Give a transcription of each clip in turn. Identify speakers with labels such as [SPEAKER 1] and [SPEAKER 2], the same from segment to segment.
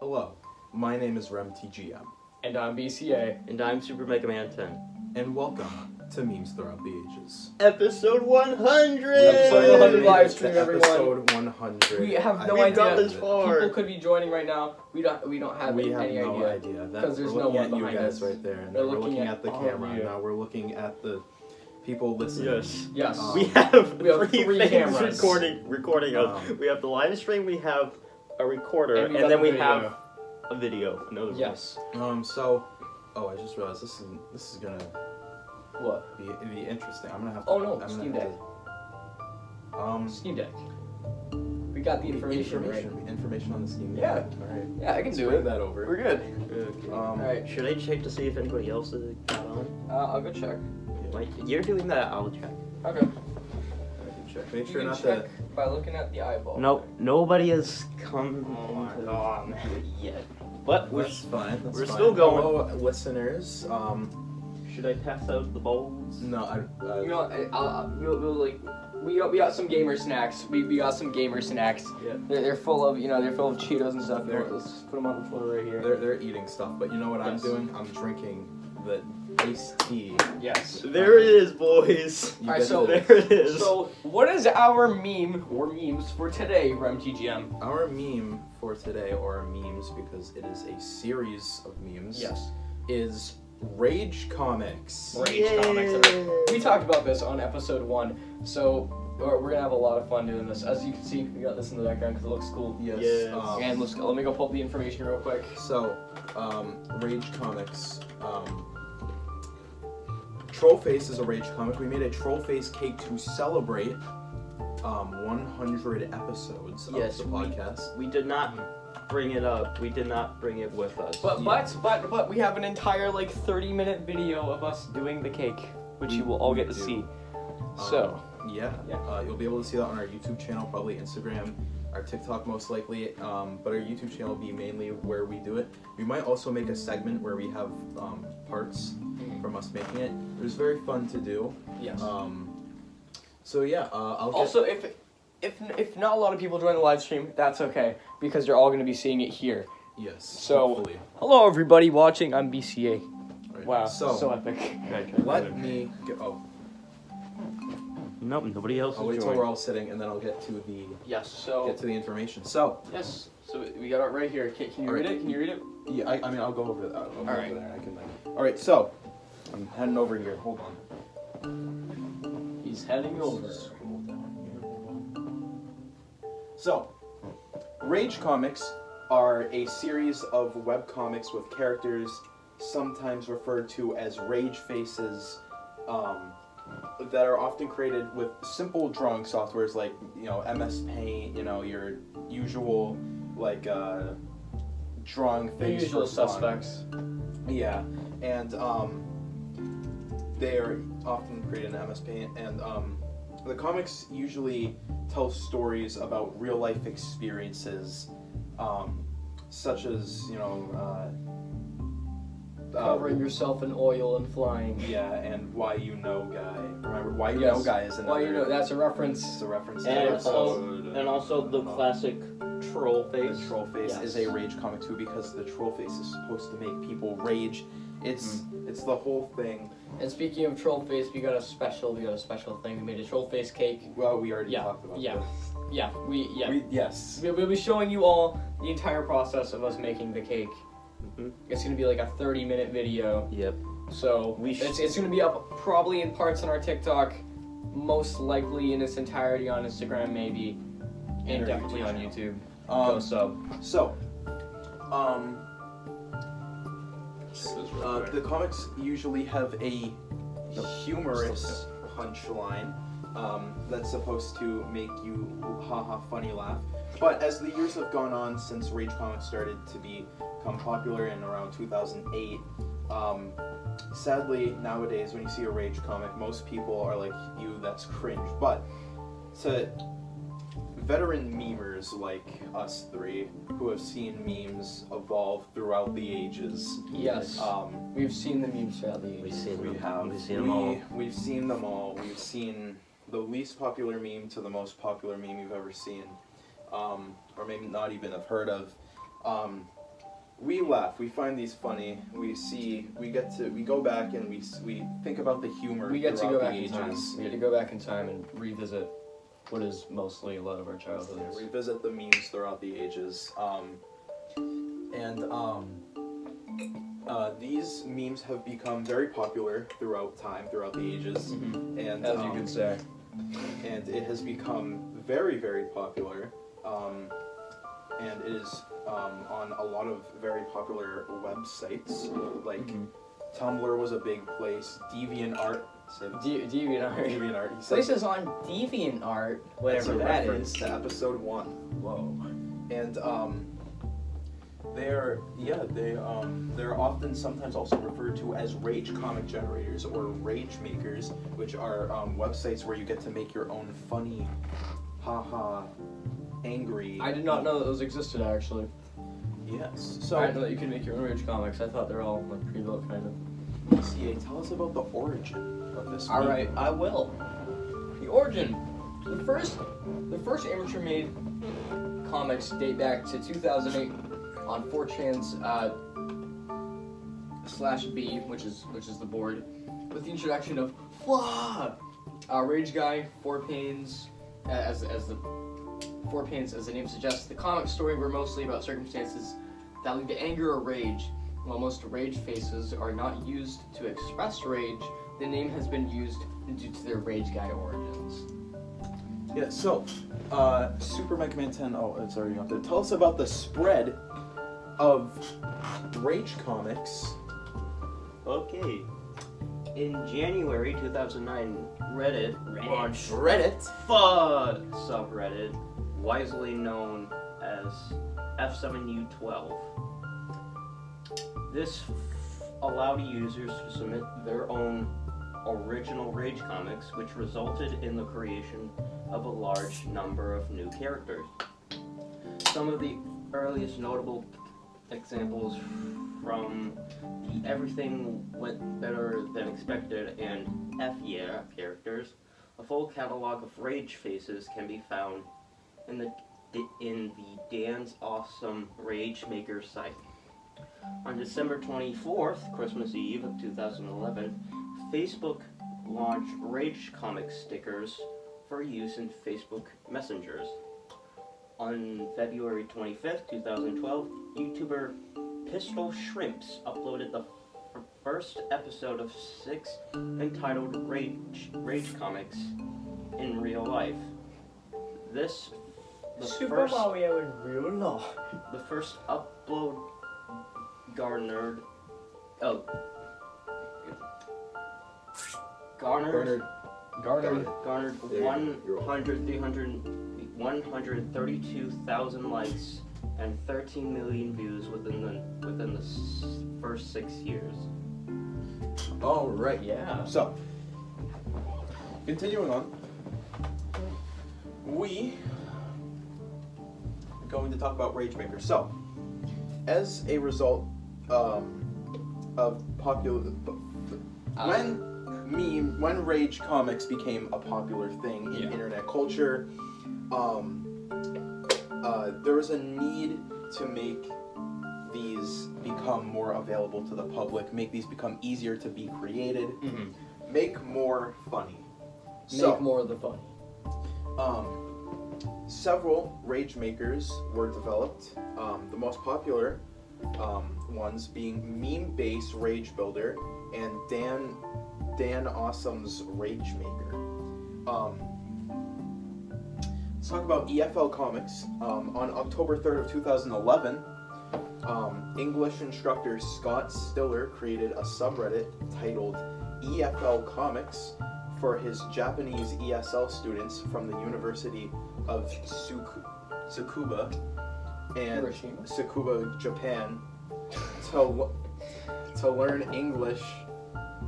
[SPEAKER 1] Hello, my name is RemTGM,
[SPEAKER 2] And I'm BCA.
[SPEAKER 3] And I'm Super Mega Man 10.
[SPEAKER 1] and welcome to Memes Throughout the Ages.
[SPEAKER 3] Episode 100!
[SPEAKER 2] Episode 100 live stream,
[SPEAKER 1] To
[SPEAKER 2] everyone.
[SPEAKER 1] Episode 100.
[SPEAKER 2] We have no
[SPEAKER 1] I
[SPEAKER 2] idea.
[SPEAKER 1] can't
[SPEAKER 3] this
[SPEAKER 1] believe
[SPEAKER 3] far.
[SPEAKER 2] People could be joining right now. We don't. We don't have
[SPEAKER 1] we have
[SPEAKER 2] any
[SPEAKER 1] no
[SPEAKER 2] idea.
[SPEAKER 1] idea. That-
[SPEAKER 2] 'Cause there's
[SPEAKER 1] we're
[SPEAKER 2] no
[SPEAKER 1] looking
[SPEAKER 2] one
[SPEAKER 1] at you
[SPEAKER 2] behind
[SPEAKER 1] guys
[SPEAKER 2] us.
[SPEAKER 1] right there, and
[SPEAKER 2] We're
[SPEAKER 1] then we're
[SPEAKER 2] looking
[SPEAKER 1] looking
[SPEAKER 2] at
[SPEAKER 1] at the
[SPEAKER 2] all of
[SPEAKER 1] camera, and
[SPEAKER 2] you.
[SPEAKER 1] now we're looking at the people listening.
[SPEAKER 3] Yes.
[SPEAKER 2] Yes.
[SPEAKER 1] Um,
[SPEAKER 3] We have
[SPEAKER 2] We have
[SPEAKER 3] three,
[SPEAKER 2] three
[SPEAKER 3] things Oh.
[SPEAKER 2] cameras.
[SPEAKER 3] recording, recording us.
[SPEAKER 1] Um,
[SPEAKER 3] we have the live stream, we have a recorder,
[SPEAKER 2] And
[SPEAKER 3] and,
[SPEAKER 2] we got
[SPEAKER 3] then
[SPEAKER 2] the
[SPEAKER 3] we
[SPEAKER 2] video.
[SPEAKER 3] have a video. Another one.
[SPEAKER 2] yes.
[SPEAKER 1] Um. So, oh, I just realized this is this is gonna
[SPEAKER 2] What?
[SPEAKER 1] be, be interesting. I'm gonna have. To,
[SPEAKER 2] Oh, no,
[SPEAKER 1] I'm gonna
[SPEAKER 2] Steam
[SPEAKER 1] have
[SPEAKER 2] Deck.
[SPEAKER 1] to- um.
[SPEAKER 2] Steam Deck. We got the information,
[SPEAKER 1] information, information on the Steam
[SPEAKER 2] Yeah.
[SPEAKER 1] Deck. All right.
[SPEAKER 2] right. Yeah, I can do
[SPEAKER 1] Spread
[SPEAKER 2] it.
[SPEAKER 1] that over.
[SPEAKER 2] We're good.
[SPEAKER 3] Okay.
[SPEAKER 1] Um,
[SPEAKER 2] All right.
[SPEAKER 3] Should I check to see if anybody else is got on?
[SPEAKER 2] Uh, I'll go check.
[SPEAKER 3] Like, you're doing that, I'll check.
[SPEAKER 2] Okay.
[SPEAKER 1] I can check. Make
[SPEAKER 2] you
[SPEAKER 1] sure
[SPEAKER 2] can
[SPEAKER 1] not
[SPEAKER 2] check
[SPEAKER 1] to.
[SPEAKER 2] by looking at the eyeball.
[SPEAKER 3] No, nobody has come
[SPEAKER 2] Oh my
[SPEAKER 3] into
[SPEAKER 2] God.
[SPEAKER 3] yet. But we're,
[SPEAKER 1] That's fine. that's
[SPEAKER 3] we're
[SPEAKER 1] fine.
[SPEAKER 3] still going.
[SPEAKER 1] Hello, listeners. Um,
[SPEAKER 3] should I pass out the bowls?
[SPEAKER 1] no, I. Uh,
[SPEAKER 2] You know, what, I, I'll, I'll- we'll, we'll like. We got, we got some gamer snacks. We, we got some gamer snacks.
[SPEAKER 3] Yeah.
[SPEAKER 2] They're, they're full of you know they're full of Cheetos and stuff.
[SPEAKER 1] They're-
[SPEAKER 2] Let's just put them on the floor right here.
[SPEAKER 1] they're they're eating stuff, but you know what I'm
[SPEAKER 2] Yes.
[SPEAKER 1] doing? I'm drinking the iced tea.
[SPEAKER 2] Yes.
[SPEAKER 3] There it is, boys.
[SPEAKER 1] You
[SPEAKER 2] Alright,
[SPEAKER 1] guys
[SPEAKER 2] so-
[SPEAKER 1] did.
[SPEAKER 3] There it is.
[SPEAKER 2] So, what is our meme or memes for today from TGM?
[SPEAKER 1] our meme for today, or memes, because it is a series of memes. Is Rage Comics.
[SPEAKER 2] Rage comics We talked about this on episode one, so we're we're gonna have a lot of fun doing this. As you can see, we got this in the background because it looks cool.
[SPEAKER 1] Yes.
[SPEAKER 3] Yes.
[SPEAKER 1] Um,
[SPEAKER 2] And let's go, let me go pull up the information real quick.
[SPEAKER 1] So, um, Rage Comics. Um, Trollface is a Rage comic. We made a Trollface cake to celebrate um, 100 episodes
[SPEAKER 3] Yes,
[SPEAKER 1] of the
[SPEAKER 3] we-
[SPEAKER 1] podcast.
[SPEAKER 3] We did not bring it up. We did not bring it with us.
[SPEAKER 2] But but but but we have an entire like 30 minute video of us doing the cake, which you will all get to
[SPEAKER 1] We do.
[SPEAKER 2] see.
[SPEAKER 1] Um,
[SPEAKER 2] So
[SPEAKER 1] yeah,
[SPEAKER 2] Yeah.
[SPEAKER 1] Uh, you'll be able to see that on our YouTube channel, probably Instagram, our TikTok most likely. Um, but our YouTube channel will be mainly where we do it. We might also make a segment where we have um, parts from us making it. It was very fun to do.
[SPEAKER 2] yes.
[SPEAKER 1] Um, so yeah, uh, I'll get-
[SPEAKER 2] Also, if if if not a lot of people join the live stream, that's okay because you're all gonna be seeing it here.
[SPEAKER 1] Yes.
[SPEAKER 2] So-
[SPEAKER 1] hopefully.
[SPEAKER 2] Hello, everybody watching. I'm BCA.
[SPEAKER 1] Alright,
[SPEAKER 2] Wow,
[SPEAKER 1] So,
[SPEAKER 2] so epic.
[SPEAKER 1] let me go. Oh,
[SPEAKER 3] Nope, nobody else
[SPEAKER 1] I'll wait
[SPEAKER 3] is
[SPEAKER 1] till we're
[SPEAKER 3] joining.
[SPEAKER 1] all sitting, and then I'll get to the
[SPEAKER 2] Yes. So
[SPEAKER 1] get to the information. So,
[SPEAKER 2] yes. So we got it right here. Can, can you
[SPEAKER 1] Alright.
[SPEAKER 2] read it? Can you read it?
[SPEAKER 1] yeah, I, I mean, I'll go over that. I'll go over
[SPEAKER 2] Alright.
[SPEAKER 1] there. and I can like. All right. So, I'm heading over here. Hold on.
[SPEAKER 2] He's heading over.
[SPEAKER 1] Scroll down here. So, Rage comics are a series of web comics with characters sometimes referred to as rage faces um, that are often created with simple drawing softwares like you know MS Paint, you know your usual like uh, drawing
[SPEAKER 2] The
[SPEAKER 1] things.
[SPEAKER 2] usual
[SPEAKER 1] for fun.
[SPEAKER 2] suspects.
[SPEAKER 1] Yeah, and um, they are often created in MS Paint, and um, the comics usually tell stories about real life experiences, um, such as you know, uh, uh,
[SPEAKER 2] Covering yourself in oil and flying.
[SPEAKER 1] yeah, and why you know guy. Remember, why you
[SPEAKER 2] Yes.
[SPEAKER 1] know guy is another.
[SPEAKER 2] Well, you know that's a
[SPEAKER 1] it's
[SPEAKER 2] reference.
[SPEAKER 1] a reference. to
[SPEAKER 3] And
[SPEAKER 1] that
[SPEAKER 3] also,
[SPEAKER 1] episode.
[SPEAKER 3] and also the classic troll
[SPEAKER 1] The
[SPEAKER 3] face.
[SPEAKER 1] troll face
[SPEAKER 3] Yes.
[SPEAKER 1] is a rage comic too because the troll face is supposed to make people rage. It's
[SPEAKER 3] Mm.
[SPEAKER 1] it's the whole thing.
[SPEAKER 2] And speaking of troll face, we got a special. We got a special thing. We made a troll face cake.
[SPEAKER 1] Well, we already
[SPEAKER 2] Yeah,
[SPEAKER 1] talked about
[SPEAKER 2] yeah.
[SPEAKER 1] this.
[SPEAKER 2] Yeah. We yeah.
[SPEAKER 1] We, yes.
[SPEAKER 2] We- We'll be showing you all the entire process of us making the cake.
[SPEAKER 3] Mhm.
[SPEAKER 2] It's gonna be like a 30 minute video,
[SPEAKER 3] Yep.
[SPEAKER 2] so
[SPEAKER 3] We sh-
[SPEAKER 2] it's, it's gonna be up probably in parts on our TikTok, most likely in its entirety on Instagram, maybe, and
[SPEAKER 1] our
[SPEAKER 2] definitely
[SPEAKER 1] YouTube
[SPEAKER 2] on
[SPEAKER 1] channel.
[SPEAKER 2] YouTube. Go
[SPEAKER 1] Um,
[SPEAKER 2] sub.
[SPEAKER 1] so, um, uh, the comics usually have a humorous punchline um, that's supposed to make you haha funny laugh. But as the years have gone on since Rage Comics started to be- become popular in around 2008, um, sadly nowadays when you see a Rage comic, most people are like, "You, that's cringe." But to veteran memers like us three, who have seen memes evolve throughout the ages,
[SPEAKER 2] Yes,
[SPEAKER 1] um,
[SPEAKER 2] we've seen the memes throughout the
[SPEAKER 3] We've
[SPEAKER 2] years.
[SPEAKER 3] seen
[SPEAKER 1] we
[SPEAKER 3] them.
[SPEAKER 1] have.
[SPEAKER 3] We've seen
[SPEAKER 1] we,
[SPEAKER 3] them all.
[SPEAKER 1] We've seen them all. We've seen the least popular meme to the most popular meme you've ever seen, um, or maybe not even have heard of. Um, we laugh. We find these funny. We see. We get to. We go back and we s- we think about the humor.
[SPEAKER 2] We get to go
[SPEAKER 1] throughout
[SPEAKER 2] back
[SPEAKER 1] the
[SPEAKER 2] in time.
[SPEAKER 1] ages.
[SPEAKER 2] We get to go back in time and revisit what is mostly a lot of our childhood.
[SPEAKER 1] Yeah, revisit the memes throughout the ages. Um, and um, uh, these memes have become very popular throughout time, throughout the ages.
[SPEAKER 3] Mm-hmm.
[SPEAKER 1] And
[SPEAKER 2] As you
[SPEAKER 1] um,
[SPEAKER 2] can say.
[SPEAKER 1] and it has become very, very popular. Um, and it is um, on a lot of very popular websites. Like Tumblr was a big place. DeviantArt. said-
[SPEAKER 2] De- DeviantArt.
[SPEAKER 1] DeviantArt. He said,
[SPEAKER 2] This is on DeviantArt,
[SPEAKER 1] that's a
[SPEAKER 2] whatever that
[SPEAKER 1] reference
[SPEAKER 2] is.
[SPEAKER 1] to episode one.
[SPEAKER 2] Whoa.
[SPEAKER 1] And um, they are, yeah, they um, they're often sometimes also referred to as rage comic generators or rage makers, which are um, websites where you get to make your own funny, haha, angry. um,
[SPEAKER 2] I did not know that those existed actually.
[SPEAKER 1] Yes.
[SPEAKER 2] I didn't
[SPEAKER 1] So,
[SPEAKER 2] know that you could make your own rage comics. I thought they're all like pre-built kind of.
[SPEAKER 1] CA, tell us about the origin of this.
[SPEAKER 2] All
[SPEAKER 1] meme.
[SPEAKER 2] right, I will. The origin. The first, the first amateur made comics date back to 2008 on 4chan's uh, slash B, which is which is the board, with the introduction of Flaw, uh, Rage Guy, Four Pains, a- as as the Four Pains as the name suggests. The comic story were mostly about circumstances that lead to anger or rage. While most rage faces are not used to express rage, the name has been used due to their Rage Guy origins.
[SPEAKER 1] Yeah. So, uh, Super Mega Man 10. Oh, it's already up there. Tell us about the spread of rage comics.
[SPEAKER 3] Okay. In January 2009, Reddit, launched
[SPEAKER 1] Reddit.
[SPEAKER 3] FUD subreddit, wisely known as F7U12. This f- allowed users to submit their own original Rage comics, which resulted in the creation of a large number of new characters. Some of the earliest notable examples from the Everything Went Better Than Expected and F Yeah characters a full catalog of rage faces can be found in the in the Dan's Awesome Rage Maker site. On December 24th, Christmas Eve of 2011, Facebook launched Rage comic stickers for use in Facebook Messengers. On February 25th, 2012, YouTuber Pistol Shrimps uploaded the f- first episode of six entitled Rage, Rage Comics in Real Life. This the first
[SPEAKER 2] Mario in real life.
[SPEAKER 3] the first upload garnered oh garnered
[SPEAKER 1] Bernard.
[SPEAKER 2] Garner.
[SPEAKER 3] garnered
[SPEAKER 1] There you go. You're
[SPEAKER 3] 100 300 132,000 likes and 13 million views within the within the s- first 6 years.
[SPEAKER 1] All right.
[SPEAKER 2] Yeah.
[SPEAKER 1] So, continuing on, we are going to talk about Rage Maker. So, as a result um, of popular,
[SPEAKER 2] Uh,
[SPEAKER 1] when meme, when Rage comics became a popular thing in
[SPEAKER 2] Yeah.
[SPEAKER 1] internet culture, um, uh, there was a need to make these become more available to the public, make these become easier to be created
[SPEAKER 2] Mhm.
[SPEAKER 1] make more funny.
[SPEAKER 2] Make
[SPEAKER 1] so,
[SPEAKER 2] more of the fun.
[SPEAKER 1] um, several rage makers were developed. Um, the most popular um, ones being meme base rage builder and Dan Dan Awesome's rage maker. Um, let's talk about EFL Comics. Um, on October third of two thousand eleven. Um, English instructor Scott Stiller created a subreddit titled EFL Comics for his Japanese ESL students from the University of Tsuk- Tsukuba and
[SPEAKER 2] Hiroshima?
[SPEAKER 1] Tsukuba, Japan, to to learn English.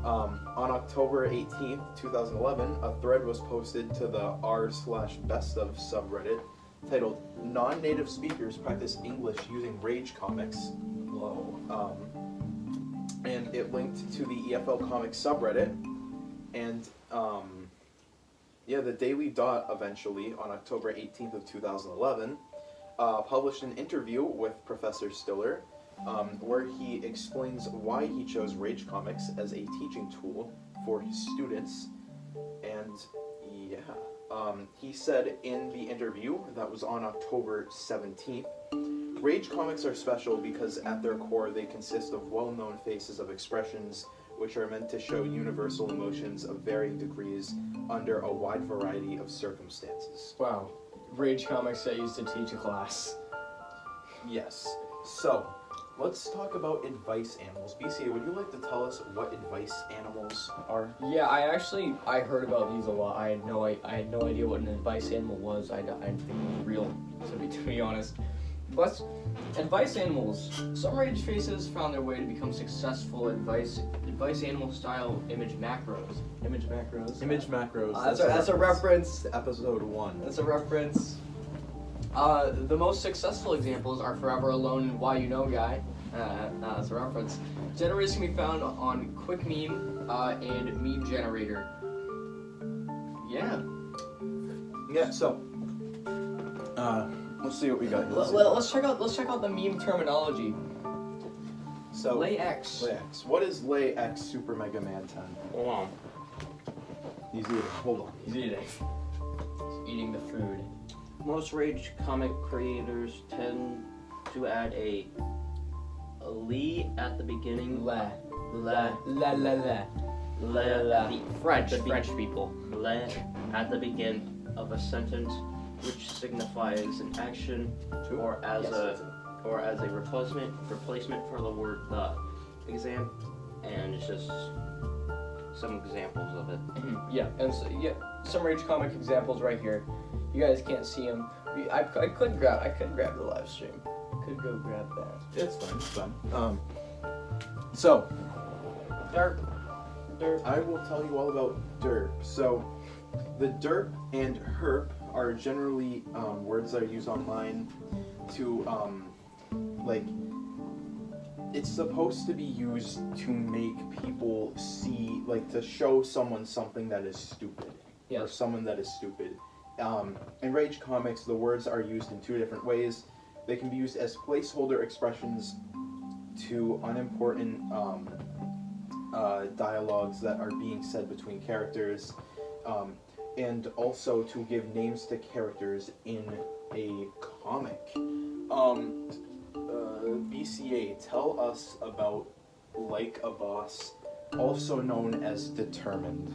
[SPEAKER 1] Um, on October 18th, 2011, a thread was posted to the r slash best of subreddit titled "Non-Native Speakers Practice English Using Rage Comics."
[SPEAKER 2] Whoa.
[SPEAKER 1] um, and it linked to the EFL Comics subreddit, and um, yeah, the Daily Dot eventually on October 18th of 2011 uh, published an interview with Professor Stiller, um, where he explains why he chose Rage Comics as a teaching tool for his students. And yeah, um, he said in the interview that was on October 17th Rage Comics are special because at their core they consist of well known faces of expressions which are meant to show universal emotions of varying degrees under a wide variety of circumstances.
[SPEAKER 2] Wow. Rage comics I used to teach a class.
[SPEAKER 1] Yes. So, let's talk about advice animals. BCA, would you like to tell us what advice animals are?
[SPEAKER 2] Yeah, I actually I heard about these a lot. I had no I, I had no idea what an advice animal was. I, I didn't think it was real to be to be honest. But advice animals. Some rage faces found their way to become successful advice advice animal style image macros. Image macros.
[SPEAKER 1] macros.
[SPEAKER 2] Uh, that's, a, that's a reference.
[SPEAKER 1] to episode one.
[SPEAKER 2] That's a reference. Uh, the most successful examples are Forever Alone and Why You Know Guy. Uh, uh, that's a reference. Generators can be found on Quick Meme uh, and Meme Generator. Yeah.
[SPEAKER 1] yeah. So, uh, let's see what we got. here.
[SPEAKER 2] Let, let, us check out. Let's check out the meme terminology.
[SPEAKER 1] so,
[SPEAKER 2] Lay X.
[SPEAKER 1] Lay X. What is Lay X Super Mega Man Ten?
[SPEAKER 3] Hold on.
[SPEAKER 1] He's eating. Hold on.
[SPEAKER 2] He's eating. He's eating the food.
[SPEAKER 3] Most rage comic creators tend to add a, a Lee at the beginning.
[SPEAKER 2] La
[SPEAKER 3] Le,
[SPEAKER 2] la la la.
[SPEAKER 3] le,
[SPEAKER 2] La.
[SPEAKER 3] the
[SPEAKER 2] French.
[SPEAKER 3] The be-
[SPEAKER 2] French people.
[SPEAKER 3] le at the begin of a sentence, which signifies an action or as
[SPEAKER 2] Yes.
[SPEAKER 3] a or as a replacement replacement for the word the. Exam, and it's just some examples of it.
[SPEAKER 2] Mhm, Yeah, and so, yeah, some rage comic examples right here. You guys can't see them. I, I could grab I could grab the live stream. Could go grab that.
[SPEAKER 1] It's fine. It's fine. Um. So,
[SPEAKER 2] Derp, derp.
[SPEAKER 1] I will tell you all about derp. So, the derp and herp are generally um, words that are used online to, um, like, it's supposed to be used to make people see, like, to show someone something that is stupid. Or
[SPEAKER 2] Yes.
[SPEAKER 1] someone that is stupid. Um, in Rage Comics, the words are used in two different ways. They can be used as placeholder expressions to unimportant um, uh, dialogues that are being said between characters, um, and also to give names to characters in a comic. Um, uh, BCA, tell us about Like a Boss, also known as Determined.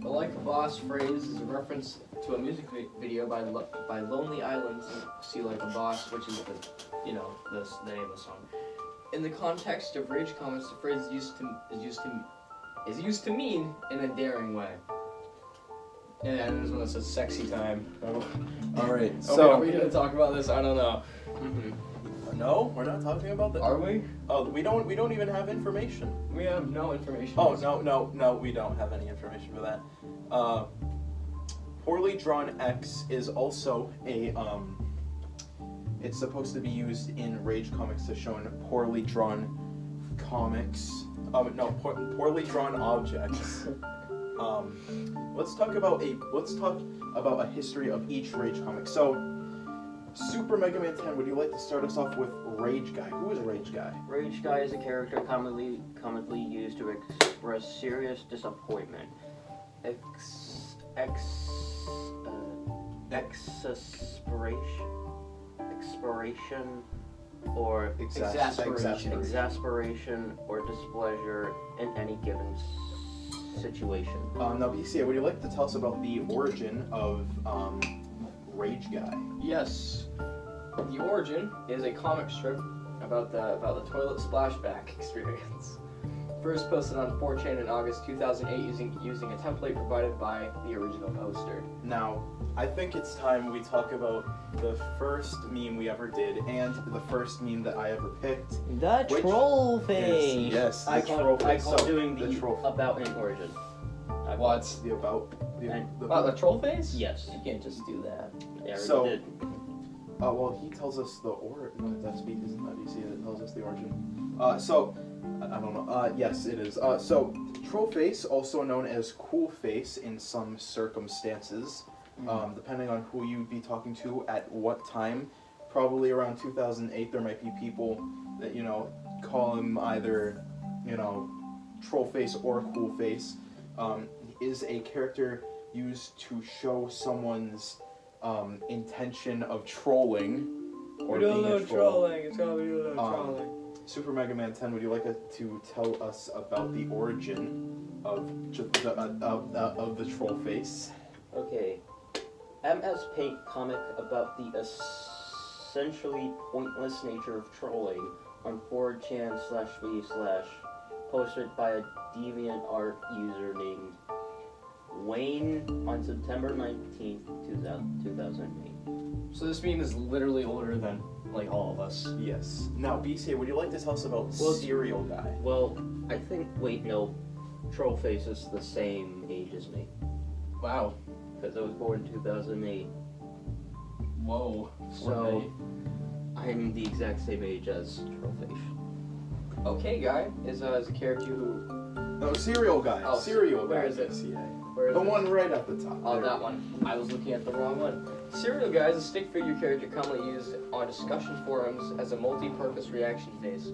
[SPEAKER 2] The like a boss phrase is a reference to a music vi- video by Lo- by Lonely Islands. See like a boss, which is the you know the, s- the name of the song. In the context of rage comics, the phrase is used to is used to is used to mean in a daring way. And then there's one that says sexy time.
[SPEAKER 1] Alright,
[SPEAKER 2] So are we gonna talk about this? I don't know.
[SPEAKER 1] No, we're not talking about that.
[SPEAKER 2] Are we?
[SPEAKER 1] Oh, we don't. We don't even have information.
[SPEAKER 2] We have no information.
[SPEAKER 1] Oh no, no, no. We don't have any information for that. Uh, poorly drawn X is also a. Um, it's supposed to be used in Rage comics to show in poorly drawn comics. Um, no, poor, poorly drawn objects. Um, let's talk about a. Let's talk about a history of each Rage comic. So. Super Mega Man 10, would you like to start us off with Rage Guy? Who is Rage Guy?
[SPEAKER 3] Rage Guy is a character commonly commonly used to express serious disappointment, ex ex uh, exasperation, expiration, or
[SPEAKER 2] Exasperation.
[SPEAKER 3] exasperation or displeasure in any given s- situation.
[SPEAKER 1] Um, now, BCA, would you like to tell us about the origin of um, Rage Guy?
[SPEAKER 2] Yes. The origin is a comic strip about the about the toilet splashback experience. First posted on 4chan in August 2008 using using a template provided by the original poster.
[SPEAKER 1] Now, I think it's time we talk about the first meme we ever did and the first meme that I ever picked.
[SPEAKER 3] The
[SPEAKER 1] Which
[SPEAKER 3] troll
[SPEAKER 1] Yes, yes, the
[SPEAKER 3] I call,
[SPEAKER 1] troll
[SPEAKER 3] I
[SPEAKER 1] face.
[SPEAKER 3] call
[SPEAKER 1] So,
[SPEAKER 3] doing the,
[SPEAKER 1] the troll-
[SPEAKER 3] about an origin. I-
[SPEAKER 2] What?
[SPEAKER 1] The about the,
[SPEAKER 3] And-
[SPEAKER 1] the,
[SPEAKER 2] Wow, the troll face?
[SPEAKER 3] Yes.
[SPEAKER 2] You can't just do that.
[SPEAKER 3] I already
[SPEAKER 1] So-
[SPEAKER 3] did.
[SPEAKER 1] Uh, well, he tells us the origin. That's because isn't that BC that tells us the origin. Uh, so, I I don't know. Uh, yes, it is. Uh, so, troll face, also known as cool face in some circumstances, um, depending on who you'd be talking to at what time, probably around 2008, there might be people that, you know, call him either, you know, troll face or cool face. Um, is a character used to show someone's um, intention of trolling or being a troll.
[SPEAKER 2] It's gotta be a little
[SPEAKER 1] Um, Super Mega Man 10, would you like us to tell us about the origin of ju- the, uh, of, uh, of the troll face?
[SPEAKER 3] Okay. MS Paint comic about the essentially pointless nature of trolling on 4chan slash v slash posted by a deviant art user named Wayne on September 19th, 2000, 2008.
[SPEAKER 2] So this meme is literally older than like all of us.
[SPEAKER 1] Yes. Now, BC, would you like to tell us about
[SPEAKER 3] Well,
[SPEAKER 1] Serial Guy?
[SPEAKER 3] Well, I think, wait, no, Trollface is the same age as me
[SPEAKER 2] Wow.
[SPEAKER 3] because I was born in 2008.
[SPEAKER 2] Whoa.
[SPEAKER 3] So- I'm the exact same age as Trollface.
[SPEAKER 2] okay, guy is uh, is a character who
[SPEAKER 1] No, Serial Guy.
[SPEAKER 2] Oh,
[SPEAKER 1] Serial
[SPEAKER 2] where
[SPEAKER 1] Guy.
[SPEAKER 2] is it?
[SPEAKER 1] BCA.
[SPEAKER 2] where is
[SPEAKER 1] The
[SPEAKER 2] it?
[SPEAKER 1] one right at the top.
[SPEAKER 2] Oh,
[SPEAKER 1] There
[SPEAKER 2] that one. I was looking at the wrong one. Serial Guy is a stick figure character commonly used on discussion forums as a multi-purpose reaction face.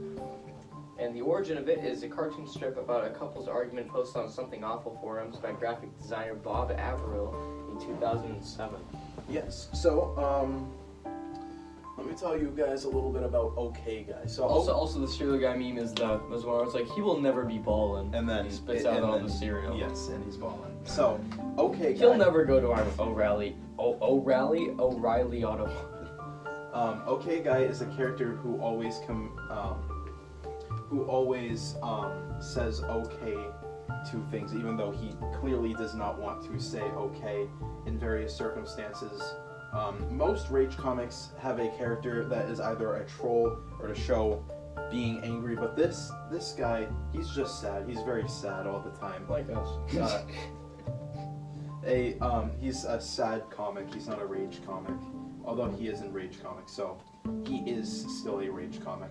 [SPEAKER 2] And the origin of it is a cartoon strip about a couple's argument posted on Something Awful forums by graphic designer Bob Averill in 2007.
[SPEAKER 1] Yes. So, um, let me tell you guys a little bit about OK Guy. So,
[SPEAKER 2] Also, also the Serial Guy meme is the was one where it's like he will never be ballin'.
[SPEAKER 1] and then
[SPEAKER 2] he spits
[SPEAKER 1] and
[SPEAKER 2] out all
[SPEAKER 1] then-
[SPEAKER 2] the cereal.
[SPEAKER 1] Yes, and he's balling. So, OK Guy.
[SPEAKER 2] He'll never go to our O'Reilly, O- O'Reilly, O'Reilly Auto.
[SPEAKER 1] Um, okay guy is a character who always com- um, who always um, says okay to things, even though he clearly does not want to say okay in various circumstances. Um, most rage comics have a character that is either a troll or to show being angry, but this this guy he's just sad. He's very sad all the time.
[SPEAKER 2] Like us.
[SPEAKER 1] Uh, a um, he's a sad comic. He's not a rage comic, although he is in rage comic, so he is still a rage comic.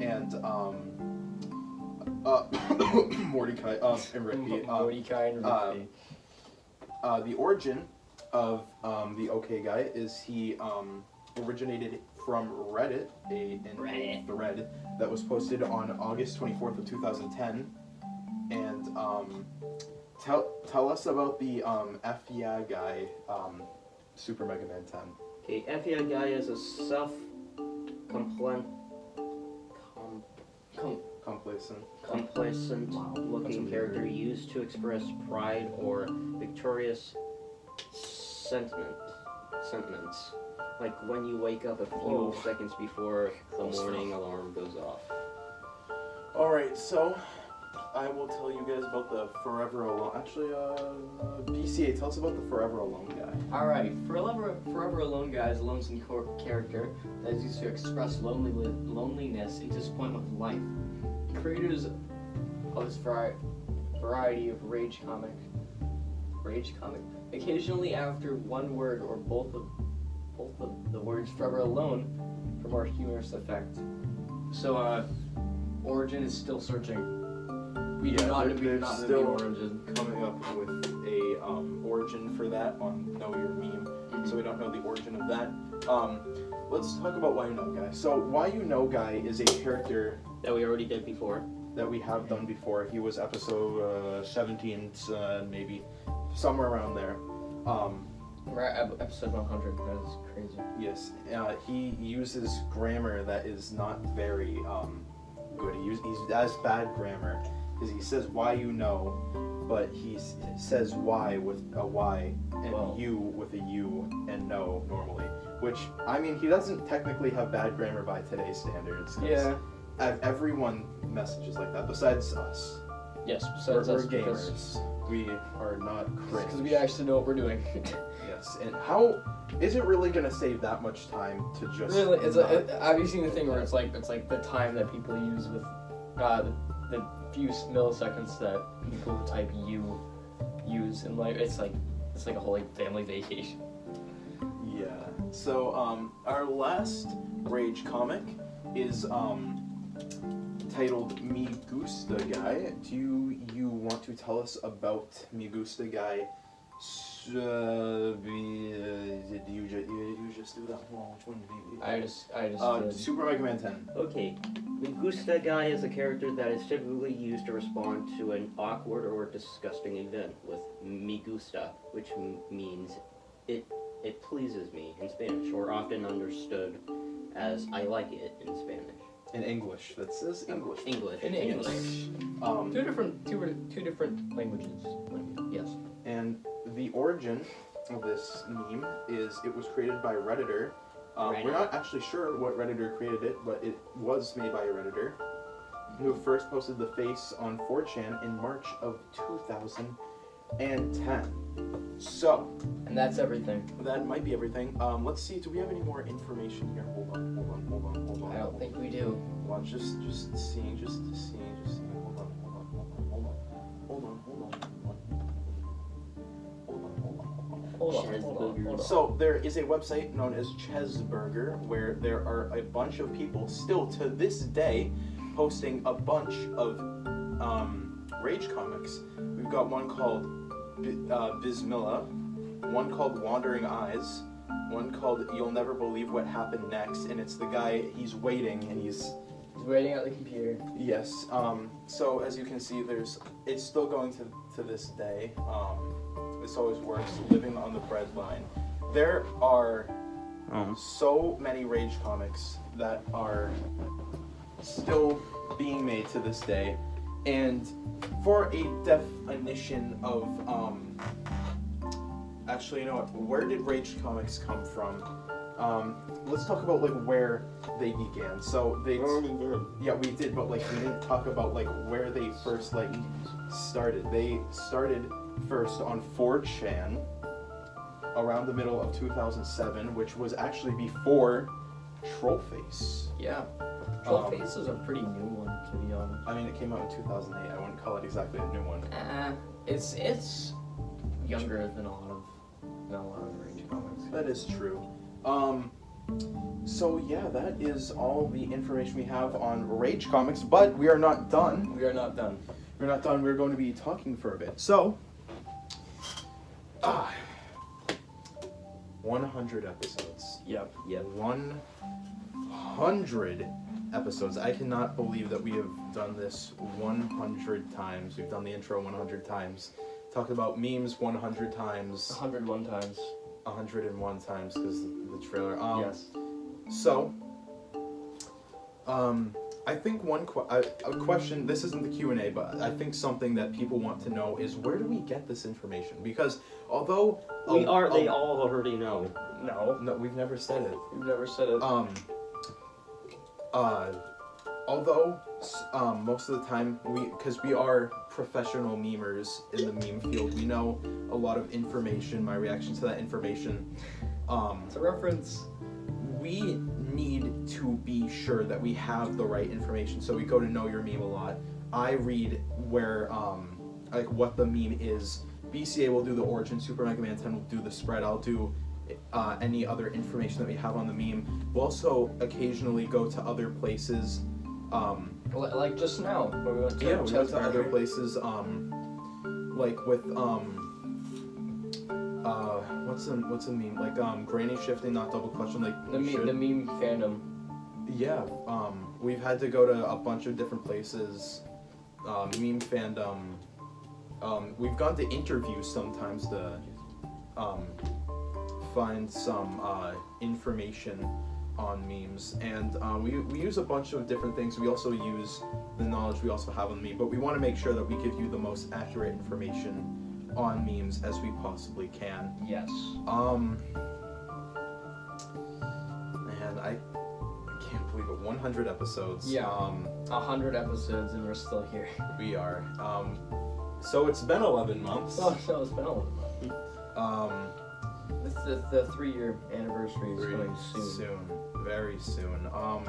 [SPEAKER 1] And um, uh, Mordecai uh, and Ricky. Uh,
[SPEAKER 2] Mordecai and
[SPEAKER 1] um,
[SPEAKER 2] Rigby.
[SPEAKER 1] uh, the origin of um, the OK guy is he um, originated from Reddit, a in
[SPEAKER 3] Reddit.
[SPEAKER 1] thread that was posted on August 24th of 2010. And um, tell tell us about the um, F yeah guy, um, Super Mega Man 10.
[SPEAKER 3] Okay, FEI guy is a self complen- com-
[SPEAKER 1] Complacent.
[SPEAKER 3] complacent
[SPEAKER 2] Wow, that's
[SPEAKER 3] looking
[SPEAKER 2] a
[SPEAKER 3] character
[SPEAKER 2] weird-
[SPEAKER 3] used to express pride or victorious sentiment sentiments. Like when you wake up a few
[SPEAKER 2] Whoa.
[SPEAKER 3] seconds before the
[SPEAKER 2] Close
[SPEAKER 3] morning alarm goes off.
[SPEAKER 1] All right, so I will tell you guys about the Forever Alone. Actually, uh, BCA, tell us about the Forever Alone guy.
[SPEAKER 2] Alright, Forever, Forever Alone Guy is a lonesome cor- character that is used to express lonely loneliness and disappointment with life. Creators of this vari- variety of rage comic, rage comic, occasionally after one word or both of both of the words Forever Alone for more humorous effect. So, uh, Origin is still searching. We do
[SPEAKER 1] Yeah,
[SPEAKER 2] not,
[SPEAKER 1] they're-
[SPEAKER 2] we do
[SPEAKER 1] they're
[SPEAKER 2] not know
[SPEAKER 1] still-
[SPEAKER 2] the origin.
[SPEAKER 1] coming up with a um, origin for that on Know Your Meme, so we don't know the origin of that. Um, let's talk about Why You Know Guy. So Why You Know Guy is a character
[SPEAKER 3] That we already did before.
[SPEAKER 1] that we have done before. He was episode uh, 17, uh, maybe somewhere around there. Um,
[SPEAKER 2] We're at ep- episode 100, that is crazy.
[SPEAKER 1] Yes, uh, he uses grammar that is not very um, good. He uses, he's has bad grammar because he says why you know, but he s- says why with a y and
[SPEAKER 2] Well.
[SPEAKER 1] you with a u and no normally. Which I mean, he doesn't technically have bad grammar by today's standards. 'cause ev- everyone messages like that besides us.
[SPEAKER 2] Yes,
[SPEAKER 1] we're,
[SPEAKER 2] besides us.
[SPEAKER 1] we're
[SPEAKER 2] because-
[SPEAKER 1] gamers. We are not cringe.
[SPEAKER 2] Because we actually know what we're doing.
[SPEAKER 1] yes, and how is it really gonna save that much time to just
[SPEAKER 2] really, it's
[SPEAKER 1] not-
[SPEAKER 2] like, have you seen the thing where it's like it's like the time that people use with uh, the, the few milliseconds that people who type you use and like it's like it's like a whole like family vacation.
[SPEAKER 1] Yeah. So um, our last rage comic is um, titled Me Gusta Guy. Do you want to tell us about Me Gusta Guy, uh, be, uh, did you, ju- you, you just do that one? Which one did you?
[SPEAKER 2] I just, I just.
[SPEAKER 1] uh,
[SPEAKER 2] did.
[SPEAKER 1] Super Mega Man 10.
[SPEAKER 3] Okay, Linguista Guy is a character that is typically used to respond to an awkward or disgusting event with me gusta, which m- means it it pleases me in Spanish, or often understood as I like it in Spanish.
[SPEAKER 1] In English. That says English.
[SPEAKER 3] English.
[SPEAKER 2] In English.
[SPEAKER 1] Um,
[SPEAKER 2] Two different, two, two different languages.
[SPEAKER 3] Yes.
[SPEAKER 1] And the origin of this meme is it was created by Redditor. Um, We're
[SPEAKER 3] Reddit.
[SPEAKER 1] not actually sure what Redditor created it, but it was made by a Redditor who first posted the face on 4chan in March of 2010. So,
[SPEAKER 2] And that's everything.
[SPEAKER 1] that might be everything. Um, let's see, do we have any more information here? Hold on, hold on, hold on, hold on.
[SPEAKER 2] I don't think we do.
[SPEAKER 1] Hold on, just, just seeing, just seeing, just seeing. Hold on, hold on, hold on, hold on. Hold on, hold on, hold on. Hold on, hold on, hold on.
[SPEAKER 2] Hold on,
[SPEAKER 3] Shit,
[SPEAKER 2] hold on, hold on.
[SPEAKER 1] So there is a website known as Chesburger where there are a bunch of people still to this day posting a bunch of um, rage comics. We've got one called B- uh, Bismillah, one called Wandering Eyes, one called You'll Never Believe What Happened Next, and it's the guy he's waiting and he's
[SPEAKER 2] He's waiting at the computer.
[SPEAKER 1] yes. Um, so as you can see, there's it's still going to to this day. Um, this always works. Living on the breadline. There are
[SPEAKER 3] Um,
[SPEAKER 1] so many rage comics that are still being made to this day and for a definition of um actually you know what where did rage comics come from um let's talk about like where they began so they yeah we did but like we didn't talk about like where they first like started they started first on 4chan around the middle of 2007 which was actually before trollface
[SPEAKER 2] Yeah.
[SPEAKER 1] Um,
[SPEAKER 2] Trollface is a pretty new one, to be honest.
[SPEAKER 1] i mean it came out in 2008 i wouldn't call it exactly a new one
[SPEAKER 2] Uh, it's it's younger than a lot of than a lot of rage comics.
[SPEAKER 1] that is true um so yeah that is all the information we have on rage comics but we are not done
[SPEAKER 2] We are not done.
[SPEAKER 1] We're not done. We're going to be talking for a bit. So, ah, 100 episodes.
[SPEAKER 2] Yep.
[SPEAKER 3] Yep.
[SPEAKER 1] 100 episodes. I cannot believe that we have done this 100 times. We've done the intro 100 times. Talked about memes 100 times,
[SPEAKER 2] 101 times.
[SPEAKER 1] 101 times because the, the trailer. Um,
[SPEAKER 2] yes.
[SPEAKER 1] so, um, I think one que- a, a question. This isn't the Q and A, but I think something that people want to know is where do we get this information? Because although
[SPEAKER 3] we
[SPEAKER 1] oh,
[SPEAKER 3] are. They
[SPEAKER 1] oh,
[SPEAKER 3] all already know.
[SPEAKER 2] No.
[SPEAKER 1] No, we've never said it.
[SPEAKER 2] You've never said it.
[SPEAKER 1] Um. Uh. Although, s- um, most of the time we, because we are professional memers in the meme field, we know a lot of information. My reaction to that information, um,
[SPEAKER 2] it's a reference.
[SPEAKER 1] we need to be sure that we have the right information. So we go to know your meme a lot. I read where um like what the meme is. BCA will do the origin. Super Mega Man 10 will do the spread. I'll do uh, any other information that we have on the meme. We'll also occasionally go to other places. Um,
[SPEAKER 2] Li- Like just now, when we went to
[SPEAKER 1] yeah, we go to
[SPEAKER 2] Chesburger.
[SPEAKER 1] other places, um, like with um, uh, what's a what's a meme like um, granny shifting, not double clutching, like
[SPEAKER 2] The,
[SPEAKER 1] should-
[SPEAKER 2] meme, the meme fandom.
[SPEAKER 1] yeah, um, we've had to go to a bunch of different places, um, meme fandom. Um, we've gone to interviews sometimes to um, find some uh, information on memes, and uh, we, we use a bunch of different things. We also use the knowledge we also have on meme, but we want to make sure that we give you the most accurate information on memes as we possibly can.
[SPEAKER 2] Yes.
[SPEAKER 1] Um, man, I, I can't believe it. 100 episodes.
[SPEAKER 2] Yeah.
[SPEAKER 1] Um,
[SPEAKER 2] A hundred episodes and we're still here.
[SPEAKER 1] we are. Um, so it's been 11 months.
[SPEAKER 2] So, so it's been a little bit.
[SPEAKER 1] Um,
[SPEAKER 2] The, the, the three year anniversary is
[SPEAKER 1] very
[SPEAKER 2] coming soon.
[SPEAKER 1] Very soon. Um,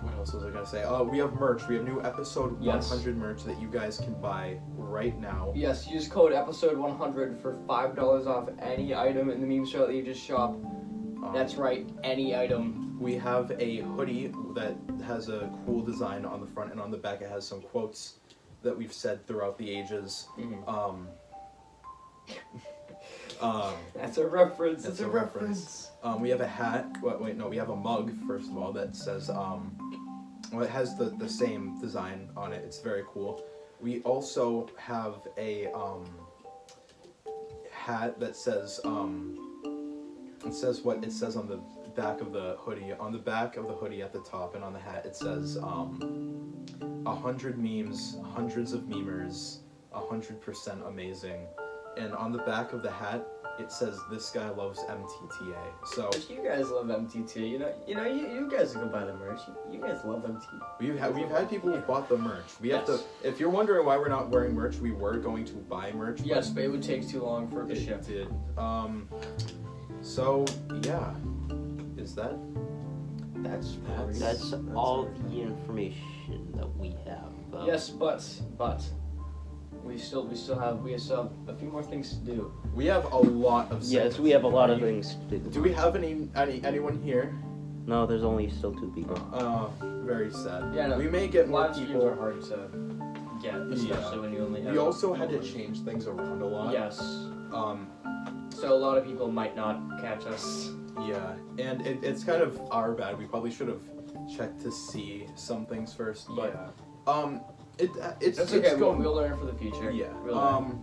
[SPEAKER 1] what else was I gonna say? Oh, we have merch. We have new episode
[SPEAKER 2] Yes.
[SPEAKER 1] 100 merch that you guys can buy right now.
[SPEAKER 2] Yes, use code episode 100 for $5 off any item in the meme show that you just shop.
[SPEAKER 1] Um,
[SPEAKER 2] That's right, any item.
[SPEAKER 1] We have a hoodie that has a cool design on the front and on the Mm-hmm. back. It has some quotes that we've said throughout the ages.
[SPEAKER 2] Mhm.
[SPEAKER 1] Um, Um,
[SPEAKER 4] That's a reference.
[SPEAKER 1] That's
[SPEAKER 4] That's,
[SPEAKER 1] a
[SPEAKER 4] a,
[SPEAKER 1] reference.
[SPEAKER 4] reference.
[SPEAKER 1] um, we have a hat. Wait, wait, no, we have a mug first of all that says. Um, well, it has the the same design on it. It's very cool. We also have a um, hat that says. Um, it says what it says on the back of the hoodie. On the back of the hoodie at the top and on the hat it says. Um, a hundred memes, hundreds of memers, a hundred percent amazing, and on the back of the hat it says this guy loves MTTA. So
[SPEAKER 4] If you guys love MTT, you know, you know, you, you guys can buy the merch. You, you guys love MTT.
[SPEAKER 1] We've had, we've had people who bought the merch. We have
[SPEAKER 4] Yes.
[SPEAKER 1] to. If you're wondering why we're not wearing merch, we were going to buy merch. but
[SPEAKER 4] Yes, but it would take too long for the
[SPEAKER 1] it
[SPEAKER 4] ship.
[SPEAKER 1] did. Um, so yeah, is that
[SPEAKER 4] That's
[SPEAKER 1] That's-
[SPEAKER 3] That's,
[SPEAKER 1] that's
[SPEAKER 3] all the information that we have. uh,
[SPEAKER 4] Um, Yes, but but we still we still have we still have a few more things to do.
[SPEAKER 1] we have a lot of.
[SPEAKER 3] Yes,
[SPEAKER 1] segments.
[SPEAKER 3] we have a lot of
[SPEAKER 1] Do we-
[SPEAKER 3] things to do.
[SPEAKER 1] Do we have any any anyone here?
[SPEAKER 3] No, there's only still two people.
[SPEAKER 1] Uh, very sad.
[SPEAKER 4] Yeah, no.
[SPEAKER 1] We may get more
[SPEAKER 4] Live streams are
[SPEAKER 1] people.
[SPEAKER 4] hard to get, especially
[SPEAKER 1] Yeah.
[SPEAKER 4] when you only. Have
[SPEAKER 1] We also had to change things around a lot.
[SPEAKER 4] Yes.
[SPEAKER 1] Um,
[SPEAKER 4] So a lot of people might not catch us.
[SPEAKER 1] yeah, and it, it's kind of our bad. We probably should have checked to see some things first, but um, it it's
[SPEAKER 4] That's
[SPEAKER 1] it's
[SPEAKER 4] okay. We'll,
[SPEAKER 1] going
[SPEAKER 4] we'll learn for the future.
[SPEAKER 1] Yeah.
[SPEAKER 4] We'll learn.
[SPEAKER 1] Um.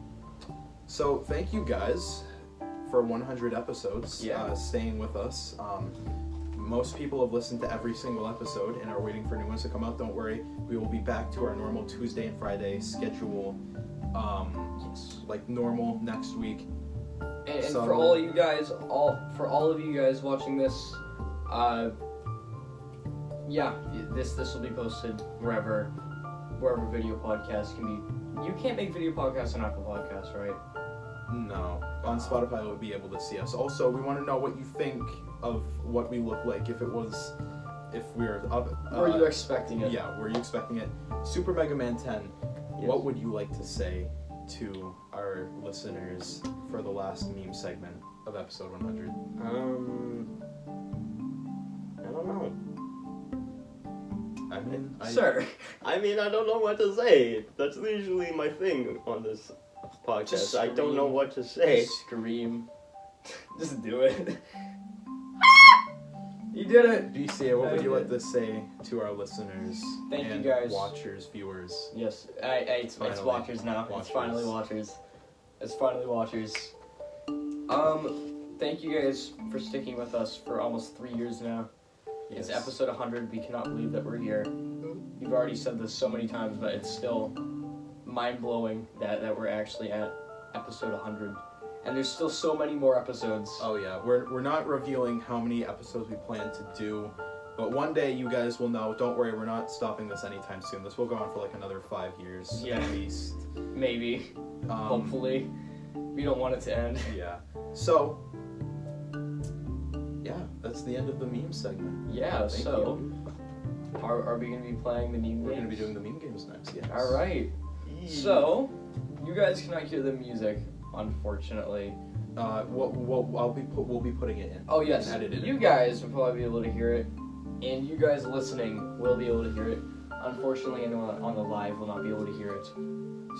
[SPEAKER 1] So thank you guys for 100 episodes.
[SPEAKER 4] Yeah.
[SPEAKER 1] Uh, staying with us. Um, most people have listened to every single episode and are waiting for new ones to come out. Don't worry, we will be back to our normal Tuesday and Friday schedule, um,
[SPEAKER 4] yes.
[SPEAKER 1] like normal next week.
[SPEAKER 4] And, and
[SPEAKER 1] So-
[SPEAKER 4] for all you guys, all for all of you guys watching this, uh, yeah, y- this this will be posted wherever wherever video podcasts can be. You can't make video podcasts on Apple Podcasts, right?
[SPEAKER 1] No, on Spotify you'll be able to see us. Also, we want to know what you think of what we look like if it was, if we're up.
[SPEAKER 4] Or are
[SPEAKER 1] uh,
[SPEAKER 4] you expecting it?
[SPEAKER 1] Yeah, were you expecting it? Super Mega Man 10,
[SPEAKER 3] Yes.
[SPEAKER 1] what would you like to say to our listeners for the last meme segment of episode 100?
[SPEAKER 3] Um, I don't know.
[SPEAKER 1] I mean, I,
[SPEAKER 4] Sir,
[SPEAKER 3] I mean, I don't know what to say. That's usually my thing on this podcast.
[SPEAKER 4] Just
[SPEAKER 3] I don't know
[SPEAKER 4] scream.
[SPEAKER 3] what to say.
[SPEAKER 4] scream. Just do it. you did it.
[SPEAKER 1] BCA, what would you like to say to our listeners
[SPEAKER 4] Thank you,
[SPEAKER 1] and
[SPEAKER 4] guys.
[SPEAKER 1] watchers, viewers?
[SPEAKER 4] Yes, I, I, it's, it's
[SPEAKER 1] Finally.
[SPEAKER 4] Watchers now.
[SPEAKER 1] Watchers.
[SPEAKER 4] It's finally Watchers. It's finally Watchers. Um, thank you guys for sticking with us for almost three years now. It's episode 100. We cannot believe that we're here. You've already said this so many times, but it's still mind blowing that, that we're actually at episode 100. And there's still so many more episodes.
[SPEAKER 1] Oh yeah, we're, we're not revealing how many episodes we plan to do, but one day you guys will know. Don't worry, we're not stopping this anytime soon. This will go on for like another five years
[SPEAKER 4] Yeah.
[SPEAKER 1] at least.
[SPEAKER 4] Maybe,
[SPEAKER 1] Um,
[SPEAKER 4] hopefully. We don't want it to end.
[SPEAKER 1] Yeah. So, yeah, that's the end of the meme segment.
[SPEAKER 4] Yeah,
[SPEAKER 1] Thank
[SPEAKER 4] so are, are we going to be playing the meme
[SPEAKER 1] We're going to be doing
[SPEAKER 4] games?
[SPEAKER 1] the meme games next. Yes.
[SPEAKER 4] All right. So, you guys cannot hear the music, unfortunately.
[SPEAKER 1] Uh, we'll, we'll, I'll be put, we'll be putting it in.
[SPEAKER 4] Oh yes,
[SPEAKER 1] And edit it
[SPEAKER 4] you
[SPEAKER 1] in.
[SPEAKER 4] guys will probably be able to hear it, and you guys listening will be able to hear it. Unfortunately, anyone on the live will not be able to hear it.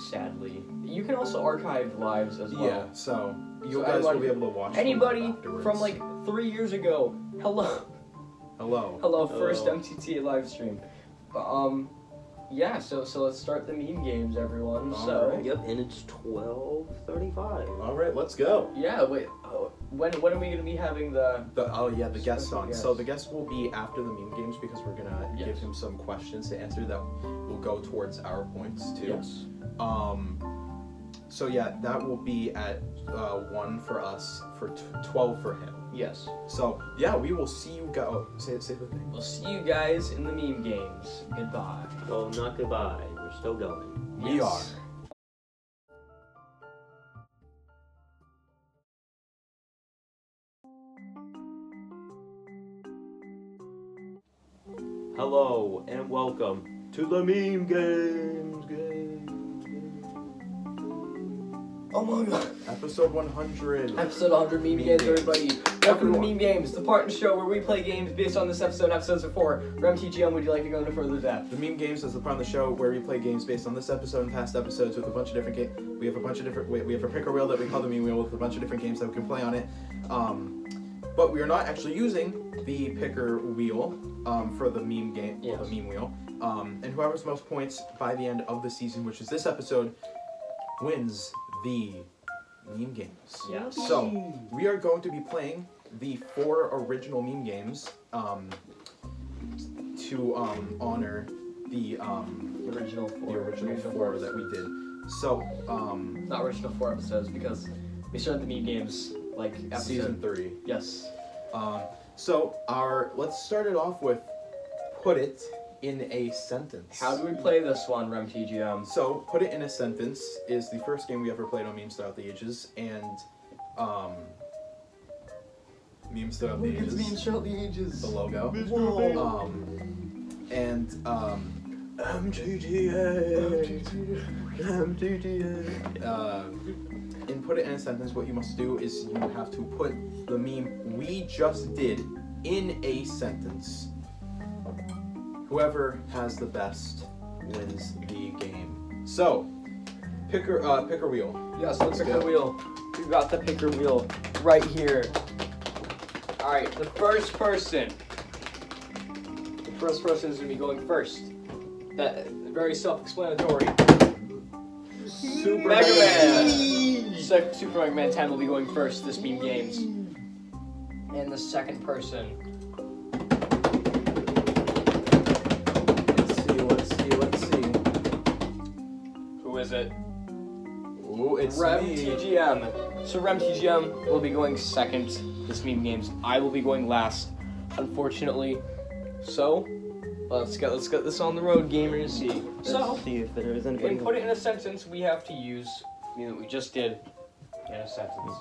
[SPEAKER 4] Sadly, you can also archive lives as well.
[SPEAKER 1] Yeah. So you
[SPEAKER 4] So
[SPEAKER 1] guys will
[SPEAKER 4] everyone-
[SPEAKER 1] be able to watch. them
[SPEAKER 4] Anybody
[SPEAKER 1] afterwards.
[SPEAKER 4] from like three years ago, hello,
[SPEAKER 1] hello.
[SPEAKER 4] hello, first
[SPEAKER 3] Hello.
[SPEAKER 4] MTTA live stream. But um, yeah. So so let's start the meme games, everyone.
[SPEAKER 1] All
[SPEAKER 4] um, so.
[SPEAKER 1] right.
[SPEAKER 3] Yep, and it's twelve thirty-five.
[SPEAKER 1] All right, let's go.
[SPEAKER 4] Yeah, wait. Oh, when when are we gonna be having the
[SPEAKER 1] The, oh yeah, the guest
[SPEAKER 4] Special
[SPEAKER 1] on. So
[SPEAKER 4] guest.
[SPEAKER 1] the guest will be after the meme games because we're gonna
[SPEAKER 4] Yes.
[SPEAKER 1] give him some questions to answer that will go towards our points too. Um, so yeah, that will be at uh, one for us, for t- twelve for him.
[SPEAKER 4] Yes.
[SPEAKER 1] So yeah, we will see you go. oh, Say say the thing.
[SPEAKER 4] We'll see you guys in the meme games. Goodbye.
[SPEAKER 3] Well, Oh, not goodbye. We're still going.
[SPEAKER 1] We
[SPEAKER 4] Yes.
[SPEAKER 1] are.
[SPEAKER 3] Hello and welcome to the meme games. games, games.
[SPEAKER 4] Oh my god.
[SPEAKER 1] Episode 100.
[SPEAKER 4] Episode 100 Meme
[SPEAKER 1] Meme
[SPEAKER 4] Games,
[SPEAKER 1] Games.
[SPEAKER 4] everybody. Welcome to
[SPEAKER 1] Everyone.
[SPEAKER 4] Meme Games, the part and show where we play games based on this episode and episodes before. From TGM, would you like to go into further depth?
[SPEAKER 1] The Meme Games is the part of the show where we play games based on this episode and past episodes with a bunch of different games. We have a bunch of different. We we have a picker wheel that we call the Meme Wheel with a bunch of different games that we can play on it. Um, but we are not actually using the picker wheel um, for the meme game or
[SPEAKER 4] Yes.
[SPEAKER 1] the meme wheel. Um, and whoever's most points by the end of the season, which is this episode, wins the meme games.
[SPEAKER 4] Yes.
[SPEAKER 1] So we are going to be playing the four original meme games um, to um, honor the um,
[SPEAKER 4] Original
[SPEAKER 1] the
[SPEAKER 4] four.
[SPEAKER 1] original four that we did. So um,
[SPEAKER 4] Not original four episodes because we started the Meme Games like episode.
[SPEAKER 1] season three.
[SPEAKER 4] Yes.
[SPEAKER 1] Um, so our let's start it off with put it in a sentence.
[SPEAKER 4] How do we play this one, Rem TGM?
[SPEAKER 1] So, Put It in a Sentence is the first game we ever played on Memes Throughout the Ages, and um, Memes Throughout the Ages,
[SPEAKER 4] throughout the ages.
[SPEAKER 1] the logo, um, and um, MTTA, MTTA. Uh, in Put It in a Sentence, what you must do is you have to put the meme we just did in a sentence. Whoever has the best wins the game. So, picker uh, picker wheel.
[SPEAKER 4] Yes, let's pick
[SPEAKER 1] Let's
[SPEAKER 4] the
[SPEAKER 1] go.
[SPEAKER 4] wheel. We got the picker wheel right here. All right, the first person. The first person is gonna be going first. That very self-explanatory.
[SPEAKER 1] Super
[SPEAKER 4] Mega Man. So Super Mega Man 10 will be going first. This meme games. And the second person.
[SPEAKER 1] Let's see. Let's see. Let's see.
[SPEAKER 4] Who is it?
[SPEAKER 1] Ooh, it's
[SPEAKER 4] Rem
[SPEAKER 1] me.
[SPEAKER 4] TGM. So Rem TGM will be going second this meme games. I will be going last, unfortunately. So let's get let's get this on the road, gamers. See. So
[SPEAKER 3] see if there is
[SPEAKER 4] when put it in a sentence, we have to use you know, what we just did in a sentence.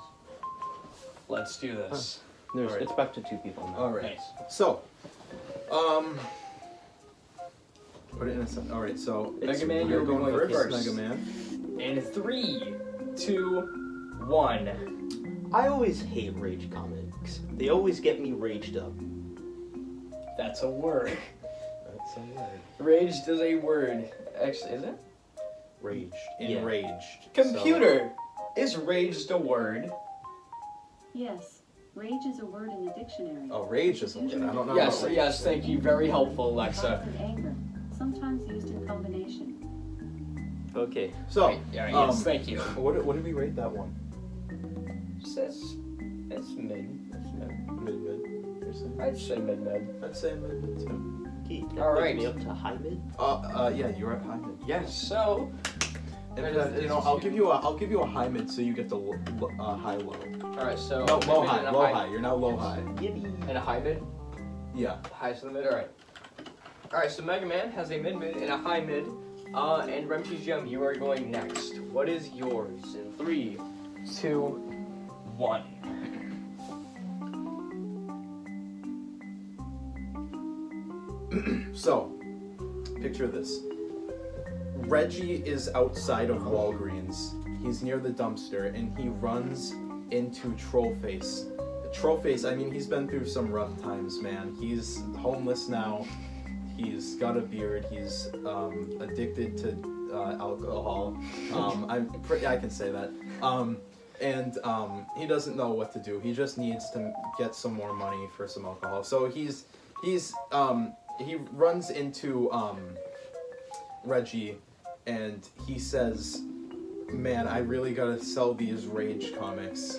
[SPEAKER 4] Let's do this.
[SPEAKER 3] There's,
[SPEAKER 1] Alright.
[SPEAKER 3] It's back to two people now.
[SPEAKER 1] All right.
[SPEAKER 4] Nice.
[SPEAKER 1] So, um, put it in a sen- All right. So
[SPEAKER 4] Mega Man, you're
[SPEAKER 1] going,
[SPEAKER 4] going
[SPEAKER 1] first.
[SPEAKER 4] first.
[SPEAKER 1] Mega Man.
[SPEAKER 4] And three, two, one.
[SPEAKER 3] I always hate rage comics. They always get me raged up.
[SPEAKER 4] That's a word.
[SPEAKER 1] That's a word.
[SPEAKER 4] Raged is a word. Actually, is it?
[SPEAKER 1] Raged.
[SPEAKER 3] Yeah.
[SPEAKER 1] Enraged.
[SPEAKER 4] Computer. Is raged a word?
[SPEAKER 5] Yes, rage is a word in the dictionary.
[SPEAKER 1] So, oh, rage is a word. I don't know.
[SPEAKER 4] Yes,
[SPEAKER 1] about rage.
[SPEAKER 4] yes, thank you. Very helpful, Alexa.
[SPEAKER 5] Violent anger, sometimes used in combination.
[SPEAKER 3] Okay.
[SPEAKER 1] So,
[SPEAKER 4] yeah,
[SPEAKER 1] um,
[SPEAKER 4] yes, thank you.
[SPEAKER 1] what, did- what did we rate that one?
[SPEAKER 4] It's, it's mid. It's mid.
[SPEAKER 1] Mid mid.
[SPEAKER 4] I'd say mid mid.
[SPEAKER 1] I'd say mid mid too.
[SPEAKER 3] Keith, that
[SPEAKER 4] All
[SPEAKER 3] brings
[SPEAKER 4] right.
[SPEAKER 3] me up to high mid.
[SPEAKER 1] Uh, uh, yeah, you're at high mid.
[SPEAKER 4] Yes. So
[SPEAKER 1] In
[SPEAKER 4] That
[SPEAKER 1] fact,
[SPEAKER 4] is-
[SPEAKER 1] you know, I'll give you a, I'll give you a high mid, so you get the l- l- uh, high low.
[SPEAKER 4] all right. So
[SPEAKER 1] No,
[SPEAKER 4] mid
[SPEAKER 1] low
[SPEAKER 4] mid
[SPEAKER 1] high,
[SPEAKER 4] and a
[SPEAKER 1] low high. You're now low high.
[SPEAKER 4] and a high mid.
[SPEAKER 1] Yeah.
[SPEAKER 4] Highest of the mid. All right. All right. So Mega Man has a mid mid and a high mid. Uh, and Remchi Gem, you are going next. What is yours? In three, two, one.
[SPEAKER 1] So, picture this. Reggie is outside of Walgreens. He's near the dumpster and he runs into Trollface. Trollface, I mean, he's been through some rough times, man. He's homeless now. He's got a beard. He's um, addicted to uh, alcohol. Um, I'm pretty, I can say that. Um, and um, he doesn't know what to do. He just needs to get some more money for some alcohol. So he's he's um, he runs into um, Reggie, and he says, "Man, I really gotta sell these rage comics."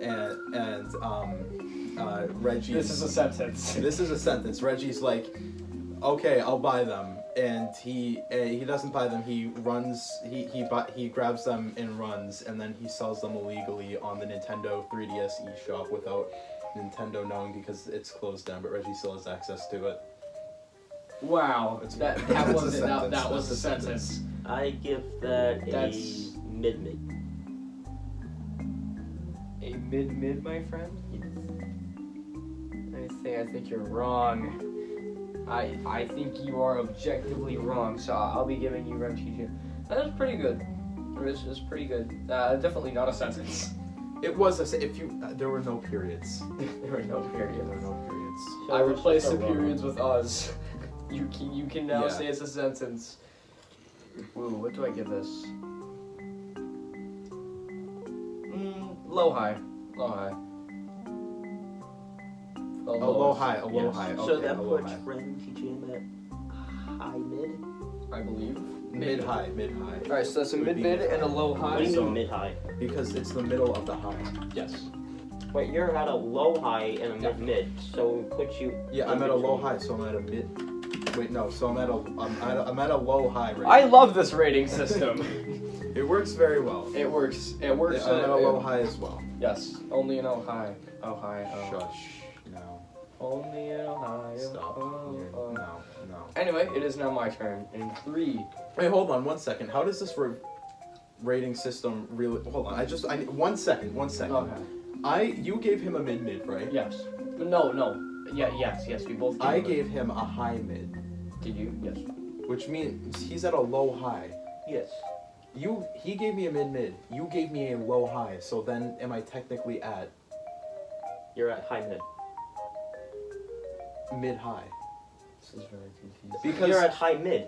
[SPEAKER 1] And and um, uh, Reggie.
[SPEAKER 4] sentence.
[SPEAKER 1] This is a sentence. Reggie's like, okay, I'll buy them, and he uh, he doesn't buy them. He runs. He he bu- he grabs them and runs, and then he sells them illegally on the Nintendo 3DS eShop without Nintendo knowing because it's closed down. But Reggie still has access to it.
[SPEAKER 4] Wow.
[SPEAKER 1] That's-
[SPEAKER 4] That
[SPEAKER 1] that's
[SPEAKER 4] that
[SPEAKER 1] a
[SPEAKER 4] was it. That,
[SPEAKER 1] sentence.
[SPEAKER 4] that was
[SPEAKER 1] That's
[SPEAKER 4] the
[SPEAKER 1] a sentence.
[SPEAKER 4] sentence.
[SPEAKER 3] I give that
[SPEAKER 4] That's-
[SPEAKER 3] a mid mid.
[SPEAKER 4] A mid mid, my friend? I think I think you're wrong. I I think you are objectively wrong, so I'll be giving you Rem TJ. That was pretty good. It was, it was pretty good. Uh, definitely not a sentence.
[SPEAKER 1] It was a. se- If you, uh, there were no periods.
[SPEAKER 4] there were no
[SPEAKER 1] There were
[SPEAKER 4] periods.
[SPEAKER 1] no periods.
[SPEAKER 4] I replaced the
[SPEAKER 2] So, uh,
[SPEAKER 4] periods with us. You can you can now
[SPEAKER 1] Yeah.
[SPEAKER 4] say it's a sentence. Ooh, what do I give this? Mm, low high, low high. The
[SPEAKER 1] A low
[SPEAKER 4] lowest,
[SPEAKER 1] high, a low
[SPEAKER 4] yes.
[SPEAKER 1] high. Okay,
[SPEAKER 3] so that
[SPEAKER 1] a low
[SPEAKER 3] puts
[SPEAKER 1] high.
[SPEAKER 3] Ren teaching him at high mid.
[SPEAKER 4] I believe.
[SPEAKER 1] mid high, mid high.
[SPEAKER 4] All right, so that's a
[SPEAKER 1] Would
[SPEAKER 4] mid
[SPEAKER 1] be
[SPEAKER 4] mid
[SPEAKER 1] mid-high.
[SPEAKER 4] and a low
[SPEAKER 3] What
[SPEAKER 4] high.
[SPEAKER 3] do you
[SPEAKER 4] so-
[SPEAKER 3] mean mid high?
[SPEAKER 1] Because it's the middle of the high.
[SPEAKER 4] Yes.
[SPEAKER 3] Wait, you're at a low high and a
[SPEAKER 4] Yeah.
[SPEAKER 3] mid mid, so it puts you.
[SPEAKER 1] Yeah, I'm at a low high, so I'm at a mid. Wait, no, so I'm at a I'm at a, I'm at a low high rate.
[SPEAKER 4] I love this rating system.
[SPEAKER 1] it works very well.
[SPEAKER 4] it works. It works.
[SPEAKER 1] I'm at
[SPEAKER 4] uh,
[SPEAKER 1] a low
[SPEAKER 4] it-
[SPEAKER 1] high as well.
[SPEAKER 4] Yes. Only in Ohio. Ohio.
[SPEAKER 1] Shush. No.
[SPEAKER 4] Only in Ohio.
[SPEAKER 1] Stop.
[SPEAKER 4] Oh,
[SPEAKER 1] You're-
[SPEAKER 4] oh.
[SPEAKER 1] No. No.
[SPEAKER 4] Anyway, it is now my turn. In three.
[SPEAKER 1] Wait, hold on one second. How does this re- rating system really? Hold on. I just I one second. One second.
[SPEAKER 4] Okay.
[SPEAKER 1] I you gave him a mid mid right?
[SPEAKER 4] Yes. No, no. Yeah, yes, yes. We both.
[SPEAKER 1] I
[SPEAKER 4] it.
[SPEAKER 1] gave him a high mid,
[SPEAKER 4] Did you? Yes.
[SPEAKER 1] which means he's at a low high.
[SPEAKER 3] Yes.
[SPEAKER 1] You he gave me a mid mid. You gave me a low high. So then am I technically at
[SPEAKER 3] You're at high mid.
[SPEAKER 1] mid high?
[SPEAKER 4] This is very confusing.
[SPEAKER 1] Because
[SPEAKER 3] you're at high mid.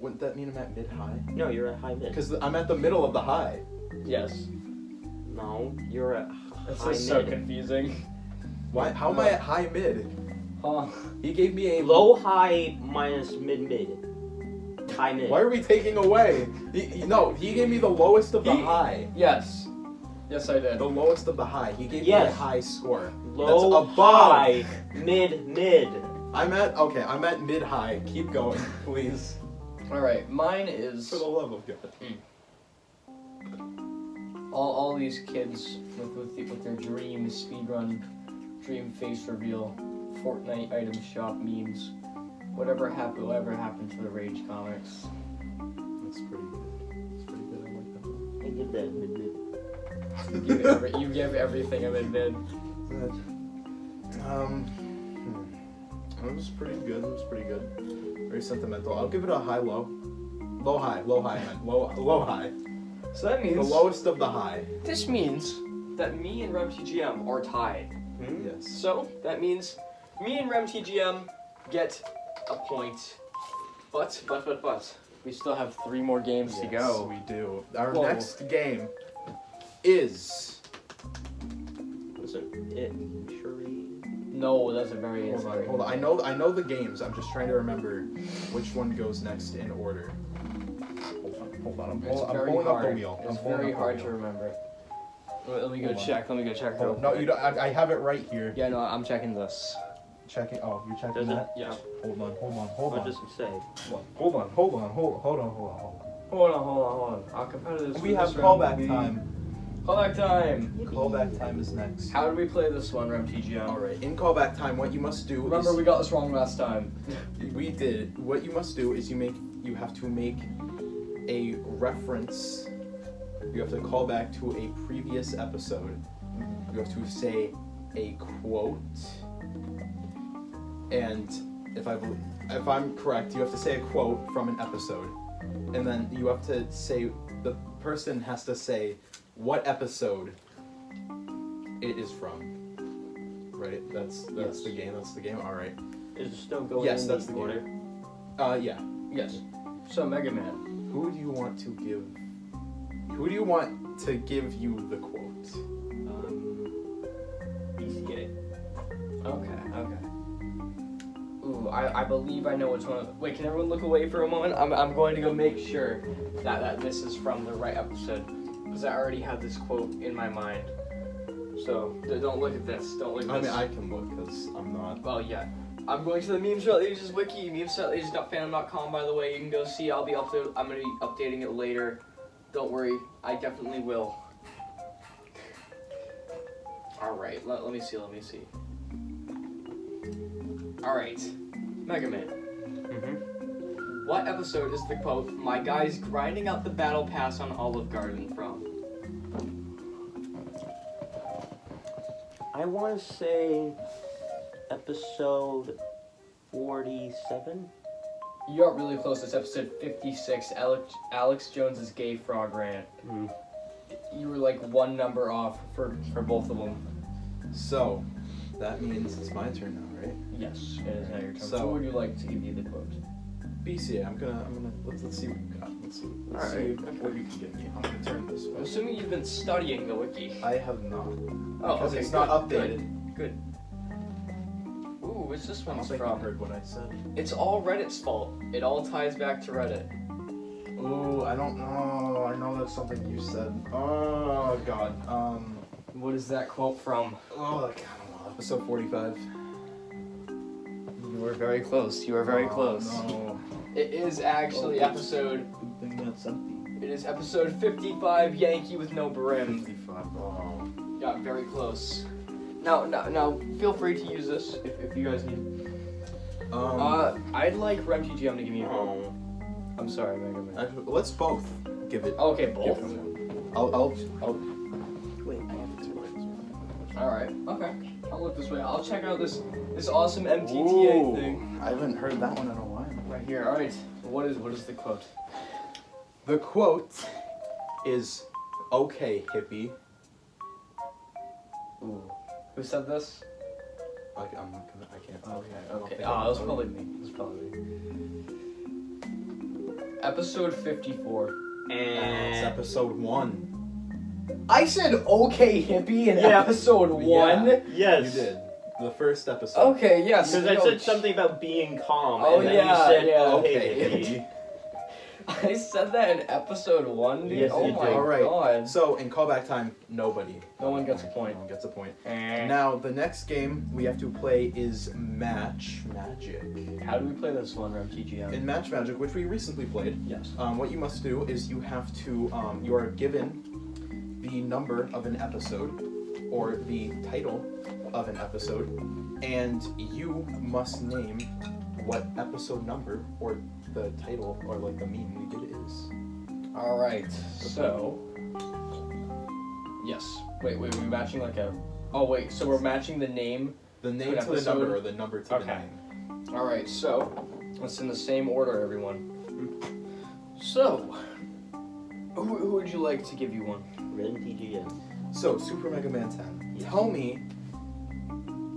[SPEAKER 1] wouldn't that mean I'm at mid high?
[SPEAKER 3] No, you're at high mid.
[SPEAKER 1] Because I'm at the middle of the high.
[SPEAKER 4] Yes.
[SPEAKER 3] No, you're at
[SPEAKER 4] This
[SPEAKER 3] high
[SPEAKER 4] is so
[SPEAKER 3] mid.
[SPEAKER 4] confusing.
[SPEAKER 1] Why? How am I at high mid?
[SPEAKER 4] Huh?
[SPEAKER 1] He gave me a
[SPEAKER 3] Low high minus mid mid. High mid.
[SPEAKER 1] Why are we taking away? He, he- no, he gave me the lowest of the
[SPEAKER 4] He-
[SPEAKER 1] high.
[SPEAKER 4] Yes. Yes, I did.
[SPEAKER 1] The lowest of the high. He gave me a
[SPEAKER 3] Yes.
[SPEAKER 1] high score.
[SPEAKER 3] Low
[SPEAKER 1] above.
[SPEAKER 3] high mid mid.
[SPEAKER 1] I'm at okay. I'm at mid high. Keep going, please.
[SPEAKER 4] All right. Mine is.
[SPEAKER 1] For the love of God.
[SPEAKER 4] all, all these kids with with, the, with their dream speedrun, dream face reveal, Fortnite item shop memes, whatever happened, whatever happened to the Rage comics.
[SPEAKER 1] That's pretty good. That's pretty good. I like that. one.
[SPEAKER 3] I give that mid mid.
[SPEAKER 4] You give, every, you give everything a bit bid.
[SPEAKER 1] But, um, hmm. it was pretty good. It was pretty good. Very sentimental. I'll give it a high low. Low high. Low high. man. Low low high.
[SPEAKER 4] So that
[SPEAKER 1] The
[SPEAKER 4] means
[SPEAKER 1] lowest of the high.
[SPEAKER 4] this means that me and RemTGM are tied.
[SPEAKER 1] Yes.
[SPEAKER 4] So that means me and RemTGM get a point. But but but but we still have three more games to go.
[SPEAKER 1] We do. Our
[SPEAKER 4] Whoa.
[SPEAKER 1] next game is.
[SPEAKER 3] Was it? It charade.
[SPEAKER 4] No, that's a very
[SPEAKER 1] Hold on, hold on. I know, I know the games. I'm just trying to remember which one goes next in order. Hold on, hold on. I'm,
[SPEAKER 4] It's
[SPEAKER 1] pull, I'm
[SPEAKER 4] very
[SPEAKER 1] pulling
[SPEAKER 4] hard.
[SPEAKER 1] up the wheel.
[SPEAKER 4] It's
[SPEAKER 1] I'm pulling
[SPEAKER 4] very
[SPEAKER 1] up the
[SPEAKER 4] hard to
[SPEAKER 1] wheel.
[SPEAKER 4] remember. Let let me go
[SPEAKER 1] Hold on.
[SPEAKER 4] check. Let me go check.
[SPEAKER 1] Hold-
[SPEAKER 4] real
[SPEAKER 1] no,
[SPEAKER 4] quick.
[SPEAKER 1] you don't, I, I have it right here.
[SPEAKER 4] Yeah, no, I'm checking this.
[SPEAKER 1] Checking. Oh, you're checking
[SPEAKER 3] Does it?
[SPEAKER 1] that.
[SPEAKER 4] Yeah.
[SPEAKER 1] Hold on, hold on, hold
[SPEAKER 3] What
[SPEAKER 1] on.
[SPEAKER 3] does it say?
[SPEAKER 1] Hold on, hold on, hold, hold on, hold on. Hold
[SPEAKER 4] Hold on, hold on, hold on. Our competitors.
[SPEAKER 1] on.
[SPEAKER 4] for this round will be- Callback time.
[SPEAKER 1] Callback time is next.
[SPEAKER 4] How did we play this one, Rem TGM?
[SPEAKER 1] All right. In callback time, what you must do
[SPEAKER 4] Remember,
[SPEAKER 1] is
[SPEAKER 4] we got this wrong last time.
[SPEAKER 1] We did. What you must do is you make you have to make a reference. You have to call back to a previous episode. You have to say a quote. And if I bel- if I'm correct, you have to say a quote from an episode. And then you have to say the person has to say what episode it is from. Right? That's that's
[SPEAKER 4] Yes.
[SPEAKER 1] the game. That's the game. All right.
[SPEAKER 3] Is it still going
[SPEAKER 1] Yes,
[SPEAKER 3] in
[SPEAKER 1] that's
[SPEAKER 3] the
[SPEAKER 1] the
[SPEAKER 3] order?
[SPEAKER 1] Uh yeah.
[SPEAKER 4] Yes. So Mega Man.
[SPEAKER 1] Who do you want to give? Who do you want to give you the quote?
[SPEAKER 3] Um, BCA.
[SPEAKER 4] Okay. Okay. Ooh, I, I believe I know which one. Wait, can everyone look away for a moment? I'm, I'm going to go make sure that, that this is from the right episode because I already have this quote in my mind. So d- don't look at this. Don't look
[SPEAKER 1] I mean,
[SPEAKER 4] at this.
[SPEAKER 1] I can look because I'm not.
[SPEAKER 4] Um, Well, yeah. I'm going to the memes Without ages wiki, memeswithoutages.fandom.com, by the way. You can go see. I'll be upload. I'm going to be updating it later. Don't worry. I definitely will. All right. Let, let me see. Let me see. All right. Mega Man.
[SPEAKER 3] Mm-hmm.
[SPEAKER 4] What episode is the quote, my guy's grinding out the battle pass on Olive Garden from?
[SPEAKER 3] I want to say episode 47.
[SPEAKER 4] You got really close. It's episode 56, Alex, Alex Jones's Gay Frog Rant.
[SPEAKER 6] Mm.
[SPEAKER 4] You were like one number off for, for both of them.
[SPEAKER 1] So, that means it's my turn now, right?
[SPEAKER 4] Yes. It is now your turn.
[SPEAKER 1] So-
[SPEAKER 4] Who would you like to give you the quote?
[SPEAKER 1] BCA, I'm gonna, I'm gonna, let's, let's see what you got. Let's see, let's see
[SPEAKER 4] Alright.
[SPEAKER 1] what you can give me. I'm gonna turn this
[SPEAKER 4] I'm
[SPEAKER 1] way.
[SPEAKER 4] assuming you've been studying the wiki.
[SPEAKER 1] I have not.
[SPEAKER 4] Oh,
[SPEAKER 1] because
[SPEAKER 4] okay,
[SPEAKER 1] it's not
[SPEAKER 4] good,
[SPEAKER 1] updated.
[SPEAKER 4] Good. Ooh, what's this
[SPEAKER 1] I don't
[SPEAKER 4] one's
[SPEAKER 1] think you
[SPEAKER 4] from?
[SPEAKER 1] heard what I said.
[SPEAKER 4] It's all Reddit's fault. It all ties back to Reddit.
[SPEAKER 1] Oh, I don't know. I know that's something you said. Oh God. Um.
[SPEAKER 4] What is that quote from?
[SPEAKER 1] Oh, like, I don't know. Episode 45.
[SPEAKER 4] You were very close. You were very
[SPEAKER 1] Oh,
[SPEAKER 4] close.
[SPEAKER 1] No.
[SPEAKER 4] It is actually
[SPEAKER 1] Close.
[SPEAKER 4] episode.
[SPEAKER 1] Good thing that's empty.
[SPEAKER 4] It is episode 55. Yankee with no brim.
[SPEAKER 1] 55. Oh.
[SPEAKER 4] Got very close. Now, now, now, feel free to use this if, if you guys need.
[SPEAKER 1] Um.
[SPEAKER 4] Uh, I'd like RemTGM to give me a vote.
[SPEAKER 3] Oh,
[SPEAKER 4] I'm sorry, Mega Man.
[SPEAKER 1] actually, let's both give it.
[SPEAKER 4] Okay,
[SPEAKER 1] give
[SPEAKER 4] both.
[SPEAKER 1] them one. I'll. I'll. I'll
[SPEAKER 3] wait, I have to
[SPEAKER 4] All right. Okay. I'll look this way. I'll check out this this awesome MTTA
[SPEAKER 1] Ooh,
[SPEAKER 4] thing
[SPEAKER 1] I haven't heard that one in a while.
[SPEAKER 4] right here. All right. What is what is the quote?
[SPEAKER 1] The quote is, "Okay, hippie."
[SPEAKER 4] Ooh. Who said this?
[SPEAKER 1] I, I'm not gonna. I can't. tell.
[SPEAKER 4] Okay.
[SPEAKER 1] I don't
[SPEAKER 4] Okay.
[SPEAKER 1] think
[SPEAKER 4] Ah,
[SPEAKER 1] I
[SPEAKER 4] it was
[SPEAKER 1] know.
[SPEAKER 4] probably me. It was probably me. Episode fifty-four.
[SPEAKER 1] It's
[SPEAKER 3] And
[SPEAKER 1] episode one.
[SPEAKER 4] I said okay, hippie, in
[SPEAKER 3] Yeah.
[SPEAKER 4] episode one.
[SPEAKER 1] Yeah.
[SPEAKER 3] yes,
[SPEAKER 1] You did the first episode.
[SPEAKER 4] Okay. Yes.
[SPEAKER 3] Because I
[SPEAKER 4] no,
[SPEAKER 3] said
[SPEAKER 4] sh-
[SPEAKER 3] something about being calm,
[SPEAKER 4] Oh,
[SPEAKER 3] and then you
[SPEAKER 4] yeah,
[SPEAKER 3] said,
[SPEAKER 4] yeah.
[SPEAKER 3] "Okay,
[SPEAKER 1] Okay.
[SPEAKER 4] I said that in episode one, dude.
[SPEAKER 3] Yes,
[SPEAKER 4] oh
[SPEAKER 3] you
[SPEAKER 4] my
[SPEAKER 3] did.
[SPEAKER 1] Alright.
[SPEAKER 4] god.
[SPEAKER 1] So in callback time, nobody.
[SPEAKER 4] No one gets a point.
[SPEAKER 1] No one gets a point.
[SPEAKER 4] Eh.
[SPEAKER 1] Now the next game we have to play is Match Magic.
[SPEAKER 4] How do we play this one, Rev TGM?
[SPEAKER 1] In Match Magic, which we recently played,
[SPEAKER 4] Yes.
[SPEAKER 1] um, what you must do is you have to um, you are given the number of an episode or the title of an episode, and you must name what episode number or the title or like the meme we did is.
[SPEAKER 4] All right. So. Yes. Wait, wait. We're matching like a. Oh wait. So we're matching the name.
[SPEAKER 1] The name
[SPEAKER 4] Good
[SPEAKER 1] to the
[SPEAKER 4] episode.
[SPEAKER 1] number or the number to the
[SPEAKER 4] Okay.
[SPEAKER 1] name.
[SPEAKER 4] All right. So, it's in the same order, everyone. So, who, who would you like to give you one?
[SPEAKER 3] Ren TGM.
[SPEAKER 1] So, Super Mega Man 10,
[SPEAKER 3] Yes.
[SPEAKER 1] tell me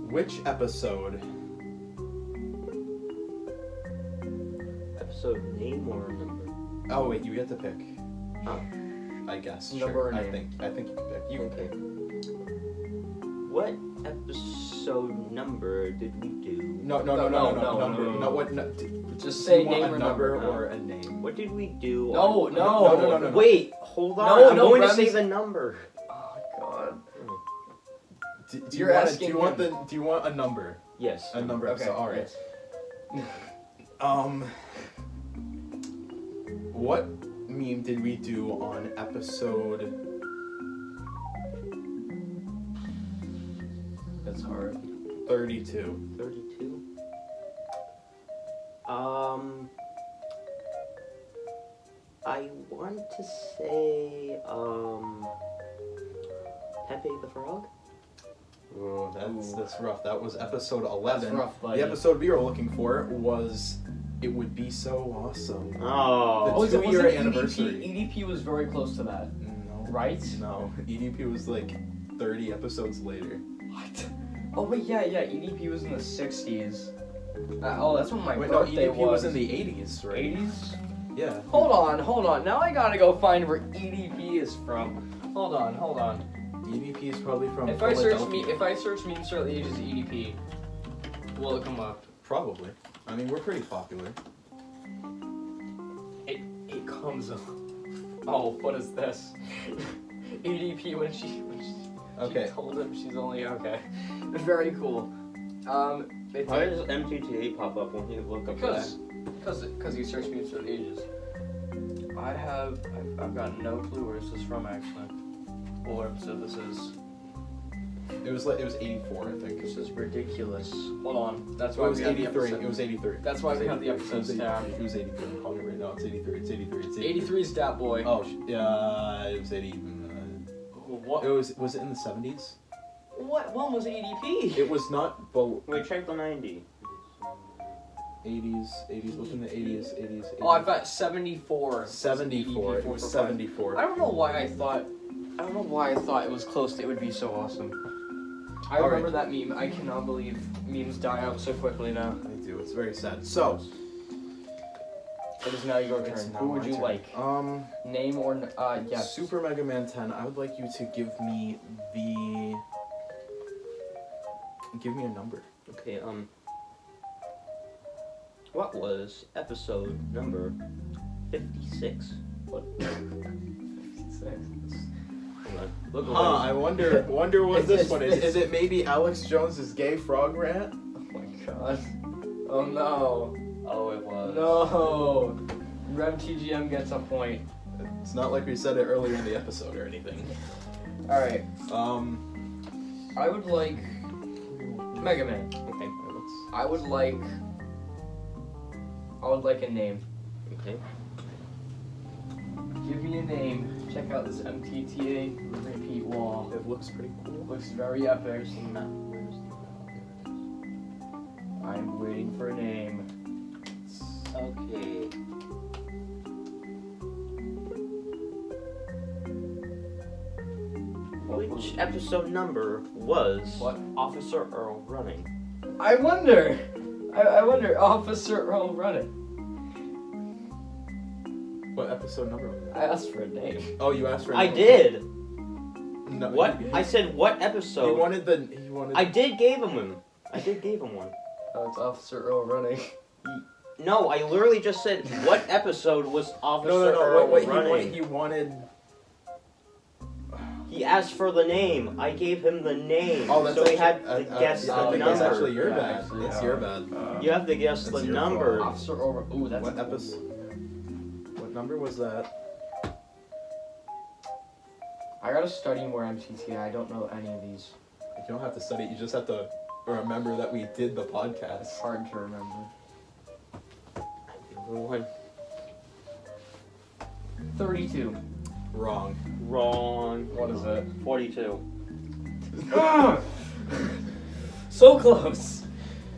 [SPEAKER 1] which episode.
[SPEAKER 3] Episode name or number?
[SPEAKER 1] Oh, wait, you get to pick.
[SPEAKER 3] Oh.
[SPEAKER 1] I guess.
[SPEAKER 4] Number
[SPEAKER 1] sure.
[SPEAKER 4] or
[SPEAKER 1] I
[SPEAKER 4] name?
[SPEAKER 1] think. I think you can pick. You can pick.
[SPEAKER 3] What episode number did we do?
[SPEAKER 1] No, no, no, no, no, no,
[SPEAKER 4] No, no,
[SPEAKER 1] number.
[SPEAKER 4] no,
[SPEAKER 1] No,
[SPEAKER 4] no, no.
[SPEAKER 1] what? No, d-
[SPEAKER 4] Just
[SPEAKER 1] do
[SPEAKER 4] say
[SPEAKER 1] you want
[SPEAKER 4] name
[SPEAKER 1] a
[SPEAKER 4] or
[SPEAKER 1] number
[SPEAKER 3] number?
[SPEAKER 1] or a name.
[SPEAKER 3] Uh, What did we do?
[SPEAKER 4] No,
[SPEAKER 3] on-
[SPEAKER 4] no.
[SPEAKER 1] No, no, no, no, no.
[SPEAKER 3] Wait, hold on.
[SPEAKER 4] No,
[SPEAKER 3] I'm
[SPEAKER 4] no,
[SPEAKER 3] going
[SPEAKER 4] Rem's-
[SPEAKER 3] to say the number.
[SPEAKER 4] Oh God.
[SPEAKER 1] Do, do
[SPEAKER 4] You're
[SPEAKER 1] you want
[SPEAKER 4] asking
[SPEAKER 1] do you want
[SPEAKER 4] him.
[SPEAKER 1] the do you want a number?
[SPEAKER 3] Yes.
[SPEAKER 1] A number
[SPEAKER 4] Okay.
[SPEAKER 1] episode. All right.
[SPEAKER 4] yes.
[SPEAKER 1] Um what meme did we do on episode
[SPEAKER 4] That's hard.
[SPEAKER 1] 32?
[SPEAKER 3] 32. Um. I want to say, um. Pepe the Frog?
[SPEAKER 1] Ooh, that's
[SPEAKER 4] Ooh.
[SPEAKER 1] that's rough. That was episode eleven.
[SPEAKER 4] That's rough, buddy.
[SPEAKER 1] The episode we were looking for was "It Would Be So Awesome."
[SPEAKER 3] Oh.
[SPEAKER 4] Oh, is it-
[SPEAKER 1] two-year
[SPEAKER 4] wasn't EDP
[SPEAKER 1] anniversary.
[SPEAKER 4] EDP E was very close to that.
[SPEAKER 1] No,
[SPEAKER 4] Right?
[SPEAKER 1] No, EDP was like thirty episodes later.
[SPEAKER 4] What? Oh wait, yeah, yeah. EDP was in the '60s. Uh, oh, that's when my
[SPEAKER 1] Wait, no,
[SPEAKER 4] birthday
[SPEAKER 1] EDP was. in the eighties, right?
[SPEAKER 4] '80s.
[SPEAKER 1] Yeah.
[SPEAKER 4] Hold on, hold on. Now I gotta go find where EDP is from. Hold on, hold on.
[SPEAKER 1] EDP E is probably from.
[SPEAKER 4] If I search me,
[SPEAKER 1] Philadelphia.
[SPEAKER 4] if I search mean start the ages of EDP, will it come up?
[SPEAKER 1] probably. I mean, we're pretty popular.
[SPEAKER 4] It comes up. Oh, what is this? EDP when she when she,
[SPEAKER 1] Okay.
[SPEAKER 4] she told him she's only okay. Very cool. Um, it
[SPEAKER 3] Why does MTTA pop up when you look up
[SPEAKER 4] Because, because, because you searched me for ages. I have, I've, I've got no clue where this is from actually, or what episode this is.
[SPEAKER 1] It was like it was eighty-four, I think.
[SPEAKER 4] This is ridiculous. Hold on, that's
[SPEAKER 1] It
[SPEAKER 4] why
[SPEAKER 1] was
[SPEAKER 4] we have the
[SPEAKER 1] eighty-three.
[SPEAKER 4] episode.
[SPEAKER 1] It was eighty-three.
[SPEAKER 4] That's why
[SPEAKER 1] It was
[SPEAKER 4] we have the
[SPEAKER 1] 83. It was
[SPEAKER 4] episodes down.
[SPEAKER 1] 83. It was eighty-three. I'm calling it right now. It's eighty-three. It's eighty-three. It's
[SPEAKER 4] 83 is that boy.
[SPEAKER 1] Oh, sh- yeah, it was eighty. uh, It
[SPEAKER 4] What?
[SPEAKER 1] was was it in the seventies?
[SPEAKER 4] What? When was E ADP?
[SPEAKER 1] It was not. Bel-
[SPEAKER 3] Wait, check the 90.
[SPEAKER 1] 80s, 80s, within the 80s, 80s, 80s.
[SPEAKER 2] Oh, I've got 74.
[SPEAKER 1] 74. It
[SPEAKER 2] EP4
[SPEAKER 1] was
[SPEAKER 2] E for
[SPEAKER 1] 74.
[SPEAKER 2] I don't know why I thought. I don't know why I thought it was close. That it would be so awesome. I
[SPEAKER 1] All
[SPEAKER 2] remember that meme. I cannot believe memes die out so quickly now.
[SPEAKER 1] They do. It's very sad. So,
[SPEAKER 2] It is now your turn.
[SPEAKER 1] it's now
[SPEAKER 2] Who would
[SPEAKER 1] my
[SPEAKER 2] you
[SPEAKER 1] turn.
[SPEAKER 2] like?
[SPEAKER 1] Um,
[SPEAKER 2] Name or n- uh
[SPEAKER 1] yeah,
[SPEAKER 2] yes.
[SPEAKER 1] Super Mega Man 10. I would like you to give me the. Give me a number.
[SPEAKER 3] Okay, um. What was episode number 56? What? Hold on. Look
[SPEAKER 1] Huh,
[SPEAKER 3] away.
[SPEAKER 1] I wonder wonder what
[SPEAKER 2] It's-
[SPEAKER 1] this
[SPEAKER 2] it's-
[SPEAKER 1] one is.
[SPEAKER 2] it's-
[SPEAKER 1] Is it maybe Alex Jones's gay frog rant?
[SPEAKER 2] Oh my god. Oh no.
[SPEAKER 3] Oh, it was.
[SPEAKER 2] No. Rev TGM gets a point.
[SPEAKER 1] It's not like we said it earlier in the episode or anything.
[SPEAKER 2] All right.
[SPEAKER 1] Um,
[SPEAKER 2] I would like Mega Man.
[SPEAKER 3] Okay,
[SPEAKER 2] I would like. I would like a name.
[SPEAKER 3] okay.
[SPEAKER 2] Give me a name. Check out this MTTA repeat wall.
[SPEAKER 1] it looks pretty cool.
[SPEAKER 2] Looks very epic.
[SPEAKER 3] Where's the map? Where's the map?
[SPEAKER 2] I'm waiting for a name.
[SPEAKER 3] Okay. Which episode number was
[SPEAKER 2] What?
[SPEAKER 3] Officer Earl running?
[SPEAKER 2] I wonder. I, I wonder. Officer Earl Running.
[SPEAKER 1] What episode number was that?
[SPEAKER 2] I asked for a name.
[SPEAKER 1] Oh, you asked for. a
[SPEAKER 3] I
[SPEAKER 1] number.
[SPEAKER 3] did.
[SPEAKER 1] No, you
[SPEAKER 3] What?
[SPEAKER 1] didn't.
[SPEAKER 3] I said what
[SPEAKER 1] He
[SPEAKER 3] episode?
[SPEAKER 1] wanted the. He wanted.
[SPEAKER 3] I did gave him one. I did gave him one.
[SPEAKER 2] Oh, it's Officer Earl Running.
[SPEAKER 3] No, I literally just said what episode was
[SPEAKER 1] no, no,
[SPEAKER 3] Officer
[SPEAKER 1] no.
[SPEAKER 3] Earl
[SPEAKER 1] What, what he
[SPEAKER 3] running.
[SPEAKER 1] wanted? He wanted.
[SPEAKER 3] He asked for the name. I gave him the name.
[SPEAKER 1] Oh, that's
[SPEAKER 3] so
[SPEAKER 1] actually,
[SPEAKER 3] he had to
[SPEAKER 1] uh, uh,
[SPEAKER 3] guess
[SPEAKER 1] yeah,
[SPEAKER 3] the
[SPEAKER 1] I think
[SPEAKER 3] number.
[SPEAKER 1] that's actually your
[SPEAKER 2] Yeah,
[SPEAKER 1] bad.
[SPEAKER 2] actually,
[SPEAKER 1] It's
[SPEAKER 2] yeah.
[SPEAKER 1] your bad.
[SPEAKER 3] You have to guess
[SPEAKER 1] That's
[SPEAKER 3] the
[SPEAKER 1] your fault.
[SPEAKER 3] number.
[SPEAKER 2] Officer Earl. Ooh, that's
[SPEAKER 1] What
[SPEAKER 2] a cool
[SPEAKER 1] episode?
[SPEAKER 2] one.
[SPEAKER 1] What number was that?
[SPEAKER 2] I gotta study more MTTA. I don't know any of these.
[SPEAKER 1] You don't have to study. it, You just have to remember that we did the podcast.
[SPEAKER 2] It's hard to remember.
[SPEAKER 3] Number one.
[SPEAKER 2] Thirty-two.
[SPEAKER 1] Wrong.
[SPEAKER 3] Wrong.
[SPEAKER 2] What is it?
[SPEAKER 3] 42.
[SPEAKER 2] so close.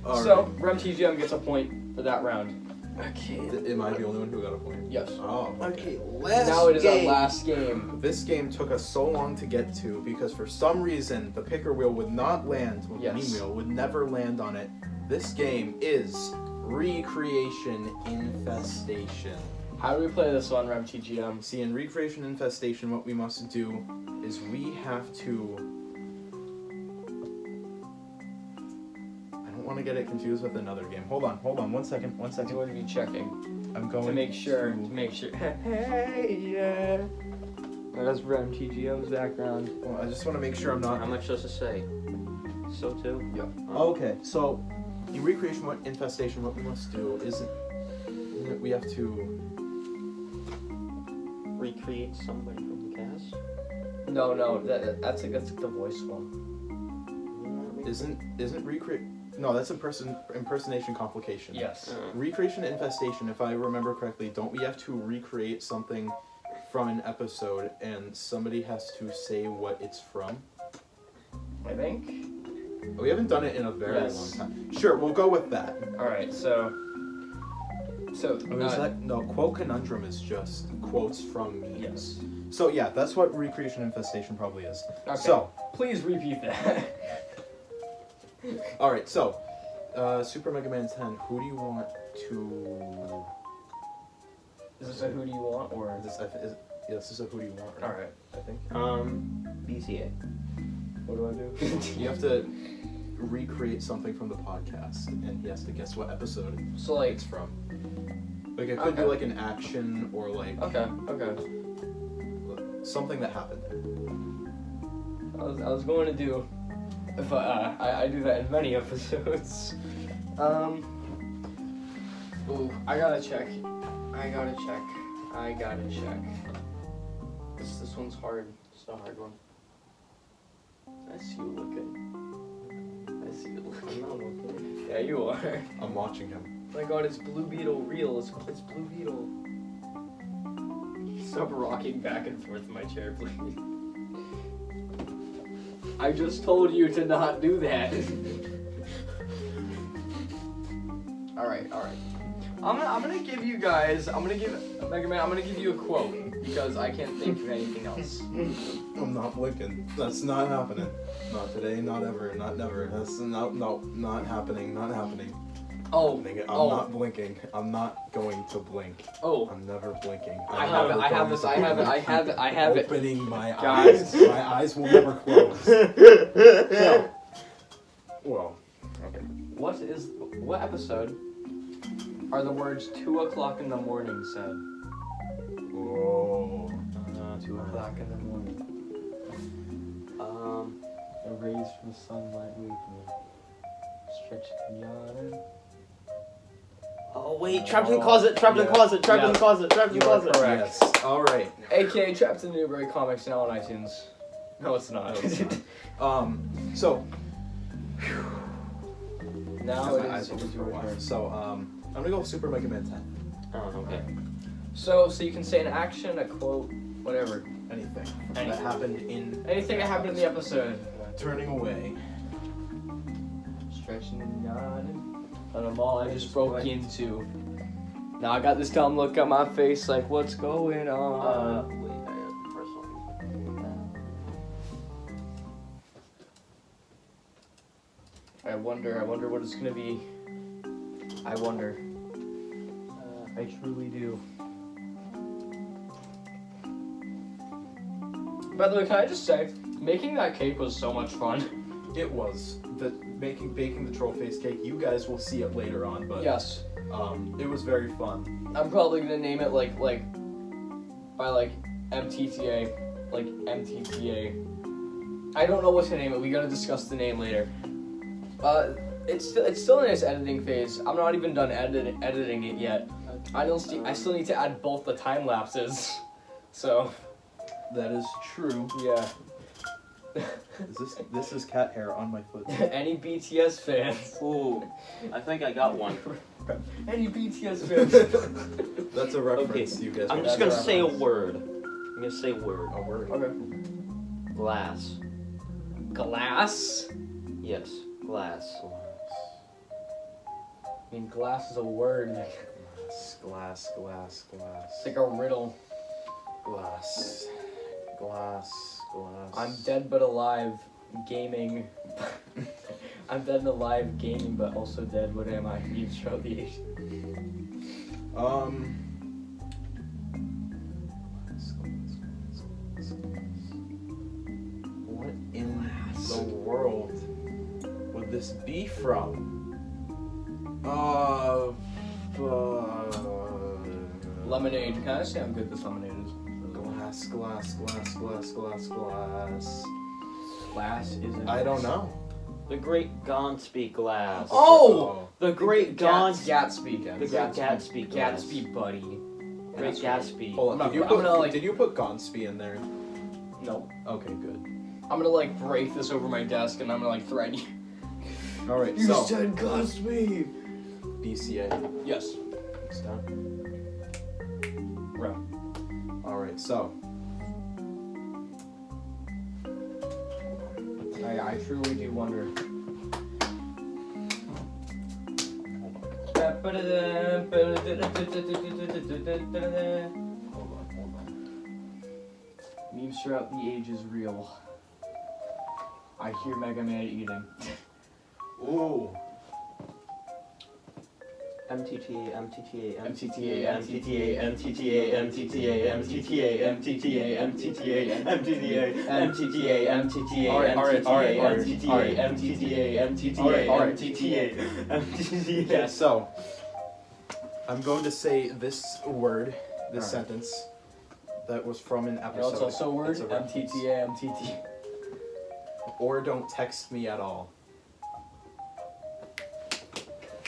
[SPEAKER 1] All
[SPEAKER 2] so Rem TGM gets a point for that round.
[SPEAKER 1] right. Th- Am I the only one who got a point?
[SPEAKER 2] Yes.
[SPEAKER 1] Oh.
[SPEAKER 7] Okay, last
[SPEAKER 2] now it is
[SPEAKER 7] game.
[SPEAKER 2] our last game.
[SPEAKER 1] This game took us so long to get to because for some reason the picker wheel would not land, well, the
[SPEAKER 2] Yes.
[SPEAKER 1] mean wheel would never land on it. This game is Recreation Infestation.
[SPEAKER 2] How do we play this one, Rem TGM?
[SPEAKER 1] See, in Recreation Infestation, what we must do is we have to. I don't want to get it confused with another game. Hold on, hold on, one second, one
[SPEAKER 2] Do
[SPEAKER 1] second.
[SPEAKER 2] what are you checking
[SPEAKER 1] I'm going
[SPEAKER 2] to make sure? To
[SPEAKER 1] to-
[SPEAKER 2] make sure. hey, yeah. Now that's Rem TGM's background.
[SPEAKER 1] Well, Oh, I just want to make sure I'm not.
[SPEAKER 3] How much does it say? So two?
[SPEAKER 2] Yep.
[SPEAKER 1] Okay, so in recreation what infestation, what we must do is we have to.
[SPEAKER 3] Recreate somebody from the cast?
[SPEAKER 2] No, no, that, that's like that's like the voice one.
[SPEAKER 1] Isn't isn't recreate? No, that's imperson impersonation complication.
[SPEAKER 2] Yes.
[SPEAKER 3] Uh,
[SPEAKER 1] Recreation and infestation, if I remember correctly, don't we have to recreate something from an episode and somebody has to say what it's from?
[SPEAKER 2] I think.
[SPEAKER 1] We haven't done it in a very
[SPEAKER 2] Yes.
[SPEAKER 1] long time. Sure, we'll go with that.
[SPEAKER 2] All right. So. So.
[SPEAKER 1] Oh, Is
[SPEAKER 2] uh,
[SPEAKER 1] that- No, quote conundrum is just quotes from me.
[SPEAKER 2] Yes.
[SPEAKER 1] So yeah, that's what recreation infestation probably is.
[SPEAKER 2] Okay.
[SPEAKER 1] So.
[SPEAKER 2] please repeat that.
[SPEAKER 1] All right, so uh, Super Mega Man 10. Who do you want to?
[SPEAKER 2] Is this a who do you want or?
[SPEAKER 1] This I th- is, yeah, this is a who do you want?
[SPEAKER 2] All
[SPEAKER 1] Right?
[SPEAKER 2] right.
[SPEAKER 1] I think
[SPEAKER 3] um, BCA.
[SPEAKER 2] What do I do?
[SPEAKER 1] you have to recreate something from the podcast, and he has to guess what episode
[SPEAKER 2] so like.
[SPEAKER 1] it's from. Like it could
[SPEAKER 2] Okay.
[SPEAKER 1] be like an action or like
[SPEAKER 2] Okay. Okay.
[SPEAKER 1] something that happened.
[SPEAKER 2] I was, I was going to do, but uh, I, I do that in many episodes. Um. Ooh, I gotta check. I gotta check. I gotta check. This this one's hard. It's a hard one.
[SPEAKER 3] I see you looking.
[SPEAKER 2] I see it.
[SPEAKER 3] I'm not looking.
[SPEAKER 2] Yeah, you are.
[SPEAKER 1] I'm watching him.
[SPEAKER 2] My God, it's Blue Beetle real. It's, it's Blue Beetle. Stop rocking back and forth in my chair, please. I just told you to not do that.
[SPEAKER 4] All right, all right. I'm gonna, I'm gonna give you guys. I'm gonna give Mega Man. I'm gonna give you a quote because I can't think of anything else.
[SPEAKER 1] I'm not blinking. That's not happening. Not today. Not ever. Not never. That's not no. Not happening. Not happening.
[SPEAKER 4] Oh,
[SPEAKER 1] Nigga, I'm
[SPEAKER 4] oh,
[SPEAKER 1] not blinking. I'm not going to blink.
[SPEAKER 4] oh!
[SPEAKER 1] I'm never blinking.
[SPEAKER 4] I
[SPEAKER 1] I'm
[SPEAKER 4] have it.
[SPEAKER 1] never
[SPEAKER 4] I have
[SPEAKER 1] going
[SPEAKER 4] this.
[SPEAKER 1] to
[SPEAKER 4] I have it.
[SPEAKER 1] blink.
[SPEAKER 4] I have it. I have it.
[SPEAKER 1] Opening my
[SPEAKER 4] Guys.
[SPEAKER 1] eyes. My eyes will never close.
[SPEAKER 3] yeah.
[SPEAKER 1] Well,
[SPEAKER 4] What is what episode are the words two o'clock in the morning said?
[SPEAKER 1] whoa. Uh,
[SPEAKER 4] Two o'clock in the morning.
[SPEAKER 3] Um,
[SPEAKER 2] The rays from sunlight wake me. Stretch yawning.
[SPEAKER 3] oh wait, trapped in the closet, trapped in the closet, trapped in the
[SPEAKER 4] Yeah.
[SPEAKER 3] closet, trapped in
[SPEAKER 4] You
[SPEAKER 3] the
[SPEAKER 4] are
[SPEAKER 3] closet.
[SPEAKER 4] correct.
[SPEAKER 1] Yes. All right.
[SPEAKER 4] AKA Trapped in Newbury Comics now on iTunes. No, it's not.
[SPEAKER 1] Um. So
[SPEAKER 4] now
[SPEAKER 1] Because
[SPEAKER 4] it
[SPEAKER 1] my eyes
[SPEAKER 4] is.
[SPEAKER 1] open for a while. So um, I'm gonna go with Super Mega Man 10.
[SPEAKER 3] Oh, okay.
[SPEAKER 4] So, so you can say an action, a quote, whatever,
[SPEAKER 1] Anything, that
[SPEAKER 4] Anything.
[SPEAKER 1] happened in
[SPEAKER 4] anything that happened in the episode.
[SPEAKER 1] turning away.
[SPEAKER 4] Stretching and yawning. And I'm all I just broke into. Now I got this dumb look on my face, like what's going on?
[SPEAKER 3] Uh, wait, I have the first one.
[SPEAKER 4] I wonder, I wonder what it's gonna be. I wonder. Uh, I truly do. By the way, can I just say, making that cake was so much fun.
[SPEAKER 1] It was the making baking the troll face cake. You guys will see it later on, but
[SPEAKER 4] Yes,
[SPEAKER 1] um, it was very fun.
[SPEAKER 4] I'm probably gonna name it like like by like MTTA, like MTTA. I don't know what to name it. We gotta discuss the name later. Uh, it's still it's still in its editing phase. I'm not even done edit- editing it yet. I don't. St- I still need to add both the time lapses. So
[SPEAKER 1] That is true.
[SPEAKER 4] yeah.
[SPEAKER 1] Is this this is cat hair on my foot?
[SPEAKER 4] Any BTS fans?
[SPEAKER 3] Ooh, I think I got one.
[SPEAKER 4] Any BTS fans?
[SPEAKER 1] That's a reference. You guys.
[SPEAKER 3] I'm
[SPEAKER 1] will
[SPEAKER 3] just
[SPEAKER 1] see.
[SPEAKER 3] gonna say a word. I'm gonna say a word.
[SPEAKER 1] A word.
[SPEAKER 4] okay.
[SPEAKER 3] Glass.
[SPEAKER 4] Glass.
[SPEAKER 3] Yes, glass.
[SPEAKER 4] I mean, glass is a word.
[SPEAKER 1] Glass, glass, glass,
[SPEAKER 4] It's like a riddle.
[SPEAKER 1] glass, glass, glass.
[SPEAKER 4] I'm dead but alive, gaming. I'm dead and alive, gaming, but also dead. What am I? You show the age.
[SPEAKER 1] Um. What in the world would this be from? Uh. uh
[SPEAKER 4] Lemonade. Can I say I'm good with lemonade?
[SPEAKER 1] Glass, glass, glass, glass, glass, glass.
[SPEAKER 4] Glass is. a-
[SPEAKER 1] I don't know.
[SPEAKER 3] The great Gatsby glass.
[SPEAKER 4] Oh!
[SPEAKER 3] The great Gatsby.
[SPEAKER 4] Gatsby.
[SPEAKER 3] The great Gatsby glass.
[SPEAKER 4] Gatsby, buddy.
[SPEAKER 3] Great Gatsby.
[SPEAKER 1] Hold
[SPEAKER 4] I'm
[SPEAKER 1] on.
[SPEAKER 4] not-
[SPEAKER 1] did, you
[SPEAKER 4] I'm
[SPEAKER 1] put,
[SPEAKER 4] gonna, like-
[SPEAKER 1] did you put Gonsby in there?
[SPEAKER 4] No.
[SPEAKER 1] Okay, good.
[SPEAKER 4] I'm gonna like break this over my desk and I'm gonna like threaten you.
[SPEAKER 1] All right. so
[SPEAKER 4] said Gatsby.
[SPEAKER 1] BCA.
[SPEAKER 4] Yes.
[SPEAKER 1] It's done.
[SPEAKER 4] Right.
[SPEAKER 1] All right, so
[SPEAKER 4] I, I truly do wonder. Memes
[SPEAKER 1] hold on, hold on.
[SPEAKER 4] throughout the ages real. I hear Mega Man eating.
[SPEAKER 1] Ooh,
[SPEAKER 3] MTTA, MTTA,
[SPEAKER 4] MTTA,
[SPEAKER 3] MTTA, MTTA, MTTA, MTTA, MTTA, MTTA, MTTA, MTTA, MTTA,
[SPEAKER 4] All right, all right, all right, all right,
[SPEAKER 3] MTTA,
[SPEAKER 4] all right.
[SPEAKER 3] MTTA,
[SPEAKER 4] All right, all right.
[SPEAKER 3] MTTA, MTTA.
[SPEAKER 1] yeah. So I'm going to say this word, this
[SPEAKER 4] Alright.
[SPEAKER 1] sentence that was from an
[SPEAKER 4] You know,
[SPEAKER 1] episode.
[SPEAKER 4] it's also words
[SPEAKER 1] It's a reference.
[SPEAKER 4] MTTA, MTT.
[SPEAKER 1] Or don't text me at all.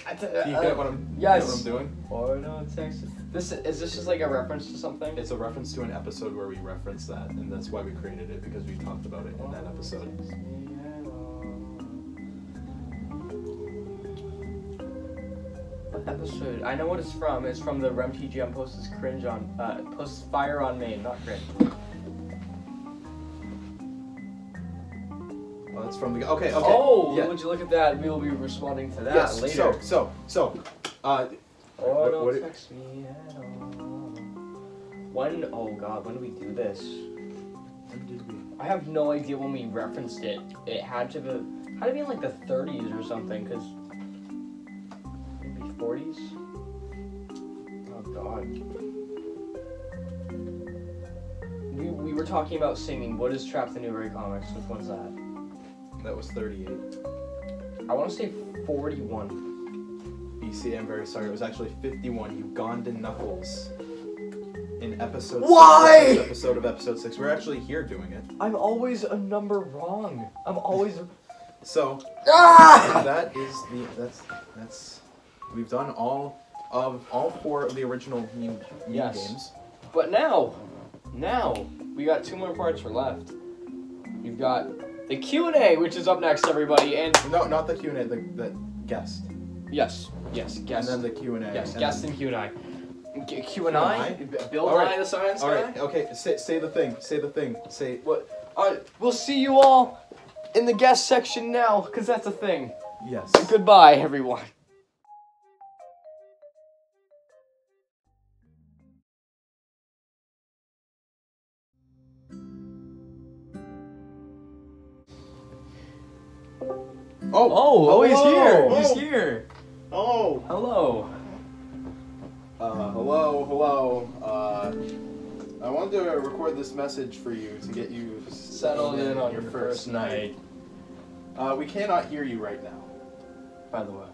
[SPEAKER 4] I t-
[SPEAKER 1] Do you get what I'm, you
[SPEAKER 4] Uh, yes.
[SPEAKER 1] get what I'm doing?
[SPEAKER 4] Or no text. This is this just like a reference to something?
[SPEAKER 1] It's a reference to an episode where we referenced that, and that's why we created it because we talked about it in that episode.
[SPEAKER 4] What episode? I know what it's from. It's from the Rem TGM post is cringe on uh post fire on Maine, not cringe.
[SPEAKER 1] Oh, that's from the okay. Okay.
[SPEAKER 4] Oh,
[SPEAKER 1] yeah.
[SPEAKER 4] would you look at that? We will be responding to that
[SPEAKER 1] yes.
[SPEAKER 4] later.
[SPEAKER 1] So, so, so,
[SPEAKER 2] Uh,
[SPEAKER 3] Oh,
[SPEAKER 2] What-
[SPEAKER 3] don't
[SPEAKER 2] what-
[SPEAKER 3] text me at all. When? Oh God, when did we do this?
[SPEAKER 2] when did we?
[SPEAKER 4] I have no idea when we referenced it. It had to be had to be in like the 30s or something, because maybe 40s. Oh God. We, we were talking about singing. What is Trap the Newberry comics? Which one's that?
[SPEAKER 2] That was 38
[SPEAKER 4] I want to say 41.
[SPEAKER 2] BC. I'm very sorry. It was actually 51. Uganda Knuckles. In episode.
[SPEAKER 4] Why?
[SPEAKER 2] Six, the first episode of episode six. We're actually here doing it.
[SPEAKER 4] I'm always a number wrong. I'm always.
[SPEAKER 2] So
[SPEAKER 4] ah!
[SPEAKER 2] that is the that's that's we've done all of all four of the original new, new
[SPEAKER 4] Yes.
[SPEAKER 2] games.
[SPEAKER 4] But now, now we got two more parts were left. You've got the Q and A, which is up next, everybody, and
[SPEAKER 2] No, not the Q and A. The, the guest.
[SPEAKER 4] yes, yes, guest,
[SPEAKER 2] And then the Q and A.
[SPEAKER 4] yes,
[SPEAKER 2] and
[SPEAKER 4] guest, and Q and I. Q- Q and I, Bill
[SPEAKER 2] All
[SPEAKER 4] and I,
[SPEAKER 2] right.
[SPEAKER 4] the science
[SPEAKER 2] All
[SPEAKER 4] guy.
[SPEAKER 2] right. Okay. Say, say the thing. Say the thing. Say
[SPEAKER 4] What? All right, we'll see you all in the guest section now, cause that's a thing.
[SPEAKER 2] yes.
[SPEAKER 4] Goodbye, everyone.
[SPEAKER 2] Oh.
[SPEAKER 4] Oh,
[SPEAKER 2] oh, he's here.
[SPEAKER 4] He's
[SPEAKER 1] Oh.
[SPEAKER 4] here.
[SPEAKER 1] Oh.
[SPEAKER 4] Hello.
[SPEAKER 1] Uh, hello, hello. Uh, I wanted to record this message for you to get you
[SPEAKER 4] Settled in on your first night.
[SPEAKER 1] Uh, we cannot hear you right now.
[SPEAKER 4] By the way.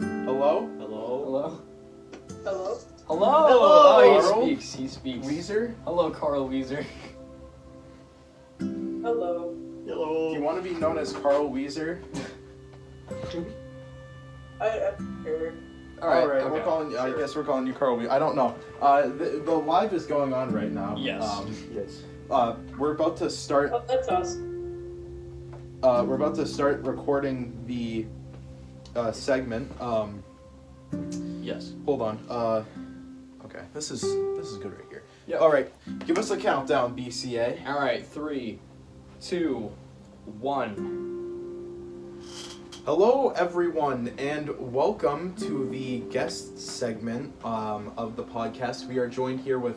[SPEAKER 1] Hello?
[SPEAKER 3] Hello.
[SPEAKER 4] Hello.
[SPEAKER 8] Hello?
[SPEAKER 4] Hello.
[SPEAKER 1] Hello,
[SPEAKER 4] Oh,
[SPEAKER 1] Carl.
[SPEAKER 4] he speaks. He speaks.
[SPEAKER 1] Weezer?
[SPEAKER 4] Hello, Carl Weezer.
[SPEAKER 8] Hello.
[SPEAKER 1] Do you
[SPEAKER 3] Hello.
[SPEAKER 1] want to be known as Carl Weezer?
[SPEAKER 8] I, I'm here.
[SPEAKER 4] All right.
[SPEAKER 1] we're
[SPEAKER 4] okay.
[SPEAKER 1] calling. I
[SPEAKER 4] Sure.
[SPEAKER 1] guess we're calling you Carl. Weezer. I don't know. Uh, the, the live is going on right now.
[SPEAKER 4] Yes.
[SPEAKER 1] Um,
[SPEAKER 3] Yes.
[SPEAKER 1] uh, we're about to start.
[SPEAKER 8] Oh, that's us.
[SPEAKER 1] Uh, we're about to start recording the uh, segment. Um,
[SPEAKER 4] Yes.
[SPEAKER 1] hold on. Uh, okay. This is this is good right here.
[SPEAKER 4] Yeah.
[SPEAKER 1] All right. Give us a countdown, BCA.
[SPEAKER 4] All right. Three, two, one.
[SPEAKER 1] Hello, everyone, and welcome to the guest segment um, of the podcast. We are joined here with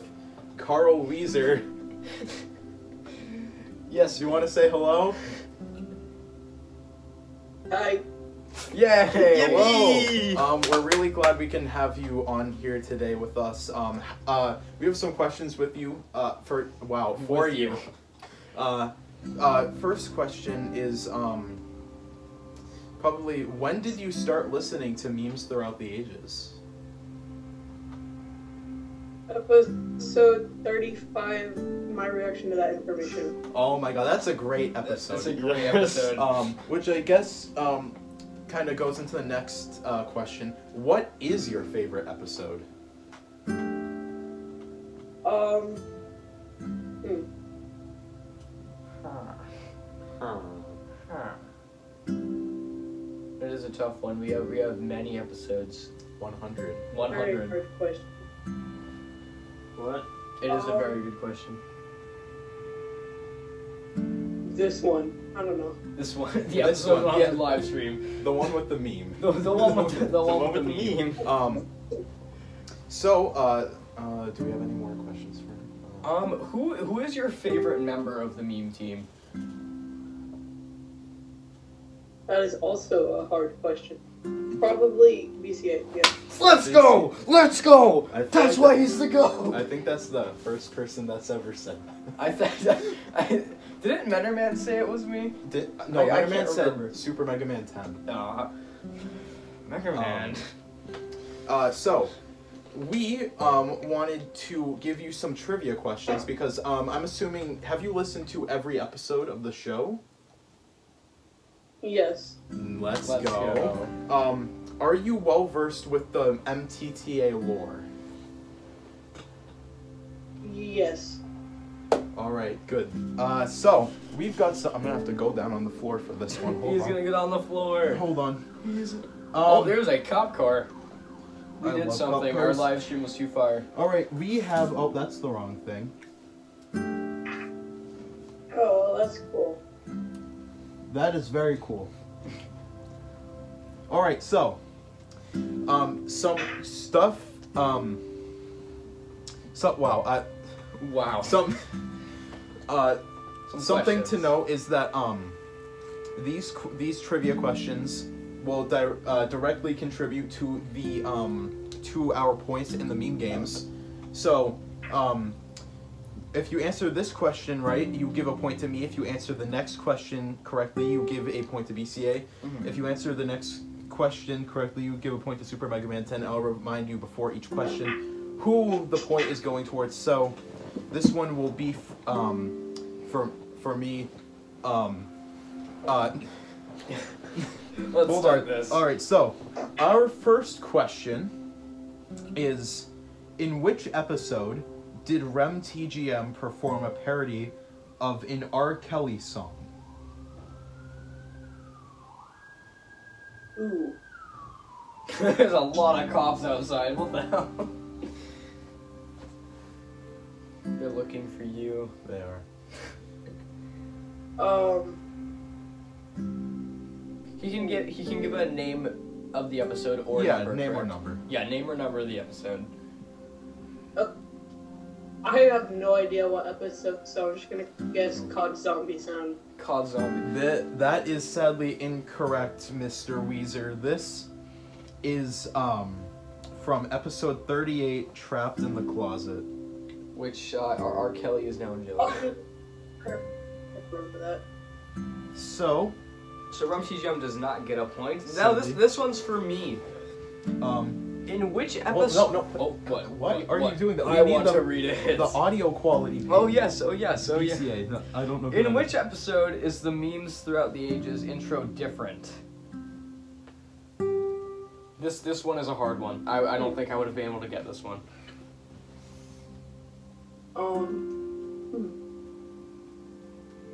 [SPEAKER 1] Carl Weezer.
[SPEAKER 4] Yes.
[SPEAKER 1] Do you want to say hello?
[SPEAKER 8] Hi.
[SPEAKER 4] Yeah.
[SPEAKER 1] Hello. Um, we're really glad we can have you on here today with us. Um, uh, we have some questions with you. Uh, for wow, for
[SPEAKER 4] With you.
[SPEAKER 1] Uh, uh, first question is um, probably when did you start listening to memes throughout the ages?
[SPEAKER 8] Episode 35, my reaction to that information.
[SPEAKER 1] Oh my god, that's a great episode.
[SPEAKER 4] That's a great
[SPEAKER 3] Yes.
[SPEAKER 4] episode.
[SPEAKER 1] um, which I guess um, kind of goes into the next uh, question. What is your favorite episode?
[SPEAKER 8] Um,
[SPEAKER 4] Uh,
[SPEAKER 3] Huh.
[SPEAKER 4] It is a tough one. We have we have many episodes.
[SPEAKER 1] 100.
[SPEAKER 4] One
[SPEAKER 8] very
[SPEAKER 4] hundred.
[SPEAKER 8] first question.
[SPEAKER 3] What?
[SPEAKER 4] It is a very good question.
[SPEAKER 8] This one. I don't know.
[SPEAKER 4] This one, the
[SPEAKER 2] This
[SPEAKER 4] episode
[SPEAKER 2] one,
[SPEAKER 4] on
[SPEAKER 2] yeah.
[SPEAKER 4] the live stream.
[SPEAKER 2] The one with the meme.
[SPEAKER 4] The, the one with the, the one,
[SPEAKER 3] What
[SPEAKER 4] with the meme.
[SPEAKER 1] Um, so, uh, uh, do we have any more questions for? uh,
[SPEAKER 4] Um, who who is your favorite member of the meme team?
[SPEAKER 8] That is also a hard question. Probably BCA, yeah.
[SPEAKER 4] Let's
[SPEAKER 2] go!
[SPEAKER 4] Let's go!
[SPEAKER 2] I feel That's like why that-
[SPEAKER 4] he's the go.
[SPEAKER 2] I think that's the first person that's ever said that.
[SPEAKER 4] I thought I, didn't Menderman say it was me?
[SPEAKER 2] Did,
[SPEAKER 1] uh,
[SPEAKER 2] no,
[SPEAKER 4] I- I
[SPEAKER 2] Mega Man
[SPEAKER 4] can't
[SPEAKER 2] said
[SPEAKER 4] remember.
[SPEAKER 2] Super Mega Man 10.
[SPEAKER 4] No. Menderman.
[SPEAKER 1] Uh, so, we um, wanted to give you some trivia questions because um, I'm assuming have you listened to every episode of the show?
[SPEAKER 8] Yes.
[SPEAKER 1] Mm, Let's,
[SPEAKER 4] Let's
[SPEAKER 1] go.
[SPEAKER 4] go.
[SPEAKER 1] Um, are you well versed with the MTTA lore?
[SPEAKER 8] Yes.
[SPEAKER 1] All right, good. Uh, so we've got some. I'm gonna have to go down on the floor for this one. Hold
[SPEAKER 4] He's
[SPEAKER 1] on.
[SPEAKER 4] gonna get on the floor.
[SPEAKER 1] Hold on. Um,
[SPEAKER 4] oh, there's a cop car. We
[SPEAKER 1] I
[SPEAKER 4] did
[SPEAKER 1] love
[SPEAKER 4] something.
[SPEAKER 1] cop
[SPEAKER 4] Our
[SPEAKER 1] cars.
[SPEAKER 4] live stream was too far.
[SPEAKER 1] all right, we have. Oh, that's the wrong thing.
[SPEAKER 8] Oh, well, that's cool.
[SPEAKER 1] That is very cool. All right, so um, some stuff. Um, so wow, uh,
[SPEAKER 2] Wow.
[SPEAKER 1] some uh,
[SPEAKER 2] Some
[SPEAKER 1] something to
[SPEAKER 2] questions.
[SPEAKER 1] know is that um, these qu- these trivia questions will di- uh, directly contribute to the um, to our points in the meme games. So um, if you answer this question right, you give a point to me. If you answer the next question correctly, you give a point to BCA.
[SPEAKER 2] Mhm.
[SPEAKER 1] If you answer the next question correctly, you give a point to Super Mega Man 10. I'll remind you before each question who the point is going towards. So this one will be f- um, for for me. Um, uh,
[SPEAKER 2] Let's
[SPEAKER 1] hold
[SPEAKER 2] start
[SPEAKER 1] on.
[SPEAKER 2] this.
[SPEAKER 1] All right. So our first question is: In which episode did Rem TGM perform a parody of an R. Kelly song?
[SPEAKER 8] Ooh.
[SPEAKER 2] There's a lot of cops outside. What the hell? They're looking for you.
[SPEAKER 1] They are.
[SPEAKER 8] Um,
[SPEAKER 2] He can get. He can give a name of the episode or
[SPEAKER 1] yeah,
[SPEAKER 2] number,
[SPEAKER 1] name or
[SPEAKER 2] correct?
[SPEAKER 1] number.
[SPEAKER 2] Yeah, name or number of the episode.
[SPEAKER 8] I have no idea what episode, so I'm just gonna guess COD Zombie Sound.
[SPEAKER 2] COD Zombie.
[SPEAKER 1] That that is sadly incorrect, Mr. Weezer. This is um from episode 38, Trapped in the Closet.
[SPEAKER 2] Which uh, R. R. Kelly is now in jail.
[SPEAKER 8] Oh, shoot. I remember that.
[SPEAKER 1] So,
[SPEAKER 2] So Rum TGM does not get a point.
[SPEAKER 1] So
[SPEAKER 2] Now this
[SPEAKER 1] you-
[SPEAKER 2] this one's for me.
[SPEAKER 1] um
[SPEAKER 2] In which
[SPEAKER 1] Well,
[SPEAKER 2] episode?
[SPEAKER 1] no, no.
[SPEAKER 2] Oh, what?
[SPEAKER 1] Why are you doing that? We
[SPEAKER 2] I
[SPEAKER 1] need
[SPEAKER 2] want
[SPEAKER 1] the-
[SPEAKER 2] to read it.
[SPEAKER 1] The audio quality.
[SPEAKER 2] oh yes, oh yes, oh yeah.
[SPEAKER 1] PCA. No, I don't know. if
[SPEAKER 2] In
[SPEAKER 1] that-
[SPEAKER 2] which episode is the memes throughout the ages intro different? This this one is a hard one. I, I don't think I would have been able to get this one.
[SPEAKER 8] Um, hmm.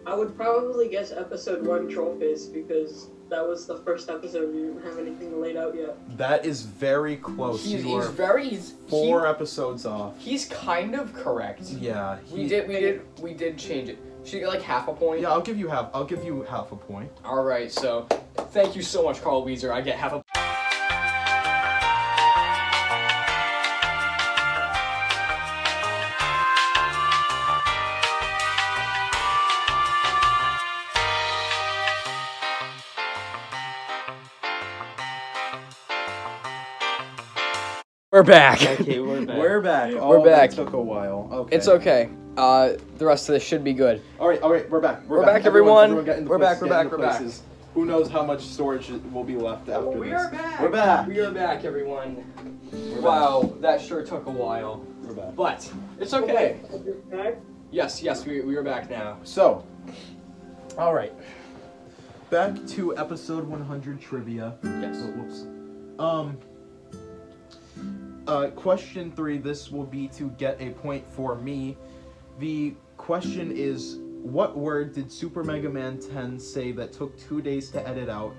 [SPEAKER 8] I would probably guess episode one, Trollface, because that was the first episode we didn't have anything laid out yet.
[SPEAKER 1] That is very
[SPEAKER 4] Oh,
[SPEAKER 1] close.
[SPEAKER 2] he's,
[SPEAKER 1] you
[SPEAKER 2] he's
[SPEAKER 1] are
[SPEAKER 2] very he's he-
[SPEAKER 1] four episodes off.
[SPEAKER 2] he's kind of correct.
[SPEAKER 1] Yeah.
[SPEAKER 2] We
[SPEAKER 1] he-
[SPEAKER 2] did we did we did change it. Should you get like half a point?
[SPEAKER 1] Yeah, I'll give you half. I'll give you half a point.
[SPEAKER 2] All right, so thank you so much, Carl Weezer. I get half a. We're back.
[SPEAKER 3] Okay, we're back.
[SPEAKER 1] back.
[SPEAKER 2] We're
[SPEAKER 1] that
[SPEAKER 2] back.
[SPEAKER 1] Took a while. Okay.
[SPEAKER 2] It's okay. Uh, the rest of this should be good.
[SPEAKER 1] All right, all right, we're back.
[SPEAKER 2] We're back, everyone. We're back, we're back, we're back.
[SPEAKER 1] back. Who knows how much storage will be left after
[SPEAKER 2] we
[SPEAKER 1] this?
[SPEAKER 2] are back.
[SPEAKER 1] We're back.
[SPEAKER 2] We are back, everyone.
[SPEAKER 1] We're
[SPEAKER 2] wow, that sure took a while,
[SPEAKER 1] back, We're back.
[SPEAKER 2] but it's okay.
[SPEAKER 8] Okay.
[SPEAKER 2] Yes, yes, we, we are back now.
[SPEAKER 1] So, all right, back to episode 100 trivia.
[SPEAKER 2] Yes.
[SPEAKER 1] So, whoops. Um. Uh, question three. This will be to get a point for me. The question is, what word did Super Mega Man 10 say that took two days to edit out?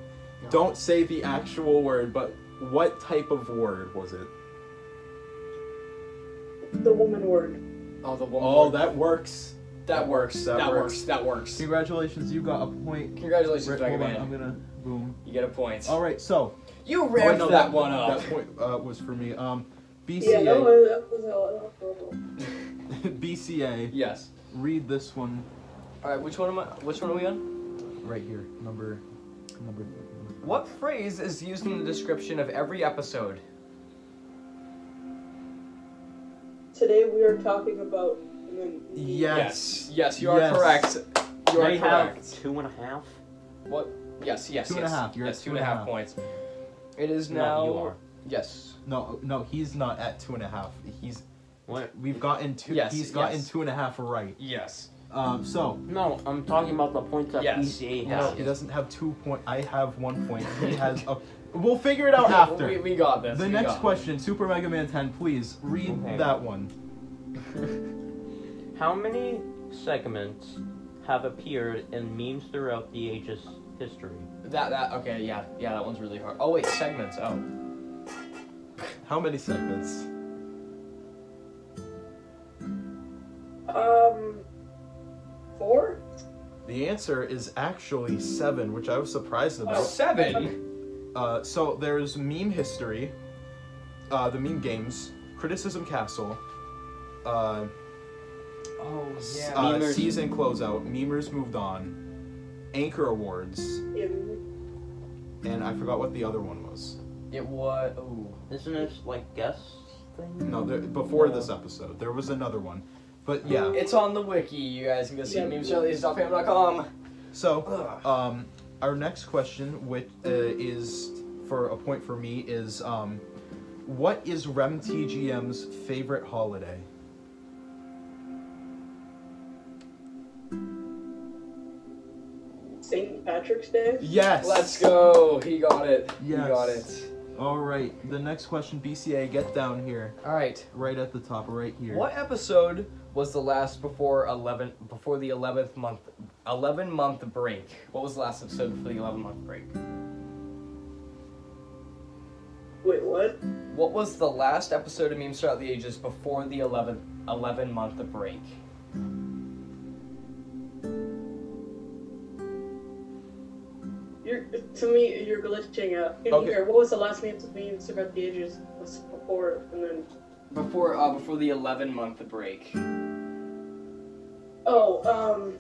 [SPEAKER 1] Don't say the actual word, but what type of word was it?
[SPEAKER 8] The woman word.
[SPEAKER 2] Oh, the one.
[SPEAKER 1] Oh,
[SPEAKER 2] word.
[SPEAKER 1] that works.
[SPEAKER 2] that works. That,
[SPEAKER 1] that
[SPEAKER 2] works.
[SPEAKER 1] works.
[SPEAKER 2] That works.
[SPEAKER 1] Congratulations, you got a point.
[SPEAKER 2] Congratulations,
[SPEAKER 1] Rick,
[SPEAKER 2] Mega
[SPEAKER 1] hold on,
[SPEAKER 2] Man.
[SPEAKER 1] I'm gonna boom.
[SPEAKER 2] You get a point.
[SPEAKER 1] All right, so
[SPEAKER 2] You
[SPEAKER 1] oh, wait,
[SPEAKER 2] ramped
[SPEAKER 1] no,
[SPEAKER 2] that, one up.
[SPEAKER 1] That point uh, was for me. Um,
[SPEAKER 8] Yeah, that
[SPEAKER 1] BCA,
[SPEAKER 8] was, that was a lot of
[SPEAKER 1] BCA.
[SPEAKER 2] Yes.
[SPEAKER 1] Read this one
[SPEAKER 2] All right. Which one am I? Which one are we on?
[SPEAKER 1] right here, number, number.
[SPEAKER 2] What phrase is used in the description of every episode?
[SPEAKER 8] Today we are talking about women.
[SPEAKER 1] Yes.
[SPEAKER 2] Yes, yes, you are
[SPEAKER 1] Yes.
[SPEAKER 2] correct. You are
[SPEAKER 3] They have
[SPEAKER 2] correct.
[SPEAKER 3] two and a half.
[SPEAKER 2] What? Yes. Yes.
[SPEAKER 1] Two and a
[SPEAKER 2] yes.
[SPEAKER 1] half, you're at
[SPEAKER 2] yes.
[SPEAKER 1] two
[SPEAKER 2] two and a
[SPEAKER 1] and a
[SPEAKER 2] half
[SPEAKER 1] half.
[SPEAKER 2] points. It is
[SPEAKER 3] No,
[SPEAKER 2] now.
[SPEAKER 3] you are.
[SPEAKER 2] Yes.
[SPEAKER 1] No, no, he's not at two and a half. He's
[SPEAKER 3] What?
[SPEAKER 1] we've gotten two.
[SPEAKER 2] Yes,
[SPEAKER 1] he's gotten
[SPEAKER 2] yes.
[SPEAKER 1] two and a half right.
[SPEAKER 2] Yes.
[SPEAKER 1] Um, so
[SPEAKER 3] No, I'm talking about the points that
[SPEAKER 2] Yes.
[SPEAKER 3] PCA
[SPEAKER 2] No,
[SPEAKER 1] no,
[SPEAKER 3] has.
[SPEAKER 1] he doesn't have two point. I have one point. He has a. We'll figure it out after.
[SPEAKER 2] We, we got this.
[SPEAKER 1] The
[SPEAKER 2] we
[SPEAKER 1] next
[SPEAKER 2] got
[SPEAKER 1] question, Super Mega Man 10, please read
[SPEAKER 3] Okay.
[SPEAKER 1] that one.
[SPEAKER 3] How many segments have appeared in memes throughout the ages history?
[SPEAKER 2] That that okay yeah yeah that one's really hard. Oh wait segments oh
[SPEAKER 1] How many segments?
[SPEAKER 8] Um, four?
[SPEAKER 1] The answer is actually Oh, seven, which I was surprised about.
[SPEAKER 2] seven.
[SPEAKER 1] Uh, so there's meme history, uh, the meme games, criticism castle, uh,
[SPEAKER 9] Oh
[SPEAKER 1] s-
[SPEAKER 9] yeah.
[SPEAKER 1] uh,
[SPEAKER 3] Memers.
[SPEAKER 1] season closeout, memers moved on, anchor awards,
[SPEAKER 8] Yeah,
[SPEAKER 1] and I forgot what the other one was.
[SPEAKER 2] It was. Ooh.
[SPEAKER 3] Isn't it like guess thing?
[SPEAKER 1] No, there, before this episode, there was another one, but yeah.
[SPEAKER 2] It's on the wiki. You guys can go see
[SPEAKER 8] Yeah.
[SPEAKER 2] yeah. memescharlies.fam.com.
[SPEAKER 1] So
[SPEAKER 2] Ugh.
[SPEAKER 1] Um, our next question, which uh, is for a point for me, is um, what is E RemTGM's favorite holiday?
[SPEAKER 8] St. Patrick's Day.
[SPEAKER 1] Yes.
[SPEAKER 2] Let's go. He got it.
[SPEAKER 1] Yes.
[SPEAKER 2] He got it.
[SPEAKER 1] All right. The next question, BCA, get down here,
[SPEAKER 2] All right.
[SPEAKER 1] right at the top, right here.
[SPEAKER 2] What episode was the last before eleven before the eleventh month eleven month break? What was the last episode before the eleven month break?
[SPEAKER 8] Wait, what?
[SPEAKER 2] What was the last episode of Memes Throughout the Ages before the 11, 11 month break?
[SPEAKER 8] You're to me, you're glitching out. In
[SPEAKER 1] Okay.
[SPEAKER 8] here, what was the last name to me about the ages was before and then?
[SPEAKER 2] Before uh before the eleven month break.
[SPEAKER 8] Oh, um.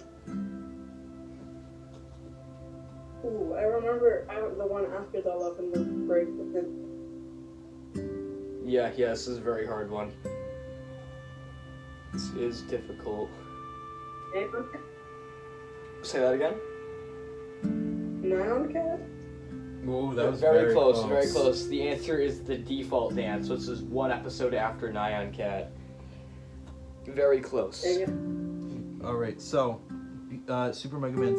[SPEAKER 8] Ooh, I remember I, the one after the eleven the break, but then
[SPEAKER 2] Yeah, yeah, this is a very hard one. This is difficult. Say that again?
[SPEAKER 8] noun cat.
[SPEAKER 1] Ooh, that was
[SPEAKER 2] very, close, very close. The answer is the default dance, which is one episode after Nyan Cat. Very close.
[SPEAKER 8] Dang it.
[SPEAKER 1] All right. So, uh, Super Mega Man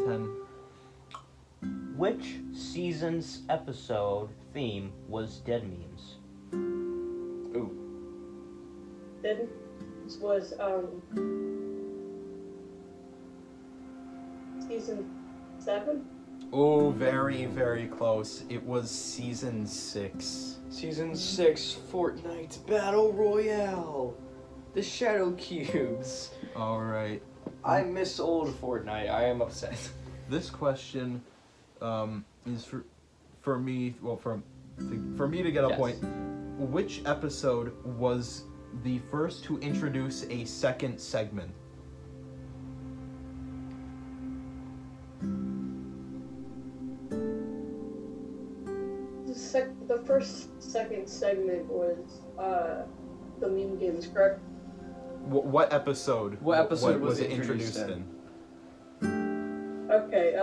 [SPEAKER 1] 10.
[SPEAKER 3] Which season's episode theme was dead memes?
[SPEAKER 8] Then this was um. Season seven.
[SPEAKER 1] Oh, very, very close. It was season six.
[SPEAKER 2] Season 6 Fortnite Battle Royale. The Shadow Cubes.
[SPEAKER 1] All right.
[SPEAKER 2] I miss old Fortnite. I am upset.
[SPEAKER 1] this question um, is for for me well for for me to get a
[SPEAKER 2] Yes.
[SPEAKER 1] point which episode was the first to introduce a second segment
[SPEAKER 8] The sec- the first second segment was uh, the meme games, correct?
[SPEAKER 1] Wh- what episode
[SPEAKER 2] What episode was it
[SPEAKER 1] in
[SPEAKER 2] introduced
[SPEAKER 8] Okay, uh,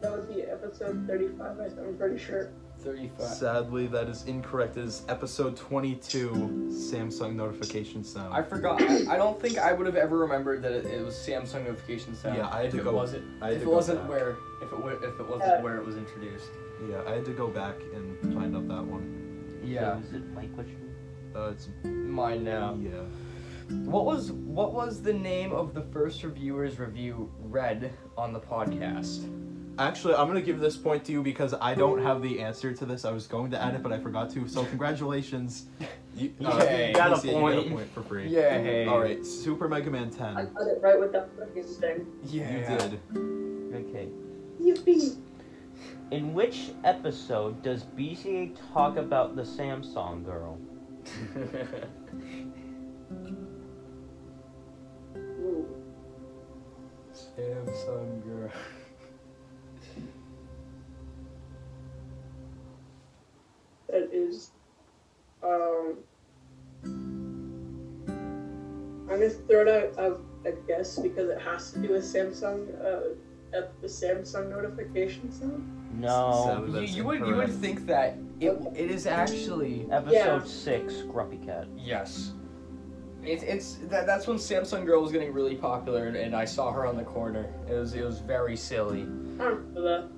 [SPEAKER 8] that would be episode thirty-five. I- I'm pretty sure.
[SPEAKER 2] 35.
[SPEAKER 1] sadly that is incorrect it is episode 22 samsung notification
[SPEAKER 2] I
[SPEAKER 1] sound
[SPEAKER 2] forgot. I, I don't think I would have ever remembered that it, it was Samsung notification sound.
[SPEAKER 1] Yeah, I had to
[SPEAKER 2] if
[SPEAKER 1] go-
[SPEAKER 2] It wasn't,
[SPEAKER 1] I had
[SPEAKER 2] if
[SPEAKER 1] to
[SPEAKER 2] it
[SPEAKER 1] go
[SPEAKER 2] wasn't
[SPEAKER 1] back.
[SPEAKER 2] where, if it were, if it wasn't
[SPEAKER 8] Yeah.
[SPEAKER 2] where it was introduced.
[SPEAKER 1] yeah i had to go back and find out that one
[SPEAKER 2] Yeah.
[SPEAKER 3] So is it my question?
[SPEAKER 1] uh, it's
[SPEAKER 2] Mine now.
[SPEAKER 1] yeah
[SPEAKER 2] What was what was the name of the first reviewer's review read on the podcast?
[SPEAKER 1] Actually, I'm gonna give this point to you because I don't have the answer to this. I was going to add it, but I forgot to. So congratulations. You, uh,
[SPEAKER 2] Yay.
[SPEAKER 1] you
[SPEAKER 2] Got a
[SPEAKER 1] see it, you got
[SPEAKER 3] point.
[SPEAKER 1] a point for free.
[SPEAKER 2] Yay.
[SPEAKER 1] All right, Super Mega Man
[SPEAKER 8] I
[SPEAKER 1] 10.
[SPEAKER 8] got it right with that fucking thing.
[SPEAKER 2] Yeah.
[SPEAKER 1] You did.
[SPEAKER 3] Okay.
[SPEAKER 8] Yippee!
[SPEAKER 3] In which episode does BCA talk about the Samsung girl?
[SPEAKER 8] Ooh.
[SPEAKER 2] Samsung girl.
[SPEAKER 8] That is, um, I'm gonna throw it out of a guess because it has to do with Samsung. Uh, at the Samsung notification sound.
[SPEAKER 3] No.
[SPEAKER 1] Seven.
[SPEAKER 2] You,
[SPEAKER 1] That's
[SPEAKER 2] you would you would
[SPEAKER 1] incorrect.
[SPEAKER 2] think that it it is actually
[SPEAKER 3] Episode
[SPEAKER 8] Yeah.
[SPEAKER 3] six, Grumpy Cat.
[SPEAKER 2] yes. It's it's that, that's when Samsung girl was getting really popular and, and I saw her on the corner. It was it was very silly.
[SPEAKER 8] I don't know that.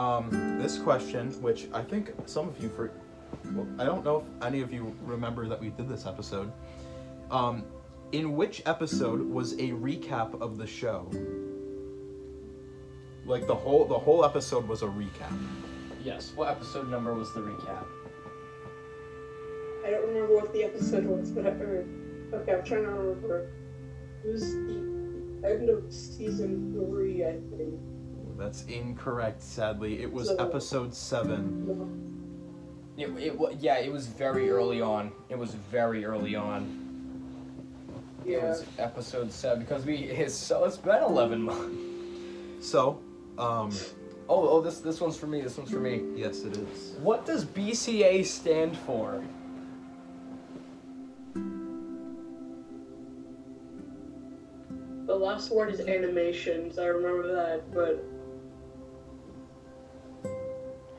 [SPEAKER 1] Um, this question, which I think some of you for, well, I don't know if any of you remember that we did this episode. Um, in which episode was a recap of the show? Like the whole the whole episode was a recap.
[SPEAKER 2] Yes. What episode number was the recap?
[SPEAKER 8] I don't remember what the episode was, but I or, okay, I'm trying to remember. It was the end of season three, I think.
[SPEAKER 1] That's incorrect, sadly. It was
[SPEAKER 8] So-
[SPEAKER 1] episode 7.
[SPEAKER 4] It, it, wa- yeah, it was very early on. It was very early on. It
[SPEAKER 8] Yeah.
[SPEAKER 4] was episode seven because we it's so it's been eleven months.
[SPEAKER 1] So, um,
[SPEAKER 4] Oh, oh, this this one's for me. This one's for me.
[SPEAKER 1] yes, it is.
[SPEAKER 4] What does BCA stand for?
[SPEAKER 8] The last word is animations. I remember that, but.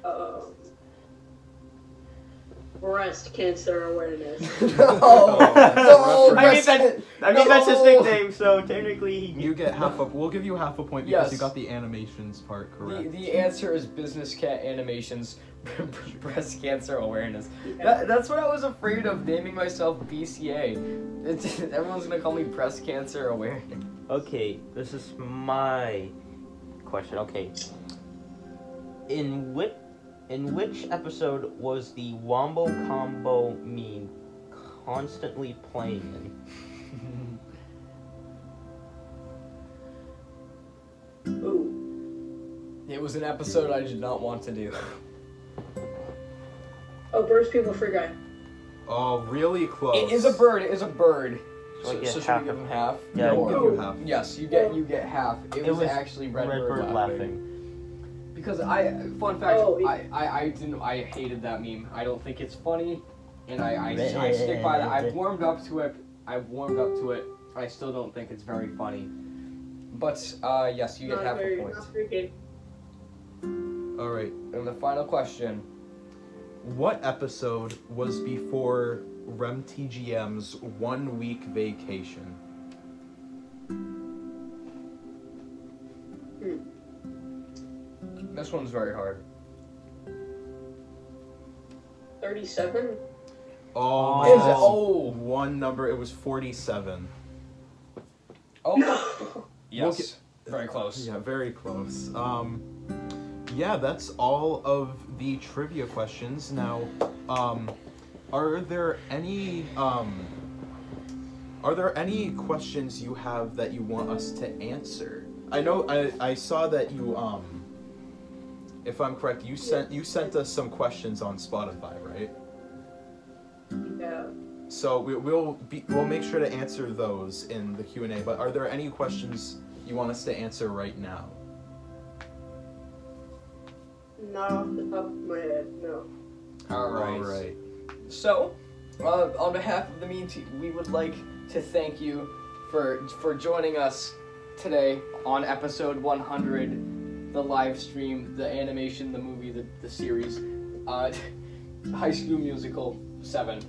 [SPEAKER 8] Uh, breast cancer awareness.
[SPEAKER 1] Oh,
[SPEAKER 4] I mean,
[SPEAKER 1] breast-
[SPEAKER 4] that,
[SPEAKER 3] I mean, that's his
[SPEAKER 4] No.
[SPEAKER 3] nickname, so technically he
[SPEAKER 1] You get half a. We'll give you half a point because you
[SPEAKER 4] Yes.
[SPEAKER 1] got the animations part
[SPEAKER 4] the,
[SPEAKER 1] correct.
[SPEAKER 4] the answer is Business Cat Animations Breast Cancer Awareness. That, that's what I was afraid of naming myself BCA. It's, everyone's gonna call me Breast Cancer Awareness.
[SPEAKER 3] Okay, this is my question. Okay. In which in which episode was the Wombo Combo meme constantly playing in?
[SPEAKER 8] Ooh.
[SPEAKER 4] It was an episode I did not want to do.
[SPEAKER 8] Oh, birds, people, free guy.
[SPEAKER 1] Oh, really close.
[SPEAKER 4] It is a bird. It is a bird.
[SPEAKER 3] So I
[SPEAKER 4] So,
[SPEAKER 3] get
[SPEAKER 4] so should
[SPEAKER 3] half
[SPEAKER 4] we give
[SPEAKER 3] of-
[SPEAKER 4] him half?
[SPEAKER 3] Yeah,
[SPEAKER 1] We'll
[SPEAKER 4] Or-
[SPEAKER 1] give you half.
[SPEAKER 4] yes, you get you get half. It, was, actually Red, Bird, laughing. Because I, fun fact,
[SPEAKER 8] Oh, it-
[SPEAKER 4] I, I, I didn't, I hated that meme. I don't think it's funny, and I, I, I stick by that. I've warmed up to it. I've warmed up to it. I still don't think it's very funny. But uh, yes, you get half
[SPEAKER 8] Not
[SPEAKER 4] a
[SPEAKER 8] very,
[SPEAKER 4] point.
[SPEAKER 8] not freaking.
[SPEAKER 1] All right.
[SPEAKER 4] And the final question.
[SPEAKER 1] What episode was before Rem TGM's one week vacation?
[SPEAKER 4] This one's very hard.
[SPEAKER 8] 37?
[SPEAKER 1] Oh, my
[SPEAKER 4] Is it?
[SPEAKER 1] goodness.
[SPEAKER 4] Oh.
[SPEAKER 1] One number. It was forty-seven.
[SPEAKER 4] Oh.
[SPEAKER 8] No!
[SPEAKER 4] yes.
[SPEAKER 1] Look
[SPEAKER 4] very close.
[SPEAKER 1] Yeah, very close. Um, yeah, that's all of the trivia questions. Now, um, are there any um, are there any questions you have that you want us to answer? I know I, I saw that you um, if I'm correct, you sent you sent us some questions on Spotify, right?
[SPEAKER 8] Yeah.
[SPEAKER 1] So we, we'll be, we'll make sure to answer those in the Q and A. But are there any questions you want us to answer right now?
[SPEAKER 8] Not off the top of my head, no.
[SPEAKER 4] All
[SPEAKER 1] All
[SPEAKER 4] right.
[SPEAKER 1] right.
[SPEAKER 4] So, uh, on behalf of the Mean Team, we would like to thank you for for joining us today on episode 100, the live stream, the animation, the movie, the, the series, uh, High School Musical 7.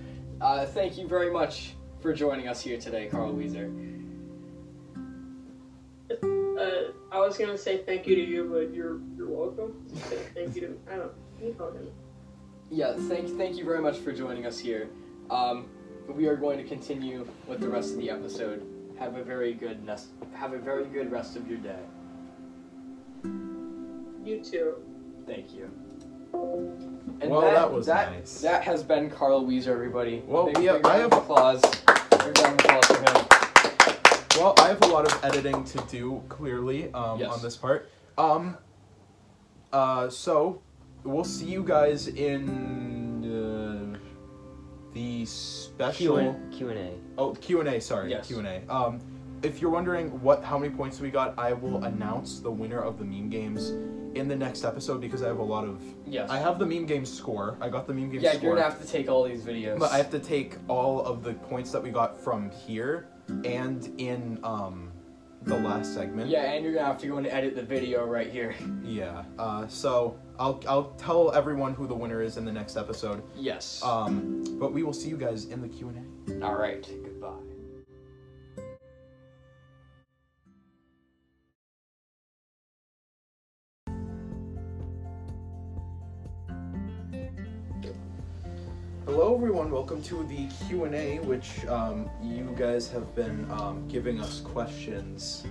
[SPEAKER 4] Uh, thank you very much for joining us here today, Carl Weezer.
[SPEAKER 8] Uh, I was gonna say thank you to you, but you're you're welcome. Say thank you to I don't. You call him.
[SPEAKER 4] Yeah, thank thank you very much for joining us here. Um, we are going to continue with the rest of the episode. Have a very good nest. Have a very good rest of your day.
[SPEAKER 8] You too.
[SPEAKER 4] Thank you. And
[SPEAKER 1] Well, that was
[SPEAKER 4] that,
[SPEAKER 1] nice.
[SPEAKER 4] That has been Carl Weezer, everybody.
[SPEAKER 1] Well,
[SPEAKER 4] big,
[SPEAKER 1] we have-
[SPEAKER 4] big round
[SPEAKER 1] I
[SPEAKER 4] of
[SPEAKER 1] have-
[SPEAKER 4] applause. Big round of applause for him.
[SPEAKER 1] Well, I have a lot of editing to do clearly um,
[SPEAKER 4] Yes.
[SPEAKER 1] on this part. Um, uh, so we'll see you guys in uh, the
[SPEAKER 3] Q
[SPEAKER 1] special.
[SPEAKER 3] and Q and A.
[SPEAKER 1] Oh, Q and A. Sorry,
[SPEAKER 4] Yes.
[SPEAKER 1] Q and A. Um, if you're wondering what how many points we got, I will announce the winner of the meme games in the next episode because I have a lot of.
[SPEAKER 4] Yes.
[SPEAKER 1] I have the meme game score. I got the meme game
[SPEAKER 4] yeah,
[SPEAKER 1] score.
[SPEAKER 4] you're gonna have to take all these videos.
[SPEAKER 1] But I have to take all of the points that we got from here and in um, the last segment.
[SPEAKER 4] yeah, and you're gonna have to go and edit the video right here.
[SPEAKER 1] Yeah. Uh, so I'll I'll tell everyone who the winner is in the next episode.
[SPEAKER 4] Yes.
[SPEAKER 1] Um, but we will see you guys in the Q and A.
[SPEAKER 4] Uh, all right. Goodbye.
[SPEAKER 1] Hello, everyone. Welcome to the Q and A, which um, you guys have been um, giving us questions.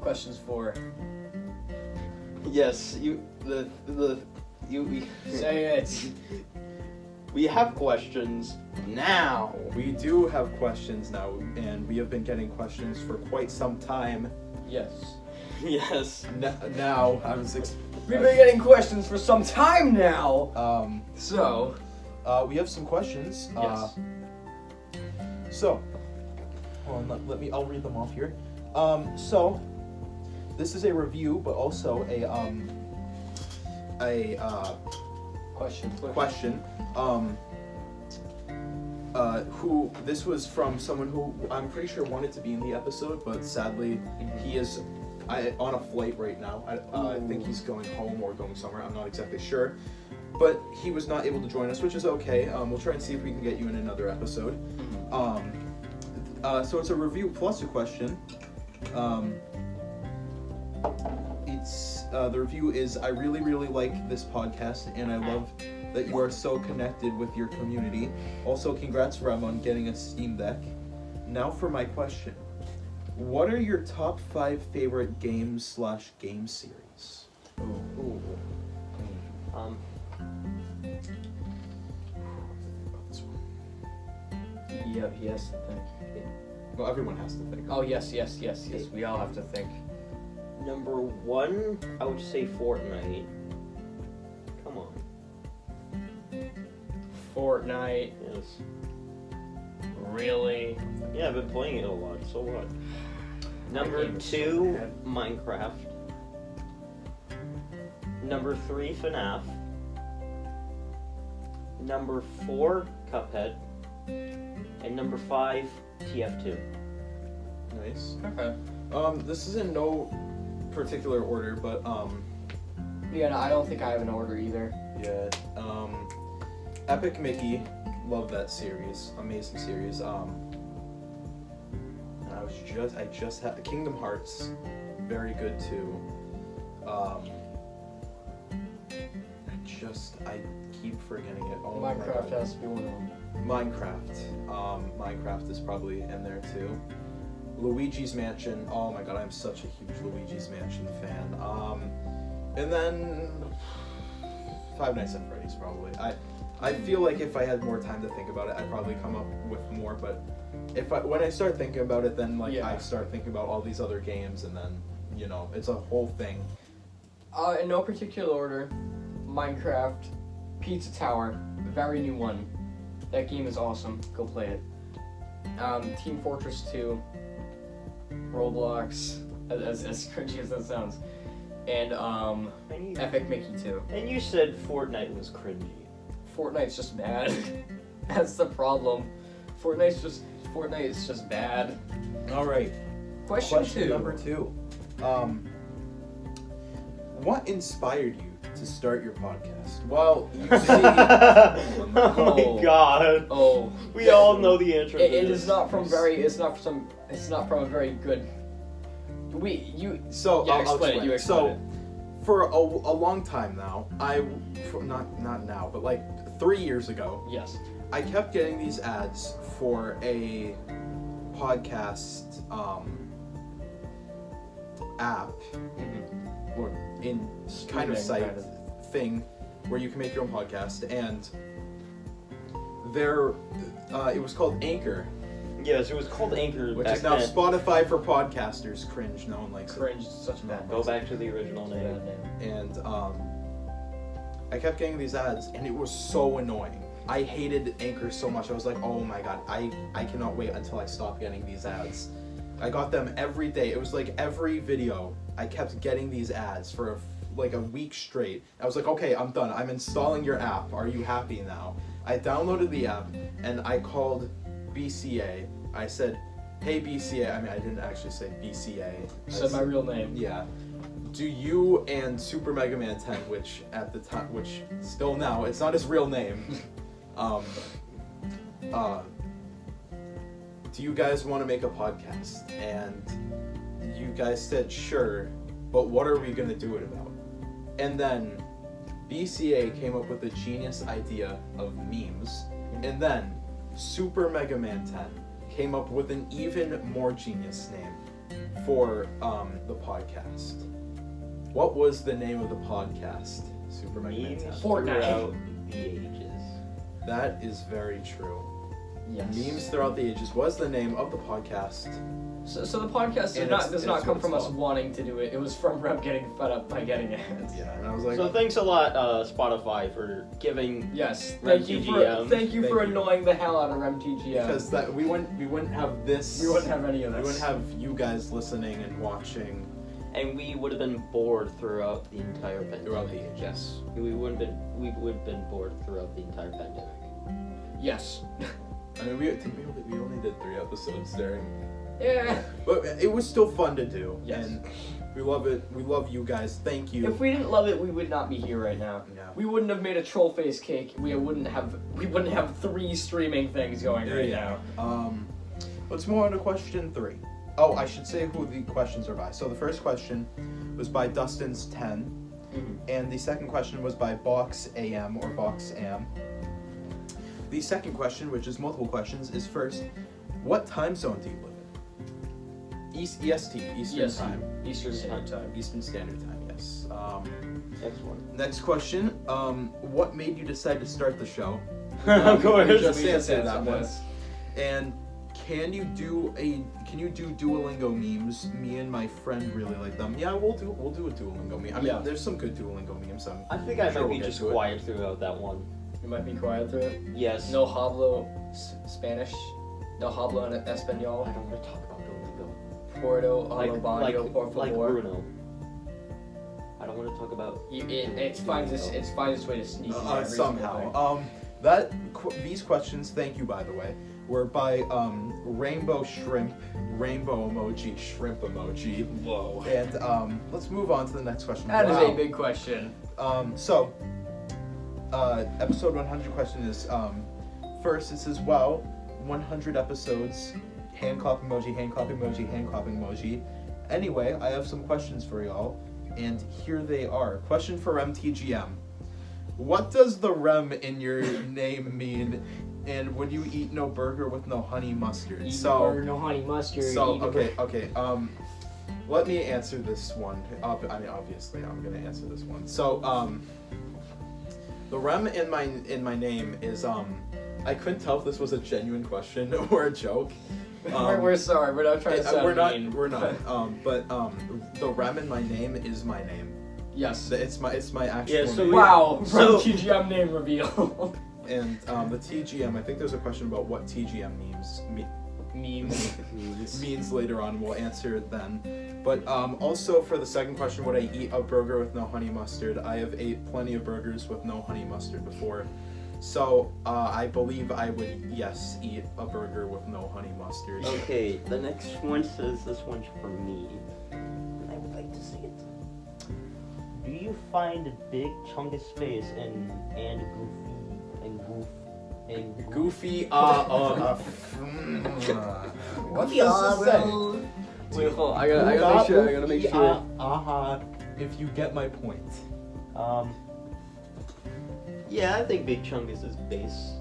[SPEAKER 4] Questions for. Yes, you the the you. Say it.
[SPEAKER 2] We have questions now.
[SPEAKER 1] We do have questions now, and we have been getting questions for quite some time.
[SPEAKER 4] Yes.
[SPEAKER 3] yes.
[SPEAKER 1] N- now I was ex-
[SPEAKER 2] We've been getting questions for some time now.
[SPEAKER 1] um
[SPEAKER 2] So,
[SPEAKER 1] uh, we have some questions. Uh,
[SPEAKER 3] Yes.
[SPEAKER 1] So, hold on, let, let me. I'll read them off here. Um, so, this is a review, but also a um, a uh,
[SPEAKER 2] question.
[SPEAKER 1] question. Um, uh, who this was from someone who I'm pretty sure wanted to be in the episode, but sadly he is I, on a flight right now. I, uh, I think he's going home or going somewhere. I'm not exactly sure, but he was not able to join us, which is okay. Um, we'll try and see if we can get you in another episode. Um, uh, so it's a review plus a question. Um, it's uh, the review is I really really like this podcast and I love that you are so connected with your community. Also, congrats Rev on getting a Steam Deck. Now for my question: What are your top five favorite games slash game series?
[SPEAKER 3] Um,
[SPEAKER 4] E
[SPEAKER 9] Yeah, he has to think.
[SPEAKER 1] Well, everyone has to think.
[SPEAKER 2] Oh yes, yes, yes, yes. We all have to think.
[SPEAKER 3] number one, I would say Fortnite. Come on.
[SPEAKER 2] Fortnite.
[SPEAKER 3] Yes.
[SPEAKER 2] Really?
[SPEAKER 3] Yeah, I've been playing it a lot. So what?
[SPEAKER 2] That
[SPEAKER 3] Number
[SPEAKER 2] game is so
[SPEAKER 3] two,
[SPEAKER 2] bad.
[SPEAKER 3] Minecraft. Number three, FNAF. Number four, Cuphead. And number five, TF2.
[SPEAKER 1] Nice.
[SPEAKER 2] Okay.
[SPEAKER 1] Um, this is in no particular order, but um,
[SPEAKER 2] Yeah, no, I don't think I have an order either.
[SPEAKER 1] Yeah. Um, Epic Mickey, love that series, amazing series. Um, and I was just, I just had Kingdom Hearts, very good too. Um, I just, I keep forgetting it. Oh my
[SPEAKER 2] Minecraft
[SPEAKER 1] God.
[SPEAKER 2] has to be one of them.
[SPEAKER 1] Minecraft. Um, Minecraft is probably in there too. Luigi's Mansion. Oh my god, I'm such a huge Luigi's Mansion fan. Um, and then Five Nights at Freddy's probably. I I feel like if I had more time to think about it, I'd probably come up with more. But if I when I start thinking about it, then like
[SPEAKER 2] Yeah.
[SPEAKER 1] I start thinking about all these other games, and then you know it's a whole thing.
[SPEAKER 2] Uh, in no particular order, Minecraft, Pizza Tower, the very new one. That game is awesome. Go play it. Um, Team Fortress 2, Roblox, as, as, as cringy as that sounds, and um,
[SPEAKER 3] And you,
[SPEAKER 2] Epic Mickey 2.
[SPEAKER 3] and you said Fortnite was cringy.
[SPEAKER 2] Fortnite's just bad. That's the problem. Fortnite's just Fortnite is just bad.
[SPEAKER 1] All right.
[SPEAKER 2] Question, two.
[SPEAKER 1] number two. Um, what inspired you to start your podcast? Well, you see,
[SPEAKER 3] oh my god.
[SPEAKER 2] Oh,
[SPEAKER 3] We all know the answer
[SPEAKER 2] it,
[SPEAKER 3] to
[SPEAKER 2] it
[SPEAKER 3] this.
[SPEAKER 2] is not from very. It's not from. It's not from a very good. We you
[SPEAKER 1] so
[SPEAKER 2] Yeah,
[SPEAKER 1] I'll- I'll
[SPEAKER 2] explain it, you explain
[SPEAKER 1] so, for a, a long time now, I for, not not now, but like three years ago,
[SPEAKER 2] yes.
[SPEAKER 1] I kept getting these ads for a podcast um, app or in kind
[SPEAKER 2] Streaming,
[SPEAKER 1] of site
[SPEAKER 2] kind
[SPEAKER 1] thing where you can make your own podcast and there uh, it was called anchor
[SPEAKER 3] Yes, it was called Anchor.
[SPEAKER 1] which
[SPEAKER 3] back
[SPEAKER 1] is now
[SPEAKER 3] then.
[SPEAKER 1] spotify for podcasters cringe no one likes it
[SPEAKER 2] Cringe is such a bad.
[SPEAKER 3] Go back to the original
[SPEAKER 2] Such a
[SPEAKER 3] name.
[SPEAKER 2] bad name.
[SPEAKER 1] and um, i kept getting these ads and it was so annoying i hated anchor so much i was like oh my god i, I cannot wait until i stop getting these ads i got them every day it was like every video i kept getting these ads for a f like a week straight i was like okay i'm done i'm installing your app are you happy now i downloaded the app and i called bca i said hey bca i mean i didn't actually say bca I
[SPEAKER 2] Said my real name.
[SPEAKER 1] yeah. Do you and Super Mega Man 10, which at the time, which still now, it's not his real name. Um, uh, do you guys want to make a podcast? And you guys said sure, but what are we gonna do it about? And then BCA came up with the genius idea of memes, and then Super Mega Man 10 came up with an even more genius name for um, the podcast. What was the name of the podcast? Super Mega Man
[SPEAKER 3] Memes
[SPEAKER 1] 10.
[SPEAKER 2] Fortnite.
[SPEAKER 3] throughout the ages.
[SPEAKER 1] That is very true.
[SPEAKER 10] Yes.
[SPEAKER 1] Memes Throughout the Ages was the name of the podcast.
[SPEAKER 4] So, so the podcast does
[SPEAKER 1] And
[SPEAKER 4] not
[SPEAKER 1] it's-
[SPEAKER 4] does
[SPEAKER 1] and
[SPEAKER 4] not
[SPEAKER 1] it's
[SPEAKER 4] come
[SPEAKER 1] what
[SPEAKER 4] from
[SPEAKER 1] it's
[SPEAKER 4] us
[SPEAKER 1] called.
[SPEAKER 4] wanting to do it. It was from Rep getting fed up by getting it.
[SPEAKER 1] Yeah, and I was like,
[SPEAKER 3] So thanks a lot, uh, Spotify, for giving.
[SPEAKER 4] Yes.
[SPEAKER 3] Rem
[SPEAKER 4] Thank you for
[SPEAKER 3] TGM.
[SPEAKER 4] thank you for
[SPEAKER 1] Thank you.
[SPEAKER 4] annoying the hell out of Rem TGM.
[SPEAKER 1] because that we wouldn't we wouldn't have this.
[SPEAKER 4] we wouldn't have any of
[SPEAKER 1] we
[SPEAKER 4] this.
[SPEAKER 1] wouldn't have you guys listening and watching
[SPEAKER 3] And we would have been bored throughout the entire pandemic.
[SPEAKER 1] throughout the ages.
[SPEAKER 4] Yes.
[SPEAKER 3] We would have been we would have been bored throughout the entire pandemic.
[SPEAKER 4] Yes.
[SPEAKER 1] I mean, we I think we only, we only did three episodes during,
[SPEAKER 4] Yeah.
[SPEAKER 1] but it was still fun to do.
[SPEAKER 4] Yes.
[SPEAKER 1] And we love it. We love you guys. Thank you.
[SPEAKER 4] If we didn't love it, we would not be here right now.
[SPEAKER 1] yeah.
[SPEAKER 4] We wouldn't have made a troll face cake. We wouldn't have we wouldn't have three streaming things going right
[SPEAKER 1] Yeah.
[SPEAKER 4] now.
[SPEAKER 1] Um, let's move on to question three. Oh, I should say who the questions are by. So the first question was by Dustin's 10
[SPEAKER 4] Mhm.
[SPEAKER 1] and the second question was by Box AM or Box Am. The second question, which is multiple questions, is first, what time zone do you live in? East EST Eastern
[SPEAKER 4] Yes.
[SPEAKER 1] Time.
[SPEAKER 4] E Eastern Standard Time.
[SPEAKER 1] Eastern Standard Time. Yes. Um,
[SPEAKER 3] Next one.
[SPEAKER 1] next question. Um, what made you decide to start the show?
[SPEAKER 3] of
[SPEAKER 4] We- we
[SPEAKER 1] course.
[SPEAKER 4] just- we
[SPEAKER 1] Yes, yes,
[SPEAKER 4] just answered
[SPEAKER 1] that
[SPEAKER 4] that
[SPEAKER 1] was- And can you do a can you do Duolingo memes? Me and my friend really like them. Yeah, we'll do we'll do a Duolingo meme. I mean,
[SPEAKER 4] Yeah.
[SPEAKER 1] there's some good Duolingo memes. I'm
[SPEAKER 3] I think I
[SPEAKER 1] Sure,
[SPEAKER 3] might
[SPEAKER 1] we'll
[SPEAKER 3] be
[SPEAKER 1] get
[SPEAKER 3] just
[SPEAKER 1] to it.
[SPEAKER 3] quiet throughout that one.
[SPEAKER 4] You might be quiet through it.
[SPEAKER 3] Yes.
[SPEAKER 4] No hablo s- Spanish. No hablo en
[SPEAKER 3] I
[SPEAKER 4] español.
[SPEAKER 3] don't want to talk about Duolingo.
[SPEAKER 4] Porto,
[SPEAKER 3] Like,
[SPEAKER 4] hablo
[SPEAKER 3] like,
[SPEAKER 4] baño, por
[SPEAKER 3] like
[SPEAKER 4] favor.
[SPEAKER 3] Bruno. I don't want to talk about.
[SPEAKER 4] You, it, it's finds its it's finds its way to sneak in
[SPEAKER 1] uh,
[SPEAKER 4] every single
[SPEAKER 1] somehow.
[SPEAKER 4] thing.
[SPEAKER 1] Um, that qu- these questions, thank you by the way, were by um, Rainbow Shrimp, Rainbow Emoji, Shrimp Emoji,
[SPEAKER 4] Whoa.
[SPEAKER 1] and um, let's move on to the next question.
[SPEAKER 4] That is
[SPEAKER 1] Wow.
[SPEAKER 4] a big question.
[SPEAKER 1] Um, so, uh, episode 100 question is um, first, it says, wow, 100 episodes, hand clap emoji, hand clap emoji, hand clap emoji. Anyway, I have some questions for y'all, and here they are. Question for RemTGM What does the rem in your name mean? And would you eat no burger with no honey mustard? so,
[SPEAKER 11] or no honey mustard.
[SPEAKER 1] so
[SPEAKER 11] either.
[SPEAKER 1] okay, okay. Um, let me answer this one. Ob- I mean, obviously, I'm gonna answer this one. So, um, the rem in my in my name is um, I couldn't tell if this was a genuine question or a joke.
[SPEAKER 4] we're,
[SPEAKER 1] Um,
[SPEAKER 4] we're sorry. We're not trying to
[SPEAKER 1] it- uh,
[SPEAKER 4] sound
[SPEAKER 1] we're not.
[SPEAKER 4] mean.
[SPEAKER 1] We're not. Um, but um, the rem in my name is my name.
[SPEAKER 4] yes.
[SPEAKER 1] It's my it's my actual.
[SPEAKER 3] Yeah, so
[SPEAKER 1] name.
[SPEAKER 3] we-
[SPEAKER 4] Wow.
[SPEAKER 3] So-
[SPEAKER 4] So, TGM name reveal.
[SPEAKER 1] and um, the TGM. I think there's a question about what TGM means. Me-
[SPEAKER 4] Memes.
[SPEAKER 1] means later on. We'll answer it then. But um, also for the second question, would I eat a burger with no honey mustard? I have ate plenty of burgers with no honey mustard before. So uh, I believe I would, yes, eat a burger with no honey mustard.
[SPEAKER 3] Okay, the next one says this one's for me. And I would like to see it. Do you find Big Chungus face and and Goofy and Goof and Goof?
[SPEAKER 1] Goofy, uh, uh, uh, mm,
[SPEAKER 4] Hmm. What does this say? Wait, hold. on, I gotta. I gotta make sure. I gotta make sure.
[SPEAKER 3] Uh-huh.
[SPEAKER 1] if you get my point.
[SPEAKER 3] Um. Yeah, I think Big Chungus is base.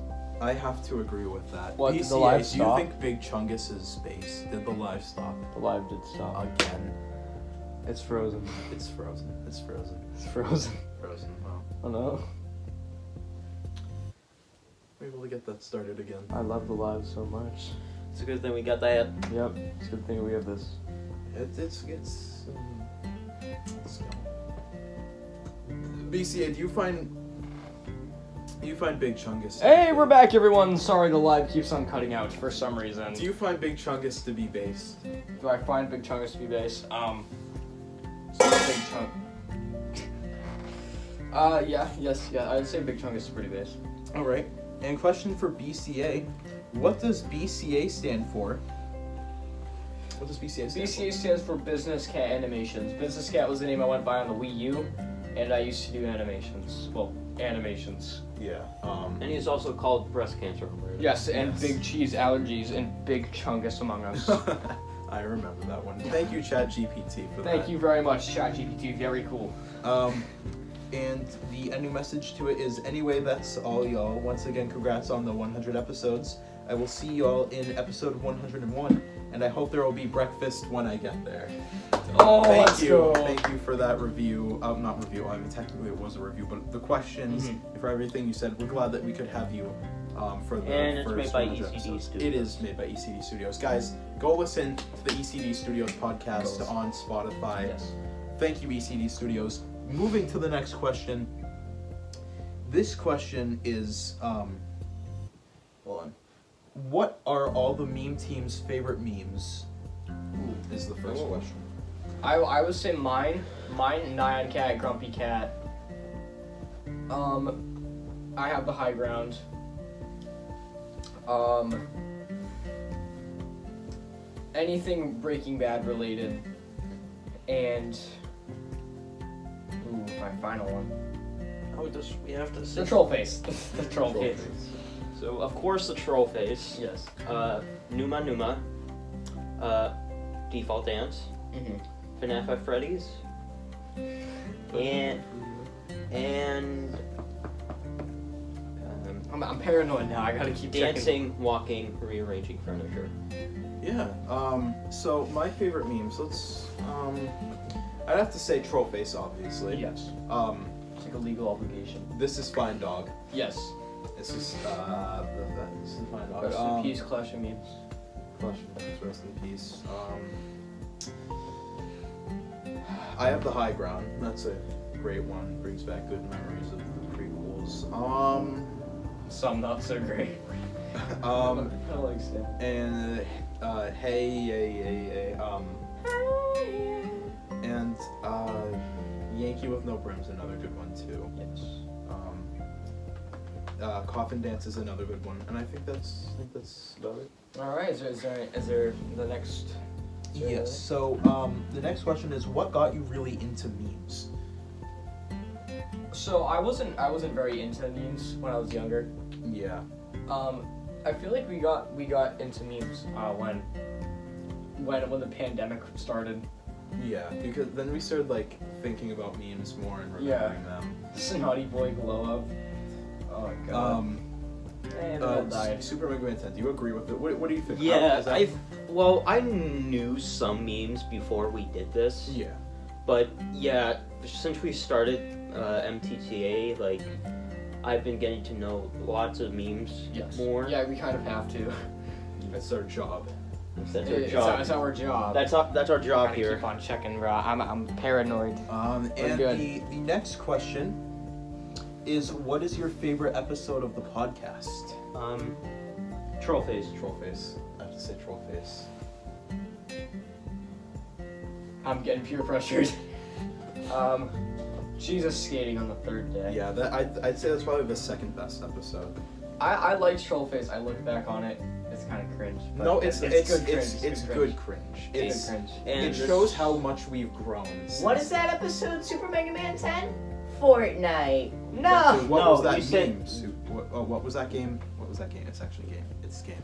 [SPEAKER 1] I have to agree with that.
[SPEAKER 10] What, did the
[SPEAKER 1] PCA,
[SPEAKER 10] live
[SPEAKER 1] do you
[SPEAKER 10] stop?
[SPEAKER 1] think Big Chungus is base? Did the live stop
[SPEAKER 10] The live did
[SPEAKER 3] Uh,
[SPEAKER 10] stop.
[SPEAKER 1] again?
[SPEAKER 10] It's frozen.
[SPEAKER 1] It's frozen. It's frozen.
[SPEAKER 10] It's frozen.
[SPEAKER 1] Frozen. Wow.
[SPEAKER 10] Oh no.
[SPEAKER 1] We're able to get that started again.
[SPEAKER 10] I love the live so much.
[SPEAKER 3] It's a good thing we got that.
[SPEAKER 10] Yep. It's a good thing we have this.
[SPEAKER 1] It's it's it's. Um, it's gone. BCA, do you find do you find Big Chungus? to be
[SPEAKER 4] Hey, we're
[SPEAKER 1] big-
[SPEAKER 4] back, everyone. Sorry, the live keeps on cutting out for some reason.
[SPEAKER 1] Do you find Big Chungus to be based?
[SPEAKER 4] Do I find Big Chungus to be base? Um, so Big Chunk. Uh, yeah, yes, yeah. I'd say Big Chungus is pretty base.
[SPEAKER 1] All right. And question for BCA, what does BCA stand for? What does BCA stand
[SPEAKER 4] BCA stands for Business Cat Animations. Business Cat was the name I went by on the Wii U, and I used to do animations. Well, animations.
[SPEAKER 1] for? Yeah. Um.
[SPEAKER 3] And he's also called breast cancer awareness.
[SPEAKER 4] Yes, and
[SPEAKER 1] Yes.
[SPEAKER 4] Big Cheese Allergies and Big Chungus Among Us.
[SPEAKER 1] I remember that one. Thank you, ChatGPT, for that.
[SPEAKER 4] Thank you very much, ChatGPT. Very cool.
[SPEAKER 1] Um, and the ending message to it is anyway, that's all, y'all. Once again, congrats on the 100 episodes. I will see y'all in episode 101, and I hope there will be breakfast when I get there.
[SPEAKER 4] Oh,
[SPEAKER 1] Thank
[SPEAKER 4] let's
[SPEAKER 1] you.
[SPEAKER 4] go.
[SPEAKER 1] Thank you for that review. Um,
[SPEAKER 3] Mm-hmm.
[SPEAKER 1] not review, I mean, technically it was a review, but the questions, for everything you said, we're glad that we could have you um, for the
[SPEAKER 3] And it's
[SPEAKER 1] for
[SPEAKER 3] made by
[SPEAKER 1] Splendid
[SPEAKER 3] ECD
[SPEAKER 1] episodes. It
[SPEAKER 3] Studios.
[SPEAKER 1] is made by ECD Studios. Guys, go listen to the ECD Studios podcast
[SPEAKER 2] Go listen.
[SPEAKER 1] on Spotify.
[SPEAKER 2] Yes.
[SPEAKER 1] Thank you, ECD Studios. Moving to the next question. This question is um, hold on. What are all the meme team's favorite memes? Is the first
[SPEAKER 2] Ooh.
[SPEAKER 1] question.
[SPEAKER 2] I, I would say mine, mine, Nyan Cat, Grumpy Cat. Um, I have the high ground. Um, anything Breaking Bad related, and ooh, my final one,
[SPEAKER 3] Oh, does we have to
[SPEAKER 2] the troll face, the troll
[SPEAKER 3] Troll
[SPEAKER 2] face.
[SPEAKER 3] So of course the troll face.
[SPEAKER 2] Yes.
[SPEAKER 3] Uh, Numa Numa. Uh, default dance.
[SPEAKER 2] Mhm.
[SPEAKER 3] FNAF at Freddy's. And and um,
[SPEAKER 2] I'm, I'm paranoid now. I gotta keep Checking.
[SPEAKER 3] dancing, walking, rearranging furniture.
[SPEAKER 1] Yeah. Um, so my favorite memes. Let's. Um, I'd have to say troll face, obviously.
[SPEAKER 2] Yes.
[SPEAKER 1] Um,
[SPEAKER 2] It's like a legal obligation.
[SPEAKER 1] this is fine dog.
[SPEAKER 2] Yes.
[SPEAKER 1] This is uh, the, the, this is fine dog.
[SPEAKER 2] Rest
[SPEAKER 1] um,
[SPEAKER 2] in peace, Clash of Memes.
[SPEAKER 1] Flesh and bones, rest in peace. Um, I have the high ground. That's a great one. Brings back good memories of the prequels. Um,
[SPEAKER 2] Some not so great.
[SPEAKER 1] um,
[SPEAKER 2] I like Sam.
[SPEAKER 1] and uh, hey, hey, hey, hey, um, and uh, Yankee with no brims, another good one too.
[SPEAKER 2] Yes.
[SPEAKER 1] Um, uh, coffin dance is another good one, and I think that's I think that's about it.
[SPEAKER 2] All right. Is there, is there, is there the next? is there
[SPEAKER 1] Yes. So um, the next question is, what got you really into memes?
[SPEAKER 2] another? So I wasn't I wasn't very into memes when I was younger.
[SPEAKER 1] Yeah.
[SPEAKER 2] Um, I feel like we got we got into memes uh, when when when the pandemic started.
[SPEAKER 1] Yeah. Because then we started like thinking about memes more and
[SPEAKER 2] Yeah.
[SPEAKER 1] remembering them.
[SPEAKER 2] This naughty boy glow up. Oh my god.
[SPEAKER 1] Um,
[SPEAKER 2] and
[SPEAKER 1] uh,
[SPEAKER 2] died.
[SPEAKER 1] S- Super Mega Man 10. Do you agree with it? What, what do you think? How-
[SPEAKER 3] Yeah,
[SPEAKER 1] Oh, is that-
[SPEAKER 3] I well, I knew some memes before we did this.
[SPEAKER 1] Yeah.
[SPEAKER 3] But yeah, since we started uh, MTTA, like I've been getting to know lots of memes
[SPEAKER 2] Yes.
[SPEAKER 3] more.
[SPEAKER 2] Yeah, we kind of have to.
[SPEAKER 1] That's our job.
[SPEAKER 3] that's
[SPEAKER 2] It-
[SPEAKER 3] our
[SPEAKER 2] it's,
[SPEAKER 3] job.
[SPEAKER 2] it's our job.
[SPEAKER 3] that's our, that's our job
[SPEAKER 2] Gotta
[SPEAKER 3] here.
[SPEAKER 2] Keep on checking, bro. I'm I'm paranoid.
[SPEAKER 1] Um,
[SPEAKER 2] We're
[SPEAKER 1] and
[SPEAKER 2] good.
[SPEAKER 1] the, the next question is, what is your favorite episode of the podcast?
[SPEAKER 3] Um, troll face.
[SPEAKER 1] Trollface. I have to say Trollface.
[SPEAKER 2] I'm getting peer pressured. um, Jesus skating on the third day.
[SPEAKER 1] Yeah, that I, I'd say that's probably the second best episode.
[SPEAKER 2] I, I like Trollface. I look back on it. It's kind of cringe. but
[SPEAKER 1] No, it's it's
[SPEAKER 2] good cringe.
[SPEAKER 1] it's, it's good cringe.
[SPEAKER 2] Good
[SPEAKER 1] It's
[SPEAKER 2] cringe.
[SPEAKER 3] And
[SPEAKER 1] it
[SPEAKER 3] this-
[SPEAKER 1] shows how much we've grown.
[SPEAKER 12] What is that episode, Super Mega Man 10? Fortnite.
[SPEAKER 1] What,
[SPEAKER 12] No!
[SPEAKER 1] was
[SPEAKER 3] No,
[SPEAKER 1] that
[SPEAKER 3] you
[SPEAKER 1] game?
[SPEAKER 3] said-
[SPEAKER 1] Sue? What, oh, what was that game? What was that game? It's actually game. It's game.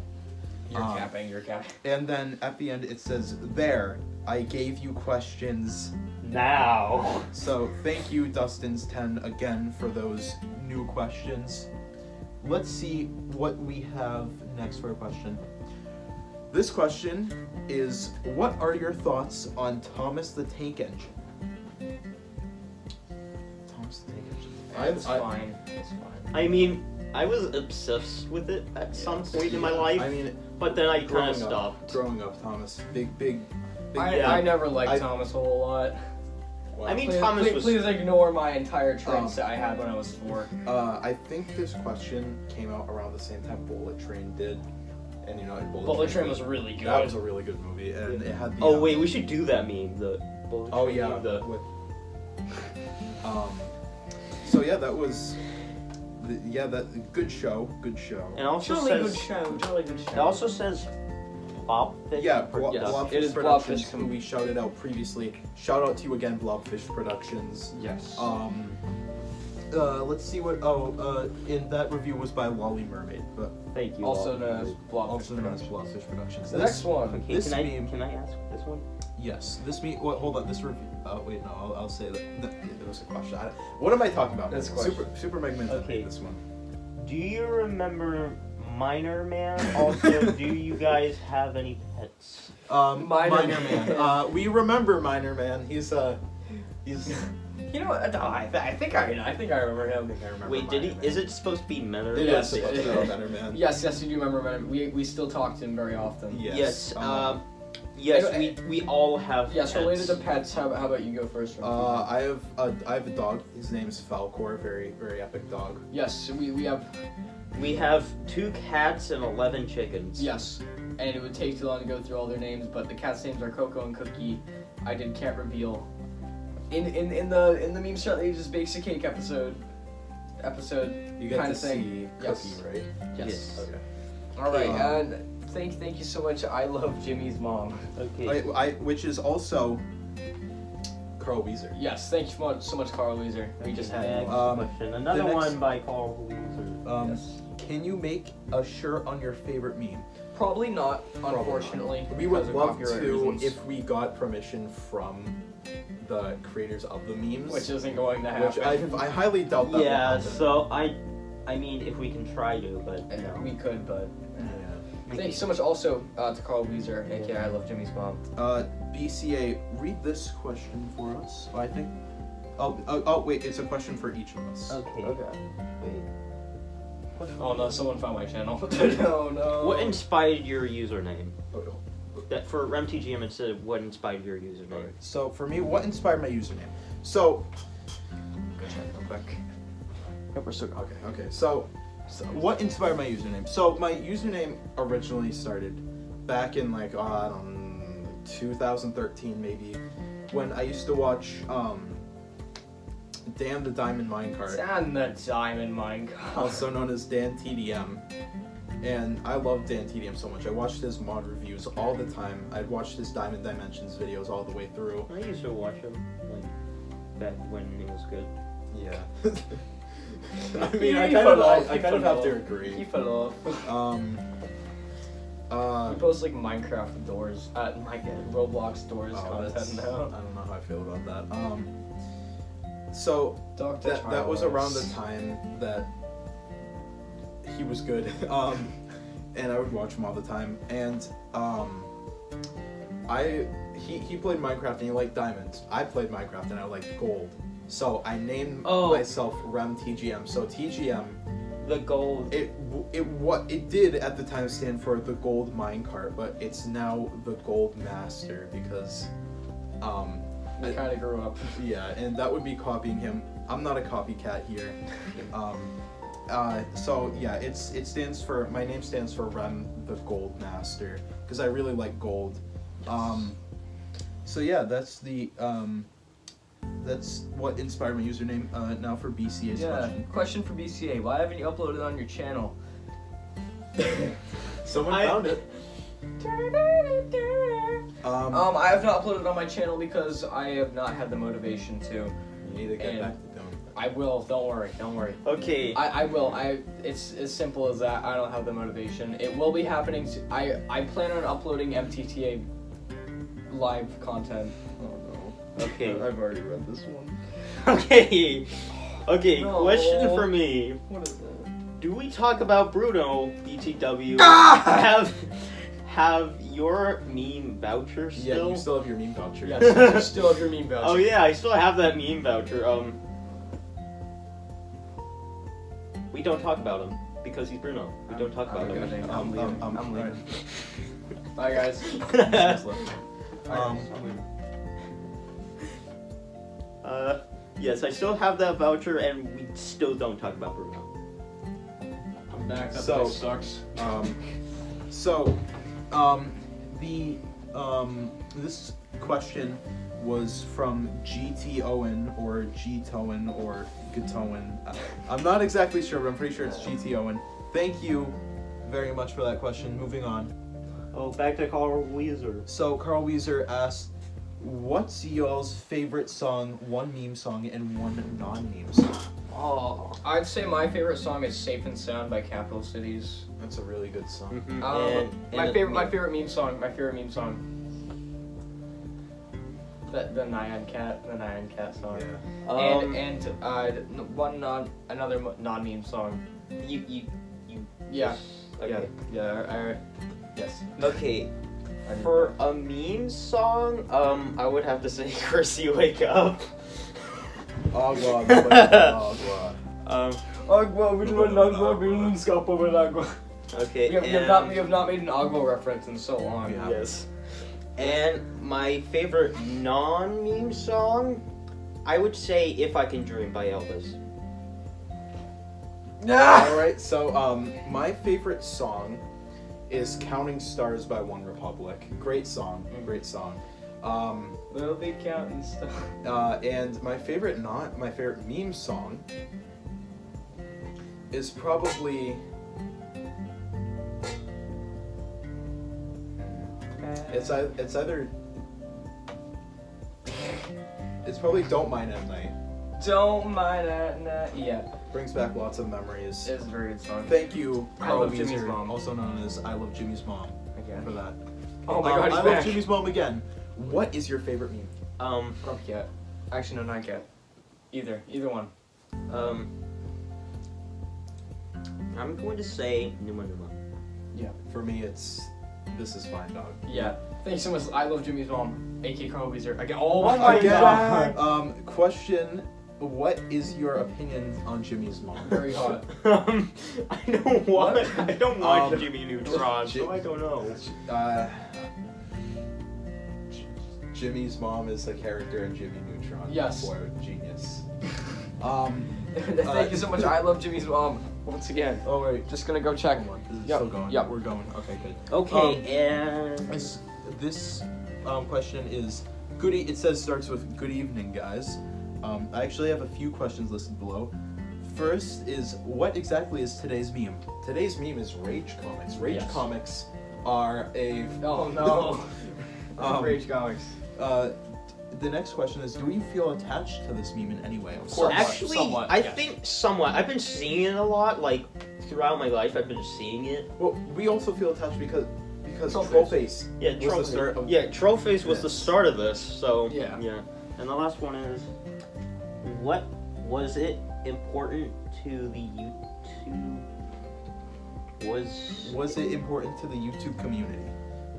[SPEAKER 2] You're
[SPEAKER 1] Um,
[SPEAKER 2] capping. You're capping.
[SPEAKER 1] And then at the end it says, "There, I gave you questions."
[SPEAKER 3] Now.
[SPEAKER 1] So thank you, Dustin's ten again for those new questions. Let's see what we have next for a question. This question is, what are your thoughts on Thomas the Tank Engine? Thomas the Tank Engine.
[SPEAKER 2] It's
[SPEAKER 1] I-
[SPEAKER 2] fine. It's fine.
[SPEAKER 3] I mean, I was obsessed with it at some point in my
[SPEAKER 1] Yeah,
[SPEAKER 3] life,
[SPEAKER 1] I mean,
[SPEAKER 3] but then I kind
[SPEAKER 1] growing
[SPEAKER 3] of
[SPEAKER 1] up,
[SPEAKER 3] stopped.
[SPEAKER 1] growing up, Thomas, big, big, big.
[SPEAKER 2] I,
[SPEAKER 3] yeah.
[SPEAKER 2] I never liked
[SPEAKER 1] I-
[SPEAKER 2] Thomas a whole lot.
[SPEAKER 1] wow.
[SPEAKER 3] I mean,
[SPEAKER 2] please,
[SPEAKER 3] Thomas
[SPEAKER 2] please,
[SPEAKER 3] was-
[SPEAKER 2] please ignore my entire
[SPEAKER 1] Um,
[SPEAKER 2] tricks that I had when I was four.
[SPEAKER 1] uh, I think this question came out around the same time Bullet Train did, and you know, Bullet,
[SPEAKER 2] Bullet Train was really good.
[SPEAKER 1] that was a really good movie, and it had the.
[SPEAKER 3] Oh
[SPEAKER 1] um,
[SPEAKER 3] wait, we should do that meme. The bullet
[SPEAKER 1] Oh
[SPEAKER 3] train
[SPEAKER 1] yeah.
[SPEAKER 3] meme, The
[SPEAKER 1] with, um. So yeah, that was. The, yeah, that good show. Good show.
[SPEAKER 3] and it also
[SPEAKER 2] Jolly
[SPEAKER 3] says
[SPEAKER 2] good show. Jolly good show.
[SPEAKER 3] it also says Bobfish.
[SPEAKER 1] Yeah, Blo-
[SPEAKER 3] Pro-
[SPEAKER 2] yes.
[SPEAKER 1] Blobfish
[SPEAKER 2] It is Blobfish
[SPEAKER 1] Productions,
[SPEAKER 2] com-
[SPEAKER 1] who we shouted out previously. Shout out to you again, Blobfish Productions.
[SPEAKER 2] yes.
[SPEAKER 1] Um, uh, let's see what. Oh, uh, and that review was by Wally Mermaid, but
[SPEAKER 3] Thank you.
[SPEAKER 2] also
[SPEAKER 3] all.
[SPEAKER 2] known as Blob.
[SPEAKER 1] also known as Blobfish Productions.
[SPEAKER 2] The
[SPEAKER 1] This-
[SPEAKER 2] next one.
[SPEAKER 3] Okay,
[SPEAKER 1] this
[SPEAKER 3] can I
[SPEAKER 1] meme-
[SPEAKER 3] can I ask this one?
[SPEAKER 1] Yes, this me. What? Hold on. This review. Uh, wait, no. I'll, I'll say that. that it was a question. I, what am I talking about?
[SPEAKER 2] That's a question.
[SPEAKER 1] Super Super Mega Man.
[SPEAKER 3] Okay.
[SPEAKER 1] This one.
[SPEAKER 3] Do you remember Minor Man? Also, do you guys have any pets?
[SPEAKER 1] Um,
[SPEAKER 2] Minor
[SPEAKER 1] Minor Man.
[SPEAKER 2] Man.
[SPEAKER 1] Uh, we remember Minor Man. He's uh, he's
[SPEAKER 2] You know what? Oh, I, th- I think I, I think I remember him. I think I remember
[SPEAKER 3] Wait, did he?
[SPEAKER 2] mine.
[SPEAKER 3] Is it supposed to be Menor?
[SPEAKER 1] It
[SPEAKER 2] Yes,
[SPEAKER 1] is supposed to
[SPEAKER 2] it-
[SPEAKER 1] be a better man.
[SPEAKER 2] Yes, yes, you do remember him. We we still talk to him very often.
[SPEAKER 1] Yes.
[SPEAKER 3] Yes.
[SPEAKER 1] um,
[SPEAKER 3] um, yes. We we all have.
[SPEAKER 2] Yes,
[SPEAKER 3] pets.
[SPEAKER 2] related to pets. How, how about you go first? Ramsey?
[SPEAKER 1] uh, I have a, I have a dog. His name's Falcor. Very very epic dog.
[SPEAKER 2] yes, we we have
[SPEAKER 3] We have two cats and eleven chickens.
[SPEAKER 2] yes, and it would take too long to go through all their names, but the cat's names are Coco and Cookie. I did can't reveal. In in in the in the meme shot that you just bakes a cake episode episode.
[SPEAKER 1] You get
[SPEAKER 2] Kinda
[SPEAKER 1] to
[SPEAKER 2] thing.
[SPEAKER 1] see Cookie,
[SPEAKER 2] Yes.
[SPEAKER 1] right?
[SPEAKER 2] Yes.
[SPEAKER 1] Okay.
[SPEAKER 2] All right,
[SPEAKER 1] Um,
[SPEAKER 2] and thank thank you so much. I love Jimmy's mom.
[SPEAKER 3] Okay.
[SPEAKER 2] Hmm.
[SPEAKER 1] I, I, which is also Carl Weezer.
[SPEAKER 2] Yes, thank you so much, so much Carl Weezer. We just had.
[SPEAKER 3] Next
[SPEAKER 1] Um,
[SPEAKER 3] question. Another
[SPEAKER 1] next-
[SPEAKER 3] one by Carl Weezer.
[SPEAKER 1] Um,
[SPEAKER 2] Yes.
[SPEAKER 1] Can you make a shirt on your favorite meme?
[SPEAKER 2] Probably not,
[SPEAKER 1] not.
[SPEAKER 2] unfortunately.
[SPEAKER 1] We would
[SPEAKER 2] because of
[SPEAKER 1] love
[SPEAKER 2] copyright
[SPEAKER 1] to
[SPEAKER 2] reasons,
[SPEAKER 1] if we got permission from the creators of the memes.
[SPEAKER 2] Which isn't going to
[SPEAKER 1] which I,
[SPEAKER 2] happen.
[SPEAKER 1] I highly doubt that.
[SPEAKER 3] Yeah.
[SPEAKER 1] Will happen.
[SPEAKER 3] So I, I mean, if we can try to, but
[SPEAKER 2] Yeah,
[SPEAKER 3] no.
[SPEAKER 2] we could, but.
[SPEAKER 1] Yeah.
[SPEAKER 2] Thank you so much also uh, to Carl Weezer, aka I Love Jimmy's Mom.
[SPEAKER 1] Uh, BCA, read this question for us. I think. Oh, oh, oh, wait, it's a question for each of us.
[SPEAKER 3] Okay. Wait.
[SPEAKER 2] Oh no, someone found my channel. Oh, no, no.
[SPEAKER 3] What inspired your username?
[SPEAKER 1] Okay.
[SPEAKER 3] That for E RemTGM it said what inspired your username.
[SPEAKER 1] So for me, what inspired my username? So Yep, we're still okay. Okay, so, so what inspired my username? So my username originally started back in like uh, I don't know, 2013 maybe, when I used to watch um, Dan the Diamond Minecart,
[SPEAKER 2] And the diamond mine.
[SPEAKER 1] also known as Dan TDM. And I love Dan TDM so much. I watched his mod reviews all the time. I'd watched his Diamond Dimensions videos all the way through.
[SPEAKER 3] I used to watch him like back when it was good.
[SPEAKER 1] Yeah. I mean,
[SPEAKER 2] You-
[SPEAKER 1] I
[SPEAKER 2] you
[SPEAKER 1] kind
[SPEAKER 2] put
[SPEAKER 1] of,
[SPEAKER 2] it off,
[SPEAKER 1] I, I
[SPEAKER 2] you
[SPEAKER 1] kind of
[SPEAKER 2] put it
[SPEAKER 1] have to
[SPEAKER 2] off.
[SPEAKER 1] agree.
[SPEAKER 2] Keep it off.
[SPEAKER 1] Um. Uh.
[SPEAKER 2] We post like Minecraft doors, uh, my Roblox doors
[SPEAKER 1] oh, that's-
[SPEAKER 2] content
[SPEAKER 1] I
[SPEAKER 2] now.
[SPEAKER 1] don't know how I feel about that. Um. So
[SPEAKER 2] Doctor
[SPEAKER 1] that that was around the time that he was good. Um, and I would watch him all the time. And um, I he he played Minecraft and he liked diamonds. I played Minecraft and I liked gold. So I named
[SPEAKER 3] Oh.
[SPEAKER 1] myself Rem TGM. So TGM
[SPEAKER 3] The gold.
[SPEAKER 1] it w- it what it did at the time stand for the gold minecart, but it's now the gold master because, um,
[SPEAKER 2] I kind of grew up.
[SPEAKER 1] yeah, and that would be copying him. I'm not a copycat here. Um, uh, so yeah, it's it stands for my name stands for Rem the Gold Master because I really like gold. Um, so yeah, that's the um, that's what inspired my username. Uh, now for BCA's
[SPEAKER 2] Yeah.
[SPEAKER 1] question.
[SPEAKER 2] Question for BCA: Why haven't you uploaded on your channel?
[SPEAKER 1] Someone
[SPEAKER 3] I-
[SPEAKER 1] found it. Um,
[SPEAKER 2] Um, I have not uploaded on my channel because I have not had the motivation to.
[SPEAKER 1] you need to get
[SPEAKER 2] and-
[SPEAKER 1] back to them.
[SPEAKER 2] I will. Don't worry. Don't worry.
[SPEAKER 3] Okay.
[SPEAKER 2] I, I will. I. It's as simple as that. I don't have the motivation. It will be happening. s I I I plan on uploading MTTA live content. Oh,
[SPEAKER 3] Okay.
[SPEAKER 1] I've already read this one.
[SPEAKER 3] Okay. Okay,
[SPEAKER 2] No.
[SPEAKER 3] question for me.
[SPEAKER 2] What is that?
[SPEAKER 3] Do we talk about Bruno BTW? Have have your meme voucher
[SPEAKER 1] Yeah,
[SPEAKER 3] still?
[SPEAKER 1] you still have your meme voucher.
[SPEAKER 2] Yes. you still have your meme
[SPEAKER 3] oh
[SPEAKER 2] voucher.
[SPEAKER 3] yeah, I still have that meme voucher. Um We don't talk about him because he's Bruno. We don't talk about
[SPEAKER 2] I'm
[SPEAKER 3] him.
[SPEAKER 2] leaving. I'm
[SPEAKER 1] Um,
[SPEAKER 2] leaving.
[SPEAKER 1] um, um,
[SPEAKER 2] I'm
[SPEAKER 1] alright.
[SPEAKER 2] leaving. Bye guys.
[SPEAKER 1] Um,
[SPEAKER 3] uh, yes, I still have that voucher and we still don't talk about Bruno.
[SPEAKER 2] I'm back. That
[SPEAKER 1] So-
[SPEAKER 2] place sucks.
[SPEAKER 1] um, so, um, the um, this question was from GT Owen or G Towen or Gatowen. Uh, I'm not exactly sure, but I'm pretty sure it's GT Owen. Thank you very much for that question. Moving on.
[SPEAKER 3] Oh, back to Carl Weezer.
[SPEAKER 1] So Carl Weezer asked, "What's y'all's favorite song? One meme song and one non-meme song."
[SPEAKER 3] Oh.
[SPEAKER 2] I'd say my favorite song is "Safe and Sound" by Capital Cities.
[SPEAKER 1] That's a really good song.
[SPEAKER 3] Mm-hmm.
[SPEAKER 2] Um, my favorite, my favorite meme song, my favorite meme song. The, the Nyan Cat, the Nyan Cat song.
[SPEAKER 3] Um,
[SPEAKER 2] and and uh, n- one non, another non meme song.
[SPEAKER 3] you, you,
[SPEAKER 2] Yeah,
[SPEAKER 3] okay.
[SPEAKER 2] yeah, yeah. I, I, yes.
[SPEAKER 3] Okay.
[SPEAKER 2] I did
[SPEAKER 3] For a meme song, um, I would have to say "Chrissy Wake Up."
[SPEAKER 7] Agua, but agua.
[SPEAKER 13] Um,
[SPEAKER 2] Agua, we do an agua, we do scalp over an agua.
[SPEAKER 13] okay.
[SPEAKER 2] We have, we have
[SPEAKER 13] and-
[SPEAKER 2] not, we have not made an agua reference in so
[SPEAKER 1] Oh,
[SPEAKER 2] long.
[SPEAKER 7] Yeah.
[SPEAKER 13] Yes.
[SPEAKER 3] And my favorite non meme song, I would say If I Can Dream by Elvis.
[SPEAKER 1] All right. So, um, my favorite song is "Counting Stars" by One Republic. Great song. Great song. Um,
[SPEAKER 2] Little big count and stuff.
[SPEAKER 1] uh, and my favorite not my favorite meme song is probably it's ei- it's either it's probably "Don't Mind at Night."
[SPEAKER 2] Don't mind that, nah. Yeah,
[SPEAKER 1] Brings back lots of memories.
[SPEAKER 2] it's a very good song.
[SPEAKER 1] Thank you,
[SPEAKER 2] I
[SPEAKER 1] Carl
[SPEAKER 2] Love Jimmy's
[SPEAKER 1] Weezer,
[SPEAKER 2] Mom.
[SPEAKER 1] also known as I Love Jimmy's Mom,
[SPEAKER 2] Again.
[SPEAKER 1] for that.
[SPEAKER 2] Oh my
[SPEAKER 1] Um,
[SPEAKER 2] god,
[SPEAKER 1] I
[SPEAKER 2] he's
[SPEAKER 1] love
[SPEAKER 2] back.
[SPEAKER 1] Jimmy's mom again. What is your favorite meme?
[SPEAKER 3] Um,
[SPEAKER 2] Grumpy cat. Actually, no, not cat. Either, either one.
[SPEAKER 3] um, I'm going to say Numa Numa.
[SPEAKER 1] For me, it's this is fine, dog.
[SPEAKER 2] Yeah. Thanks so much. I love Jimmy's mom, aka Carl Weezer. Again. Oh my
[SPEAKER 1] Again,
[SPEAKER 2] god.
[SPEAKER 1] um, question: What is your opinion on Jimmy's mom?
[SPEAKER 2] Very hot.
[SPEAKER 13] Um, I don't want. I don't want
[SPEAKER 1] Um,
[SPEAKER 13] Jimmy Neutron.
[SPEAKER 1] Ji-
[SPEAKER 13] so I don't know.
[SPEAKER 1] Uh, J- Jimmy's mom is the character in Jimmy Neutron.
[SPEAKER 2] Yes.
[SPEAKER 1] Boy, genius. Um.
[SPEAKER 2] Thank you so much. I love Jimmy's mom. Once again.
[SPEAKER 1] Oh wait,
[SPEAKER 2] Just gonna go check.
[SPEAKER 1] this is
[SPEAKER 2] Yep,
[SPEAKER 1] still going.
[SPEAKER 2] yep.
[SPEAKER 1] we're going. Okay, good.
[SPEAKER 3] Okay,
[SPEAKER 1] Um,
[SPEAKER 3] and.
[SPEAKER 1] This this um, question is good. E- it says starts with good evening, guys. Um, I actually have a few questions listed below. First is what exactly is today's meme? Today's meme is rage comics. Rage
[SPEAKER 2] Yes.
[SPEAKER 1] comics are a
[SPEAKER 2] Oh no.
[SPEAKER 1] Um,
[SPEAKER 2] Rage comics.
[SPEAKER 1] Uh, the next question is do you feel attached to this meme in any way? Of
[SPEAKER 2] Somewhat,
[SPEAKER 3] Actually,
[SPEAKER 2] somewhat,
[SPEAKER 3] I
[SPEAKER 2] yes.
[SPEAKER 3] think somewhat. I've been seeing it a lot, like throughout my life. I've been seeing it.
[SPEAKER 1] Well, we also feel attached because because
[SPEAKER 2] Trollface.
[SPEAKER 1] Trollface
[SPEAKER 3] Yeah,
[SPEAKER 1] was the
[SPEAKER 3] Trollface.
[SPEAKER 1] start of
[SPEAKER 3] Yeah, Trollface was the
[SPEAKER 1] Yes.
[SPEAKER 3] start of this. So
[SPEAKER 2] Yeah.
[SPEAKER 3] yeah. And the last one is, what was it important to the YouTube? Was
[SPEAKER 1] was it important to the YouTube community?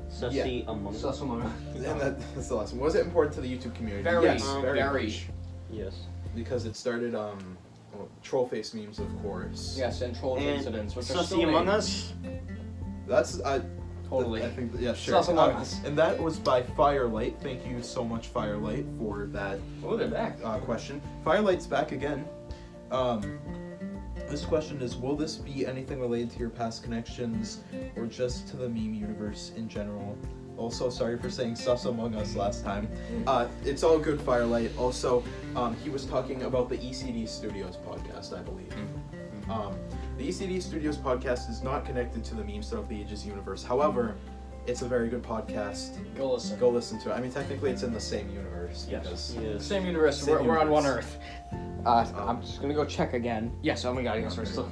[SPEAKER 3] Sussy among
[SPEAKER 2] So that's one of my-
[SPEAKER 1] And that, that's the last one. Was it important to the YouTube community?
[SPEAKER 2] Very,
[SPEAKER 1] yes,
[SPEAKER 3] um,
[SPEAKER 1] very,
[SPEAKER 2] very.
[SPEAKER 1] much.
[SPEAKER 3] Yes.
[SPEAKER 1] because it started um well, troll face memes of course
[SPEAKER 2] Yes, and troll
[SPEAKER 3] And
[SPEAKER 2] incidents, which are
[SPEAKER 3] Sussy
[SPEAKER 2] still
[SPEAKER 3] among
[SPEAKER 2] made.
[SPEAKER 3] us.
[SPEAKER 1] that's i
[SPEAKER 2] Totally.
[SPEAKER 1] i think yeah sure
[SPEAKER 2] Sus Among
[SPEAKER 1] Uh,
[SPEAKER 2] Us.
[SPEAKER 1] and that was by firelight thank you so much firelight for that
[SPEAKER 2] Oh, they're back.
[SPEAKER 1] uh, question firelight's back again um this question is will this be anything related to your past connections or just to the meme universe in general also sorry for saying sus among us last time uh, it's all good firelight also um, he was talking about the ecd studios podcast i believe um, the ecd studios podcast is not connected to the meme set of the ages universe however it's a very good podcast
[SPEAKER 2] Go listen.
[SPEAKER 1] go listen to it i mean technically it's in the same universe
[SPEAKER 3] Yes.
[SPEAKER 1] because
[SPEAKER 3] Yes.
[SPEAKER 2] Same universe.
[SPEAKER 1] Same
[SPEAKER 2] we're, we're on one
[SPEAKER 1] universe.
[SPEAKER 2] Earth. Uh,
[SPEAKER 1] Um,
[SPEAKER 2] I'm just gonna go check again. Yes. Oh my god. Yes, we're still.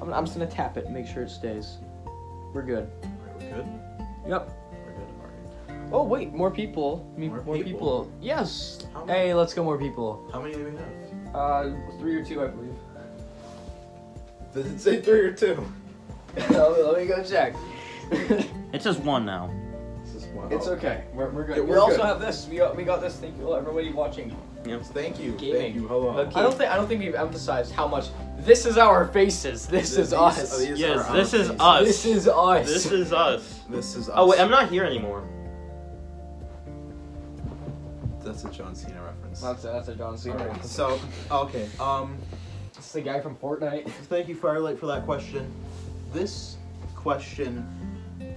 [SPEAKER 2] I'm, I'm just gonna tap it and make sure it stays. We're good.
[SPEAKER 1] Alright, we're good
[SPEAKER 2] Yep.
[SPEAKER 1] we're good all right
[SPEAKER 2] Oh wait, more people. Me-
[SPEAKER 1] More
[SPEAKER 2] More,
[SPEAKER 1] people?
[SPEAKER 2] people. Yes.
[SPEAKER 1] How many-
[SPEAKER 2] Hey, let's go more people.
[SPEAKER 1] How many do we have?
[SPEAKER 2] Uh, three or two, I believe.
[SPEAKER 1] Does it say three or two?
[SPEAKER 2] Let me go check.
[SPEAKER 3] It says one now.
[SPEAKER 1] This is one.
[SPEAKER 2] it's okay. We're, we're good.
[SPEAKER 1] Yeah,
[SPEAKER 2] Oh. we
[SPEAKER 1] we're
[SPEAKER 2] also
[SPEAKER 1] good.
[SPEAKER 2] have this. We got, we got this. Thank you, everybody watching.
[SPEAKER 1] Thank you. Thank
[SPEAKER 2] Gaming.
[SPEAKER 1] you. Hello.
[SPEAKER 2] I don't think I don't think we've emphasized how much this is our faces. This
[SPEAKER 1] These-
[SPEAKER 2] is us.
[SPEAKER 1] these are
[SPEAKER 3] Yes,
[SPEAKER 1] our
[SPEAKER 3] this is
[SPEAKER 1] faces.
[SPEAKER 3] us.
[SPEAKER 2] This is us.
[SPEAKER 3] This is us.
[SPEAKER 1] This is us.
[SPEAKER 3] Oh wait, I'm not here anymore.
[SPEAKER 1] That's a John Cena reference.
[SPEAKER 2] That's a, that's a John Cena.
[SPEAKER 1] Alright, So, okay. Um,
[SPEAKER 2] It's the guy from Fortnite.
[SPEAKER 1] thank you, Firelight, for that question. This question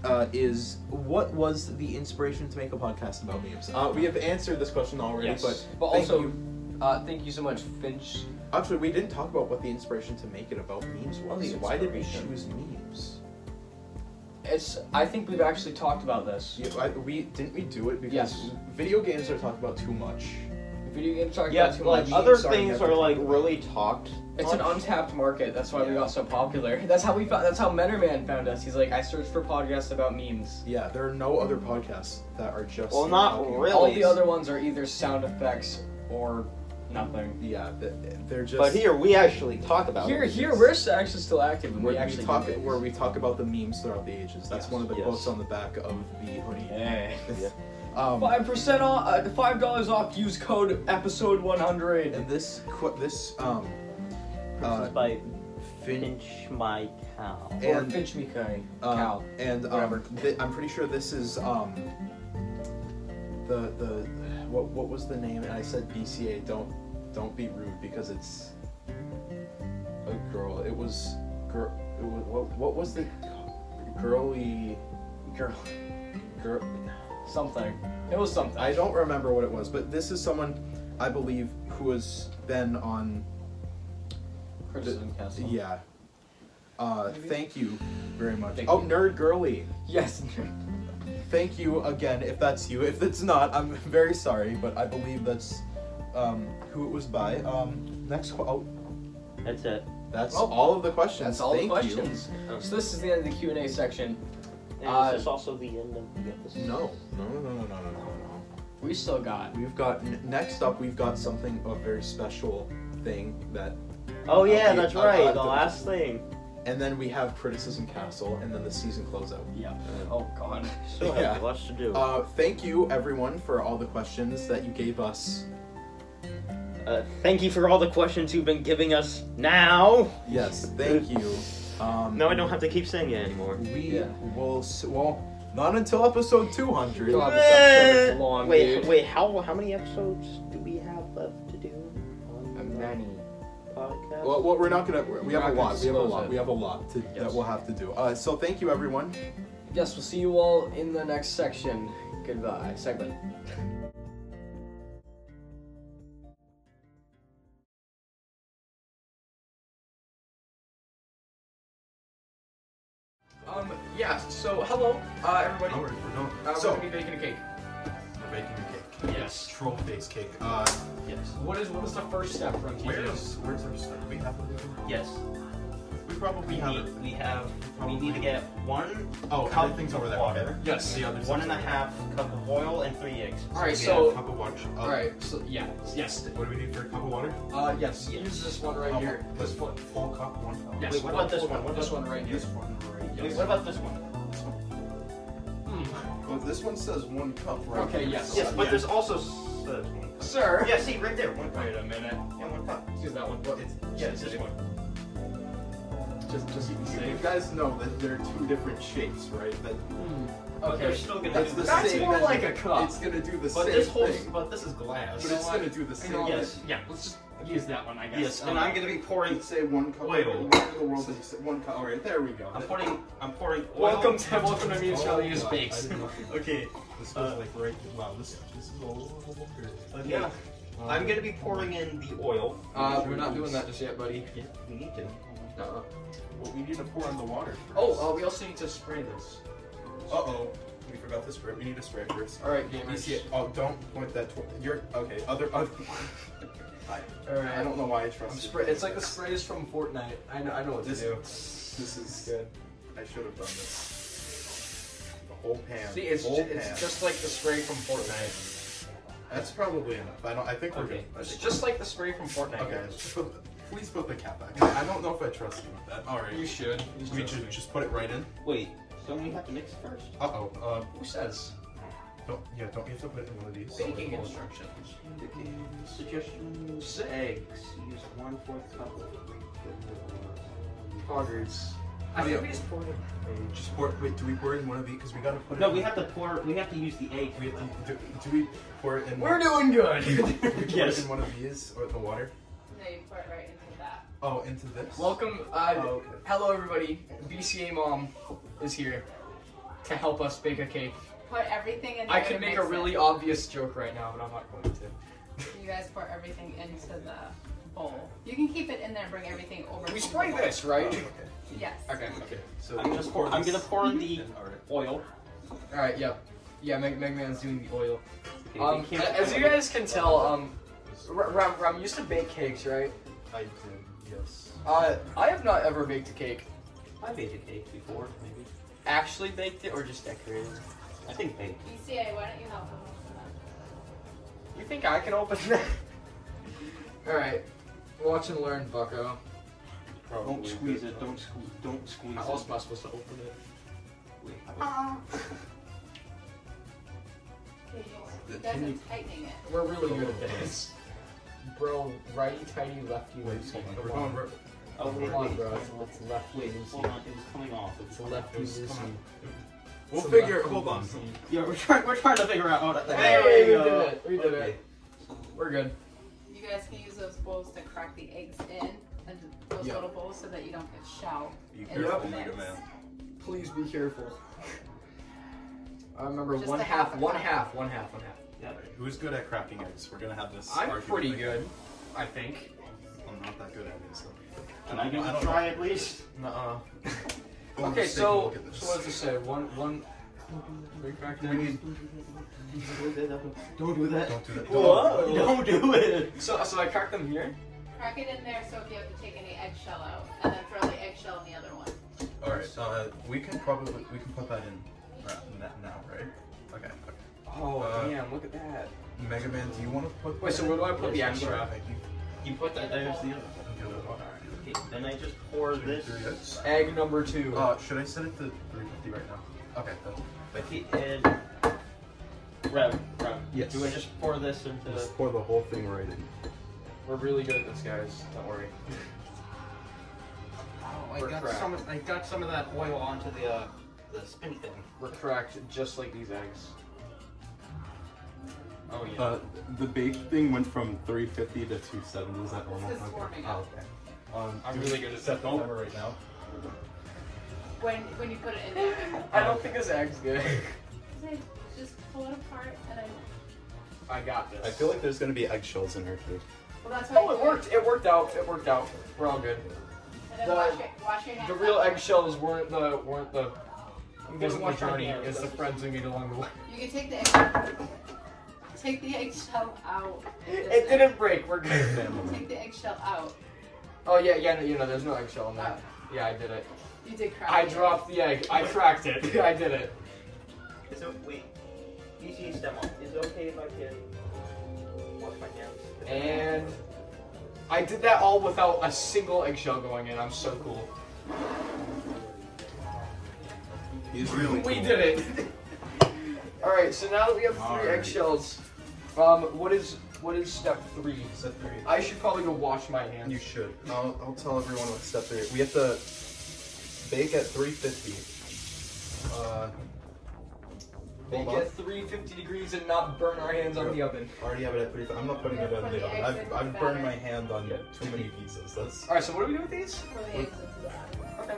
[SPEAKER 1] uh, is what was the inspiration to make a podcast about memes? Uh, we have answered this question already, but thank
[SPEAKER 2] also,
[SPEAKER 1] you.
[SPEAKER 2] uh, thank you so much, Finch.
[SPEAKER 1] actually, we didn't talk about what the inspiration to make it about memes
[SPEAKER 2] Oh,
[SPEAKER 1] was.
[SPEAKER 2] the
[SPEAKER 1] Why did we
[SPEAKER 2] inspiration.
[SPEAKER 1] choose memes?
[SPEAKER 2] It's. I think we've actually talked about this.
[SPEAKER 1] Yeah, I, we didn't we do it because
[SPEAKER 2] Yes.
[SPEAKER 1] video games are talked about too much.
[SPEAKER 2] Video game talk
[SPEAKER 3] Yeah,
[SPEAKER 2] about too
[SPEAKER 3] like
[SPEAKER 2] much.
[SPEAKER 3] other
[SPEAKER 1] Sorry,
[SPEAKER 3] things
[SPEAKER 1] never
[SPEAKER 3] are like
[SPEAKER 1] mind.
[SPEAKER 3] really talked.
[SPEAKER 2] It's an
[SPEAKER 3] much.
[SPEAKER 2] untapped market. That's why we
[SPEAKER 1] Yeah.
[SPEAKER 2] got so popular. That's how we found. That's how Mennerman found us. He's like, I searched for podcasts about memes.
[SPEAKER 1] Yeah, there are no other podcasts that are just.
[SPEAKER 3] Well, not
[SPEAKER 1] talking-
[SPEAKER 3] really.
[SPEAKER 2] All the other ones are either sound effects or nothing.
[SPEAKER 1] Yeah, th- they're just.
[SPEAKER 3] But here we actually talk about
[SPEAKER 2] Here,
[SPEAKER 3] it.
[SPEAKER 2] here, we're s- actually still active. And
[SPEAKER 1] where
[SPEAKER 2] we
[SPEAKER 1] we,
[SPEAKER 2] actually
[SPEAKER 1] talk
[SPEAKER 2] do things.
[SPEAKER 1] where we talk about the memes throughout the ages. That's
[SPEAKER 2] Yes.
[SPEAKER 1] one of the
[SPEAKER 3] Yes.
[SPEAKER 1] quotes on the back of the hoodie.
[SPEAKER 2] Yeah.
[SPEAKER 3] Yeah.
[SPEAKER 1] Um,
[SPEAKER 2] Five percent off. Uh, Five dollars off. Use code episode one hundred.
[SPEAKER 1] and this qu- this um
[SPEAKER 3] This
[SPEAKER 1] uh,
[SPEAKER 3] is by
[SPEAKER 1] fin-
[SPEAKER 3] Finch My Cow.
[SPEAKER 2] Or
[SPEAKER 1] and
[SPEAKER 2] Finch me, Kai.
[SPEAKER 1] uh,
[SPEAKER 2] Cal.
[SPEAKER 1] and
[SPEAKER 2] Whatever.
[SPEAKER 1] um, th- I'm pretty sure this is um the the what what was the name? And I said BCA. Don't don't be rude because it's a girl. It was girl. It was, what what was the girly girl girl?
[SPEAKER 2] Something. It was something.
[SPEAKER 1] I don't remember what it was, but this is someone I believe who has been on
[SPEAKER 9] Criticism Castle.
[SPEAKER 1] Yeah. Uh, thank you very much.
[SPEAKER 2] Thank
[SPEAKER 1] oh,
[SPEAKER 2] you.
[SPEAKER 1] nerd girly.
[SPEAKER 2] Yes.
[SPEAKER 1] Thank you again. If that's you, if it's not, I'm very sorry, but I believe that's um, who it was by. Um, next, qu- oh,
[SPEAKER 3] That's it.
[SPEAKER 1] that's
[SPEAKER 2] Oh.
[SPEAKER 1] all of the questions.
[SPEAKER 2] That's all the
[SPEAKER 1] Thank you.
[SPEAKER 2] questions.
[SPEAKER 3] Um,
[SPEAKER 2] So this is the end of the Q and A section.
[SPEAKER 3] And
[SPEAKER 2] Uh,
[SPEAKER 3] this is also the end of the episode.
[SPEAKER 1] No, no, no, no, no, no, no, no.
[SPEAKER 2] We still got.
[SPEAKER 1] We've got n- next up. We've got something a very special thing that,
[SPEAKER 3] Oh yeah,
[SPEAKER 1] Okay,
[SPEAKER 3] that's
[SPEAKER 1] I- I
[SPEAKER 3] right.
[SPEAKER 1] like
[SPEAKER 3] The
[SPEAKER 1] those.
[SPEAKER 3] last thing.
[SPEAKER 1] and then we have criticism castle, and then the season closeout.
[SPEAKER 2] Yeah. Oh God.
[SPEAKER 3] Still have
[SPEAKER 1] Yeah.
[SPEAKER 3] lots to do.
[SPEAKER 1] Uh, thank you everyone for all the questions that you gave us.
[SPEAKER 3] Uh, thank you for all the questions you've been giving us. Now.
[SPEAKER 1] Yes, thank you. Um,
[SPEAKER 3] No, I don't have to keep saying it anymore.
[SPEAKER 1] We
[SPEAKER 2] Yeah.
[SPEAKER 1] will. S- well, not until episode 200.
[SPEAKER 2] God, this episode is long,
[SPEAKER 3] Wait,
[SPEAKER 2] dude.
[SPEAKER 3] wait. How how many episodes do we have left to do on
[SPEAKER 2] Many.
[SPEAKER 3] the podcast?
[SPEAKER 1] Well, well, we're not gonna. We're, we
[SPEAKER 2] We're
[SPEAKER 1] have a
[SPEAKER 2] not gonna
[SPEAKER 1] lot. We have a
[SPEAKER 2] disclose
[SPEAKER 1] lot.
[SPEAKER 2] it.
[SPEAKER 1] We have a lot to, that
[SPEAKER 2] Yes.
[SPEAKER 1] we'll have to do. Uh, so thank you, everyone.
[SPEAKER 2] Yes. We'll see you all in the next section. Goodbye. Segment. Um. Yeah. So hello, uh, everybody. Uh,
[SPEAKER 1] so
[SPEAKER 2] we're gonna be baking a cake.
[SPEAKER 1] we're making a cake.
[SPEAKER 2] Yes.
[SPEAKER 1] Troll face cake. Uh,
[SPEAKER 3] yes.
[SPEAKER 2] What is what is the first step from TJ?
[SPEAKER 1] where's our start? We have.
[SPEAKER 3] Yes.
[SPEAKER 1] We probably
[SPEAKER 3] We need. We have. We need to get one.
[SPEAKER 1] Oh,
[SPEAKER 3] cup everything's over there, water. okay.
[SPEAKER 2] Yes.
[SPEAKER 1] The uh, other.
[SPEAKER 3] One and a half cup of oil and three eggs.
[SPEAKER 2] All right. So.
[SPEAKER 1] cup of water. Uh,
[SPEAKER 2] All right. So yeah. Yes.
[SPEAKER 1] What do we need for a cup of water?
[SPEAKER 2] Uh. Yes.
[SPEAKER 3] Yes.
[SPEAKER 2] Use this one right here. This one.
[SPEAKER 1] Full cup, one cup.
[SPEAKER 2] Yes.
[SPEAKER 3] Wait, what about this
[SPEAKER 2] full-
[SPEAKER 3] one? What
[SPEAKER 2] this
[SPEAKER 3] about-
[SPEAKER 2] one right here.
[SPEAKER 1] one right.
[SPEAKER 3] Wait, what about this one?
[SPEAKER 2] Hmm.
[SPEAKER 1] Well, this one says one cup right.
[SPEAKER 2] Okay. Yes.
[SPEAKER 3] Yes, but
[SPEAKER 1] Yeah.
[SPEAKER 3] there's also. s- uh, one cup.
[SPEAKER 2] Sir.
[SPEAKER 3] Yeah, see right there, one cup.
[SPEAKER 2] Wait a minute.
[SPEAKER 3] Yeah, one cup.
[SPEAKER 2] Use that one. What-
[SPEAKER 3] Yeah, it's this one.
[SPEAKER 2] Just, just
[SPEAKER 1] You guys know that they're two different shapes, right? That
[SPEAKER 3] But they're
[SPEAKER 2] Okay.
[SPEAKER 3] still gonna
[SPEAKER 1] That's
[SPEAKER 3] do
[SPEAKER 1] the
[SPEAKER 3] the
[SPEAKER 2] That's
[SPEAKER 1] same.
[SPEAKER 2] more
[SPEAKER 1] that's-
[SPEAKER 2] like a cup.
[SPEAKER 1] It's gonna do the
[SPEAKER 3] But
[SPEAKER 1] same
[SPEAKER 3] this whole.
[SPEAKER 1] thing.
[SPEAKER 3] But this is glass.
[SPEAKER 1] But it's gonna do the
[SPEAKER 2] I
[SPEAKER 1] same
[SPEAKER 2] know
[SPEAKER 1] thing.
[SPEAKER 2] what-
[SPEAKER 3] Yes.
[SPEAKER 2] Yeah. Let's just use that one, I guess.
[SPEAKER 3] Yes, and
[SPEAKER 2] Um,
[SPEAKER 3] I'm gonna be pouring.
[SPEAKER 1] Let's say one cup.
[SPEAKER 3] Wait,
[SPEAKER 1] Where in
[SPEAKER 3] wait.
[SPEAKER 1] the world did you say one cup? Alright, there we go.
[SPEAKER 3] I'm pouring. I'm pouring. Oil.
[SPEAKER 2] Welcome to welcome to
[SPEAKER 1] Oh,
[SPEAKER 2] Mutual Use
[SPEAKER 1] God, I
[SPEAKER 2] Bakes.
[SPEAKER 1] didn't know if it-
[SPEAKER 3] Okay.
[SPEAKER 1] This
[SPEAKER 3] Uh,
[SPEAKER 1] was like right. Wow, this this is all over.
[SPEAKER 3] okay. I'm gonna be pouring in the oil.
[SPEAKER 2] um, Uh, we're not doing that just yet, buddy.
[SPEAKER 3] Yeah, we need to.
[SPEAKER 2] No.
[SPEAKER 1] Well, we need to pour on the water.
[SPEAKER 2] Oh, uh, we also need to spray this.
[SPEAKER 1] Uh oh. We forgot the spray. We need a spray first.
[SPEAKER 2] All right,
[SPEAKER 1] You see
[SPEAKER 2] gamers.
[SPEAKER 1] it? Oh, don't point that. Tw- you're okay. Other. other I,
[SPEAKER 2] All right.
[SPEAKER 1] I don't know why I trust.
[SPEAKER 2] I'm
[SPEAKER 1] you.
[SPEAKER 2] spray. It's like the sprays from Fortnite. I know. I know what to
[SPEAKER 1] This-
[SPEAKER 2] do.
[SPEAKER 1] This is good. I should have done this. The whole pan.
[SPEAKER 2] See, it's,
[SPEAKER 1] whole
[SPEAKER 2] ju- it's
[SPEAKER 1] pan.
[SPEAKER 2] just like the spray from Fortnite.
[SPEAKER 1] That's probably enough. I don't. I think we're
[SPEAKER 3] Okay.
[SPEAKER 1] good. I
[SPEAKER 2] It's
[SPEAKER 1] think-
[SPEAKER 2] just like the spray from Fortnite.
[SPEAKER 1] okay. let's just put the- Please put the cap back. I don't know if I trust you with that. All right.
[SPEAKER 2] You should. You
[SPEAKER 1] we
[SPEAKER 2] trust
[SPEAKER 1] should
[SPEAKER 2] me.
[SPEAKER 1] just put it right in.
[SPEAKER 3] Wait. So we have to mix first.
[SPEAKER 1] Uh oh. Uh,
[SPEAKER 2] Who says
[SPEAKER 1] don't. Yeah. Don't you have to put it in one of these?
[SPEAKER 2] baking instructions?
[SPEAKER 3] Indicate suggestions. Eggs. Use one fourth cup of
[SPEAKER 2] Poggers.
[SPEAKER 1] I think
[SPEAKER 2] we just poured it.
[SPEAKER 1] Just pour. Wait. Do we pour it in one of these? Because we gotta put it.
[SPEAKER 3] No,
[SPEAKER 1] in-
[SPEAKER 3] we have to pour. We have to use the egg.
[SPEAKER 1] We have to, do, do we pour it in?
[SPEAKER 2] We're doing
[SPEAKER 1] do
[SPEAKER 2] good.
[SPEAKER 1] we pour
[SPEAKER 3] Yes.
[SPEAKER 1] it in one of these or the water?
[SPEAKER 12] No, you pour it right into that.
[SPEAKER 1] Oh, into this.
[SPEAKER 2] Welcome.
[SPEAKER 1] Oh,
[SPEAKER 2] Uh,
[SPEAKER 1] okay.
[SPEAKER 2] Hello, everybody. BCA mom is here to help us bake a cake.
[SPEAKER 12] Put everything in.
[SPEAKER 2] I
[SPEAKER 12] there
[SPEAKER 2] could
[SPEAKER 12] to
[SPEAKER 2] make a
[SPEAKER 12] mix it.
[SPEAKER 2] really obvious joke right now, but I'm not going to.
[SPEAKER 12] You guys pour everything into the bowl. You can keep it in there and bring everything over. to
[SPEAKER 2] We
[SPEAKER 12] the
[SPEAKER 2] spray
[SPEAKER 12] bowl.
[SPEAKER 2] this,
[SPEAKER 1] Oh,
[SPEAKER 2] right?
[SPEAKER 1] okay.
[SPEAKER 12] Yes.
[SPEAKER 2] Okay.
[SPEAKER 1] Okay. So
[SPEAKER 3] I'm just. Pour, I'm gonna pour in the
[SPEAKER 1] And, all right.
[SPEAKER 3] oil.
[SPEAKER 2] All right. Yep. Yeah. Meg Megman's doing the oil.
[SPEAKER 3] Okay,
[SPEAKER 2] Um,
[SPEAKER 3] we can't-
[SPEAKER 2] as you guys can tell, um, R- Ram, Ram used to bake cakes, right?
[SPEAKER 1] I did. Yes.
[SPEAKER 2] Uh, I have not ever baked a cake.
[SPEAKER 3] I baked a cake before, maybe.
[SPEAKER 2] Actually baked it or just decorated?
[SPEAKER 3] I think baked.
[SPEAKER 12] ECA, why don't you help him?
[SPEAKER 2] You think I can open that? All right. Watch and learn, Bucko.
[SPEAKER 3] Don't squeeze it. Don't squeeze. Don't squeeze
[SPEAKER 2] How
[SPEAKER 3] it.
[SPEAKER 2] else am I supposed to open it?
[SPEAKER 3] Wait,
[SPEAKER 12] Um,
[SPEAKER 14] He doesn't tightening it.
[SPEAKER 2] We're really good at this. Bro, righty tighty, lefty loosey.
[SPEAKER 1] We're going ri-
[SPEAKER 3] Oh,
[SPEAKER 2] Come
[SPEAKER 3] wait,
[SPEAKER 2] on,
[SPEAKER 3] wait,
[SPEAKER 2] bro.
[SPEAKER 3] wait,
[SPEAKER 2] It's lefty
[SPEAKER 3] Wait, hold
[SPEAKER 2] loosey.
[SPEAKER 3] on. It was coming off.
[SPEAKER 2] It's lefty
[SPEAKER 1] Come
[SPEAKER 2] loosey.
[SPEAKER 1] on. We'll
[SPEAKER 2] Some
[SPEAKER 1] figure.
[SPEAKER 2] lefty
[SPEAKER 1] Hold on.
[SPEAKER 2] loosey.
[SPEAKER 3] Yeah, we're trying. We're trying to figure out. How to,
[SPEAKER 2] Hey, we
[SPEAKER 3] go.
[SPEAKER 2] did it. We did
[SPEAKER 3] Okay.
[SPEAKER 2] it. We're good.
[SPEAKER 14] You guys can use those bowls to crack the eggs in, and those
[SPEAKER 1] Yeah.
[SPEAKER 14] little bowls, so that you don't get shell.
[SPEAKER 13] Be
[SPEAKER 14] in the
[SPEAKER 13] careful,
[SPEAKER 14] mix.
[SPEAKER 13] Mega Man.
[SPEAKER 2] Please be careful. I Uh, remember
[SPEAKER 14] Just
[SPEAKER 2] one
[SPEAKER 14] a
[SPEAKER 2] half,
[SPEAKER 14] half a
[SPEAKER 2] one
[SPEAKER 14] cup.
[SPEAKER 2] half, one half, one half.
[SPEAKER 13] Who's good at cracking eggs? We're gonna have this.
[SPEAKER 2] I'm
[SPEAKER 13] argument
[SPEAKER 2] pretty
[SPEAKER 13] later.
[SPEAKER 2] good, I think.
[SPEAKER 13] I'm not that good at it. So.
[SPEAKER 3] Can I give
[SPEAKER 13] I
[SPEAKER 3] it
[SPEAKER 13] don't
[SPEAKER 3] a try at least?
[SPEAKER 1] Nuh-uh.
[SPEAKER 13] We'll just
[SPEAKER 2] Okay,
[SPEAKER 13] take a
[SPEAKER 2] so,
[SPEAKER 13] look at this.
[SPEAKER 2] so what does it say? One, one. We cracked
[SPEAKER 3] We
[SPEAKER 2] eggs.
[SPEAKER 3] need- Don't do that.
[SPEAKER 13] Don't do that.
[SPEAKER 3] Whoa! Don't do it.
[SPEAKER 2] So, so I cracked them here.
[SPEAKER 14] Crack it in there, so if you have to take any eggshell out, and then throw the eggshell in the other one.
[SPEAKER 13] All right. Uh, we can probably we can put that in ra- na- now, right? Okay. okay.
[SPEAKER 2] Oh
[SPEAKER 13] Uh,
[SPEAKER 2] damn! Look at that.
[SPEAKER 1] Mega Man, do you want to put?
[SPEAKER 2] Wait, so where do I put the
[SPEAKER 1] Yeah,
[SPEAKER 2] extra?
[SPEAKER 1] sure, Thank you.
[SPEAKER 3] You put that there's the other. one.
[SPEAKER 13] Do it. All
[SPEAKER 3] Okay, then I just pour
[SPEAKER 13] right.
[SPEAKER 3] this.
[SPEAKER 13] Three eggs.
[SPEAKER 2] Egg number two.
[SPEAKER 13] Uh, should I set it to 350 right now? Okay. That's, thank you.
[SPEAKER 3] Okay, and Rev, Rev.
[SPEAKER 1] Yes.
[SPEAKER 3] Do I just pour this into the?
[SPEAKER 1] pour the whole thing right in.
[SPEAKER 2] We're really good at this, guys. Don't worry.
[SPEAKER 3] Oh,
[SPEAKER 2] I got some
[SPEAKER 3] Of, I got some of that oil onto the uh, the spin thing.
[SPEAKER 2] We're cracked just like these eggs. Oh yeah.
[SPEAKER 15] Uh, the baked thing went from 350 to 270. Is that normal?
[SPEAKER 14] This is warming
[SPEAKER 15] Oh,
[SPEAKER 14] up.
[SPEAKER 15] okay. Um,
[SPEAKER 2] I'm
[SPEAKER 15] do
[SPEAKER 2] really
[SPEAKER 15] we
[SPEAKER 2] good at
[SPEAKER 15] set the
[SPEAKER 2] that.
[SPEAKER 15] timer right now.
[SPEAKER 14] When when you put it in there,
[SPEAKER 2] I don't think this egg's good.
[SPEAKER 14] just pull it apart, and then
[SPEAKER 2] I got this.
[SPEAKER 15] I feel like there's gonna be eggshells in here too.
[SPEAKER 14] well, that's how
[SPEAKER 2] Oh,
[SPEAKER 14] you
[SPEAKER 2] it
[SPEAKER 14] do
[SPEAKER 2] worked. It worked out. It worked out. We're all good.
[SPEAKER 14] And then
[SPEAKER 2] The-
[SPEAKER 14] wash, your, wash your hands.
[SPEAKER 2] The real
[SPEAKER 14] after.
[SPEAKER 2] eggshells weren't the weren't the.
[SPEAKER 3] I'm
[SPEAKER 2] Wasn't the
[SPEAKER 3] wash my
[SPEAKER 2] journey.
[SPEAKER 3] hands.
[SPEAKER 2] It's the friends we made along the way.
[SPEAKER 14] You can take the egg. Take the eggshell out.
[SPEAKER 2] It didn't break. We're good.
[SPEAKER 14] Take the eggshell out.
[SPEAKER 2] Oh yeah, yeah. No, you know, there's no eggshell in
[SPEAKER 14] Oh.
[SPEAKER 2] that. Yeah, I did it.
[SPEAKER 14] You did crack.
[SPEAKER 2] I
[SPEAKER 14] it.
[SPEAKER 2] dropped the egg. I cracked it. I did it.
[SPEAKER 3] So wait, DC step on. Is it okay if I can wash my hands?
[SPEAKER 2] And I did that all without a single eggshell going in. I'm so cool.
[SPEAKER 1] He's really.
[SPEAKER 2] We
[SPEAKER 1] cool.
[SPEAKER 2] did it. all right. So now that we have three
[SPEAKER 1] All right.
[SPEAKER 2] eggshells, um, what is what is step three?
[SPEAKER 1] Set three.
[SPEAKER 2] I should probably go wash my hands.
[SPEAKER 1] You should. I'll, I'll tell everyone what step three. We have to bake at 350. Uh,
[SPEAKER 2] They
[SPEAKER 1] Hold on.
[SPEAKER 2] get 350 degrees and not burn our hands on the oven.
[SPEAKER 1] I already have it at 350. I'm not putting it on the oven. I've, I've burned my hand on too many pizzas. That's
[SPEAKER 2] All right. So what do we do with these?
[SPEAKER 14] Throw the eggs into the oven.
[SPEAKER 2] Okay.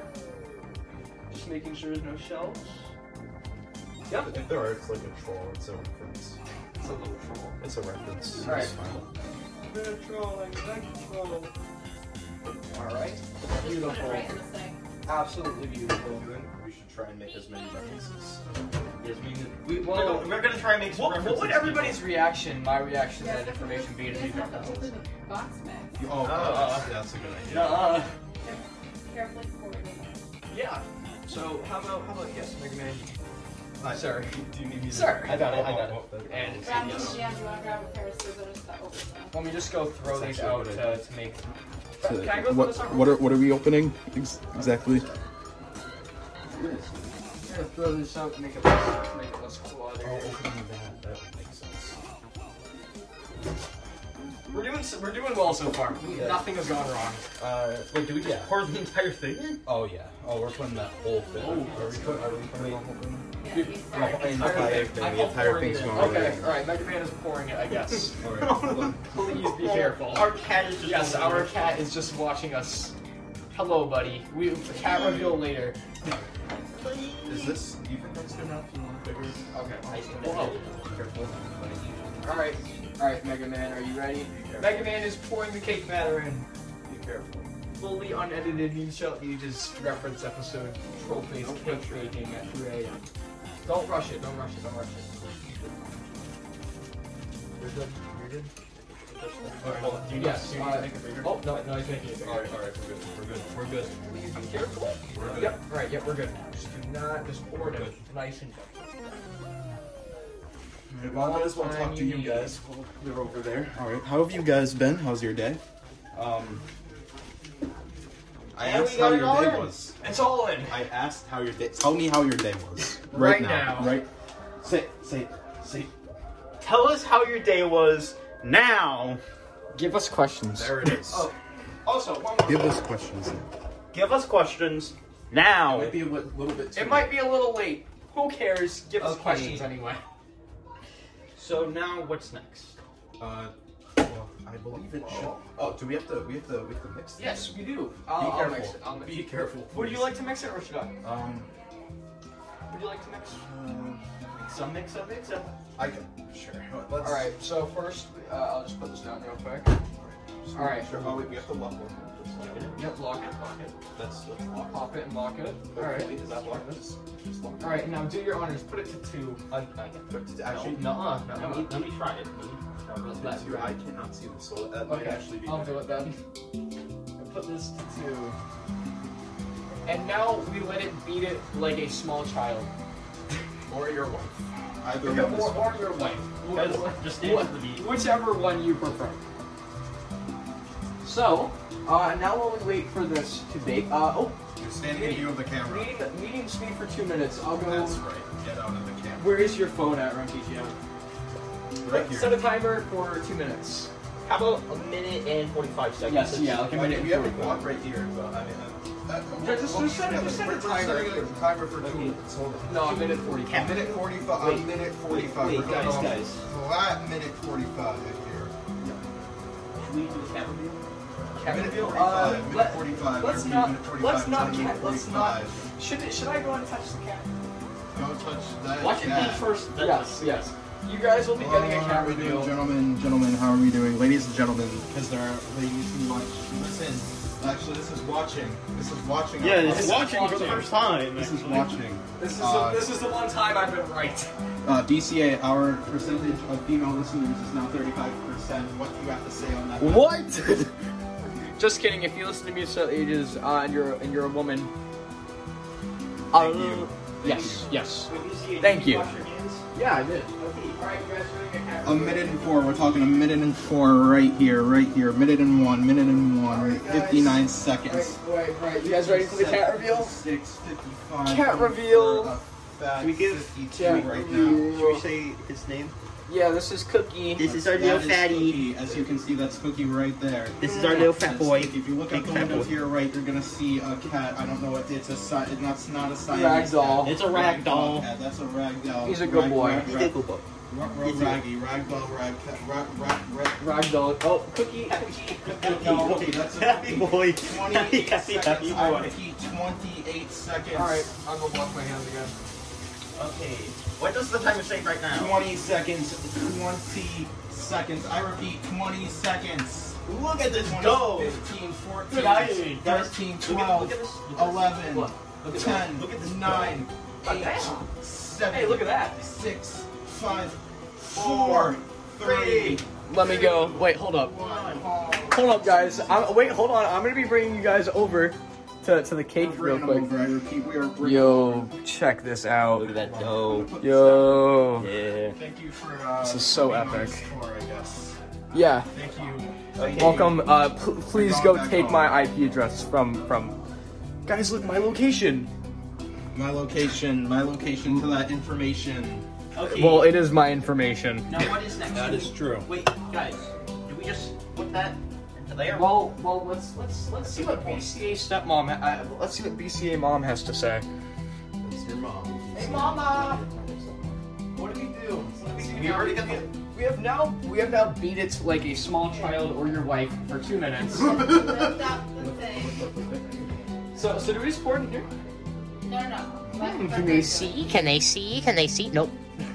[SPEAKER 2] Just making sure there's no shells. Yep.
[SPEAKER 1] if there are, it's like a troll. It's a reference.
[SPEAKER 2] It's a little troll.
[SPEAKER 1] It's a reference.
[SPEAKER 2] All right.
[SPEAKER 1] It's fine.
[SPEAKER 2] All right.
[SPEAKER 14] Just put
[SPEAKER 2] Beautiful.
[SPEAKER 14] it right in the sink.
[SPEAKER 2] Absolutely beautiful.
[SPEAKER 1] We should try and make as many references.
[SPEAKER 3] Yes, we, we,
[SPEAKER 2] Well-
[SPEAKER 3] we're, gonna, we're gonna try and make some
[SPEAKER 2] What, what
[SPEAKER 3] references.
[SPEAKER 2] would everybody's reaction, my reaction to
[SPEAKER 14] Yeah,
[SPEAKER 2] that information be
[SPEAKER 14] you
[SPEAKER 2] to
[SPEAKER 14] guys
[SPEAKER 2] these
[SPEAKER 14] have to
[SPEAKER 2] McDonald's?
[SPEAKER 14] open the box mix.
[SPEAKER 1] Oh,
[SPEAKER 2] Uh,
[SPEAKER 1] that's, that's a good idea.
[SPEAKER 2] Nuh-uh.
[SPEAKER 14] Carefully pour it in.
[SPEAKER 2] Uh, Yeah. So how about how about yes, Mega Man?
[SPEAKER 1] I-
[SPEAKER 2] Sorry.
[SPEAKER 1] Do you need me to?
[SPEAKER 2] Sorry. I got it, I got it.
[SPEAKER 1] it.
[SPEAKER 2] And-
[SPEAKER 14] Grab the jam. You want to grab a pair of scissors to open them?
[SPEAKER 2] Let me just go throw
[SPEAKER 1] That's
[SPEAKER 2] these
[SPEAKER 1] actually
[SPEAKER 2] out
[SPEAKER 1] a good
[SPEAKER 2] to, to make. Can I go through
[SPEAKER 15] what,
[SPEAKER 2] this out?
[SPEAKER 15] what are what are we opening ex- exactly?
[SPEAKER 2] I'm gonna throw this out to make it less, make it less cluttered.
[SPEAKER 1] Oh, opening that. That would make sense.
[SPEAKER 2] We're doing s- we're doing well so far.
[SPEAKER 1] Yeah.
[SPEAKER 2] Nothing has gone wrong.
[SPEAKER 1] Uh,
[SPEAKER 3] Wait, do we just
[SPEAKER 1] Yeah.
[SPEAKER 3] pour the entire thing in?
[SPEAKER 1] oh yeah. Oh, we're putting that whole thing.
[SPEAKER 3] Oh.
[SPEAKER 1] are we putting? Are we putting the whole thing?
[SPEAKER 14] Yeah,
[SPEAKER 2] Dude,
[SPEAKER 14] these
[SPEAKER 1] Oh,
[SPEAKER 14] are-
[SPEAKER 1] and
[SPEAKER 2] entire
[SPEAKER 1] okay.
[SPEAKER 2] thing.
[SPEAKER 15] then
[SPEAKER 2] I'm
[SPEAKER 15] the
[SPEAKER 2] all
[SPEAKER 15] entire
[SPEAKER 2] pouring
[SPEAKER 15] thing's
[SPEAKER 2] it.
[SPEAKER 15] going
[SPEAKER 2] Okay,
[SPEAKER 15] in.
[SPEAKER 2] all right. Mega Man is pouring it, I guess.
[SPEAKER 1] All right.
[SPEAKER 2] Please be careful.
[SPEAKER 3] Our cat is just.
[SPEAKER 2] Yes, our cat is just watching us. Hello, buddy. We cat reveal later.
[SPEAKER 1] Is this? Do you think that's good enough? You want to figure?
[SPEAKER 2] Okay.
[SPEAKER 3] I see.
[SPEAKER 2] Whoa.
[SPEAKER 1] Careful.
[SPEAKER 2] All right. All right, Mega Man, are you ready? Mega Man is pouring the cake batter in.
[SPEAKER 1] Be careful.
[SPEAKER 2] Fully unedited, you shall you just reference episode trophies cake baking at 3 a.m. Don't rush it. Don't rush it. Don't rush it.
[SPEAKER 1] You're good. You're good.
[SPEAKER 3] All right, hold on. Do you need,
[SPEAKER 2] Yes,
[SPEAKER 3] do you need
[SPEAKER 2] uh,
[SPEAKER 3] to make it bigger?
[SPEAKER 2] Oh no, no, he's making it.
[SPEAKER 1] All right. All right. We're good. We're good. We're good.
[SPEAKER 2] Please be careful.
[SPEAKER 1] We're good.
[SPEAKER 2] Yep. All right. Yep. We're good. Just do not. Just pour it in. Nice and gentle.
[SPEAKER 1] Hey, Well, I might as well talk to you
[SPEAKER 2] Fine.
[SPEAKER 1] guys. while They're over there.
[SPEAKER 15] All right. How have you guys been? How's your day?
[SPEAKER 1] Um, I
[SPEAKER 3] And we
[SPEAKER 1] asked
[SPEAKER 3] got
[SPEAKER 1] how
[SPEAKER 3] it all
[SPEAKER 1] your day
[SPEAKER 3] in.
[SPEAKER 1] was.
[SPEAKER 2] It's all in.
[SPEAKER 1] I asked how your day.
[SPEAKER 15] Tell me how your day was
[SPEAKER 2] Right now.
[SPEAKER 15] Right. Say say say.
[SPEAKER 3] Tell us how your day was now.
[SPEAKER 16] Give us questions.
[SPEAKER 3] There it is.
[SPEAKER 2] Oh.
[SPEAKER 3] Also, one more.
[SPEAKER 1] Give us questions.
[SPEAKER 3] Give us questions now.
[SPEAKER 1] It might be a li- little bit
[SPEAKER 2] Oh. It might be a little late. Who cares? Give us
[SPEAKER 3] Okay.
[SPEAKER 2] questions anyway.
[SPEAKER 3] So now what's next?
[SPEAKER 1] Uh, well, I believe it should. Oh, do we have to? We have to. We have to mix. This?
[SPEAKER 2] Yes, we do.
[SPEAKER 1] Be
[SPEAKER 2] I'll, I'll
[SPEAKER 1] careful.
[SPEAKER 2] mix it. I'll mix
[SPEAKER 1] Be
[SPEAKER 2] it.
[SPEAKER 1] careful.
[SPEAKER 2] Would you
[SPEAKER 1] please.
[SPEAKER 2] like to mix it or should I?
[SPEAKER 1] Um,
[SPEAKER 2] Would you like to mix?
[SPEAKER 1] uh,
[SPEAKER 3] Some mix up, mix up.
[SPEAKER 1] I can. Sure. Let's.
[SPEAKER 2] All right. So first, uh, I'll just put this down real quick. All right.
[SPEAKER 1] Sure. Oh wait, we have to lock one. Just lock it.
[SPEAKER 2] Yep. Lock it.
[SPEAKER 1] Lock it. That's that's locked.
[SPEAKER 2] Pop it and lock it. All
[SPEAKER 1] Wait,
[SPEAKER 2] right.
[SPEAKER 1] wait, Is that locked? Just, just lock it.
[SPEAKER 2] All right. Now do your honors. Put it to two.
[SPEAKER 1] I, I can put it to actually.
[SPEAKER 2] No. uh, No.
[SPEAKER 1] Let me-
[SPEAKER 2] no.
[SPEAKER 3] try it.
[SPEAKER 2] Let me-
[SPEAKER 1] Dude, I cannot see this, so that might
[SPEAKER 2] Okay,
[SPEAKER 1] actually be.
[SPEAKER 2] I'll
[SPEAKER 1] better.
[SPEAKER 2] do it then. I put this to two. And now we let it beat it like a small child.
[SPEAKER 1] Or your wife. Either
[SPEAKER 2] Or,
[SPEAKER 1] one is
[SPEAKER 2] or your wife.
[SPEAKER 3] Guys,
[SPEAKER 2] Wh-
[SPEAKER 3] just
[SPEAKER 2] wh-
[SPEAKER 3] dance to the beat.
[SPEAKER 2] Whichever one you prefer. So, uh, now while we wait for this to bake, uh, oh,
[SPEAKER 1] You're standing in view of the camera.
[SPEAKER 2] meeting, meeting speed for two minutes. I'll go.
[SPEAKER 1] That's right. Get out of the camera.
[SPEAKER 2] Where is your phone at, Rumpy
[SPEAKER 1] Right here.
[SPEAKER 2] Set a timer for two minutes.
[SPEAKER 3] How about a minute and 45 seconds?
[SPEAKER 2] Yes, yeah, like a minute.
[SPEAKER 1] Okay, we have a clock right here, but I mean, uh, that,
[SPEAKER 2] Yeah, just-
[SPEAKER 1] we'll-
[SPEAKER 2] just set it-
[SPEAKER 1] we'll-
[SPEAKER 2] just set a
[SPEAKER 1] we're- we're
[SPEAKER 2] timer.
[SPEAKER 1] setting a timer for two minutes. Hold on.
[SPEAKER 2] No, a minute 45.
[SPEAKER 1] A minute 45.
[SPEAKER 3] Wait,
[SPEAKER 1] a minute 45.
[SPEAKER 3] wait,
[SPEAKER 1] we're going
[SPEAKER 3] guys,
[SPEAKER 1] off
[SPEAKER 3] guys.
[SPEAKER 1] Flat minute 45 here.
[SPEAKER 3] Should we do Cavalry?
[SPEAKER 1] Minute
[SPEAKER 2] Capital.
[SPEAKER 1] 45.
[SPEAKER 2] Uh,
[SPEAKER 1] minute
[SPEAKER 2] let-
[SPEAKER 1] 45.
[SPEAKER 2] let's
[SPEAKER 1] every
[SPEAKER 2] not-
[SPEAKER 1] Minute 45.
[SPEAKER 2] let's not
[SPEAKER 1] minute
[SPEAKER 2] ca- let's
[SPEAKER 1] 45.
[SPEAKER 2] Should, it- should I go and touch the cat?
[SPEAKER 1] Don't touch that.
[SPEAKER 2] Watch it be
[SPEAKER 1] cat.
[SPEAKER 2] first. Yes, yes. You guys will be
[SPEAKER 1] Hello,
[SPEAKER 2] getting a
[SPEAKER 1] how
[SPEAKER 2] cat
[SPEAKER 1] are we Uh, doing,
[SPEAKER 2] reveal.
[SPEAKER 1] gentlemen? Gentlemen, how are we doing? Ladies and gentlemen, because there are ladies who watch. Listen, actually, this is watching. This is watching.
[SPEAKER 3] Yeah,
[SPEAKER 1] our
[SPEAKER 3] this is
[SPEAKER 1] podcast.
[SPEAKER 3] watching for the first time.
[SPEAKER 1] This is
[SPEAKER 3] actually.
[SPEAKER 1] watching.
[SPEAKER 2] This is
[SPEAKER 1] Uh,
[SPEAKER 2] the, this is the one time I've been right.
[SPEAKER 17] Uh, DCA, our percentage of female listeners is now 35%. What do you have to say on that?
[SPEAKER 2] What? Just kidding. If you listen to music at ages uh, and you're and you're a woman, I'll- yes, yes. Thank you. Yeah, I did.
[SPEAKER 17] A minute and four. We're talking a minute and four right here, right here. Minute and one, minute and one,
[SPEAKER 2] guys.
[SPEAKER 17] 59 seconds.
[SPEAKER 2] Right, right. You guys ready for the cat reveal?
[SPEAKER 1] Six fifty-five.
[SPEAKER 2] Cat reveal.
[SPEAKER 1] Fat
[SPEAKER 3] Should we give-
[SPEAKER 1] 52
[SPEAKER 2] Yeah.
[SPEAKER 1] right now.
[SPEAKER 3] Should we say his name?
[SPEAKER 2] Yeah, this is Cookie.
[SPEAKER 3] This is our little
[SPEAKER 17] That is
[SPEAKER 3] fatty.
[SPEAKER 17] Cookie. As you can see, that's Cookie right there.
[SPEAKER 3] This is our little fat
[SPEAKER 17] That's
[SPEAKER 3] boy.
[SPEAKER 17] Cookie. If you look out
[SPEAKER 3] Big
[SPEAKER 17] the
[SPEAKER 3] fat
[SPEAKER 17] window
[SPEAKER 3] boy.
[SPEAKER 17] to your right, you're gonna see a cat. I don't know what it's a sign. That's not a sign.
[SPEAKER 2] Ragdoll.
[SPEAKER 3] It's a rag doll.
[SPEAKER 17] Yeah, that's a ragdoll.
[SPEAKER 2] He's a good
[SPEAKER 17] Rag-
[SPEAKER 2] boy.
[SPEAKER 17] rag-
[SPEAKER 3] He's a
[SPEAKER 17] rag-
[SPEAKER 3] good boy.
[SPEAKER 17] rag- rag-
[SPEAKER 3] He's a-
[SPEAKER 17] Raggy, ragdoll, rag, rag, rag, rag.
[SPEAKER 2] Ragdoll. Oh, Cookie.
[SPEAKER 17] No, okay, that's a
[SPEAKER 3] Happy boy.
[SPEAKER 17] 28
[SPEAKER 3] Happy, happy
[SPEAKER 17] seconds. I
[SPEAKER 3] boy.
[SPEAKER 17] repeat, 28 seconds.
[SPEAKER 2] All right, I'll go wash my hands again.
[SPEAKER 3] Okay. What does the timer say right now?
[SPEAKER 17] 20 seconds. 20 seconds. I repeat, 20 seconds.
[SPEAKER 3] Look at this
[SPEAKER 17] 20,
[SPEAKER 3] go.
[SPEAKER 17] 15, 14,
[SPEAKER 3] Look at this.
[SPEAKER 17] 13,
[SPEAKER 3] Look at- look
[SPEAKER 17] 12,
[SPEAKER 3] at this. Look at this.
[SPEAKER 17] 11,
[SPEAKER 3] Look. Look at
[SPEAKER 17] 10,
[SPEAKER 3] that. Look at this.
[SPEAKER 17] 9,
[SPEAKER 2] Look at
[SPEAKER 17] 8,
[SPEAKER 2] that.
[SPEAKER 17] 7,
[SPEAKER 2] Hey, look at that.
[SPEAKER 17] 6, 5, 4,
[SPEAKER 3] Three.
[SPEAKER 17] 3,
[SPEAKER 2] Let me go. Wait, hold up. Hold up, guys. I'm, wait, hold on. I'm gonna be bringing you guys over to, to the cake real
[SPEAKER 17] Bringing them
[SPEAKER 2] quick.
[SPEAKER 17] over, I repeat, we are bringing
[SPEAKER 2] Yo, check this
[SPEAKER 3] Look
[SPEAKER 2] out.
[SPEAKER 3] at that dough.
[SPEAKER 2] Yo.
[SPEAKER 3] Yeah.
[SPEAKER 17] Thank you for uh,
[SPEAKER 2] This is so
[SPEAKER 17] being on
[SPEAKER 2] epic.
[SPEAKER 17] this tour, I guess.
[SPEAKER 2] Yeah.
[SPEAKER 17] Thank you.
[SPEAKER 2] Welcome. Uh, pl- please go take my IP address from from. Guys, look my location.
[SPEAKER 17] My location, my location to that information.
[SPEAKER 3] Okay.
[SPEAKER 2] Well, it is my information.
[SPEAKER 3] now what is next?
[SPEAKER 17] That is true.
[SPEAKER 3] Wait, guys. Do we just put that into there?
[SPEAKER 2] Well, well, let's let's let's see what BCA stepmom. ha- Uh, let's see what BCA mom has to say.
[SPEAKER 17] It's your mom.
[SPEAKER 2] Hey, mama. What did we do? What did we, do?
[SPEAKER 3] already got
[SPEAKER 2] We have- We have now we have now beat it like a small child or your wife for two minutes.
[SPEAKER 14] Lift up the thing.
[SPEAKER 2] so so do we just pour it in here?
[SPEAKER 14] No, no. What- what
[SPEAKER 16] Mm, Can
[SPEAKER 14] they're
[SPEAKER 16] they see? Can they see? Can they see? Nope.
[SPEAKER 14] doing.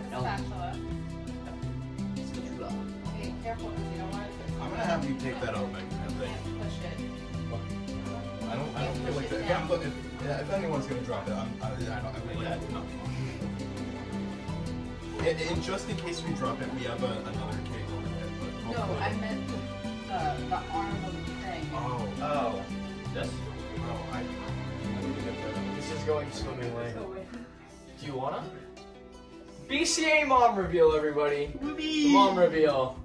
[SPEAKER 14] Spatula. Be careful 'cause you don't want it
[SPEAKER 1] I'm gonna have you take that out, Meg. I think.
[SPEAKER 14] to push it.
[SPEAKER 1] I don't. I don't feel like that. If, I'm, if, yeah, if anyone's gonna drop it, I'm, I, I don't. I mean, that's not. And, and just in case we drop it, we have a, another cake over there. But
[SPEAKER 14] No,
[SPEAKER 1] hopefully-
[SPEAKER 14] I meant the, the, the arm of the thing.
[SPEAKER 1] Oh.
[SPEAKER 3] Oh. This?
[SPEAKER 1] No, I.
[SPEAKER 2] This is going swimmingly.
[SPEAKER 14] Go with it.
[SPEAKER 2] Do you wanna? BCA mom reveal, everybody. Mom reveal.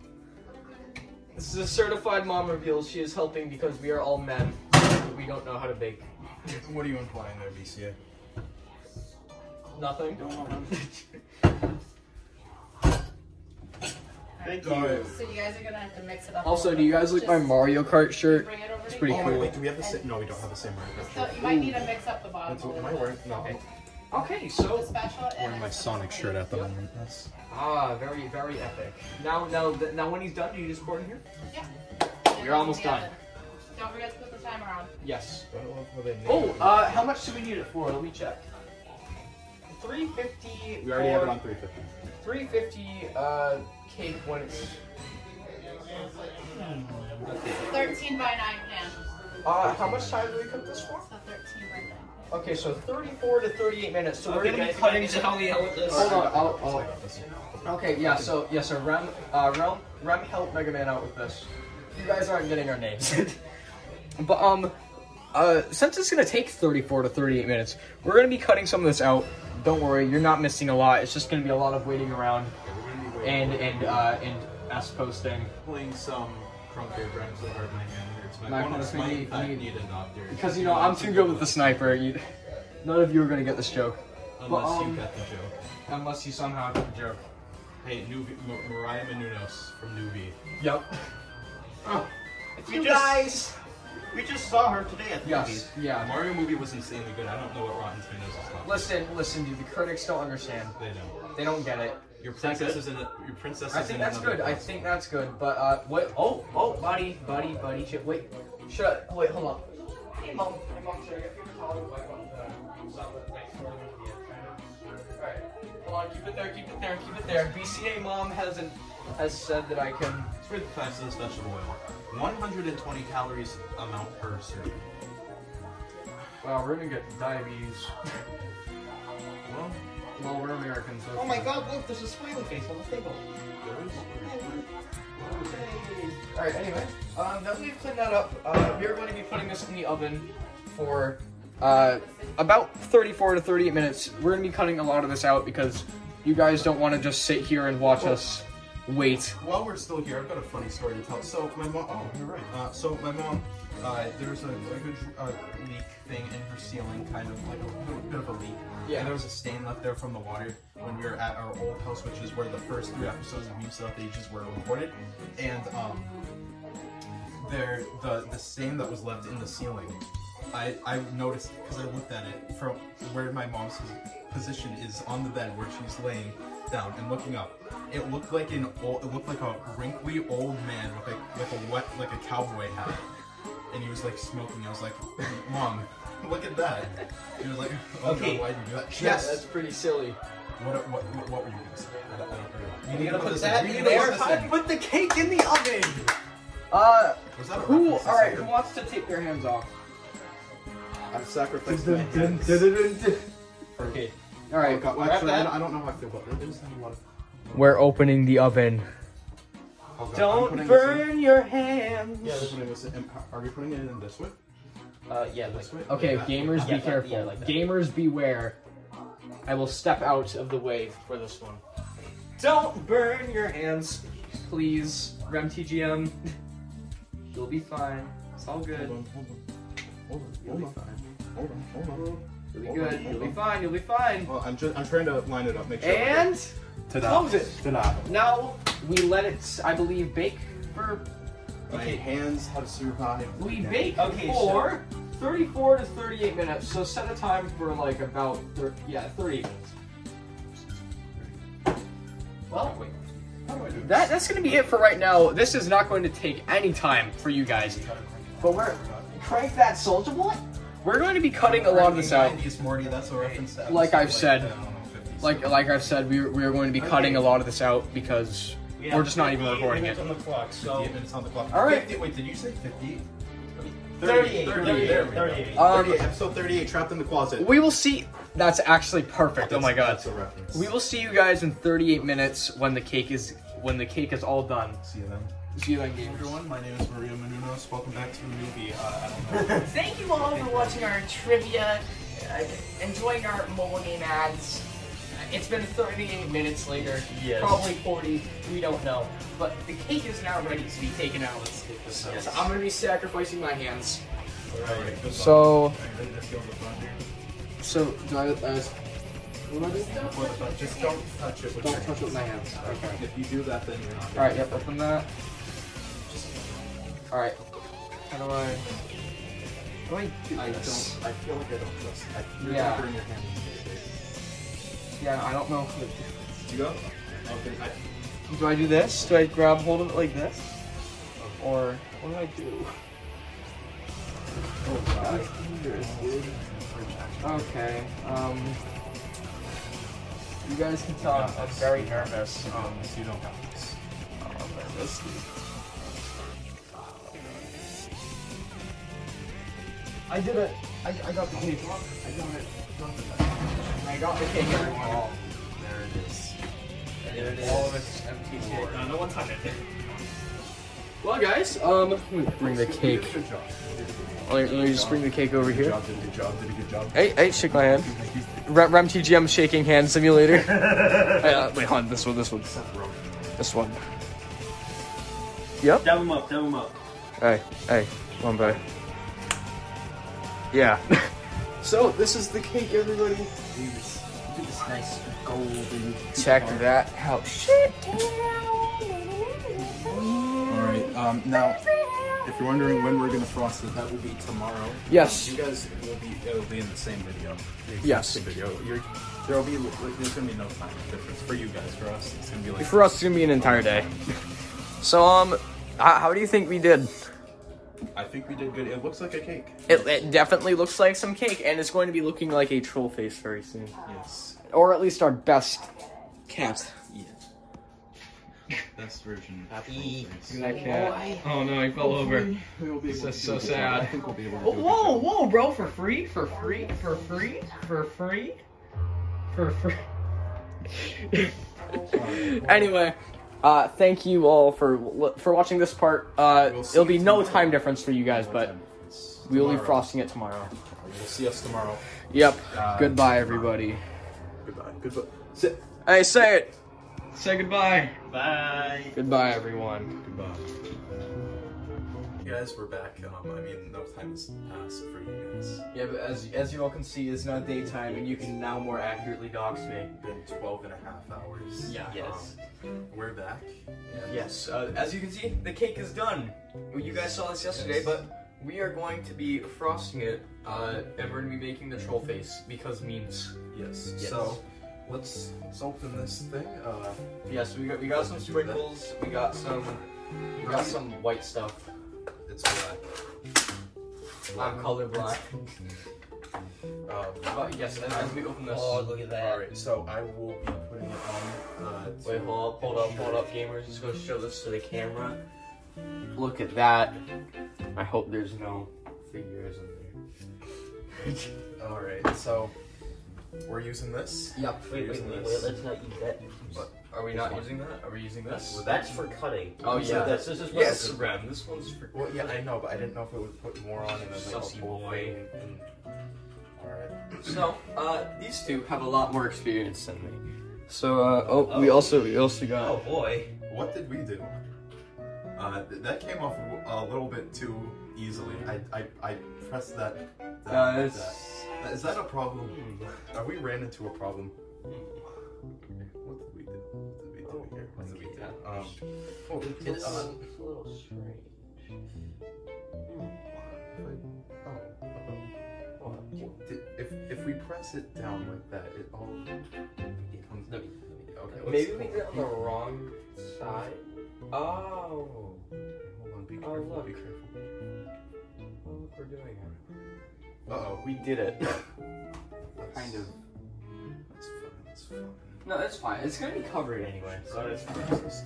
[SPEAKER 2] This is a certified mom reveal. She is helping because we are all men. but We don't know how to bake.
[SPEAKER 1] What are you implying there, BCA?
[SPEAKER 2] Nothing.
[SPEAKER 18] Thank
[SPEAKER 14] All right.
[SPEAKER 18] you.
[SPEAKER 14] So you guys are gonna have to mix it up. a
[SPEAKER 2] Also,
[SPEAKER 14] little
[SPEAKER 2] do you
[SPEAKER 14] bit.
[SPEAKER 2] guys like my
[SPEAKER 14] Just-
[SPEAKER 2] Mario Kart shirt?
[SPEAKER 14] bring it over
[SPEAKER 2] It's
[SPEAKER 14] to
[SPEAKER 1] Oh,
[SPEAKER 2] pretty
[SPEAKER 14] you.
[SPEAKER 2] cool.
[SPEAKER 13] Do we have the same? No, we don't have the same marker.
[SPEAKER 14] So you might need to mix up the bottom.
[SPEAKER 13] That's
[SPEAKER 14] a
[SPEAKER 13] what
[SPEAKER 14] little
[SPEAKER 13] am I
[SPEAKER 14] bit.
[SPEAKER 13] wearing? No.
[SPEAKER 2] Okay, so
[SPEAKER 14] The spatula and
[SPEAKER 13] Wearing my Sonic shirt at the moment. That's
[SPEAKER 2] ah, very very epic. Now now th- now when he's done, do you just pour it in here?
[SPEAKER 14] Yeah.
[SPEAKER 2] You're almost
[SPEAKER 14] Yeah.
[SPEAKER 2] done.
[SPEAKER 14] Don't forget to put the timer on.
[SPEAKER 2] Yes.
[SPEAKER 14] Oh,
[SPEAKER 2] Oh, uh, how much do we need it for? Let me check. Three fifty.
[SPEAKER 13] We already have it on 350.
[SPEAKER 2] Three fifty. Uh, cake when it's.
[SPEAKER 14] 13 by 9 pan.
[SPEAKER 2] Uh, how much time do we cook this for?
[SPEAKER 14] So 13 by 9.
[SPEAKER 2] Okay, so 34 to 38 minutes. So we're
[SPEAKER 18] Okay,
[SPEAKER 2] gonna be
[SPEAKER 18] guys,
[SPEAKER 2] cutting.
[SPEAKER 18] guys, help me out with this.
[SPEAKER 2] Hold on. I'll, I'll- Okay, yeah. So yeah, so Rem, uh, Rem, Rem helped Mega Man out with this. You guys aren't getting our names. but um, uh, since it's gonna take 34 to 38 minutes, we're gonna be cutting some of this out. Don't worry, you're not missing a lot. It's just gonna be a lot of waiting around, and and uh, and us posting.
[SPEAKER 1] Playing some crunk beer brands that hard my hand hurts.
[SPEAKER 2] My
[SPEAKER 1] My opponent's
[SPEAKER 2] opponent's
[SPEAKER 1] might
[SPEAKER 2] gonna
[SPEAKER 1] I
[SPEAKER 2] be-
[SPEAKER 1] need a doctor.
[SPEAKER 2] Because you know I'm too good with the sniper. You, none of you are gonna get this joke.
[SPEAKER 1] Unless
[SPEAKER 2] But, um,
[SPEAKER 1] you got the joke.
[SPEAKER 2] Unless you somehow get the joke.
[SPEAKER 1] Hey, Nuvi, M- Mariah Menounos from Nuvi.
[SPEAKER 2] Yep. Oh.
[SPEAKER 18] We just, We just saw her today at the movies.
[SPEAKER 2] Yes. Yeah.
[SPEAKER 1] Mario movie was insanely good. I don't know what Rotten Tomatoes is about.
[SPEAKER 2] Listen, listen, dude. The critics don't understand.
[SPEAKER 1] They don't.
[SPEAKER 2] They don't get it.
[SPEAKER 1] Your
[SPEAKER 2] Is that
[SPEAKER 1] princess
[SPEAKER 2] good?
[SPEAKER 1] is in a, your princess is
[SPEAKER 2] I think
[SPEAKER 1] in
[SPEAKER 2] that's
[SPEAKER 1] another
[SPEAKER 2] good. I
[SPEAKER 1] class.
[SPEAKER 2] think that's good. But uh, what? Oh, oh, buddy, buddy, buddy. Shit. Wait. Should I? Wait. Hold on. Hey, mom. Hey, mom. Should I get people to call you like on the something next door with the All right. Hold on. Keep it there. Keep it there. Keep it there. BCA mom hasn't has said that I can.
[SPEAKER 1] Let's read the facts of this vegetable oil. 120 calories amount per serving.
[SPEAKER 2] Wow, we're gonna get diabetes. well, well, we're Americans.
[SPEAKER 18] Oh my god, look, there's a smiley face on the table.
[SPEAKER 2] Alright, anyway, um, now that we've cleaned that up, uh, we are going to be putting this in the oven for uh, about 34 to 38 minutes. We're going to be cutting a lot of this out because you guys don't want to just sit here and watch us wait.
[SPEAKER 1] While we're still here, I've got a funny story to tell. So my mom, oh, you're right. Uh, so my mom, uh, there was a, a good uh, leak thing in her ceiling, kind of like a little bit of a leak.
[SPEAKER 2] Yeah.
[SPEAKER 1] And there was a stain left there from the water when we were at our old house, which is where the first three episodes of Meme South Ages were recorded. And um, there, the the stain that was left in the ceiling, I I noticed because I looked at it from where my mom's pos- position is on the bed where she's laying down and looking up. It looked like an old, it looked like a wrinkly old man with like with a wet like a cowboy hat, and he was like smoking. I was like, Mom, look at that. He was like, Oh
[SPEAKER 2] Okay.
[SPEAKER 1] God, why did you do that?
[SPEAKER 2] Yeah,
[SPEAKER 1] Yes.
[SPEAKER 2] that's pretty silly.
[SPEAKER 1] What, what, what, what were you gonna say? I don't, I don't really.
[SPEAKER 2] You
[SPEAKER 1] need to
[SPEAKER 2] gotta
[SPEAKER 1] put
[SPEAKER 2] put
[SPEAKER 1] this
[SPEAKER 2] that
[SPEAKER 1] in. We
[SPEAKER 2] in
[SPEAKER 1] need to put
[SPEAKER 2] there.
[SPEAKER 1] this in.
[SPEAKER 2] Put the cake in the oven! Uh,
[SPEAKER 1] Was that a
[SPEAKER 2] who,
[SPEAKER 1] reference to
[SPEAKER 2] alright, who
[SPEAKER 1] something?
[SPEAKER 2] wants to take their hands off?
[SPEAKER 1] I've sacrificed my hands.
[SPEAKER 2] okay. Alright,
[SPEAKER 1] Oh, God. Well,
[SPEAKER 2] wrap
[SPEAKER 1] actually, I
[SPEAKER 2] that.
[SPEAKER 1] don't- I don't know how I feel about it. There's not a lot of-
[SPEAKER 2] We're opening the oven.
[SPEAKER 1] Oh, God. I'm
[SPEAKER 2] Don't
[SPEAKER 1] putting this in.
[SPEAKER 2] burn your hands!
[SPEAKER 1] Yeah, this one goes in. And Are we putting it in this way?
[SPEAKER 18] Uh, yeah,
[SPEAKER 1] this way.
[SPEAKER 2] Okay,
[SPEAKER 1] Like that?
[SPEAKER 2] gamers, be
[SPEAKER 18] Yeah,
[SPEAKER 2] careful.
[SPEAKER 18] yeah, like that.
[SPEAKER 2] gamers, beware. I will step out of the way for this one. Don't burn your hands, please. Rem TGM. You'll be fine. It's all good.
[SPEAKER 1] Hold on, hold on. Hold on, hold on. Hold on, hold on.
[SPEAKER 2] You'll be
[SPEAKER 1] Hold on,
[SPEAKER 2] good.
[SPEAKER 1] hold
[SPEAKER 2] You'll be
[SPEAKER 1] on.
[SPEAKER 2] fine. You'll be fine.
[SPEAKER 1] Well, I'm just I'm trying to line it up, make sure.
[SPEAKER 2] And
[SPEAKER 1] Ta-da.
[SPEAKER 2] close it.
[SPEAKER 1] Ta-da.
[SPEAKER 2] Now we let it, I believe, bake for.
[SPEAKER 1] My hands have survived.
[SPEAKER 2] We
[SPEAKER 1] Yeah.
[SPEAKER 2] bake
[SPEAKER 18] Okay,
[SPEAKER 2] for 34 to 38 minutes. So set a time for like about thir- yeah 38 minutes. Well, wait. That, that's going to be it for right now. This is not going to take any time for you guys. But we're crank that soldier boy. We're going to be cutting a lot of this out.
[SPEAKER 1] 90s, Morty, that's a reference to
[SPEAKER 2] Like I've
[SPEAKER 1] episode,
[SPEAKER 2] said,
[SPEAKER 1] I don't know, 50s.
[SPEAKER 2] Like like I've said, we are, we are going to be cutting a lot of this out because
[SPEAKER 1] Yeah,
[SPEAKER 2] we're just not even
[SPEAKER 1] 58
[SPEAKER 2] recording it.
[SPEAKER 1] minutes on the clock, so 58 minutes on the clock.
[SPEAKER 2] All right.
[SPEAKER 1] 50 wait, did you say 50?
[SPEAKER 18] 38,
[SPEAKER 1] 38, there we go.
[SPEAKER 18] 38.
[SPEAKER 2] Um,
[SPEAKER 1] 38, episode 38, trapped in the closet.
[SPEAKER 2] We will see. That's actually perfect. Oh my god.
[SPEAKER 1] That's a reference.
[SPEAKER 2] We will see you guys in 38 minutes when the cake is when the cake is all done.
[SPEAKER 1] See you then.
[SPEAKER 2] See you then, game.
[SPEAKER 1] everyone. My name is Maria Menounos. Welcome back to the movie. Uh, I don't know.
[SPEAKER 12] Thank you all for watching our trivia, uh, enjoying our mobile game ads.
[SPEAKER 2] It's been 38 minutes later.
[SPEAKER 18] Yes.
[SPEAKER 2] Probably 40. We don't know. But the cake is now ready to be taken out. So I'm gonna be sacrificing my hands.
[SPEAKER 1] Alright, good luck.
[SPEAKER 2] So-
[SPEAKER 1] Alright, let's go to the front here.
[SPEAKER 2] So uh, do I?
[SPEAKER 13] Before the touch. Just don't touch it with
[SPEAKER 1] Don't
[SPEAKER 13] your
[SPEAKER 1] touch it with my
[SPEAKER 13] hands.
[SPEAKER 1] Okay. If you do that, then you're not.
[SPEAKER 2] Alright, yep, open that. Alright. How do I. How do I
[SPEAKER 13] I
[SPEAKER 2] do
[SPEAKER 13] don't. I
[SPEAKER 2] this?
[SPEAKER 13] feel like I don't trust. I, you're
[SPEAKER 2] Yeah.
[SPEAKER 13] gonna bring your hand into space.
[SPEAKER 2] Yeah, I don't know. who-
[SPEAKER 13] You go. Okay. I,
[SPEAKER 2] Do I do this? Do I grab hold of it like this? Or. What do I do? Oh, God. Okay. Um, you guys can tell I'm, I'm very nervous. Um,
[SPEAKER 13] you don't have this.
[SPEAKER 2] I'm nervous. I did it. I, I got the cake. I got it. I got the cake, everyone.
[SPEAKER 13] There it is.
[SPEAKER 2] There it is.
[SPEAKER 13] All of it's empty.
[SPEAKER 18] No, no one touch it.
[SPEAKER 2] Well, guys, um, I'm gonna bring the cake. Let me, let me just bring the cake over here.
[SPEAKER 13] Did a good job. Did a good job.
[SPEAKER 2] Hey, hey, shake my hand. Rem, Rem TGM shaking hand simulator. Hey, uh, wait, hold on, this one, this one. This one. Yep.
[SPEAKER 3] Dab him up, dab him up.
[SPEAKER 2] Hey, hey, one by. Yeah. so, this is the cake, everybody.
[SPEAKER 3] Look at this nice golden.
[SPEAKER 2] Check that out.
[SPEAKER 1] All right. Um, now, if you're wondering when we're gonna frost it, that will be tomorrow.
[SPEAKER 2] Yes.
[SPEAKER 1] Um, you guys will be. It'll be in the same video. The
[SPEAKER 2] Yes.
[SPEAKER 1] same Video. You're, there'll be. Like, there's gonna be no time difference for you guys. For us, it's gonna be like.
[SPEAKER 2] For us, it's gonna be an entire day. So, um, how, how do you think we did?
[SPEAKER 1] I think we did good. It looks like a cake.
[SPEAKER 2] It, it definitely looks like some cake, and it's going to be looking like a troll face very soon.
[SPEAKER 1] Yes.
[SPEAKER 2] Or at least our best cast.
[SPEAKER 13] Best version.
[SPEAKER 2] I
[SPEAKER 18] can't. Oh, no, he fell over. This is so sad.
[SPEAKER 12] Oh, whoa, whoa, bro, for free? For free? For free? For free?
[SPEAKER 2] For free. anyway, uh, thank you all for for watching this part. Uh, it'll be no time difference for you guys, but we'll be
[SPEAKER 1] Tomorrow.
[SPEAKER 2] frosting it tomorrow.
[SPEAKER 1] You'll see us tomorrow.
[SPEAKER 2] Yep.
[SPEAKER 1] Uh,
[SPEAKER 2] goodbye, everybody.
[SPEAKER 1] Goodbye. Goodbye. Say-
[SPEAKER 2] Hey, say it. Say goodbye. Bye. Goodbye, everyone.
[SPEAKER 1] Goodbye. You guys, we're back. Um, I mean, no time has passed for you guys.
[SPEAKER 15] Yeah, but as as you all can see, it's not daytime, and you can now more accurately dox me.
[SPEAKER 1] Been 12 and a half hours.
[SPEAKER 15] Yeah. Yes.
[SPEAKER 1] Um, we're back. and-
[SPEAKER 15] Yes. Uh, as you can see, the cake is done. You guys saw this yesterday,
[SPEAKER 1] Yes.
[SPEAKER 15] but we are going to be frosting it, uh, and we're gonna be making the troll face because memes.
[SPEAKER 1] Yes. So let's let's open this thing. Uh,
[SPEAKER 15] Yes, we got we got some sprinkles. We got some. We got some white stuff.
[SPEAKER 1] It's black.
[SPEAKER 15] I'm color black.
[SPEAKER 1] Um,
[SPEAKER 15] But yes, as, as we open this.
[SPEAKER 1] Oh, look at that. All right. So I will be putting it on. Uh, to-
[SPEAKER 15] Wait, hold up, hold up, hold up, gamers. Just gonna show this to the camera. Look at that. I hope there's no figures in
[SPEAKER 1] All right. So we're using this.
[SPEAKER 15] there. Yep.
[SPEAKER 1] We're using this.
[SPEAKER 3] not use that.
[SPEAKER 15] But are we not using that? Are we using this?
[SPEAKER 3] Well, that's for cutting.
[SPEAKER 15] Oh
[SPEAKER 3] So
[SPEAKER 15] yeah.
[SPEAKER 3] that's- this is what
[SPEAKER 15] yes,
[SPEAKER 3] this is.
[SPEAKER 15] Rem. This one's for.
[SPEAKER 1] Well, yeah, I know, but I didn't know if it would put more on and then like
[SPEAKER 15] Sussy
[SPEAKER 1] a whole
[SPEAKER 15] boy.
[SPEAKER 1] thing. And, all right.
[SPEAKER 15] So, uh, these two have a lot more experience than me.
[SPEAKER 2] So, uh, oh, we also we also got.
[SPEAKER 3] Oh boy.
[SPEAKER 1] What did we do? Uh, th- that came off a little bit too easily. I I, I pressed that. that,
[SPEAKER 15] Uh, it's-
[SPEAKER 1] that. Is that a problem? Are we ran into a problem? What did we do? What did we do here? What did we do? Um, oh, it's, uh,
[SPEAKER 3] a little strange.
[SPEAKER 1] oh, oh, oh, what did- if if we press it down like that, it all becomes.
[SPEAKER 3] Let me-
[SPEAKER 1] Okay, let's-
[SPEAKER 15] Maybe we did it on the wrong side. Oh.
[SPEAKER 1] Hold on, be
[SPEAKER 15] Oh
[SPEAKER 1] careful.
[SPEAKER 15] look.
[SPEAKER 1] Be careful.
[SPEAKER 15] Oh, look, we're doing it.
[SPEAKER 1] Uh oh.
[SPEAKER 15] We did it.
[SPEAKER 1] Kind of. That's fine. That's fine.
[SPEAKER 15] No, that's fine. It's gonna be covered anyway. So it's
[SPEAKER 1] Yes.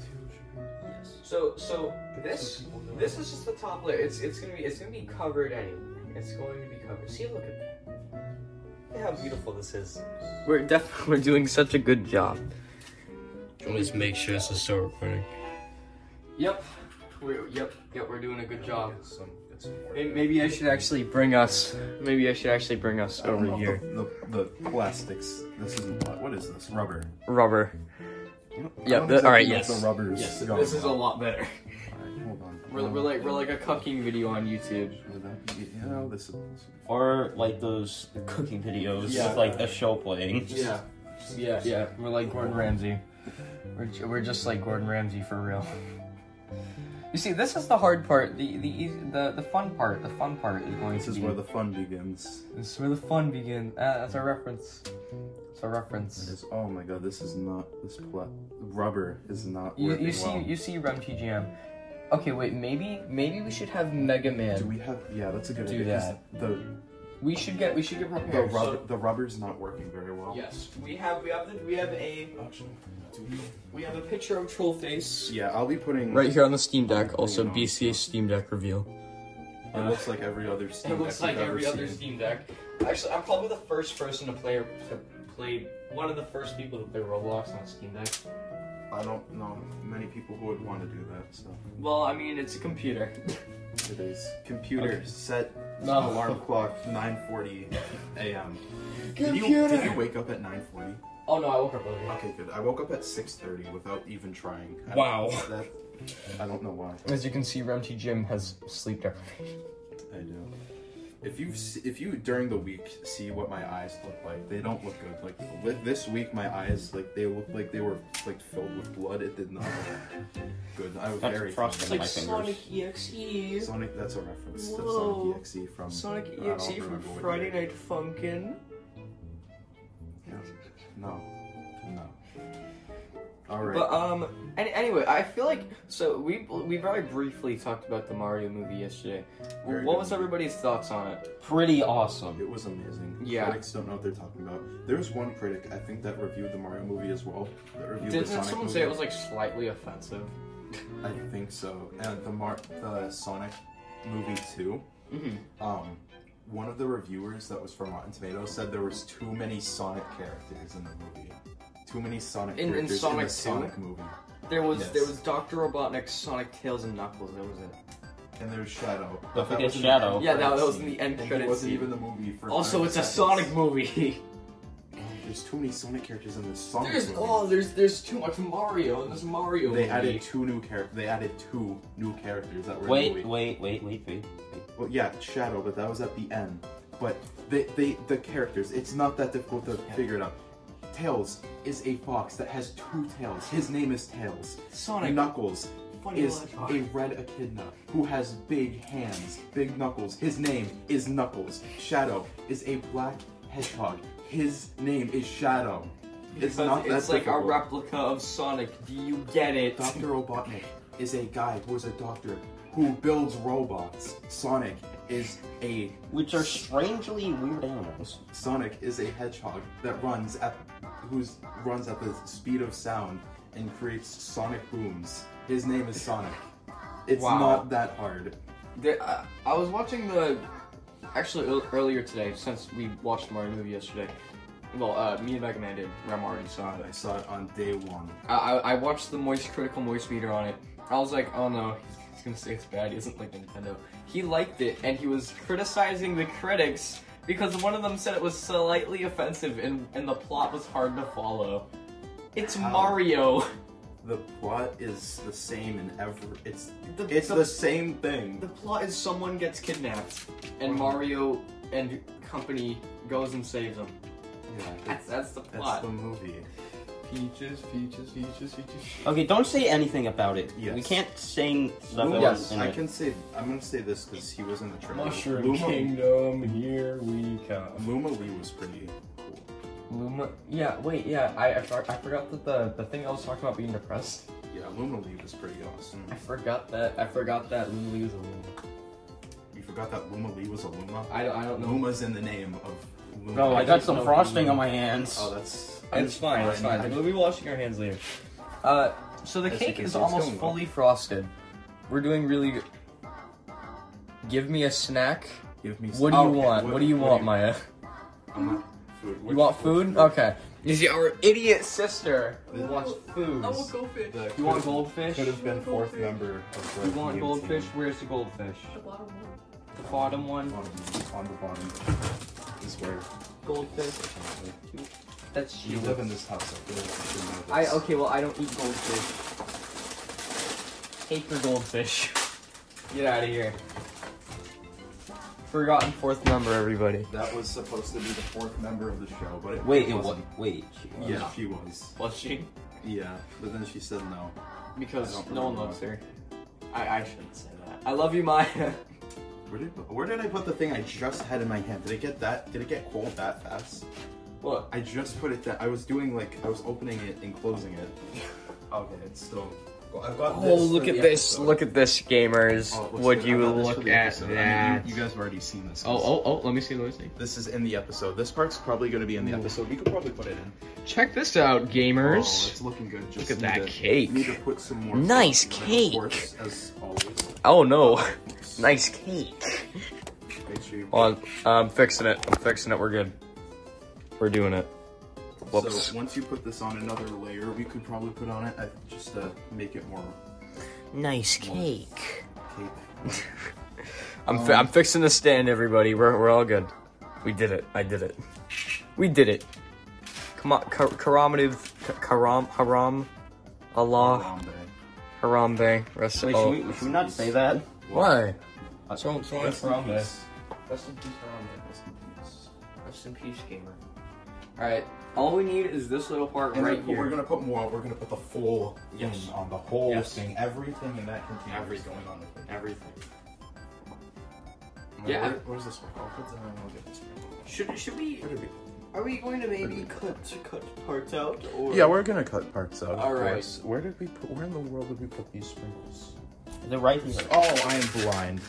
[SPEAKER 15] So so this this is just the top layer. It's it's gonna be it's gonna be covered anyway. It's going to be covered. See, look at that. Look at how beautiful this is.
[SPEAKER 2] We're definitely we're doing such a good job.
[SPEAKER 15] Let's make sure this is still recording. Yep. We're, yep. Yep. We're doing a good job.
[SPEAKER 1] Get some. Get some more.
[SPEAKER 2] May- Maybe I should actually bring us. Maybe I should actually bring us over here.
[SPEAKER 1] Oh, The, the plastics. This isn't pla- what is this? Rubber.
[SPEAKER 2] Rubber.
[SPEAKER 1] I
[SPEAKER 2] Yeah.
[SPEAKER 1] don't
[SPEAKER 2] The, all right.
[SPEAKER 1] exactly know if
[SPEAKER 2] Yes.
[SPEAKER 1] The rubbers.
[SPEAKER 15] Yes. This is a lot better.
[SPEAKER 1] Hold on. Um,
[SPEAKER 15] We're, we're like we're like a cooking video on YouTube.
[SPEAKER 1] Would that be- you know, this is-
[SPEAKER 3] Or like those cooking videos
[SPEAKER 1] Yeah.
[SPEAKER 3] with like a show playing.
[SPEAKER 1] Yeah.
[SPEAKER 4] Yeah, yeah. We're like Gordon Ramsay. We're, ju- we're just like Gordon Ramsay for real. You see, this is the hard part. The the eas- the, the fun part. The fun part is going
[SPEAKER 1] This
[SPEAKER 4] to
[SPEAKER 1] is
[SPEAKER 4] be
[SPEAKER 1] where the fun begins.
[SPEAKER 4] This is where the fun begins. Ah, that's our reference. It's our reference.
[SPEAKER 1] It is, oh my god, this is not this pla- rubber is not.
[SPEAKER 4] You,
[SPEAKER 1] working
[SPEAKER 4] you see
[SPEAKER 1] well.
[SPEAKER 4] you see Rem TGM. Okay, wait. Maybe maybe we should have Mega Man. Do
[SPEAKER 1] we have? Yeah, that's a good
[SPEAKER 4] do
[SPEAKER 1] idea, 'cause
[SPEAKER 4] that.
[SPEAKER 1] The
[SPEAKER 4] we should get we should get
[SPEAKER 1] the
[SPEAKER 4] prepared.
[SPEAKER 1] rubber the rubber's not working very well.
[SPEAKER 2] Yes, we have we have the, we have a we have a picture of Trollface.
[SPEAKER 1] Yeah, I'll be putting
[SPEAKER 4] Right here on the Steam Deck, also BCA Steam Deck reveal.
[SPEAKER 1] It looks like every other Steam
[SPEAKER 2] It looks
[SPEAKER 1] Deck
[SPEAKER 2] like
[SPEAKER 1] we've
[SPEAKER 2] every
[SPEAKER 1] ever
[SPEAKER 2] other
[SPEAKER 1] seen.
[SPEAKER 2] Steam Deck. Actually, I'm probably the first person to play to play one of the first people to play Roblox on Steam Deck.
[SPEAKER 1] I don't know many people who would want to do that. So
[SPEAKER 2] Well, I mean, it's a computer.
[SPEAKER 1] it is computer
[SPEAKER 2] Okay.
[SPEAKER 1] set
[SPEAKER 2] No.
[SPEAKER 1] alarm clock 9:40 a.m. Did you,
[SPEAKER 2] Computer.
[SPEAKER 1] did you wake up at 9:40?
[SPEAKER 2] Oh no, I woke up early.
[SPEAKER 1] Okay, good. I woke up at 6:30 without even trying. I don't-
[SPEAKER 4] Wow.
[SPEAKER 1] That, I don't know why.
[SPEAKER 4] As you can see, Rem TGM has sleep deprivation.
[SPEAKER 1] I do. If you if you during the week see what my eyes look like, they don't look good. Like with this week, my eyes like they look like they were like filled with blood. It did not look good. I was
[SPEAKER 2] That's
[SPEAKER 1] very
[SPEAKER 2] frosting
[SPEAKER 1] tired.
[SPEAKER 2] on It's my like fingers. Sonic EXE.
[SPEAKER 1] Sonic. That's a reference
[SPEAKER 2] Whoa.
[SPEAKER 1] to Sonic EXE from I
[SPEAKER 2] Sonic
[SPEAKER 1] don't
[SPEAKER 2] EXE from
[SPEAKER 1] remember what
[SPEAKER 2] Friday
[SPEAKER 1] year.
[SPEAKER 2] Night Funkin'.
[SPEAKER 1] No, no. All right.
[SPEAKER 2] But um, any, anyway, I feel like so we we very briefly talked about the Mario movie yesterday.
[SPEAKER 1] Very
[SPEAKER 2] what
[SPEAKER 1] good
[SPEAKER 2] was everybody's thoughts on it?
[SPEAKER 4] Pretty awesome.
[SPEAKER 1] It was amazing.
[SPEAKER 2] Yeah.
[SPEAKER 1] Critics don't know what they're talking about. There was one critic I think that reviewed the Mario movie as well. That reviewed
[SPEAKER 2] Didn't
[SPEAKER 1] the Sonic
[SPEAKER 2] someone
[SPEAKER 1] movie.
[SPEAKER 2] say it was like slightly offensive?
[SPEAKER 1] I think so. And the Mar- the Sonic movie too. Um, one of the reviewers that was from Rotten Tomatoes said there was too many Sonic characters in the movie. Too many Sonic
[SPEAKER 2] In- in
[SPEAKER 1] characters
[SPEAKER 2] Sonic
[SPEAKER 1] the
[SPEAKER 2] 2?
[SPEAKER 1] Sonic movie.
[SPEAKER 2] There was
[SPEAKER 1] Yes.
[SPEAKER 2] there was Doctor Robotnik, Sonic, Tails, and Knuckles. That was it.
[SPEAKER 1] And there's Shadow.
[SPEAKER 2] Don't
[SPEAKER 1] But that
[SPEAKER 2] forget
[SPEAKER 1] was in the end
[SPEAKER 2] Shadow. Yeah, that- that was in the end
[SPEAKER 1] And he
[SPEAKER 2] credit
[SPEAKER 1] wasn't
[SPEAKER 2] scene.
[SPEAKER 1] even the movie for
[SPEAKER 2] Also,
[SPEAKER 1] 30
[SPEAKER 2] it's a
[SPEAKER 1] seconds.
[SPEAKER 2] Sonic movie.
[SPEAKER 1] There's too many Sonic characters in this Sonic
[SPEAKER 2] There's
[SPEAKER 1] movie.
[SPEAKER 2] oh, there's there's too much Mario in this Mario
[SPEAKER 1] They
[SPEAKER 2] movie.
[SPEAKER 1] added two new characters. They added two new characters that were.
[SPEAKER 2] Wait,
[SPEAKER 1] in the wait, wait, wait, wait, wait. Well, yeah, Shadow, but that was at the end. But they, they, the characters. It's not that difficult to figure it out. Tails is a fox that has two tails. His name is Tails.
[SPEAKER 2] Sonic.
[SPEAKER 1] Knuckles
[SPEAKER 2] Funny
[SPEAKER 1] is
[SPEAKER 2] Hedgehog.
[SPEAKER 1] a red echidna who has big hands, big knuckles. His name is Knuckles. Shadow is a black hedgehog. His name is Shadow. It's
[SPEAKER 2] Because
[SPEAKER 1] not that
[SPEAKER 2] it's like a
[SPEAKER 1] difficult.
[SPEAKER 2] replica of Sonic. Do you get it?
[SPEAKER 1] Dr. Robotnik is a guy who is a doctor who builds robots. Sonic is a.
[SPEAKER 3] Which are strangely weird animals.
[SPEAKER 1] Sonic is a hedgehog that runs at who's runs at the speed of sound and creates sonic booms. His name is Sonic. It's
[SPEAKER 2] Wow.
[SPEAKER 1] not that hard.
[SPEAKER 2] There, I, I was watching the actually ear- earlier today since we watched the Mario movie yesterday. Well, uh, me and Mega Man did. Rem already saw it. I
[SPEAKER 1] saw it on day one.
[SPEAKER 2] I, I, I watched the moist critical moist meter on it. I was like, oh no, he's gonna say it's bad. He doesn't like Nintendo. He liked it, and he was criticizing the critics because one of them said it was slightly offensive and and the plot was hard to follow. It's
[SPEAKER 1] How?
[SPEAKER 2] Mario.
[SPEAKER 1] The plot is the same in every. It's
[SPEAKER 2] The-
[SPEAKER 1] it's
[SPEAKER 2] the-
[SPEAKER 1] the, same thing.
[SPEAKER 2] The plot is someone gets kidnapped, and Mario and company goes and saves him.
[SPEAKER 1] Yeah,
[SPEAKER 2] that's, that's the
[SPEAKER 1] that's
[SPEAKER 2] plot.
[SPEAKER 1] the movie.
[SPEAKER 2] Peaches, peaches, peaches, peaches.
[SPEAKER 3] Okay, don't say anything about it.
[SPEAKER 1] Yes.
[SPEAKER 3] We can't sing stuff
[SPEAKER 1] Luma-
[SPEAKER 3] that
[SPEAKER 1] yes,
[SPEAKER 3] wasn't in
[SPEAKER 1] I
[SPEAKER 3] it.
[SPEAKER 1] can say. I'm gonna say this because he was in the trailer.
[SPEAKER 4] Mushroom
[SPEAKER 1] Luma-
[SPEAKER 4] Kingdom, here we come.
[SPEAKER 1] Luma Lee was pretty cool.
[SPEAKER 4] Luma. Yeah, wait, yeah. I I, for- I forgot that the the thing I was talking about being depressed.
[SPEAKER 1] Yeah, Luma Lee was pretty awesome.
[SPEAKER 4] I forgot that. I forgot that Luma Lee was a Luma.
[SPEAKER 1] You forgot that Luma Lee was a Luma.
[SPEAKER 4] I don't- I don't know.
[SPEAKER 1] Luma's in the name of. Luma.
[SPEAKER 4] Bro, I I got don't some know frosting Luma. on my hands.
[SPEAKER 1] Oh, that's.
[SPEAKER 4] It's fine. It's fine. We'll be washing our hands later. Uh, so the
[SPEAKER 1] As you
[SPEAKER 4] cake
[SPEAKER 1] can
[SPEAKER 4] is
[SPEAKER 1] see, it's
[SPEAKER 4] almost
[SPEAKER 1] going well.
[SPEAKER 4] fully frosted. We're doing really good. Give me a snack.
[SPEAKER 1] Give me.
[SPEAKER 4] What do you
[SPEAKER 1] Okay,
[SPEAKER 4] want? What, do you want, Maya?
[SPEAKER 1] I'm not food.
[SPEAKER 4] You want food? Okay. You see, our idiot sister wants food.
[SPEAKER 2] goldfish.
[SPEAKER 1] The-
[SPEAKER 4] You want goldfish?
[SPEAKER 1] Could have been fourth member of the.
[SPEAKER 4] You want
[SPEAKER 1] EMT.
[SPEAKER 4] goldfish? Where's the goldfish?
[SPEAKER 2] The bottom one.
[SPEAKER 4] The bottom one.
[SPEAKER 1] On the bottom is where.
[SPEAKER 2] Goldfish. That's
[SPEAKER 1] You
[SPEAKER 2] cheap.
[SPEAKER 1] live in this house. I feel like you should know this.
[SPEAKER 2] I okay. Well, I don't eat goldfish. Hate your goldfish. Get out of here. Forgotten fourth member, everybody.
[SPEAKER 1] That was supposed to be the fourth member of the show, but it
[SPEAKER 17] Wait, it was
[SPEAKER 1] wasn't.
[SPEAKER 17] Wait, she was.
[SPEAKER 1] Yeah, she was.
[SPEAKER 2] Was she?
[SPEAKER 1] Yeah, but then she said no. I
[SPEAKER 2] Because
[SPEAKER 1] don't
[SPEAKER 2] no one
[SPEAKER 1] remember.
[SPEAKER 2] loves her. I, I shouldn't say that. I love you, Maya.
[SPEAKER 1] Where did, where did I put the thing I just had in my hand? Did it get that? Did it get cold that fast?
[SPEAKER 2] Look,
[SPEAKER 1] I just put it down. I was doing like I was opening it and closing it. okay, it's still. Well, I've got
[SPEAKER 2] Oh,
[SPEAKER 1] this
[SPEAKER 2] look
[SPEAKER 1] for
[SPEAKER 2] at
[SPEAKER 1] the
[SPEAKER 2] this!
[SPEAKER 1] episode.
[SPEAKER 2] Look at this, gamers!
[SPEAKER 1] Oh, it looks
[SPEAKER 2] Would
[SPEAKER 1] good.
[SPEAKER 2] you
[SPEAKER 1] I got this for
[SPEAKER 2] look
[SPEAKER 1] the
[SPEAKER 2] at
[SPEAKER 1] episode. I mean,
[SPEAKER 2] that?
[SPEAKER 1] you, you guys have already seen this.
[SPEAKER 2] Oh, oh, oh! Let me see. Let me see.
[SPEAKER 1] This is in the episode. This part's probably going to be in the episode. We could probably put it in.
[SPEAKER 2] Check this out,
[SPEAKER 1] Oh,
[SPEAKER 2] gamers!
[SPEAKER 1] it's looking good. Just
[SPEAKER 2] look at
[SPEAKER 1] need
[SPEAKER 2] that
[SPEAKER 1] to-
[SPEAKER 2] cake.
[SPEAKER 1] Need to put some more.
[SPEAKER 2] Nice
[SPEAKER 1] flavor in it,
[SPEAKER 2] cake.
[SPEAKER 1] Of course, as always.
[SPEAKER 2] Oh no! nice cake.
[SPEAKER 1] Make sure you.
[SPEAKER 2] Hold on, I'm fixing it. I'm fixing it. We're good. We're doing it. Whoops.
[SPEAKER 1] So once you put this on another layer, we could probably put on it uh, just to make it more
[SPEAKER 2] nice cake.
[SPEAKER 1] cake.
[SPEAKER 2] I'm, fi- I'm fixing the stand, everybody. We're, we're all good. We did it. I did it. We did it. Come on, kar- karamative, k- karam, haram, Allah, harambe. Rest
[SPEAKER 17] Wait,
[SPEAKER 2] oh.
[SPEAKER 17] should, we, should we not say that?
[SPEAKER 2] Why?
[SPEAKER 17] Uh,
[SPEAKER 2] So, so
[SPEAKER 17] rest in
[SPEAKER 2] harambe.
[SPEAKER 17] peace.
[SPEAKER 19] Rest in peace,
[SPEAKER 2] Rest in peace, gamer. All right. All we need is this little part
[SPEAKER 1] And
[SPEAKER 2] right
[SPEAKER 1] then
[SPEAKER 2] here.
[SPEAKER 1] we're gonna put more. We're gonna put the full
[SPEAKER 2] Yes.
[SPEAKER 1] thing on the whole
[SPEAKER 2] Yes.
[SPEAKER 1] thing, everything in that container. Everything going on.
[SPEAKER 2] Everything.
[SPEAKER 1] Yeah.
[SPEAKER 2] Yeah.
[SPEAKER 1] Where, where's this one? I'll put that in. I'll get this one.
[SPEAKER 2] Should should we?
[SPEAKER 1] Where did we?
[SPEAKER 2] Are we going to maybe
[SPEAKER 20] cut cut parts out or
[SPEAKER 1] Yeah, we're gonna cut parts out. Of
[SPEAKER 2] All right.
[SPEAKER 1] course. Where did we put? Where in the world did we put these sprinkles?
[SPEAKER 17] They're right here.
[SPEAKER 1] Oh, I am blind.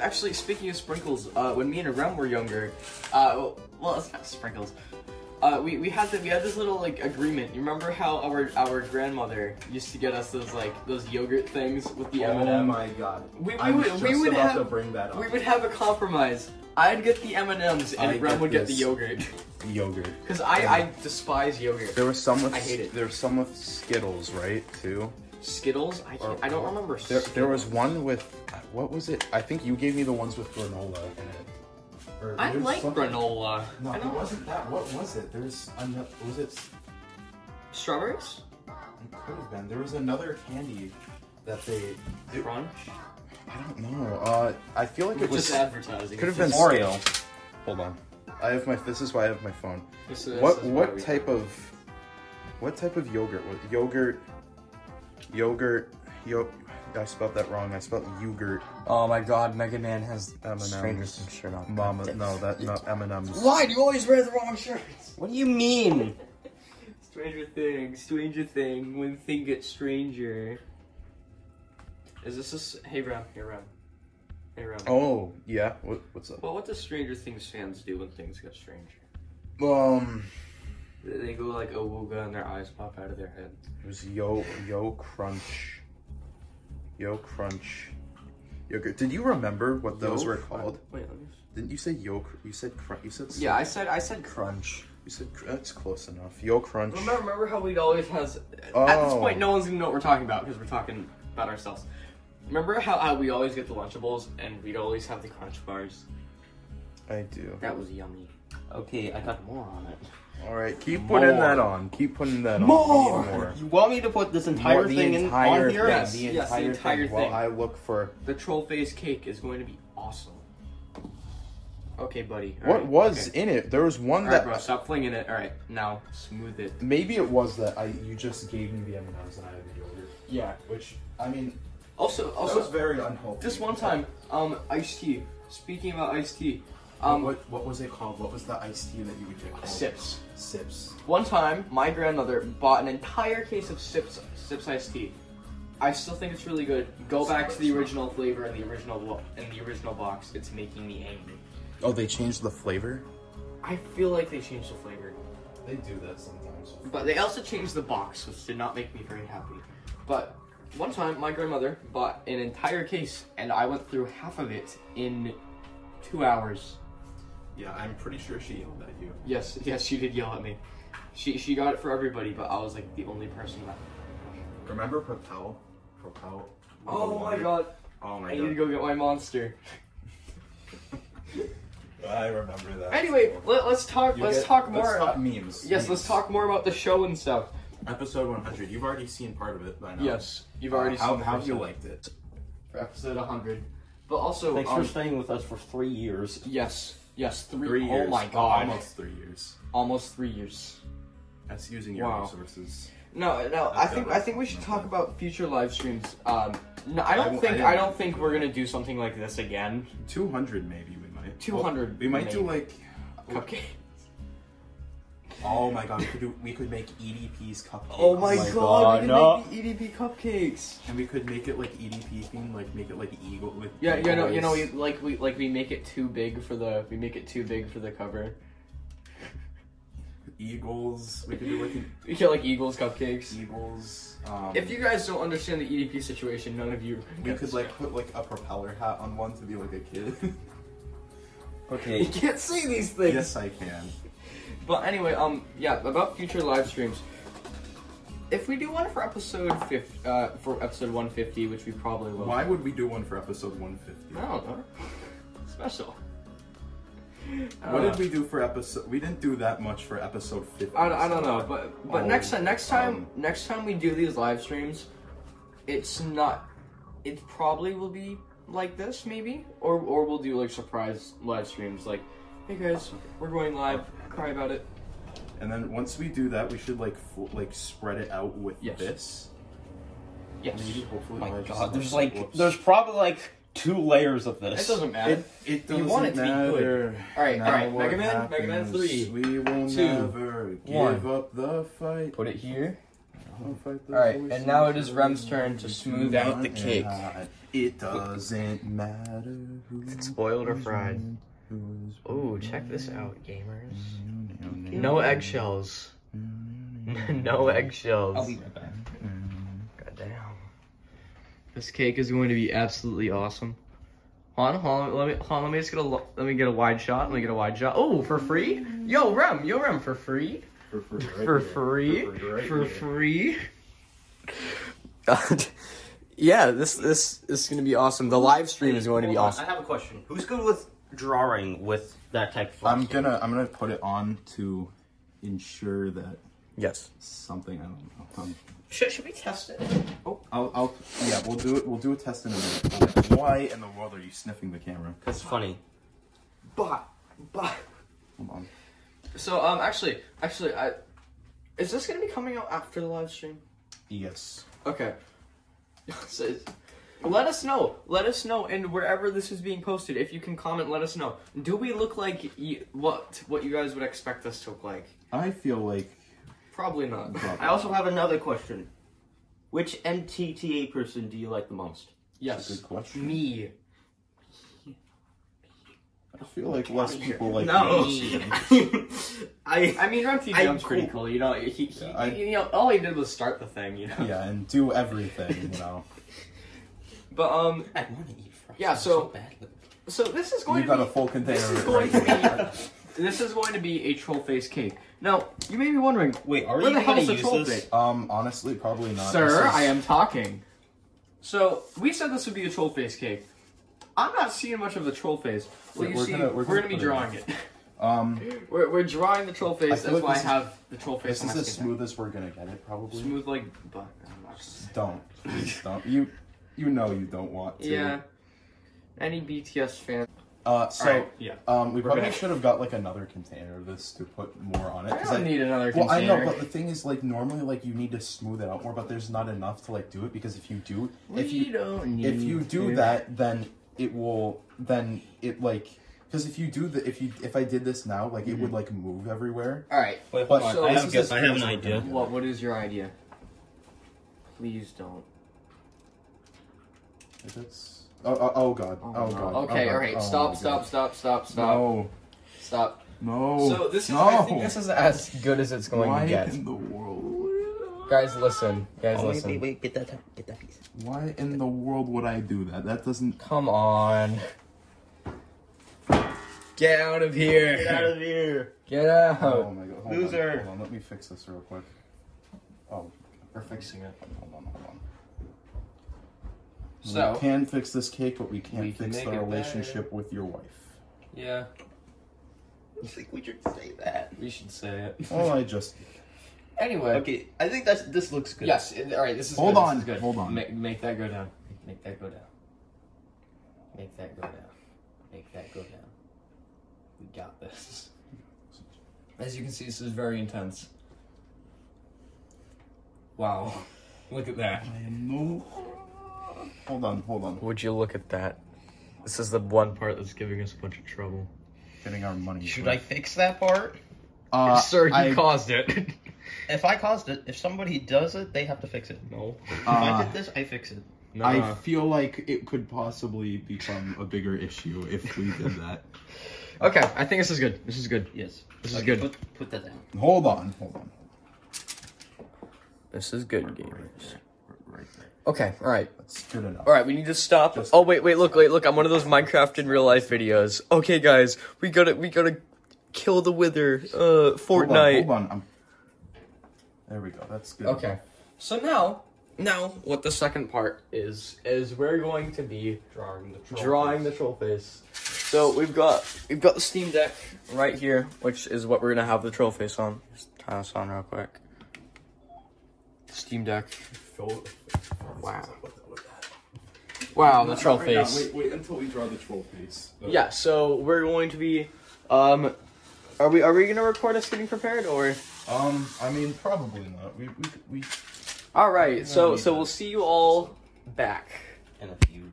[SPEAKER 2] Actually, speaking of sprinkles, uh, when me and Rem were younger, uh, well, it's not sprinkles. Uh, we, we had the, we had this little like agreement. You remember how our our grandmother used to get us those like those yogurt things with the M and
[SPEAKER 1] oh
[SPEAKER 2] m
[SPEAKER 1] my god.
[SPEAKER 2] We, we
[SPEAKER 1] I'm
[SPEAKER 2] would
[SPEAKER 1] just
[SPEAKER 2] we would
[SPEAKER 1] about
[SPEAKER 2] have
[SPEAKER 1] to bring that up.
[SPEAKER 2] we would have a compromise. I'd get the M and M's
[SPEAKER 1] I
[SPEAKER 2] and Rem
[SPEAKER 1] get
[SPEAKER 2] would get the
[SPEAKER 1] this.
[SPEAKER 2] yogurt
[SPEAKER 1] Yogurt.
[SPEAKER 2] because I, I despise yogurt.
[SPEAKER 1] There was some with
[SPEAKER 2] I hate it.
[SPEAKER 1] there was some with Skittles, right? Too.
[SPEAKER 2] Skittles. I can't, I don't remember.
[SPEAKER 1] There, there was one with what was it? I think you gave me the ones with granola in it. Or
[SPEAKER 2] I
[SPEAKER 1] there was
[SPEAKER 2] like
[SPEAKER 1] something-
[SPEAKER 2] granola.
[SPEAKER 1] No,
[SPEAKER 2] I
[SPEAKER 1] it
[SPEAKER 2] don't-
[SPEAKER 1] wasn't that. What was it? There was another. Was it?
[SPEAKER 2] strawberries.
[SPEAKER 1] It could have been. There was another candy that they.
[SPEAKER 2] Crunch.
[SPEAKER 1] I don't know. Uh, I feel like
[SPEAKER 2] We're
[SPEAKER 1] it was
[SPEAKER 2] just advertising.
[SPEAKER 1] Could have
[SPEAKER 2] It's
[SPEAKER 1] been
[SPEAKER 2] just-
[SPEAKER 1] Oreo. Hold on. I have my. This is why I have my phone.
[SPEAKER 2] This is-
[SPEAKER 1] what
[SPEAKER 2] this is why
[SPEAKER 1] what
[SPEAKER 2] we-
[SPEAKER 1] type of what type of yogurt? was yogurt? Yogurt. Yo. I spelled that wrong. I spelled yogurt.
[SPEAKER 2] Oh my God, Mega Man has
[SPEAKER 1] M&M's.
[SPEAKER 2] Stranger Things shirt on.
[SPEAKER 1] Mama. No, that not M and M's.
[SPEAKER 2] do you always wear the wrong shirts?
[SPEAKER 17] What do you mean?
[SPEAKER 2] Stranger Thing, Stranger Thing, when thing gets stranger. Is this a s- hey Ram, hey Ram, hey Ram?
[SPEAKER 1] Oh yeah. What, what's up?
[SPEAKER 2] Well, what do Stranger Things fans do when things get stranger?
[SPEAKER 1] Um.
[SPEAKER 2] They they go like awooga and their eyes pop out of their head.
[SPEAKER 1] It was yo yo crunch. Yo crunch. Yogurt. Did you remember what those
[SPEAKER 2] Yo
[SPEAKER 1] were
[SPEAKER 2] Crunch?
[SPEAKER 1] called?
[SPEAKER 2] Wait, let me.
[SPEAKER 1] Didn't you say yo? cr- You said crunch. You said
[SPEAKER 2] Yeah, I said I said crunch.
[SPEAKER 1] You said cr- that's close enough. Yo crunch.
[SPEAKER 2] Remember, remember how we'd always has. At this
[SPEAKER 1] Oh.
[SPEAKER 2] point, no one's gonna know what we're talking about because we're talking about ourselves. Remember how, how we always get the Lunchables and we'd always have the Crunch bars.
[SPEAKER 1] I do.
[SPEAKER 2] That was yummy.
[SPEAKER 17] Okay, I got more on it.
[SPEAKER 1] All right, keep putting
[SPEAKER 17] More.
[SPEAKER 1] that on. Keep putting that on.
[SPEAKER 17] More!
[SPEAKER 1] We need more.
[SPEAKER 17] You want me to put this entire
[SPEAKER 1] More- the
[SPEAKER 17] thing in
[SPEAKER 1] entire
[SPEAKER 17] on here?
[SPEAKER 1] thing,
[SPEAKER 2] Yes,
[SPEAKER 1] the
[SPEAKER 2] yes, the
[SPEAKER 1] entire,
[SPEAKER 2] entire
[SPEAKER 1] While
[SPEAKER 2] thing.
[SPEAKER 1] I look for
[SPEAKER 2] The troll face cake is going to be awesome. Okay, buddy. All
[SPEAKER 1] what
[SPEAKER 2] right,
[SPEAKER 1] was
[SPEAKER 2] okay.
[SPEAKER 1] in it. There was one
[SPEAKER 2] All right,
[SPEAKER 1] that
[SPEAKER 2] bro, stop flinging it. All right, now smooth it.
[SPEAKER 1] maybe it was that I you just gave me the M and M's and I had the yogurt.
[SPEAKER 2] Yeah.
[SPEAKER 1] Which I mean,
[SPEAKER 2] Also,
[SPEAKER 1] that was
[SPEAKER 2] also,
[SPEAKER 1] very unhealthy.
[SPEAKER 2] this one time, um, iced tea. Speaking about iced tea,
[SPEAKER 1] Um,
[SPEAKER 2] um,
[SPEAKER 1] what what was it called? What was the iced tea that you would get called?
[SPEAKER 2] sips.
[SPEAKER 1] Sips.
[SPEAKER 2] One time, my grandmother bought an entire case of sips sips iced tea. I still think it's really good. Go back to the original flavor and the original wo- and the original box. It's making me angry.
[SPEAKER 1] Oh, they changed the flavor.
[SPEAKER 2] I feel like they changed the flavor,
[SPEAKER 1] They do that sometimes.
[SPEAKER 2] but they also changed the box, which did not make me very happy. But one time, my grandmother bought an entire case, and I went through half of it in two hours.
[SPEAKER 1] Yeah, I'm pretty sure she yelled at you.
[SPEAKER 2] Yes, yes, she did yell at me. She she got it for everybody, but I was like the only person that.
[SPEAKER 1] Remember Propel? Propel.
[SPEAKER 2] Oh my god!
[SPEAKER 1] Oh my
[SPEAKER 2] I need to
[SPEAKER 1] god.
[SPEAKER 2] go get my monster.
[SPEAKER 1] I remember that.
[SPEAKER 2] Anyway, let, let's talk.
[SPEAKER 1] You
[SPEAKER 2] let's
[SPEAKER 1] get-
[SPEAKER 2] talk more.
[SPEAKER 1] Let's talk memes.
[SPEAKER 2] yes, let's talk more about the show and stuff.
[SPEAKER 1] Episode 100. You've already seen part of it by now. Uh,
[SPEAKER 2] Yes, you've already
[SPEAKER 1] How,
[SPEAKER 2] seen
[SPEAKER 1] how
[SPEAKER 2] the
[SPEAKER 1] you
[SPEAKER 2] episode.
[SPEAKER 1] liked it?
[SPEAKER 2] for episode 100. But also,
[SPEAKER 17] Thanks
[SPEAKER 2] um,
[SPEAKER 17] for staying with us for three years.
[SPEAKER 2] Yes. Yes. Three.
[SPEAKER 1] Three
[SPEAKER 2] oh
[SPEAKER 1] years.
[SPEAKER 2] my god.
[SPEAKER 1] Almost three years.
[SPEAKER 2] Almost three years.
[SPEAKER 1] That's using your
[SPEAKER 2] Wow.
[SPEAKER 1] resources.
[SPEAKER 2] No, no. I think I think we should talk about future live streams. Um, no, I
[SPEAKER 1] I
[SPEAKER 2] don't
[SPEAKER 1] w-
[SPEAKER 2] think
[SPEAKER 1] I-
[SPEAKER 2] I, don't think we're gonna do something like this again.
[SPEAKER 1] Two hundred maybe we might.
[SPEAKER 2] Two hundred.
[SPEAKER 1] We might do like.
[SPEAKER 2] Cupcake.
[SPEAKER 1] Oh my god, we could do. We could make EDP's cupcakes.
[SPEAKER 2] Oh my, god, we can make the EDP cupcakes.
[SPEAKER 1] And we could make it like E EDP themed, like make it like eagle with.
[SPEAKER 2] Yeah, you know, you know, we,
[SPEAKER 1] eagles.
[SPEAKER 2] like we like we make it too big for the we make it too big for the cover.
[SPEAKER 1] Eagles. We could do like an
[SPEAKER 2] We get like Eagles cupcakes.
[SPEAKER 1] Eagles. Um,
[SPEAKER 2] if you guys don't understand the EDP situation, none of you.
[SPEAKER 1] we could like put like a propeller hat on one to be like a kid.
[SPEAKER 2] You can't say these things.
[SPEAKER 1] Yes, I can.
[SPEAKER 2] But anyway, um, yeah, about future live streams. If we do one for episode fifth, uh, for episode one fifty, which we probably will.
[SPEAKER 1] Why would we do one for episode 150?
[SPEAKER 2] I don't know. Special. I
[SPEAKER 1] What
[SPEAKER 2] don't
[SPEAKER 1] did we do for episode? We didn't do that much for episode 50.
[SPEAKER 2] Uh, I, I don't know, but but
[SPEAKER 1] Oh,
[SPEAKER 2] next time next time
[SPEAKER 1] um,
[SPEAKER 2] next time we do these live streams, it's not. It probably will be like this, maybe, or or we'll do like surprise live streams, like, hey guys, we're going live, cry about it.
[SPEAKER 1] And then once we do that, we should like fl- like spread it out with
[SPEAKER 2] Yes.
[SPEAKER 1] this.
[SPEAKER 2] Yes.
[SPEAKER 1] Maybe
[SPEAKER 2] Oh
[SPEAKER 1] hopefully.
[SPEAKER 17] My
[SPEAKER 1] live
[SPEAKER 17] God, there's
[SPEAKER 1] streams-
[SPEAKER 17] like
[SPEAKER 1] whoops.
[SPEAKER 17] there's probably like two layers of this.
[SPEAKER 2] It doesn't matter.
[SPEAKER 1] It, it doesn't
[SPEAKER 2] You want it to be good.
[SPEAKER 1] matter.
[SPEAKER 2] All right, all
[SPEAKER 1] Now
[SPEAKER 2] right,
[SPEAKER 1] what
[SPEAKER 2] Mega Man, Mega Man
[SPEAKER 1] happens?
[SPEAKER 2] three,
[SPEAKER 1] We will
[SPEAKER 2] two,
[SPEAKER 1] never
[SPEAKER 2] one.
[SPEAKER 1] give up the fight.
[SPEAKER 2] Put it here.
[SPEAKER 1] Don't fight the
[SPEAKER 2] All right,
[SPEAKER 1] voices
[SPEAKER 2] and now it is Rem's turn to
[SPEAKER 1] that
[SPEAKER 2] smooth
[SPEAKER 1] you
[SPEAKER 2] out the
[SPEAKER 1] want
[SPEAKER 2] cake.
[SPEAKER 1] and hide. It doesn't matter. Who
[SPEAKER 4] It's boiled or fried. Oh, check this out, gamers.
[SPEAKER 2] Mm-hmm.
[SPEAKER 4] No eggshells. no eggshells.
[SPEAKER 17] I'll be right back.
[SPEAKER 4] Goddamn. This cake is going to be absolutely awesome. Hold on, hold on, let me, hold on, let me just get a, lo- let me get a wide shot, let me get a wide shot. Oh, for free? Yo, Rem, yo, Rem, for free?
[SPEAKER 1] For free, right
[SPEAKER 4] for
[SPEAKER 1] here.
[SPEAKER 4] free?
[SPEAKER 1] For free, right
[SPEAKER 4] For
[SPEAKER 1] here.
[SPEAKER 4] free? yeah, this this is gonna be awesome. The live stream is going to be
[SPEAKER 17] Hold on,
[SPEAKER 4] awesome.
[SPEAKER 17] I have a question. Who's good with drawing with that type of?
[SPEAKER 1] I'm gonna I'm gonna put it on to ensure that
[SPEAKER 4] yes
[SPEAKER 1] something I don't know. Um, Oh,
[SPEAKER 21] Should, should we test it?
[SPEAKER 1] I'll, I'll yeah we'll do it we'll do a test in a minute. Why in the world are you sniffing the camera?
[SPEAKER 17] That's funny.
[SPEAKER 2] But but
[SPEAKER 1] Hold on.
[SPEAKER 2] so um actually actually I is this gonna be coming out after the live stream?
[SPEAKER 1] Yes.
[SPEAKER 2] Okay. So it's- let us know. Let us know, and wherever this is being posted, if you can comment, let us know. Do we look like you, what what you guys would expect us to look like?
[SPEAKER 1] I feel like
[SPEAKER 2] Probably not.
[SPEAKER 17] I also have another question. Which MTTA person do you like the most?
[SPEAKER 2] Yes.
[SPEAKER 1] good question.
[SPEAKER 2] Me.
[SPEAKER 1] I feel like less people like
[SPEAKER 2] No.
[SPEAKER 1] me.
[SPEAKER 2] I I mean, Run
[SPEAKER 1] I-
[SPEAKER 2] TDM's pretty cool. You know, he, he,
[SPEAKER 1] I-
[SPEAKER 2] you know, all he did was start the thing. You know.
[SPEAKER 1] Yeah, and do everything you know.
[SPEAKER 2] But um,
[SPEAKER 17] I want to eat fries.
[SPEAKER 2] yeah. So so this is going
[SPEAKER 1] You
[SPEAKER 2] to
[SPEAKER 1] got a full container.
[SPEAKER 2] This is
[SPEAKER 1] of it
[SPEAKER 2] going
[SPEAKER 1] right
[SPEAKER 2] to be this is going to be a troll face cake. Now you may be wondering,
[SPEAKER 17] Wait, are
[SPEAKER 2] where
[SPEAKER 17] you
[SPEAKER 2] the hell
[SPEAKER 17] gonna
[SPEAKER 2] is the
[SPEAKER 17] use
[SPEAKER 2] troll
[SPEAKER 17] this?
[SPEAKER 2] face,
[SPEAKER 1] Um, honestly, probably not.
[SPEAKER 2] sir?
[SPEAKER 1] This is-
[SPEAKER 2] I am talking. So we said this would be a troll face cake. I'm not seeing much of the troll face. Well,
[SPEAKER 1] Yeah,
[SPEAKER 2] you
[SPEAKER 1] we're
[SPEAKER 2] see,
[SPEAKER 1] gonna- we're
[SPEAKER 2] we're,
[SPEAKER 1] gonna
[SPEAKER 2] gonna, be
[SPEAKER 1] put it in.
[SPEAKER 2] drawing it.
[SPEAKER 1] Um,
[SPEAKER 2] We're, we're drawing the troll face. That's
[SPEAKER 1] feel like
[SPEAKER 2] why I
[SPEAKER 1] this is-
[SPEAKER 2] have the troll face.
[SPEAKER 1] this
[SPEAKER 2] on
[SPEAKER 1] is
[SPEAKER 2] my
[SPEAKER 1] the
[SPEAKER 2] skin.
[SPEAKER 1] smoothest we're gonna get it, probably.
[SPEAKER 2] smooth like but I'm not gonna-
[SPEAKER 1] Don't, please don't. You, you know you don't want to.
[SPEAKER 2] yeah any bts fan
[SPEAKER 1] Uh, so
[SPEAKER 2] Alright, yeah.
[SPEAKER 1] um, we
[SPEAKER 2] We're
[SPEAKER 1] probably
[SPEAKER 2] gonna-
[SPEAKER 1] should have got like another container of this to put more on it.
[SPEAKER 2] i
[SPEAKER 1] 'cause
[SPEAKER 2] don't need another
[SPEAKER 1] Well, I know,
[SPEAKER 2] container.
[SPEAKER 1] but the thing is, like, normally, like, you need to smooth it out more, but there's not enough to like do it because if you do, if
[SPEAKER 2] We
[SPEAKER 1] you
[SPEAKER 2] don't
[SPEAKER 1] if you
[SPEAKER 2] need
[SPEAKER 1] do
[SPEAKER 2] to.
[SPEAKER 1] that, then it will, then it like, because if you do the, if you if I did this now, like, it
[SPEAKER 2] Mm-hmm.
[SPEAKER 1] would like move everywhere.
[SPEAKER 2] all right
[SPEAKER 17] Wait,
[SPEAKER 1] But
[SPEAKER 17] hold on.
[SPEAKER 2] so
[SPEAKER 17] I
[SPEAKER 2] this
[SPEAKER 17] have, a
[SPEAKER 1] is
[SPEAKER 17] guess.
[SPEAKER 1] a
[SPEAKER 17] I have an
[SPEAKER 1] special
[SPEAKER 17] idea.
[SPEAKER 2] what what is your idea please don't
[SPEAKER 1] If it's oh oh, oh god oh,
[SPEAKER 2] no.
[SPEAKER 1] god.
[SPEAKER 2] okay
[SPEAKER 1] oh,
[SPEAKER 2] all
[SPEAKER 1] god.
[SPEAKER 2] right
[SPEAKER 1] Oh,
[SPEAKER 2] stop
[SPEAKER 1] my
[SPEAKER 2] stop
[SPEAKER 1] God.
[SPEAKER 2] stop stop stop
[SPEAKER 1] No,
[SPEAKER 2] stop
[SPEAKER 1] no.
[SPEAKER 2] so this
[SPEAKER 1] Oh,
[SPEAKER 2] is
[SPEAKER 1] no.
[SPEAKER 2] i think this is as good as it's going
[SPEAKER 1] Why
[SPEAKER 2] to get
[SPEAKER 1] in the world?
[SPEAKER 2] guys listen guys
[SPEAKER 17] Oh, wait,
[SPEAKER 2] listen
[SPEAKER 17] wait, wait, get that, get that piece.
[SPEAKER 1] Why in the world would I do that? That doesn't.
[SPEAKER 2] come on get out of here
[SPEAKER 17] Get out of here.
[SPEAKER 2] Get out.
[SPEAKER 1] Oh my god. Hold
[SPEAKER 17] Loser.
[SPEAKER 1] On, hold on, let me fix this real quick. Oh,
[SPEAKER 2] we're fixing it
[SPEAKER 1] hold on, hold on. we
[SPEAKER 2] so
[SPEAKER 1] can fix this cake, but we can't
[SPEAKER 2] We can
[SPEAKER 1] fix
[SPEAKER 2] make
[SPEAKER 1] the
[SPEAKER 2] it
[SPEAKER 1] relationship with your wife.
[SPEAKER 2] yeah
[SPEAKER 17] I think we should say that.
[SPEAKER 2] we should say it
[SPEAKER 1] Oh, I just
[SPEAKER 2] anyway
[SPEAKER 17] Okay, I think that's this looks good.
[SPEAKER 2] Yes. it- All right. This is
[SPEAKER 1] Hold
[SPEAKER 2] good,
[SPEAKER 1] on,
[SPEAKER 2] This is good.
[SPEAKER 1] hold on.
[SPEAKER 2] Make, make that go down. Make that go down. Make that go down. Make that go down. We got this. As you can see, this is very intense. Wow. Look at that.
[SPEAKER 1] I am no. Hold on, hold on.
[SPEAKER 2] Would you look at that? This is the one part that's giving us a bunch of trouble.
[SPEAKER 1] Getting our money.
[SPEAKER 17] Should I fix that part?
[SPEAKER 2] Uh, Sir, you
[SPEAKER 17] I-
[SPEAKER 2] caused it.
[SPEAKER 17] If I caused it, if somebody does it, they have to fix it.
[SPEAKER 2] No.
[SPEAKER 17] If
[SPEAKER 1] Uh,
[SPEAKER 17] I did this, I fix it.
[SPEAKER 1] I feel like it could possibly become a bigger issue if we did that.
[SPEAKER 2] okay, I think this is good. This is good.
[SPEAKER 17] Yes.
[SPEAKER 2] This is
[SPEAKER 17] Okay,
[SPEAKER 2] good.
[SPEAKER 17] Put, put that down.
[SPEAKER 1] Hold on, hold on.
[SPEAKER 2] This is good, gamers. Okay, all right. Let's
[SPEAKER 1] spit it up.
[SPEAKER 2] All right, we need to stop. oh wait, wait, look, wait, look! I'm one of those Minecraft in real life videos. Okay, guys, we gotta, we gotta kill the Wither. Uh,
[SPEAKER 1] Hold on,
[SPEAKER 2] Fortnite.
[SPEAKER 1] Hold on. I'm... There we go. That's good.
[SPEAKER 2] Okay. So now, now what the second part is is we're going to be drawing the troll drawing face. the troll face. So we've got we've got the Steam Deck right here, which is what we're gonna have the troll face on. Just turn this on real quick. Steam Deck. Wow. Wow, the
[SPEAKER 1] Not
[SPEAKER 2] troll
[SPEAKER 1] right now,
[SPEAKER 2] face.
[SPEAKER 1] Wait, wait until we draw the troll face.
[SPEAKER 2] Yeah. So we're going to be, um, are we are we gonna record us getting prepared or?
[SPEAKER 1] Um, I mean, probably not. We, we, we...
[SPEAKER 2] All right, so
[SPEAKER 1] need
[SPEAKER 2] so we'll see you all back in a few.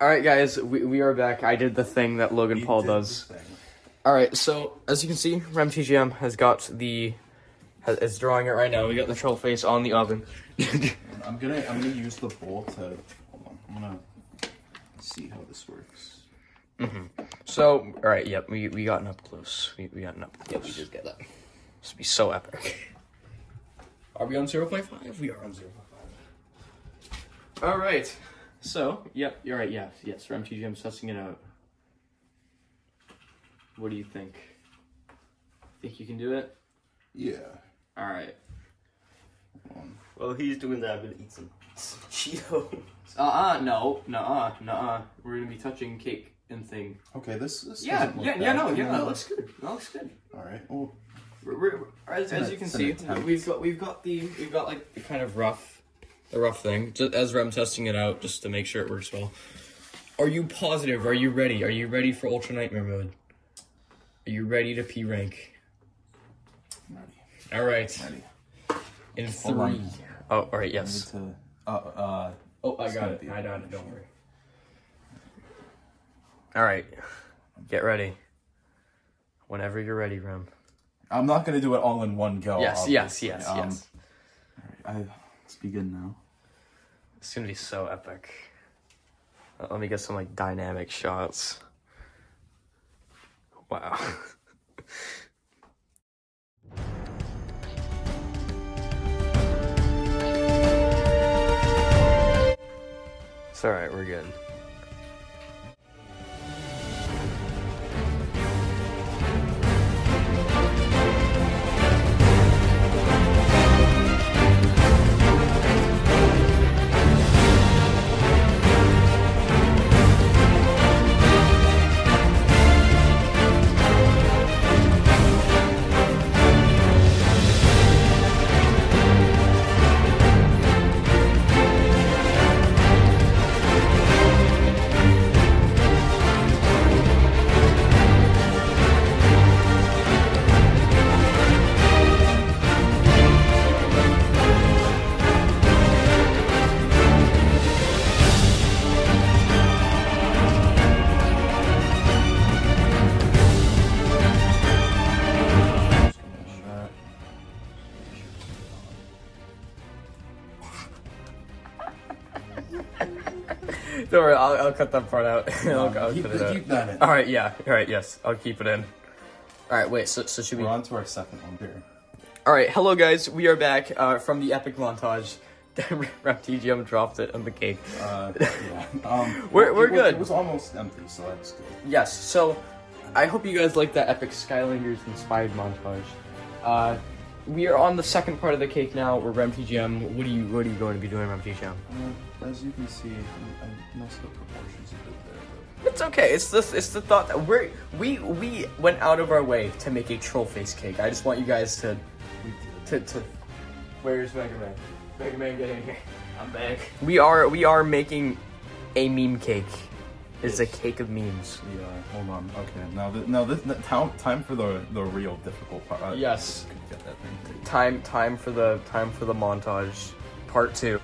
[SPEAKER 2] All right, guys, we, we are back. I did the thing that Logan Paul does. All right, so as you can see, Rem TGM has got the has, is drawing it right now. We got the troll face on the oven.
[SPEAKER 1] I'm gonna, I'm gonna use the bowl to. Hold on. I'm gonna see how this works.
[SPEAKER 2] hmm So, all right, yep, we we gotten up close. We we gotten up close. we just get that. This would be so epic. Are we on zero point five? We are on zero point five. All right. So, yep, you're right. Yeah, yes, Rem TGM's testing it out. What do you think? Think you can do it?
[SPEAKER 1] Yeah.
[SPEAKER 2] All right.
[SPEAKER 17] Well, he's doing that. I'm gonna eat some Cheeto.
[SPEAKER 2] Uh uh no, no uh, no uh. We're gonna be touching cake and thing.
[SPEAKER 1] Okay. This. this
[SPEAKER 2] Yeah,
[SPEAKER 1] doesn't look
[SPEAKER 2] yeah, yeah,
[SPEAKER 1] bad.
[SPEAKER 2] no, yeah,
[SPEAKER 1] No.
[SPEAKER 2] that looks good. That looks good.
[SPEAKER 1] All right. oh, Well,
[SPEAKER 2] We're, we're, as, as you can see, we've got we've got the we've got like the kind of rough, the rough thing. Just as I'm testing it out, just to make sure it works well. Are you positive? Are you ready? Are you ready for Ultra Nightmare mode? Are you ready to P rank? Ready. All right. Ready. In
[SPEAKER 1] Hold on.
[SPEAKER 2] three. Oh, all right. Yes.
[SPEAKER 1] I need to, uh, uh,
[SPEAKER 2] Oh, I
[SPEAKER 1] it's
[SPEAKER 2] got
[SPEAKER 1] gonna
[SPEAKER 2] it.
[SPEAKER 1] be-
[SPEAKER 2] I got it. Don't worry. All right. Get ready. Whenever you're ready, Rem.
[SPEAKER 1] I'm not gonna do it all in one go.
[SPEAKER 2] Yes, yes,
[SPEAKER 1] obviously.
[SPEAKER 2] yes,
[SPEAKER 1] Um,
[SPEAKER 2] yes.
[SPEAKER 1] all right, I, let's begin now.
[SPEAKER 2] It's gonna be so epic. Uh, Let me get some like dynamic shots. Wow. it's alright, we're good. Don't worry, I'll, I'll cut that part out. I'll, I'll
[SPEAKER 1] Um, keep
[SPEAKER 2] cut
[SPEAKER 1] the-
[SPEAKER 2] it out.
[SPEAKER 1] keep that in.
[SPEAKER 2] All right, yeah. All right, yes, I'll keep it in. All right, wait. So, so should we?
[SPEAKER 1] We're on to our second one here.
[SPEAKER 2] All right, hello guys. We are back uh, from the epic montage. Rep TGM dropped it on the cake.
[SPEAKER 1] Uh, yeah. Um,
[SPEAKER 2] We're-
[SPEAKER 1] it was-
[SPEAKER 2] we're good.
[SPEAKER 1] It was almost empty, so that's good.
[SPEAKER 2] Yes, so I hope you guys like that epic Skylanders inspired montage. Uh, we are on the second part of the cake now. We're Rem TGM. What are you What are you going to be doing, Rem TGM?
[SPEAKER 1] Uh, as you can see, I, I messed up proportions a bit there.
[SPEAKER 2] It's okay. It's the It's the thought that we're we we went out of our way to make a troll face cake. I just want you guys to to to. Where's Mega Man? Mega Man, get in here. I'm back. We are we are making a meme cake. It's a cake of memes.
[SPEAKER 1] Yeah. uh, Hold on. Okay. Now, th- now this th- time time for the the real difficult part. I
[SPEAKER 2] Yes.
[SPEAKER 1] couldn't Get that thing.
[SPEAKER 2] Time time for the time for the montage. Part two.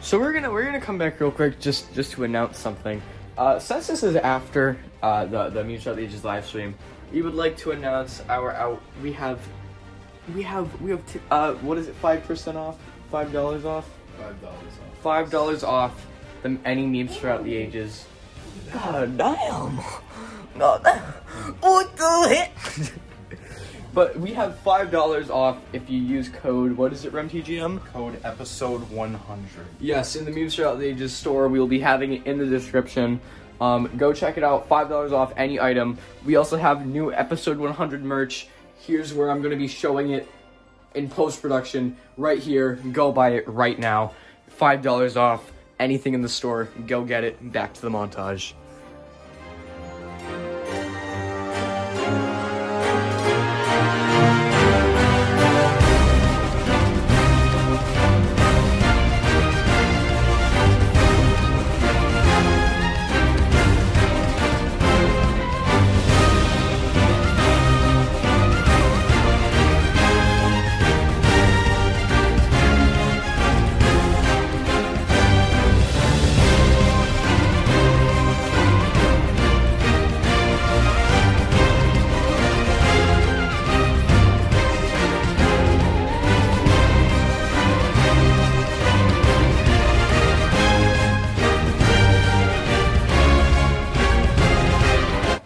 [SPEAKER 2] So we're gonna we're gonna come back real quick just just to announce something. Uh, since this is after uh, the the Moonshot Ages live stream, we would like to announce our out. We have we have we have t- uh what is it five percent off five dollars off
[SPEAKER 1] Five dollars off.
[SPEAKER 2] five dollars off the any memes throughout the ages. God damn! No, what the heck? But we have five dollars off if you use code. What is it, RemTGM?
[SPEAKER 1] Code episode one hundred.
[SPEAKER 2] Yes, in the Memes Throughout the Ages store, we will be having it in the description. Um, go check it out. Five dollars off any item. We also have new episode 100 merch. Here's where I'm going to be showing it in post production. Right here. Go buy it right now. Five dollars off anything in the store. Go get it. Back to the montage.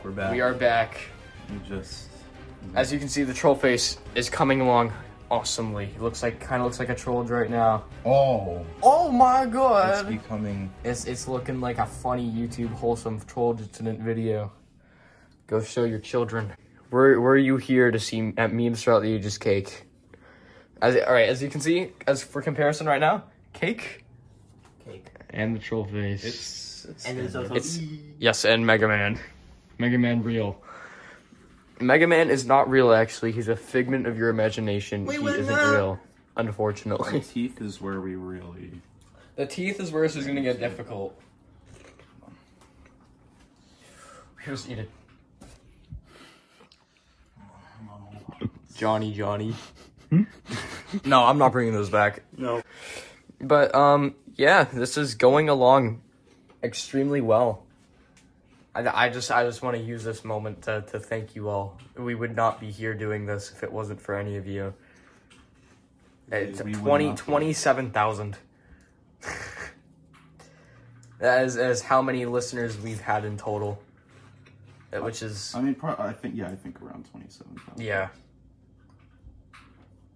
[SPEAKER 1] We're back.
[SPEAKER 2] We are back.
[SPEAKER 1] You just.
[SPEAKER 2] As you can see, the troll face is coming along awesomely. He looks like kind of looks like a troll right now.
[SPEAKER 1] Oh.
[SPEAKER 2] Oh my god!
[SPEAKER 1] It's becoming.
[SPEAKER 2] It's it's looking like a funny YouTube wholesome troll incident video. Go show your children. Were were you here to see at memes throughout the ages cake? As all right, as you can see, as for comparison right now, cake,
[SPEAKER 3] Cake.
[SPEAKER 2] and the troll face.
[SPEAKER 3] It's- it's- And there's also-
[SPEAKER 2] It's- yes, and Mega Man, Mega Man real. Mega Man is not real. Actually, he's a figment of your imagination.
[SPEAKER 22] We
[SPEAKER 2] he
[SPEAKER 22] will
[SPEAKER 2] isn't
[SPEAKER 22] not-
[SPEAKER 2] real, unfortunately.
[SPEAKER 1] Teeth is where we really.
[SPEAKER 22] The teeth is where this is gonna get difficult.
[SPEAKER 2] Just eat it. Johnny, Johnny. no, I'm not bringing those back.
[SPEAKER 3] No.
[SPEAKER 2] But um, yeah, this is going along extremely well. I, I just I just want to use this moment to, to thank you all. We would not be here doing this if it wasn't for any of you. It's
[SPEAKER 1] we would
[SPEAKER 2] 20,
[SPEAKER 1] not.
[SPEAKER 2] 27,000. that, is, that is how many listeners we've had in total. Uh, Which is
[SPEAKER 1] I mean, pro- I think yeah, I think around twenty-seven.
[SPEAKER 2] yeah.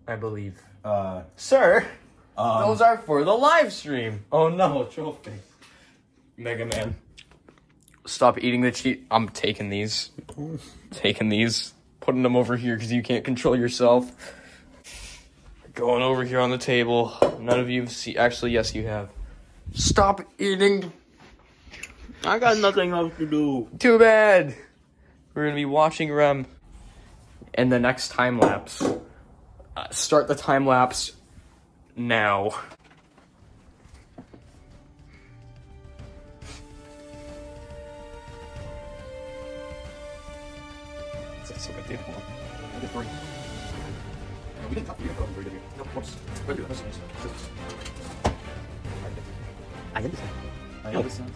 [SPEAKER 2] I believe.
[SPEAKER 1] Uh,
[SPEAKER 2] Sir,
[SPEAKER 1] Um,
[SPEAKER 4] Oh.
[SPEAKER 2] those are for the live stream. Oh no, trophy. Mega Man. Stop eating the cheat. I'm taking these. Taking these. Putting them over here because you can't control yourself. Going over here on the table. None of you have seen. Actually, yes, you have. Stop eating.
[SPEAKER 3] I got nothing else to do.
[SPEAKER 2] Too bad. We're gonna be watching Rem. And the next time lapse. Uh, start the time lapse now.
[SPEAKER 1] That's so good. Uh, We didn't talk to you about the video. No, of course.
[SPEAKER 3] I understand.
[SPEAKER 1] I understand.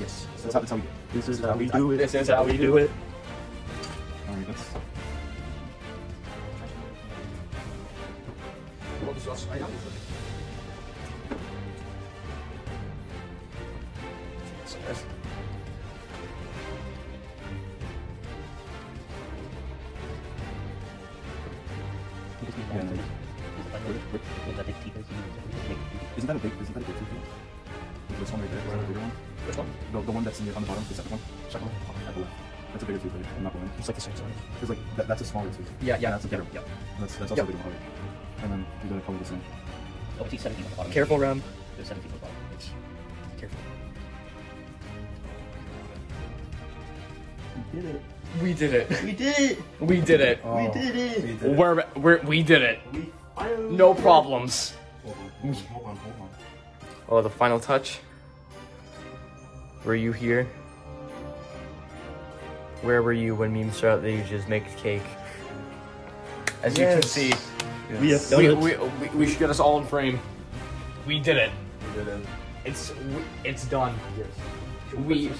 [SPEAKER 1] Yes. That's how, that's how we,
[SPEAKER 3] This is how we
[SPEAKER 1] I-
[SPEAKER 3] do it.
[SPEAKER 1] This is how we do
[SPEAKER 3] it.
[SPEAKER 1] all right, that's.
[SPEAKER 23] Isn't that a big? Isn't that a big two feet? This one right there. Is that a bigger one? This one? The, the one that's in the, on the bottom. The second one. Second one. At the left. That's a bigger two feet. I'm not blind. It's like the same size. Because like that, that's a smaller two feet.
[SPEAKER 2] Yeah, yeah,
[SPEAKER 23] That's a
[SPEAKER 2] yeah,
[SPEAKER 23] bigger.
[SPEAKER 2] yeah.
[SPEAKER 23] And That's that's also
[SPEAKER 2] Yeah.
[SPEAKER 23] a bigger one. And then you're gonna probably the same.
[SPEAKER 3] OT 17 on the bottom.
[SPEAKER 2] Careful, Ram.
[SPEAKER 3] There's 17 on the bottom. It's
[SPEAKER 2] careful.
[SPEAKER 3] We did it.
[SPEAKER 2] We did it.
[SPEAKER 3] We did it.
[SPEAKER 2] We did it.
[SPEAKER 3] We did it. We did it.
[SPEAKER 2] We're, we're, we did it. No problems.
[SPEAKER 1] Hold on, hold on.
[SPEAKER 2] Oh, the final touch. Were you here? Where were you when Meme started the just make cake? As you can
[SPEAKER 24] Yes.
[SPEAKER 2] see,
[SPEAKER 24] We have done
[SPEAKER 2] we,
[SPEAKER 1] Oh,
[SPEAKER 24] it.
[SPEAKER 2] We, we, we should get us all in frame. We did it.
[SPEAKER 1] We did it.
[SPEAKER 2] It's we, it's done. Yes. We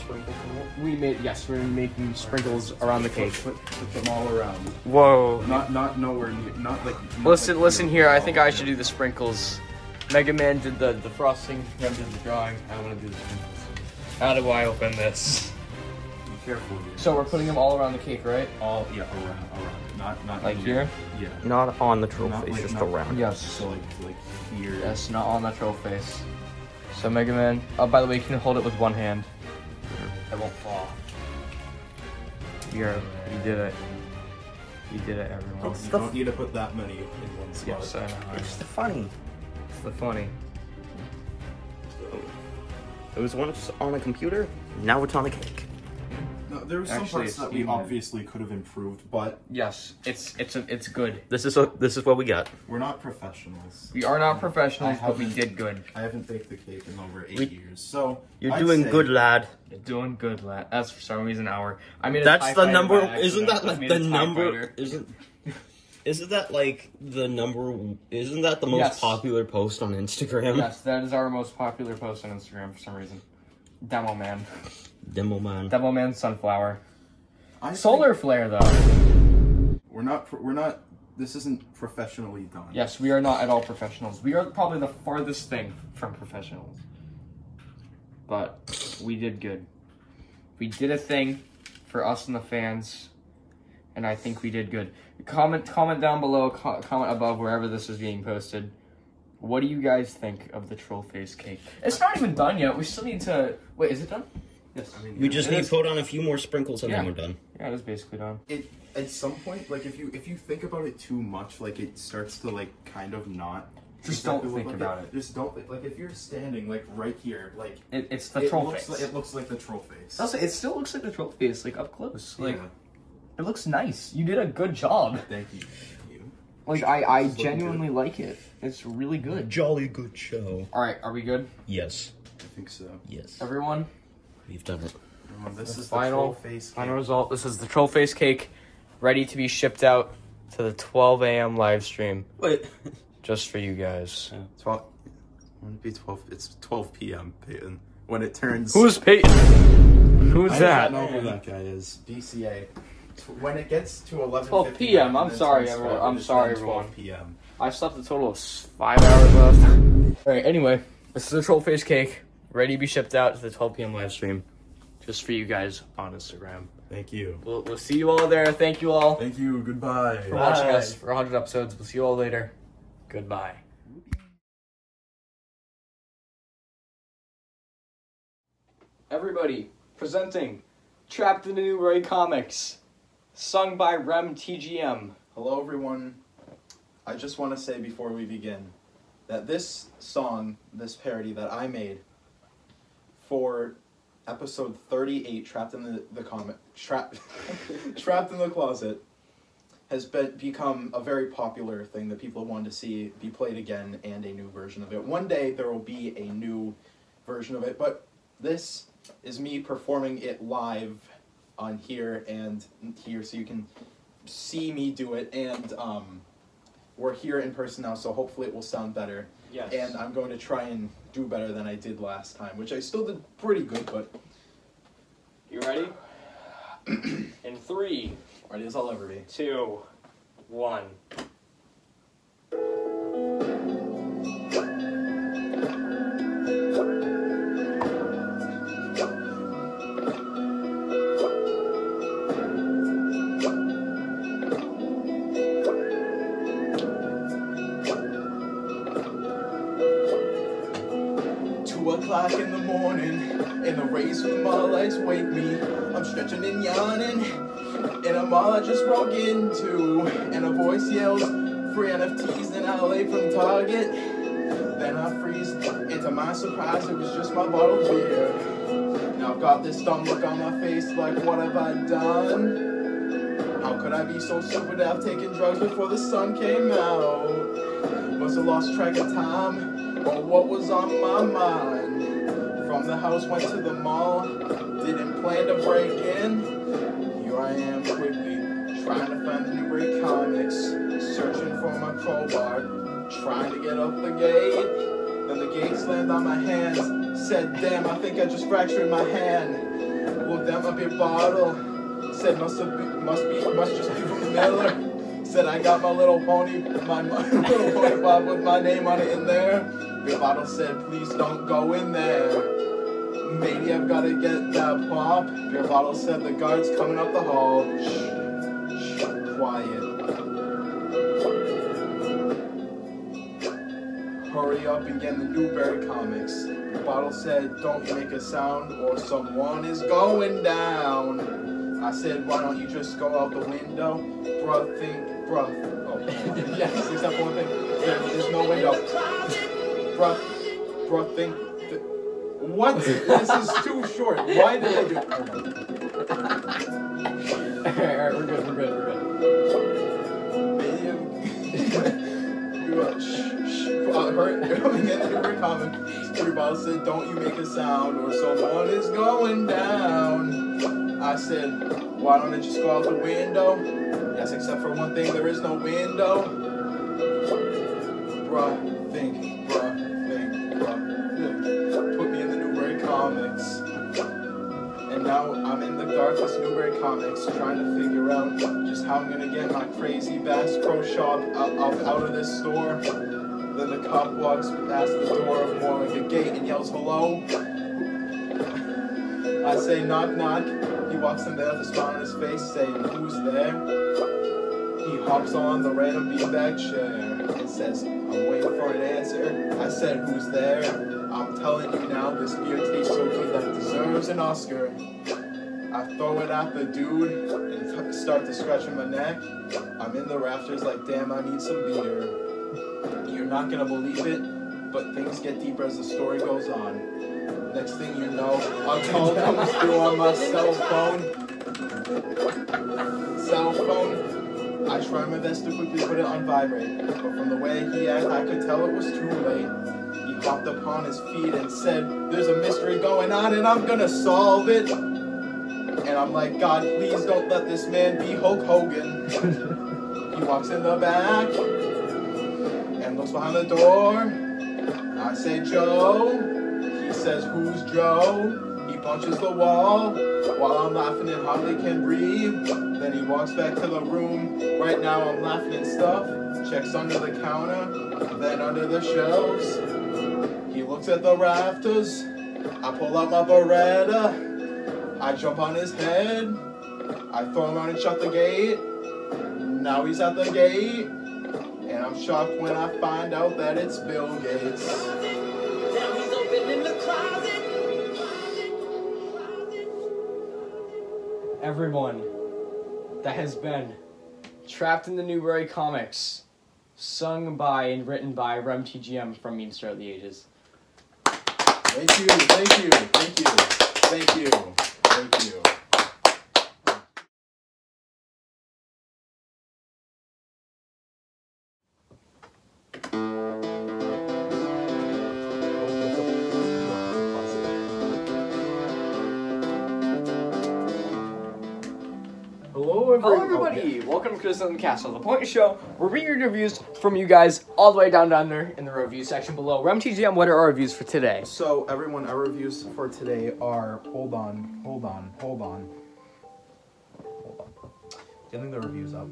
[SPEAKER 2] we made yes we're making sprinkles around the cake.
[SPEAKER 1] Put, put them all around.
[SPEAKER 2] Whoa.
[SPEAKER 1] Not not nowhere near. Not like. not
[SPEAKER 2] Listen,
[SPEAKER 1] like
[SPEAKER 2] listen here. I think I should do the sprinkles. Mega Man did the, the frosting, Rem did the drawing. I want to do the sprinkles. How do I open this?
[SPEAKER 1] Be careful here.
[SPEAKER 2] So we're putting them all around the cake, right?
[SPEAKER 1] All yeah around around. Not not
[SPEAKER 2] Like
[SPEAKER 1] near.
[SPEAKER 2] here?
[SPEAKER 1] Yeah.
[SPEAKER 3] Not on the troll
[SPEAKER 1] Not
[SPEAKER 3] face,
[SPEAKER 1] like-
[SPEAKER 3] just
[SPEAKER 1] not-
[SPEAKER 3] around.
[SPEAKER 2] Yes.
[SPEAKER 1] So like like here.
[SPEAKER 2] Yes, not on that troll face. So Mega Man. Oh, by the way, you can hold it with one hand. It won't fall. You're, you did it. You did it, everyone.
[SPEAKER 1] You don't need to put that many in one spot.
[SPEAKER 2] Yes, I know.
[SPEAKER 3] It's the funny.
[SPEAKER 2] It's the funny.
[SPEAKER 3] It was once on a computer, now it's on a cake.
[SPEAKER 1] No, there were some
[SPEAKER 3] Actually,
[SPEAKER 1] parts
[SPEAKER 3] it's
[SPEAKER 1] that we
[SPEAKER 3] even-
[SPEAKER 1] obviously could have improved, but
[SPEAKER 2] Yes, it's it's it's good.
[SPEAKER 3] This is what this is what we got.
[SPEAKER 1] we're not professionals.
[SPEAKER 2] We are not professionals,
[SPEAKER 1] I
[SPEAKER 2] but we
[SPEAKER 1] haven't-
[SPEAKER 2] did good.
[SPEAKER 1] I haven't baked the cake in over eight
[SPEAKER 2] We-
[SPEAKER 1] years, so
[SPEAKER 3] You're
[SPEAKER 1] I'd
[SPEAKER 3] doing
[SPEAKER 1] say-
[SPEAKER 3] good, lad.
[SPEAKER 2] You're doing good, lad. That's for some reason our. I mean,
[SPEAKER 3] That's the number. Isn't that like the number? Isn't isn't that like the number? Isn't that the most
[SPEAKER 2] Yes.
[SPEAKER 3] popular post on Instagram?
[SPEAKER 2] Yes, that is our most popular post on Instagram for some reason. Demo man,
[SPEAKER 3] Demo man.
[SPEAKER 2] demo man, sunflower,
[SPEAKER 1] I
[SPEAKER 2] solar flare though.
[SPEAKER 1] We're not. pro- We're not. This isn't professionally done.
[SPEAKER 2] Yes, we are not at all professionals. We are probably the farthest thing from professionals. But we did good. We did a thing for us and the fans, and I think we did good. Comment comment down below, co- comment above wherever this is being posted. What do you guys think of the troll face cake? It's not even done yet. We still need to Wait, is it done? Yes.
[SPEAKER 3] We just need to put on a few more sprinkles and then
[SPEAKER 2] Yeah.
[SPEAKER 3] we're done.
[SPEAKER 2] Yeah, it is basically done.
[SPEAKER 1] It at some point, like if you if you think about it too much, like it starts to like kind of not.
[SPEAKER 2] Just don't
[SPEAKER 1] look
[SPEAKER 2] think
[SPEAKER 1] like
[SPEAKER 2] about it.
[SPEAKER 1] Just don't like if you're standing like right here, like
[SPEAKER 2] It- it's the troll
[SPEAKER 1] looks
[SPEAKER 2] face.
[SPEAKER 1] Like, it looks like the troll face.
[SPEAKER 2] Also, it still looks like the troll face, like up close. Like
[SPEAKER 1] Yeah.
[SPEAKER 2] it looks nice. You did a good job.
[SPEAKER 1] Thank you.
[SPEAKER 2] Like I, I
[SPEAKER 1] It's looking
[SPEAKER 2] genuinely like it. It's really good.
[SPEAKER 3] Jolly good show.
[SPEAKER 2] All right, are we good,
[SPEAKER 3] Yes.
[SPEAKER 1] I think so.
[SPEAKER 3] Yes.
[SPEAKER 2] everyone?
[SPEAKER 3] We've done it.
[SPEAKER 1] Um, this is the
[SPEAKER 2] final
[SPEAKER 1] troll face.
[SPEAKER 2] final result. This is the troll face cake, ready to be shipped out to the 12 a.m. live stream,
[SPEAKER 3] Wait.
[SPEAKER 2] just for you guys.
[SPEAKER 1] Twelve. When it be twelve, it's twelve p.m. Peyton. When it turns.
[SPEAKER 2] Who's Peyton? Who's
[SPEAKER 1] I
[SPEAKER 2] that?
[SPEAKER 1] don't know who that guy is. DCA. T- When it gets to eleven.
[SPEAKER 2] 12 p.m. I'm sorry, everyone. I'm sorry, everyone.
[SPEAKER 1] Twelve p.m.
[SPEAKER 2] I slept a total of s- five hours left. All right. Anyway, this is the troll face cake, ready to be shipped out to the 12 p.m. live stream, just for you guys on Instagram.
[SPEAKER 1] Thank you.
[SPEAKER 2] We'll, we'll see you all there. Thank you all.
[SPEAKER 1] Thank you. Goodbye.
[SPEAKER 2] for watching us for 100 episodes. We'll see you all later. Goodbye. Everybody, presenting Trapped in a New Ray Comics, sung by Rem TGM.
[SPEAKER 25] Hello, everyone. I just want to say before we begin that this song, this parody that I made for episode 38, Trapped in the, the Comic, Trap, Trapped in the Closet, has been, become a very popular thing that people want to see be played again and a new version of it. One day there will be a new version of it, but this is me performing it live on here and here so you can see me do it, and um, we're here in person now, so hopefully it will sound better.
[SPEAKER 2] Yes.
[SPEAKER 25] And I'm going to try and do better than I did last time, which I still did pretty good, but
[SPEAKER 2] You ready? in three,
[SPEAKER 25] ready as I'll ever be.
[SPEAKER 2] two, one.
[SPEAKER 1] two o'clock in the morning, and the rays from my lights wake me. I'm stretching and yawning, in a mall I just broke into, and a voice yells, "Free NFTs in LA from Target." Then I freeze, and to my surprise, it was just my bottle of beer. Now I've got this dumb look on my face, like what have I done? How could I be so stupid to have taken drugs before the sun came out? Must have lost track of time, or what was on my mind? From the house, went to the mall, didn't plan to break in. Here I am quickly, trying to find the new great comics, searching for my crowbar, trying to get up the gate. Then the gate slammed on my hands, said, Damn, I think I just fractured my hand. Well, damn up your bottle. Said must have been, must be must just be from Miller. Said I got my little pony my, my little pony bob with my name on it in there. Your bottle said please don't go in there. Maybe I've gotta get that pop. Your bottle said the guard's coming up the hall. Shh, shh, quiet. Hurry up and get the Newberry comics. Your bottle said don't make a sound or someone is going down. I said, why don't you just go out the window? Bruh, think, bruh. Oh, yes, except for one thing. There, there's no window. Bruh, bruh, think. Th- what? this is too short. Why did I do Oh
[SPEAKER 2] Alright, we're good, we're good, we're good.
[SPEAKER 1] You uh, shh, shh, uh, hurry, hurry, get the Newberry comic. Your boss said, don't you make a sound or someone is going down. I said, why don't I just go out the window? Yes, except for one thing, there is no window. Bruh, think, bruh, think, bruh, think. Put me in the Newberry comics. And now I'm in the darkest Newberry Comics trying to figure out just how I'm gonna get my crazy Bass Pro Shop out, out, out of this store. Then the cop walks past the door, more like a gate, and yells, Hello? I say, Knock, knock. He walks in there with a smile on his face, saying, Who's there? He hops on the random beanbag chair and says, I'm waiting for an answer. I said, Who's there? I'm telling you now, this beer tastes so good that it deserves an Oscar. I throw it at the dude and t- start to scratch my neck. I'm in the rafters like, damn, I need some beer. You're not gonna believe it, but things get deeper as the story goes on. Next thing you know, a call comes through on my cell phone. Cell phone. I try my best to quickly put it on vibrate, but from the way he acted, I could tell it was too late. He hopped upon his feet and said, There's a mystery going on and I'm gonna solve it. And I'm like, God, please don't let this man be Hulk Hogan. he walks in the back and looks behind the door. I say, Joe. He says, Who's Joe? He punches the wall while I'm laughing and hardly can breathe. Then he walks back to the room. Right now I'm laughing and stuff. Checks under the counter, then under the shelves. He looks at the rafters. I pull out my Beretta. I jump on his head. I throw him out and shut the gate. Now he's at the gate. And I'm shocked when I find out that it's Bill Gates.
[SPEAKER 2] everyone that has been trapped in the Newberry comics, sung by and written by Rem TGM from Memes Throughout the Ages.
[SPEAKER 1] Thank you, thank you, thank you, thank you, thank you.
[SPEAKER 2] Hello, everybody. Welcome to Criticism Castle, the point of the show where we read reviews from you guys all the way down down there in the review section below. Rem TGM, what are our reviews for today?
[SPEAKER 1] So everyone, our reviews for today are hold on, hold on, hold on. Hold on. Getting the reviews up.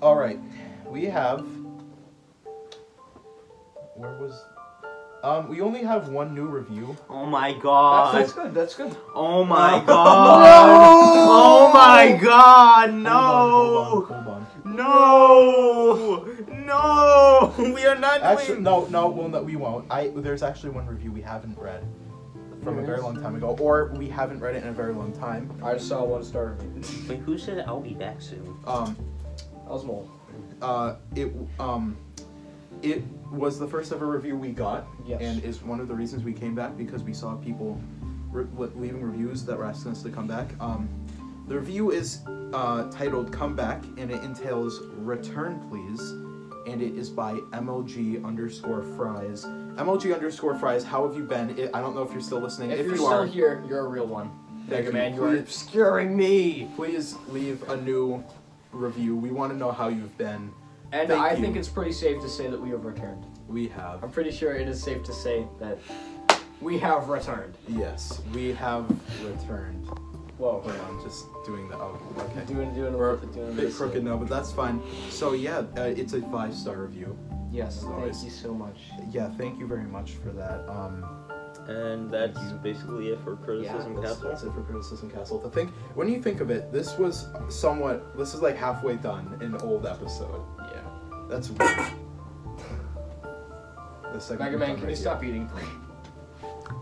[SPEAKER 1] All right, we have. Where was? Um, we only have one new review.
[SPEAKER 3] Oh my god.
[SPEAKER 2] good. That's good.
[SPEAKER 3] Oh my god.
[SPEAKER 2] Oh
[SPEAKER 3] Oh my god. No.
[SPEAKER 1] Hold on.
[SPEAKER 3] No. No.
[SPEAKER 1] No, we are not
[SPEAKER 7] Actually,
[SPEAKER 1] doing. No, no, well, no, we won't. I there's actually one review we haven't read from a very long time ago, or we haven't read it in a very long time.
[SPEAKER 2] I just saw one star.
[SPEAKER 3] Wait, who said I'll be back soon?
[SPEAKER 1] Um,
[SPEAKER 2] Osmo.
[SPEAKER 1] Uh, it um, it was the first ever review we got,
[SPEAKER 2] Yes.
[SPEAKER 1] and is one of the reasons we came back because we saw people re- le- leaving reviews that were asking us to come back. Um, the review is uh, titled "Come Back" and it entails "Return Please," and it is by MLG underscore Fries. MLG underscore Fries, how have you been? I I don't know if you're still listening.
[SPEAKER 2] If, you're
[SPEAKER 1] you
[SPEAKER 2] still
[SPEAKER 1] are,
[SPEAKER 2] here, you're a real one.
[SPEAKER 1] Thank
[SPEAKER 2] Mega Man,
[SPEAKER 1] you.
[SPEAKER 2] you are
[SPEAKER 1] Please-
[SPEAKER 2] obscuring me.
[SPEAKER 1] Please leave a new review. We want to know how you've been.
[SPEAKER 2] And
[SPEAKER 1] Thank
[SPEAKER 2] I
[SPEAKER 1] you.
[SPEAKER 2] think it's pretty safe to say that we have returned.
[SPEAKER 1] we have.
[SPEAKER 2] I'm pretty sure it is safe to say that we have returned.
[SPEAKER 1] Yes, we have returned.
[SPEAKER 2] Whoa.
[SPEAKER 1] Hold on, just doing the. Oh, okay.
[SPEAKER 2] Doing, doing,
[SPEAKER 1] We're a
[SPEAKER 2] doing really
[SPEAKER 1] bit crooked now, but that's fine. So, yeah, uh, it's a five star review.
[SPEAKER 2] Yes,
[SPEAKER 1] As
[SPEAKER 2] thank
[SPEAKER 1] always.
[SPEAKER 2] you so much.
[SPEAKER 1] Yeah, thank you very much for that. Um,
[SPEAKER 3] and that's basically it for Criticism
[SPEAKER 1] that's,
[SPEAKER 3] Castle.
[SPEAKER 1] That's it for Criticism Castle. To think, when you think of it, this was somewhat. This is like halfway done, an old episode.
[SPEAKER 2] Yeah.
[SPEAKER 1] That's weird. the second
[SPEAKER 2] Mega Man,
[SPEAKER 1] time
[SPEAKER 2] can you
[SPEAKER 1] right
[SPEAKER 2] stop eating, please?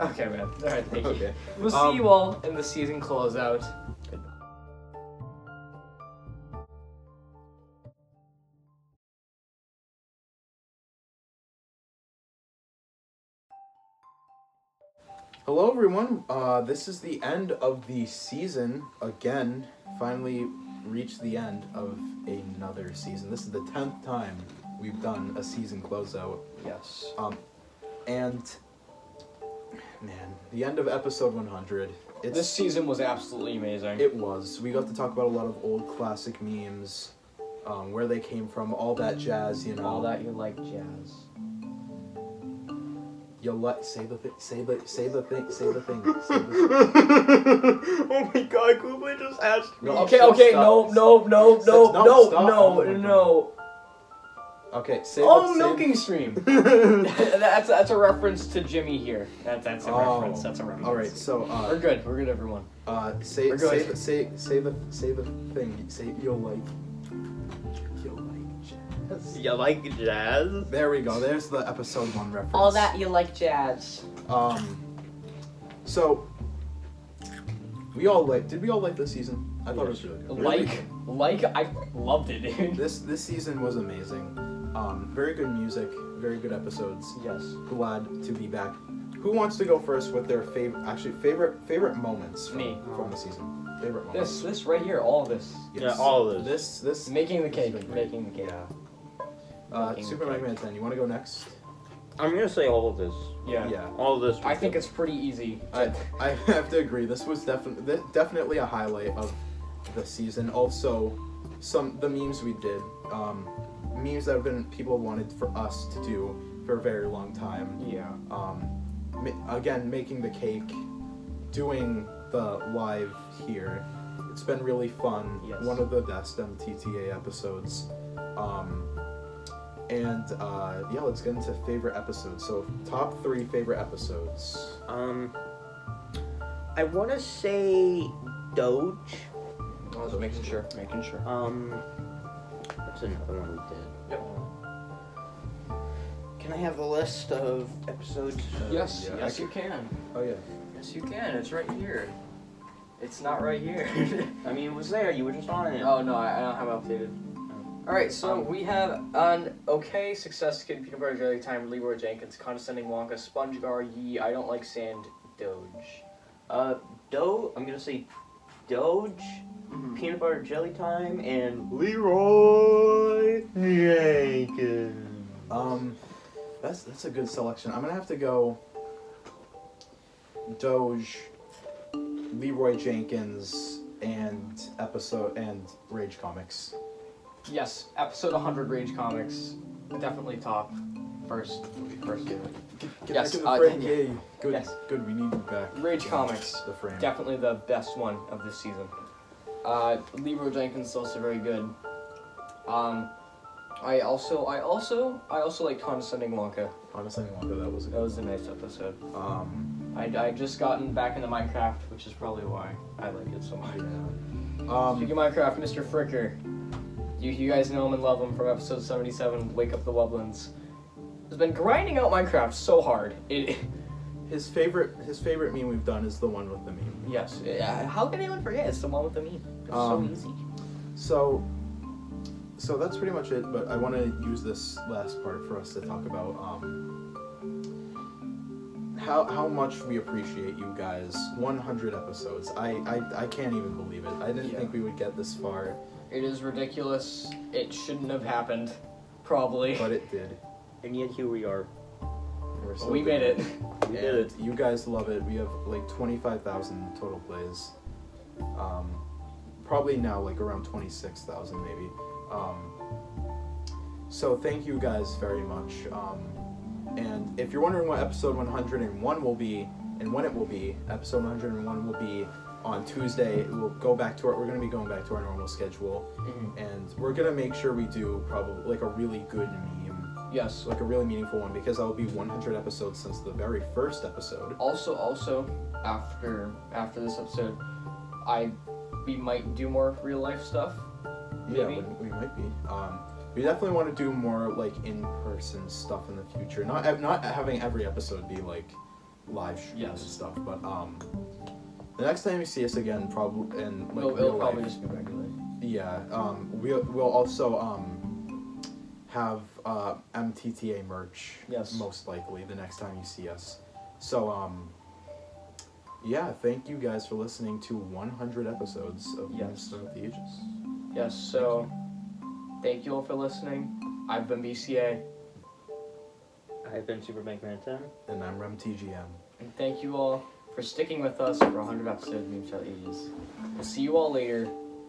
[SPEAKER 2] Okay, man. All right, thank
[SPEAKER 1] Okay.
[SPEAKER 2] you. We'll
[SPEAKER 1] Um,
[SPEAKER 2] see you all in the season closeout.
[SPEAKER 1] Hello, everyone. Uh, this is the end of the season again. Finally, reached the end of another season. This is the tenth time we've done a season closeout.
[SPEAKER 2] Yes.
[SPEAKER 1] Um, and man, the end of episode 100. It's,
[SPEAKER 2] This season was absolutely amazing.
[SPEAKER 1] It was. We got to talk about a lot of old classic memes, um, where they came from, all that jazz. You know.
[SPEAKER 2] All that you like jazz.
[SPEAKER 1] You like say the thi- say the say the thing say the thing. Say the
[SPEAKER 3] oh my god, Kublai just asked me.
[SPEAKER 1] No,
[SPEAKER 2] Okay,
[SPEAKER 1] stop,
[SPEAKER 2] okay,
[SPEAKER 1] stop.
[SPEAKER 2] no, no, no, no,
[SPEAKER 1] Stop,
[SPEAKER 2] no,
[SPEAKER 1] stop.
[SPEAKER 2] no,
[SPEAKER 1] Oh my
[SPEAKER 2] no.
[SPEAKER 1] Okay, say
[SPEAKER 2] Oh,
[SPEAKER 1] the, say
[SPEAKER 2] milking stream. that's that's a reference to Jimmy here. That's that's a
[SPEAKER 1] Oh.
[SPEAKER 2] reference. That's a reference.
[SPEAKER 1] All right, so uh,
[SPEAKER 2] We're good. We're good, everyone.
[SPEAKER 1] Uh, say
[SPEAKER 2] We're
[SPEAKER 1] say
[SPEAKER 2] good.
[SPEAKER 1] the, say say the say the thing. Say you'll like you'll like jazz.
[SPEAKER 3] You like jazz?
[SPEAKER 1] There we go. There's the episode one reference.
[SPEAKER 12] All that you like jazz.
[SPEAKER 1] Um, so we all like. Did we all like this season? I thought it was really good. Really
[SPEAKER 2] Like, like, I loved it, dude.
[SPEAKER 1] good. This this season was amazing. Um, very good music. Very good episodes.
[SPEAKER 2] Yes.
[SPEAKER 1] Glad to be back. Who wants to go first with their favorite? Actually, favorite favorite moments from,
[SPEAKER 2] Me.
[SPEAKER 1] from the season. Favorite moments.
[SPEAKER 2] This, this right here, all of this.
[SPEAKER 1] Yes. This, this.
[SPEAKER 2] Making the cake. Making the cake.
[SPEAKER 1] Uh,
[SPEAKER 2] Making the
[SPEAKER 1] Super Mega Man 10. You want to go next?
[SPEAKER 3] I'm gonna say all of this.
[SPEAKER 2] Yeah.
[SPEAKER 1] Yeah.
[SPEAKER 3] All of this.
[SPEAKER 2] I think it's pretty easy.
[SPEAKER 1] I, I have to agree. This was definitely definitely a highlight of the season. Also, some the memes we did, um, memes that have been people wanted for us to do for a very long time.
[SPEAKER 2] Yeah.
[SPEAKER 1] Um, ma- again, making the cake, doing the live here. It's been really fun.
[SPEAKER 2] Yes.
[SPEAKER 1] One of the best MTTA episodes. Um, and uh, yeah, let's get into favorite episodes. So, top three favorite episodes.
[SPEAKER 3] Um, I want to say Doge.
[SPEAKER 2] I was making sure. Making sure.
[SPEAKER 3] Um, that's another one we did.
[SPEAKER 2] Yep.
[SPEAKER 3] Can I have a list of episodes?
[SPEAKER 2] Yes.
[SPEAKER 1] yeah, I
[SPEAKER 2] yes,
[SPEAKER 1] can-
[SPEAKER 2] you can.
[SPEAKER 1] Oh yeah.
[SPEAKER 2] Yes, you can. It's right here. It's not right here.
[SPEAKER 3] I mean, it was there. You were just on it.
[SPEAKER 2] oh no, I, I don't have it updated. All right, so we have an okay success kid, peanut butter jelly time, Leroy Jenkins, condescending Wonka, sponge gar, yee, I don't like sand, doge.
[SPEAKER 3] Uh, Doge. I'm gonna say Doge, peanut butter jelly time, and Leroy Jenkins.
[SPEAKER 1] Um, that's that's a good selection. I'm gonna have to go. Doge, Leroy Jenkins, and episode and Rage Comics.
[SPEAKER 2] Yes, episode 100 Rage Comics, definitely top first. First.
[SPEAKER 1] Get
[SPEAKER 2] Yes,
[SPEAKER 1] back in the
[SPEAKER 2] uh,
[SPEAKER 1] frame.
[SPEAKER 2] yeah.
[SPEAKER 1] Yay. Good.
[SPEAKER 2] Yes.
[SPEAKER 1] Good. We need you back.
[SPEAKER 2] Rage
[SPEAKER 1] in
[SPEAKER 2] Comics.
[SPEAKER 1] The frame.
[SPEAKER 2] Definitely the best one of this season. Uh, Leroy Jenkins is also very good. Um, I also, I also, I also like condescending Wonka.
[SPEAKER 1] Honestly, I wonder that was a
[SPEAKER 2] That was a nice episode.
[SPEAKER 1] Um.
[SPEAKER 2] I I just gotten back into Minecraft, which Oh, is probably why I like it so much.
[SPEAKER 1] Um.
[SPEAKER 2] Speaking of Minecraft, Mr. Fricker. You, you guys know him and love him from episode 77, Wake Up the Wublins. Has been grinding out Minecraft so hard. It,
[SPEAKER 1] his favorite his favorite meme we've done is the one with the meme.
[SPEAKER 2] yes. Yeah. How can anyone forget? It's the one with the meme. It's
[SPEAKER 1] Um,
[SPEAKER 2] so easy.
[SPEAKER 1] So, so that's pretty much it. But I want to use this last part for us to talk about um, how how much we appreciate you guys. 100 episodes. I I, I can't even believe it. I didn't
[SPEAKER 2] Yeah.
[SPEAKER 1] think we would get this far,
[SPEAKER 2] It is ridiculous. It shouldn't have happened. Probably.
[SPEAKER 1] but it did.
[SPEAKER 3] And yet here we are.
[SPEAKER 1] We're
[SPEAKER 2] But we made it.
[SPEAKER 1] We did it. You guys love it. We have like 25,000 total plays. Um, probably now like around 26,000 maybe. Um, so thank you guys very much. Um, and if you're wondering what episode 101 will be and when it will be, episode 101 will be on Tuesday. We'll go back to our. We're going to be going back to our normal schedule, and we're going to make sure we do probably like a really good meme.
[SPEAKER 2] Yes,
[SPEAKER 1] like a really meaningful one because that will be 100 episodes since the very first episode.
[SPEAKER 2] Also, also after after this episode, I we might do more real life stuff. Maybe.
[SPEAKER 1] Yeah, we, we might be. Um, we definitely want to do more like in-person stuff in the future. Not ev- not having every episode be like live stream and stuff, but um, the next time you see us again, probably in like
[SPEAKER 2] It'll- it'll
[SPEAKER 1] real life.
[SPEAKER 2] probably just be regular.
[SPEAKER 1] Yeah. Um, we'll we'll also um have uh MTTA merch.
[SPEAKER 2] Yes.
[SPEAKER 1] Most likely the next time you see us. So um. Yeah, thank you guys for listening to 100 episodes of yes. of the Aegis.
[SPEAKER 2] Yes. So, thank you all for listening. I've been BCA,
[SPEAKER 3] I've been Super Bank Man 10.
[SPEAKER 1] And I'm Rem TGM.
[SPEAKER 2] and thank you all for sticking with us for 100 episodes of Meme Shot Ages. We'll see you all later.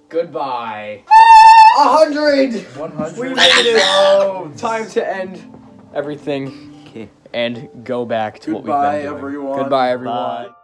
[SPEAKER 2] Goodbye. 100.
[SPEAKER 1] 100.
[SPEAKER 2] We made it. Time to end everything. Okay. And go back to what we've
[SPEAKER 1] Goodbye,
[SPEAKER 2] been doing.
[SPEAKER 1] everyone.
[SPEAKER 2] Goodbye, everyone.
[SPEAKER 1] Bye.